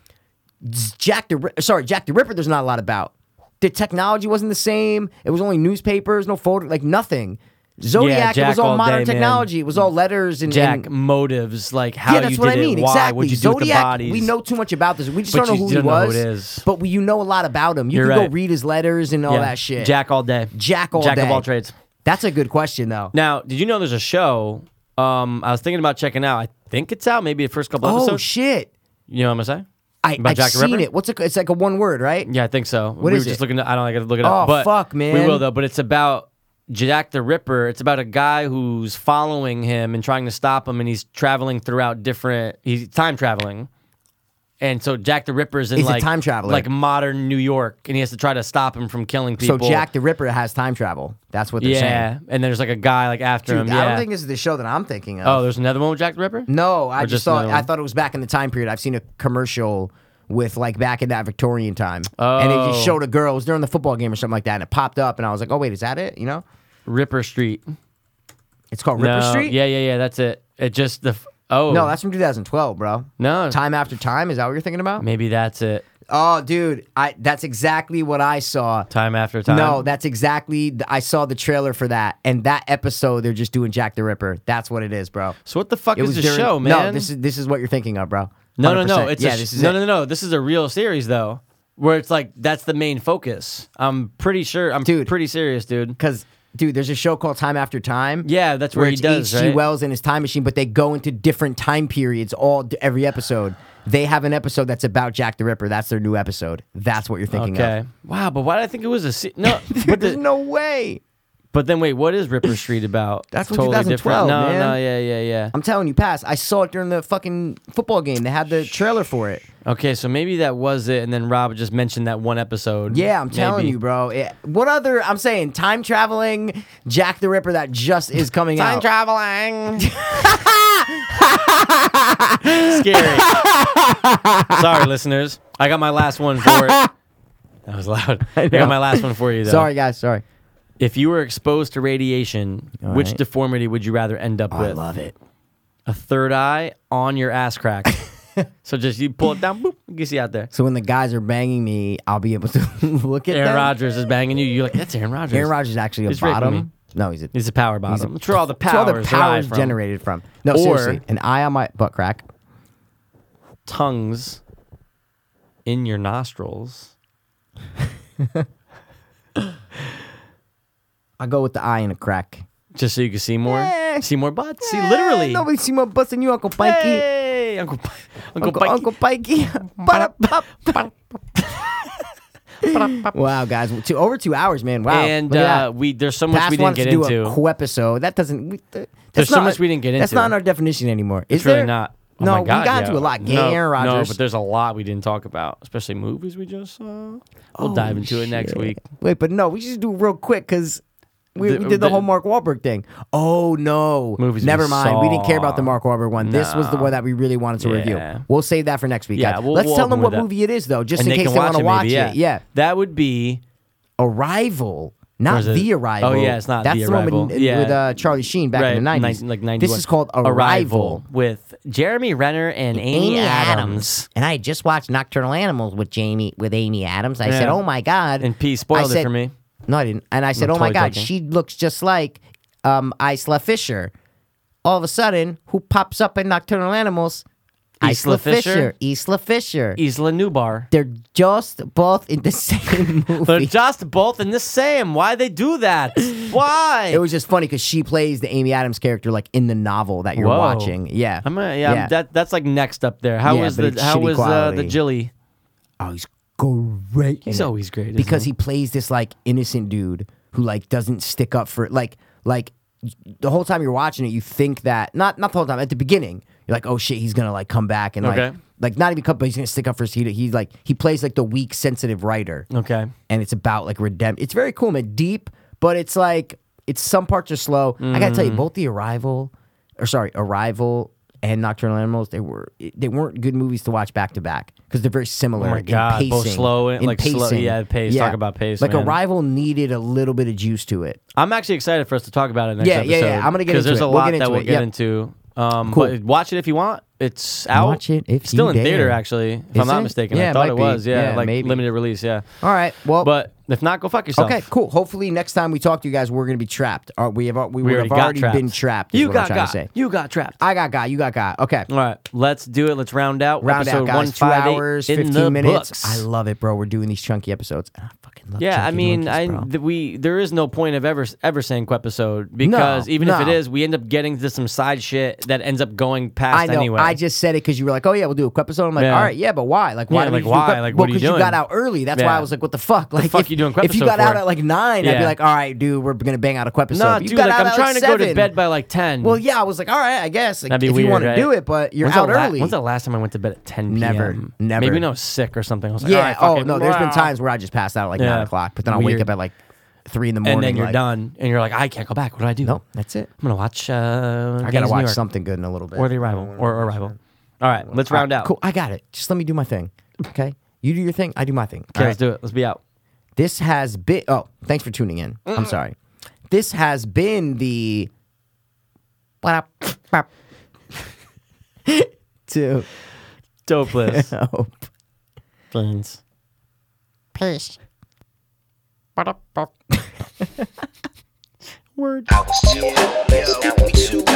Speaker 2: Jack the Ri- sorry Jack the Ripper there's not a lot about. The technology wasn't the same. It was only newspapers, no photo, like nothing. Zodiac, it
Speaker 1: Jack
Speaker 2: was all,
Speaker 1: all
Speaker 2: modern
Speaker 1: day, man.
Speaker 2: technology. It was all letters and
Speaker 1: Jack
Speaker 2: and-
Speaker 1: motives, like how
Speaker 2: yeah, that's
Speaker 1: you
Speaker 2: what
Speaker 1: did
Speaker 2: I mean.
Speaker 1: it, why,
Speaker 2: exactly.
Speaker 1: what you do
Speaker 2: Zodiac,
Speaker 1: with the bodies.
Speaker 2: We know too much about this. We just
Speaker 1: But
Speaker 2: don't know
Speaker 1: you
Speaker 2: who he
Speaker 1: don't know who
Speaker 2: was.
Speaker 1: it is.
Speaker 2: But we, you know a lot about him. You
Speaker 1: You're
Speaker 2: can go
Speaker 1: right.
Speaker 2: read his letters and all
Speaker 1: Yeah.
Speaker 2: that shit.
Speaker 1: Jack all day.
Speaker 2: Jack all
Speaker 1: Jack
Speaker 2: day.
Speaker 1: of all trades.
Speaker 2: That's a good question though.
Speaker 1: Now, did you know there's a show? Um, I was thinking about checking out. I think it's out. Maybe the first couple
Speaker 2: oh
Speaker 1: episodes.
Speaker 2: shit!
Speaker 1: you know what I'm gonna say?
Speaker 2: I,
Speaker 1: About
Speaker 2: I've
Speaker 1: Jack the
Speaker 2: seen
Speaker 1: Ripper?
Speaker 2: it. What's it? It's like a one word, right?
Speaker 1: Yeah, I think so. we
Speaker 2: is
Speaker 1: were just
Speaker 2: it?
Speaker 1: looking. At, I don't. I gotta look it
Speaker 2: Oh,
Speaker 1: up. But
Speaker 2: fuck,
Speaker 1: We
Speaker 2: man.
Speaker 1: will though. But it's about Jack the Ripper. It's about a guy who's following him and trying to stop him, and he's traveling throughout different. He's time traveling, and so Jack the Ripper is in
Speaker 2: He's a
Speaker 1: like
Speaker 2: time traveler.
Speaker 1: like modern New York, and he has to try to stop him from killing
Speaker 2: So
Speaker 1: people.
Speaker 2: Jack the Ripper has time travel. That's what they're
Speaker 1: yeah,
Speaker 2: saying.
Speaker 1: and there's like a guy like after
Speaker 2: Dude,
Speaker 1: him. Yeah.
Speaker 2: I don't think this is the show that I'm thinking of.
Speaker 1: oh, there's another one with Jack the Ripper.
Speaker 2: no, I
Speaker 1: Or
Speaker 2: just,
Speaker 1: just
Speaker 2: thought
Speaker 1: another
Speaker 2: I
Speaker 1: one.
Speaker 2: thought it was back in the time period. I've seen a commercial with like back in that Victorian time, and it just
Speaker 1: Oh.
Speaker 2: showed a girl. It was during the football game or something like that, and it popped up, and I was like, oh wait, is that it? You know.
Speaker 1: Ripper Street.
Speaker 2: It's called Ripper
Speaker 1: No,
Speaker 2: Street.
Speaker 1: Yeah, yeah, yeah. That's it. It just the. F- oh
Speaker 2: No, that's from 2012, bro.
Speaker 1: No.
Speaker 2: Time after time. Is that what you're thinking about?
Speaker 1: maybe that's it.
Speaker 2: Oh, dude, I that's exactly what I saw.
Speaker 1: Time after time.
Speaker 2: No, that's exactly. I saw the trailer for that, and that episode they're just doing Jack the Ripper. That's what it is, bro.
Speaker 1: So what the fuck
Speaker 2: It
Speaker 1: is
Speaker 2: was
Speaker 1: this
Speaker 2: during-
Speaker 1: show, man?
Speaker 2: No, this is this is what you're thinking of, bro.
Speaker 1: No, no, no.
Speaker 2: 100%.
Speaker 1: It's
Speaker 2: yeah,
Speaker 1: a,
Speaker 2: this is
Speaker 1: no,
Speaker 2: it.
Speaker 1: no, no. This is a real series though, where it's like that's the main focus. I'm pretty sure. I'm
Speaker 2: Dude.
Speaker 1: pretty serious, dude.
Speaker 2: Because dude, there's a show called Time After Time.
Speaker 1: Yeah, that's where he
Speaker 2: it's
Speaker 1: does,
Speaker 2: H.G.
Speaker 1: right?
Speaker 2: Wells and his time machine, but they go into different time periods all every episode. They have an episode that's about Jack the Ripper. That's their new episode. That's what you're thinking of.
Speaker 1: Okay. Wow, but why did I think it was a se-
Speaker 2: *laughs*
Speaker 1: no? but,
Speaker 2: There's
Speaker 1: the,
Speaker 2: no way.
Speaker 1: but then wait, what is Ripper Street about?
Speaker 2: That's
Speaker 1: It's
Speaker 2: what
Speaker 1: totally different.
Speaker 2: 2012,
Speaker 1: No,
Speaker 2: man.
Speaker 1: no, yeah, yeah, yeah.
Speaker 2: I'm telling you, pass. I saw it during the fucking football game. They had the trailer for it.
Speaker 1: Okay, so maybe that was it, and then Rob just mentioned that one episode.
Speaker 2: Yeah, I'm telling
Speaker 1: Maybe.
Speaker 2: you, bro. It- what other? I'm saying time traveling, Jack the Ripper. That just is coming out.
Speaker 1: traveling. Scary. Sorry, listeners. I got my last one
Speaker 2: *laughs*
Speaker 1: for it. That was loud. I,
Speaker 2: know.
Speaker 1: got my last one for you, though.
Speaker 2: Sorry, guys. Sorry.
Speaker 1: If you were exposed to radiation, which
Speaker 2: right.
Speaker 1: deformity would you rather end up with?
Speaker 2: it.
Speaker 1: A third eye on your ass
Speaker 2: *laughs*
Speaker 1: crack. so just you pull it down, boop, gets you out there.
Speaker 2: So when the guys are banging me, I'll be able to *laughs* look at
Speaker 1: Aaron
Speaker 2: them.
Speaker 1: Rodgers is banging you. You're like, that's Aaron Rodgers.
Speaker 2: Aaron Rodgers is actually a
Speaker 1: He's ripping me.
Speaker 2: bottom. No, he's a.
Speaker 1: He's a power bottom. It's where all the
Speaker 2: it's where all the
Speaker 1: powers,
Speaker 2: powers
Speaker 1: derive from.
Speaker 2: generated from. No,
Speaker 1: Or-
Speaker 2: seriously, an eye on my butt crack.
Speaker 1: tongues in your nostrils.
Speaker 2: I go with the eye and a crack.
Speaker 1: Just so you can see more.
Speaker 2: Eh.
Speaker 1: See more butts. See,
Speaker 2: Eh,
Speaker 1: literally.
Speaker 2: nobody see my butts than you, Uncle Pikey.
Speaker 1: Hey, Uncle, Pi- Uncle,
Speaker 2: Uncle,
Speaker 1: Pikey.
Speaker 2: Uncle
Speaker 1: *laughs*
Speaker 2: *laughs* Pikey. Butt up. *laughs* Wow, guys, two, over two hours, man. Wow,
Speaker 1: And
Speaker 2: Look at that.
Speaker 1: uh, we there's so much
Speaker 2: Bass
Speaker 1: we didn't
Speaker 2: wants
Speaker 1: get
Speaker 2: to do
Speaker 1: into.
Speaker 2: a co-episode. That doesn't. We, th- that's
Speaker 1: There's so
Speaker 2: not-
Speaker 1: much we didn't get
Speaker 2: That's
Speaker 1: into.
Speaker 2: not in our definition anymore. Is
Speaker 1: it's really
Speaker 2: there?
Speaker 1: not. Oh
Speaker 2: no,
Speaker 1: my God,
Speaker 2: we got into
Speaker 1: yeah.
Speaker 2: a lot. Gay
Speaker 1: no,
Speaker 2: Aaron Rodgers.
Speaker 1: No, but there's a lot we didn't talk about, especially movies we just saw. We'll dive
Speaker 2: Oh,
Speaker 1: into it next week.
Speaker 2: Wait, but no, we should do it real quick because we,
Speaker 1: The-
Speaker 2: we did the,
Speaker 1: the-
Speaker 2: whole Mark Wahlberg thing. Oh no,
Speaker 1: Movies we
Speaker 2: Never mind. We didn't care about the
Speaker 1: saw.
Speaker 2: Mark Wahlberg one. This was the
Speaker 1: No.
Speaker 2: one that we really wanted to
Speaker 1: Yeah.
Speaker 2: review. We'll save that for next week.
Speaker 1: Yeah,
Speaker 2: guys.
Speaker 1: we'll-
Speaker 2: let's
Speaker 1: we'll
Speaker 2: tell them
Speaker 1: open
Speaker 2: what
Speaker 1: with that.
Speaker 2: movie it is though, just
Speaker 1: and
Speaker 2: in
Speaker 1: they
Speaker 2: case
Speaker 1: can
Speaker 2: they want
Speaker 1: watch
Speaker 2: to
Speaker 1: it,
Speaker 2: watch
Speaker 1: maybe,
Speaker 2: it. Yeah,
Speaker 1: That would be
Speaker 2: Arrival. Not
Speaker 1: is it-
Speaker 2: the arrival.
Speaker 1: Oh, yeah, it's not
Speaker 2: That's
Speaker 1: The
Speaker 2: the one
Speaker 1: Arrival.
Speaker 2: with,
Speaker 1: Yeah.
Speaker 2: with uh, Charlie Sheen back
Speaker 1: right,
Speaker 2: in the nineties.
Speaker 1: nine- like 91.
Speaker 2: this is called Arrival.
Speaker 1: with Jeremy Renner and Amy, Adams.
Speaker 2: And I just watched Nocturnal Animals with Jamie with Amy Adams. I said,
Speaker 1: Yeah.
Speaker 2: "Oh my god!"
Speaker 1: And P
Speaker 2: I
Speaker 1: spoiled it
Speaker 2: said-
Speaker 1: for me.
Speaker 2: No, I didn't. And I said,
Speaker 1: I'm
Speaker 2: "Oh my
Speaker 1: totally
Speaker 2: god,
Speaker 1: joking.
Speaker 2: she looks just like um, Isla Fisher." All of a sudden, who pops up in Nocturnal Animals?
Speaker 1: Isla Fisher?
Speaker 2: Isla Fisher.
Speaker 1: Isla Newbar.
Speaker 2: They're just both in the *laughs* same
Speaker 1: They're
Speaker 2: movie.
Speaker 1: just both in the same. Why they do
Speaker 2: *laughs*
Speaker 1: that? Why?
Speaker 2: it was just funny because she plays the Amy Adams character like in the novel that you're
Speaker 1: Whoa.
Speaker 2: watching. Yeah.
Speaker 1: I'm a, yeah, I'm- that that's like next up there. How
Speaker 2: Yeah,
Speaker 1: was
Speaker 2: but
Speaker 1: the
Speaker 2: it's
Speaker 1: how
Speaker 2: shitty
Speaker 1: was uh, the
Speaker 2: quality.
Speaker 1: Jilly?
Speaker 2: oh, he's great. in
Speaker 1: He's
Speaker 2: it.
Speaker 1: always great isn't
Speaker 2: because
Speaker 1: he?
Speaker 2: he plays this like innocent dude who like doesn't stick up for like like the whole time you're watching it you think that not not the whole time at the beginning you're like oh shit he's gonna like come back and like
Speaker 1: Okay.
Speaker 2: like not even come but he's gonna stick up for his he he's like he plays like the weak sensitive writer
Speaker 1: okay.
Speaker 2: and it's about like redempt it's very cool man deep but it's like It's some parts are slow. I gotta
Speaker 1: Mm.
Speaker 2: tell you, both the Arrival, or sorry, Arrival and Nocturnal Animals, they were they weren't good movies to watch back to back because they're very similar.
Speaker 1: Oh my
Speaker 2: in
Speaker 1: God, both
Speaker 2: pacing,
Speaker 1: slow and-
Speaker 2: in
Speaker 1: like slow- yeah, pace. Talk about pace,
Speaker 2: Like
Speaker 1: man.
Speaker 2: Arrival needed a little bit of juice to it.
Speaker 1: I'm actually excited for us to talk about it next
Speaker 2: Yeah,
Speaker 1: episode.
Speaker 2: yeah, yeah. I'm gonna get
Speaker 1: because
Speaker 2: into
Speaker 1: there's
Speaker 2: it.
Speaker 1: a
Speaker 2: We'll
Speaker 1: lot
Speaker 2: get
Speaker 1: that
Speaker 2: into
Speaker 1: we'll
Speaker 2: it.
Speaker 1: get
Speaker 2: Yep.
Speaker 1: into. Um,
Speaker 2: Cool.
Speaker 1: but watch it if you want. It's out.
Speaker 2: Watch it if
Speaker 1: It's still
Speaker 2: you
Speaker 1: in theater
Speaker 2: dare.
Speaker 1: actually. If I'm
Speaker 2: Is
Speaker 1: not
Speaker 2: it?
Speaker 1: mistaken, I
Speaker 2: Yeah, it
Speaker 1: thought
Speaker 2: might
Speaker 1: it was.
Speaker 2: be.
Speaker 1: Yeah,
Speaker 2: Yeah,
Speaker 1: like
Speaker 2: maybe.
Speaker 1: limited release. Yeah.
Speaker 2: All right, well,
Speaker 1: But uh, if not, go fuck yourself.
Speaker 2: Okay, cool. Hopefully, next time we talk to you guys, we're gonna be trapped. Or we have al- we,
Speaker 1: We
Speaker 2: would
Speaker 1: already
Speaker 2: have
Speaker 1: got
Speaker 2: already
Speaker 1: trapped.
Speaker 2: been trapped. Is
Speaker 1: You
Speaker 2: what
Speaker 1: got
Speaker 2: I'm trying to say.
Speaker 1: got. You got trapped.
Speaker 2: I got guy. You got guy. Okay.
Speaker 1: All right, let's do it. Let's round out.
Speaker 2: Round it
Speaker 1: episode
Speaker 2: out, guys. Two
Speaker 1: 158
Speaker 2: hours,
Speaker 1: in
Speaker 2: fifteen
Speaker 1: the
Speaker 2: minutes.
Speaker 1: Books.
Speaker 2: I love it, bro. We're doing these chunky episodes, and I fucking love.
Speaker 1: Yeah, I
Speaker 2: chunky
Speaker 1: mean, I
Speaker 2: monkeys, bro.
Speaker 1: th- we there is no point of ever ever saying episode because even if it
Speaker 2: no.
Speaker 1: is, we end up getting to some side shit that ends up going
Speaker 2: I
Speaker 1: past
Speaker 2: know.
Speaker 1: anyway.
Speaker 2: I just said it because you were like, "Oh yeah, we'll do a quick episode." I'm like,
Speaker 1: Yeah.
Speaker 2: "All right, yeah, but why? Like, why?
Speaker 1: Yeah,
Speaker 2: do
Speaker 1: like,
Speaker 2: we do a
Speaker 1: why?
Speaker 2: quick-"
Speaker 1: Like,
Speaker 2: well,
Speaker 1: what are you
Speaker 2: you
Speaker 1: doing?
Speaker 2: got out early. That's why
Speaker 1: Yeah.
Speaker 2: I was like, "What the fuck? Like,
Speaker 1: fuck
Speaker 2: if
Speaker 1: you doing quick
Speaker 2: If you
Speaker 1: episode
Speaker 2: got out
Speaker 1: for?
Speaker 2: at like nine, I'd
Speaker 1: Yeah.
Speaker 2: be like, "All right, dude, we're gonna bang out a quick episode."
Speaker 1: nah,
Speaker 2: But you
Speaker 1: dude,
Speaker 2: got
Speaker 1: like
Speaker 2: out
Speaker 1: I'm
Speaker 2: at,
Speaker 1: trying to
Speaker 2: like,
Speaker 1: go to
Speaker 2: seven.
Speaker 1: bed by like ten.
Speaker 2: Well, yeah, I was like, "All right, I guess." Like,
Speaker 1: That'd be
Speaker 2: if
Speaker 1: weird,
Speaker 2: you want
Speaker 1: right?
Speaker 2: to do it, but you're
Speaker 1: When's the
Speaker 2: out
Speaker 1: la-
Speaker 2: early.
Speaker 1: When's the last time I went to bed at 10 p.m.?
Speaker 2: Never, never.
Speaker 1: Maybe when I was sick or something. I was like, all
Speaker 2: Yeah.
Speaker 1: right, fuck
Speaker 2: Oh
Speaker 1: it.
Speaker 2: no, there's been
Speaker 1: Wow.
Speaker 2: times where I just pass out at like
Speaker 1: Yeah.
Speaker 2: nine o'clock, but then I wake
Speaker 1: Weird.
Speaker 2: up at like three in the morning.
Speaker 1: And then you're
Speaker 2: like,
Speaker 1: done, and you're like, I can't go back. What do I do?
Speaker 2: Nope, that's it.
Speaker 1: I'm gonna watch. Uh,
Speaker 2: I
Speaker 1: Gangs
Speaker 2: gotta
Speaker 1: of New
Speaker 2: watch
Speaker 1: York
Speaker 2: something good in a little bit.
Speaker 1: or the arrival or arrival. All right, let's round out.
Speaker 2: Cool. I got it. Just let me do my thing. Okay. You do your thing. I do my thing.
Speaker 1: Okay,
Speaker 2: All
Speaker 1: let's
Speaker 2: right.
Speaker 1: do it. Let's be out.
Speaker 2: This has been. Oh, thanks for tuning in.
Speaker 1: Mm.
Speaker 2: I'm sorry. This has been the. *laughs* to *laughs*
Speaker 1: Dopeless.
Speaker 2: hope.
Speaker 1: Plans.
Speaker 6: Peace.
Speaker 3: I was too hopeless, now we too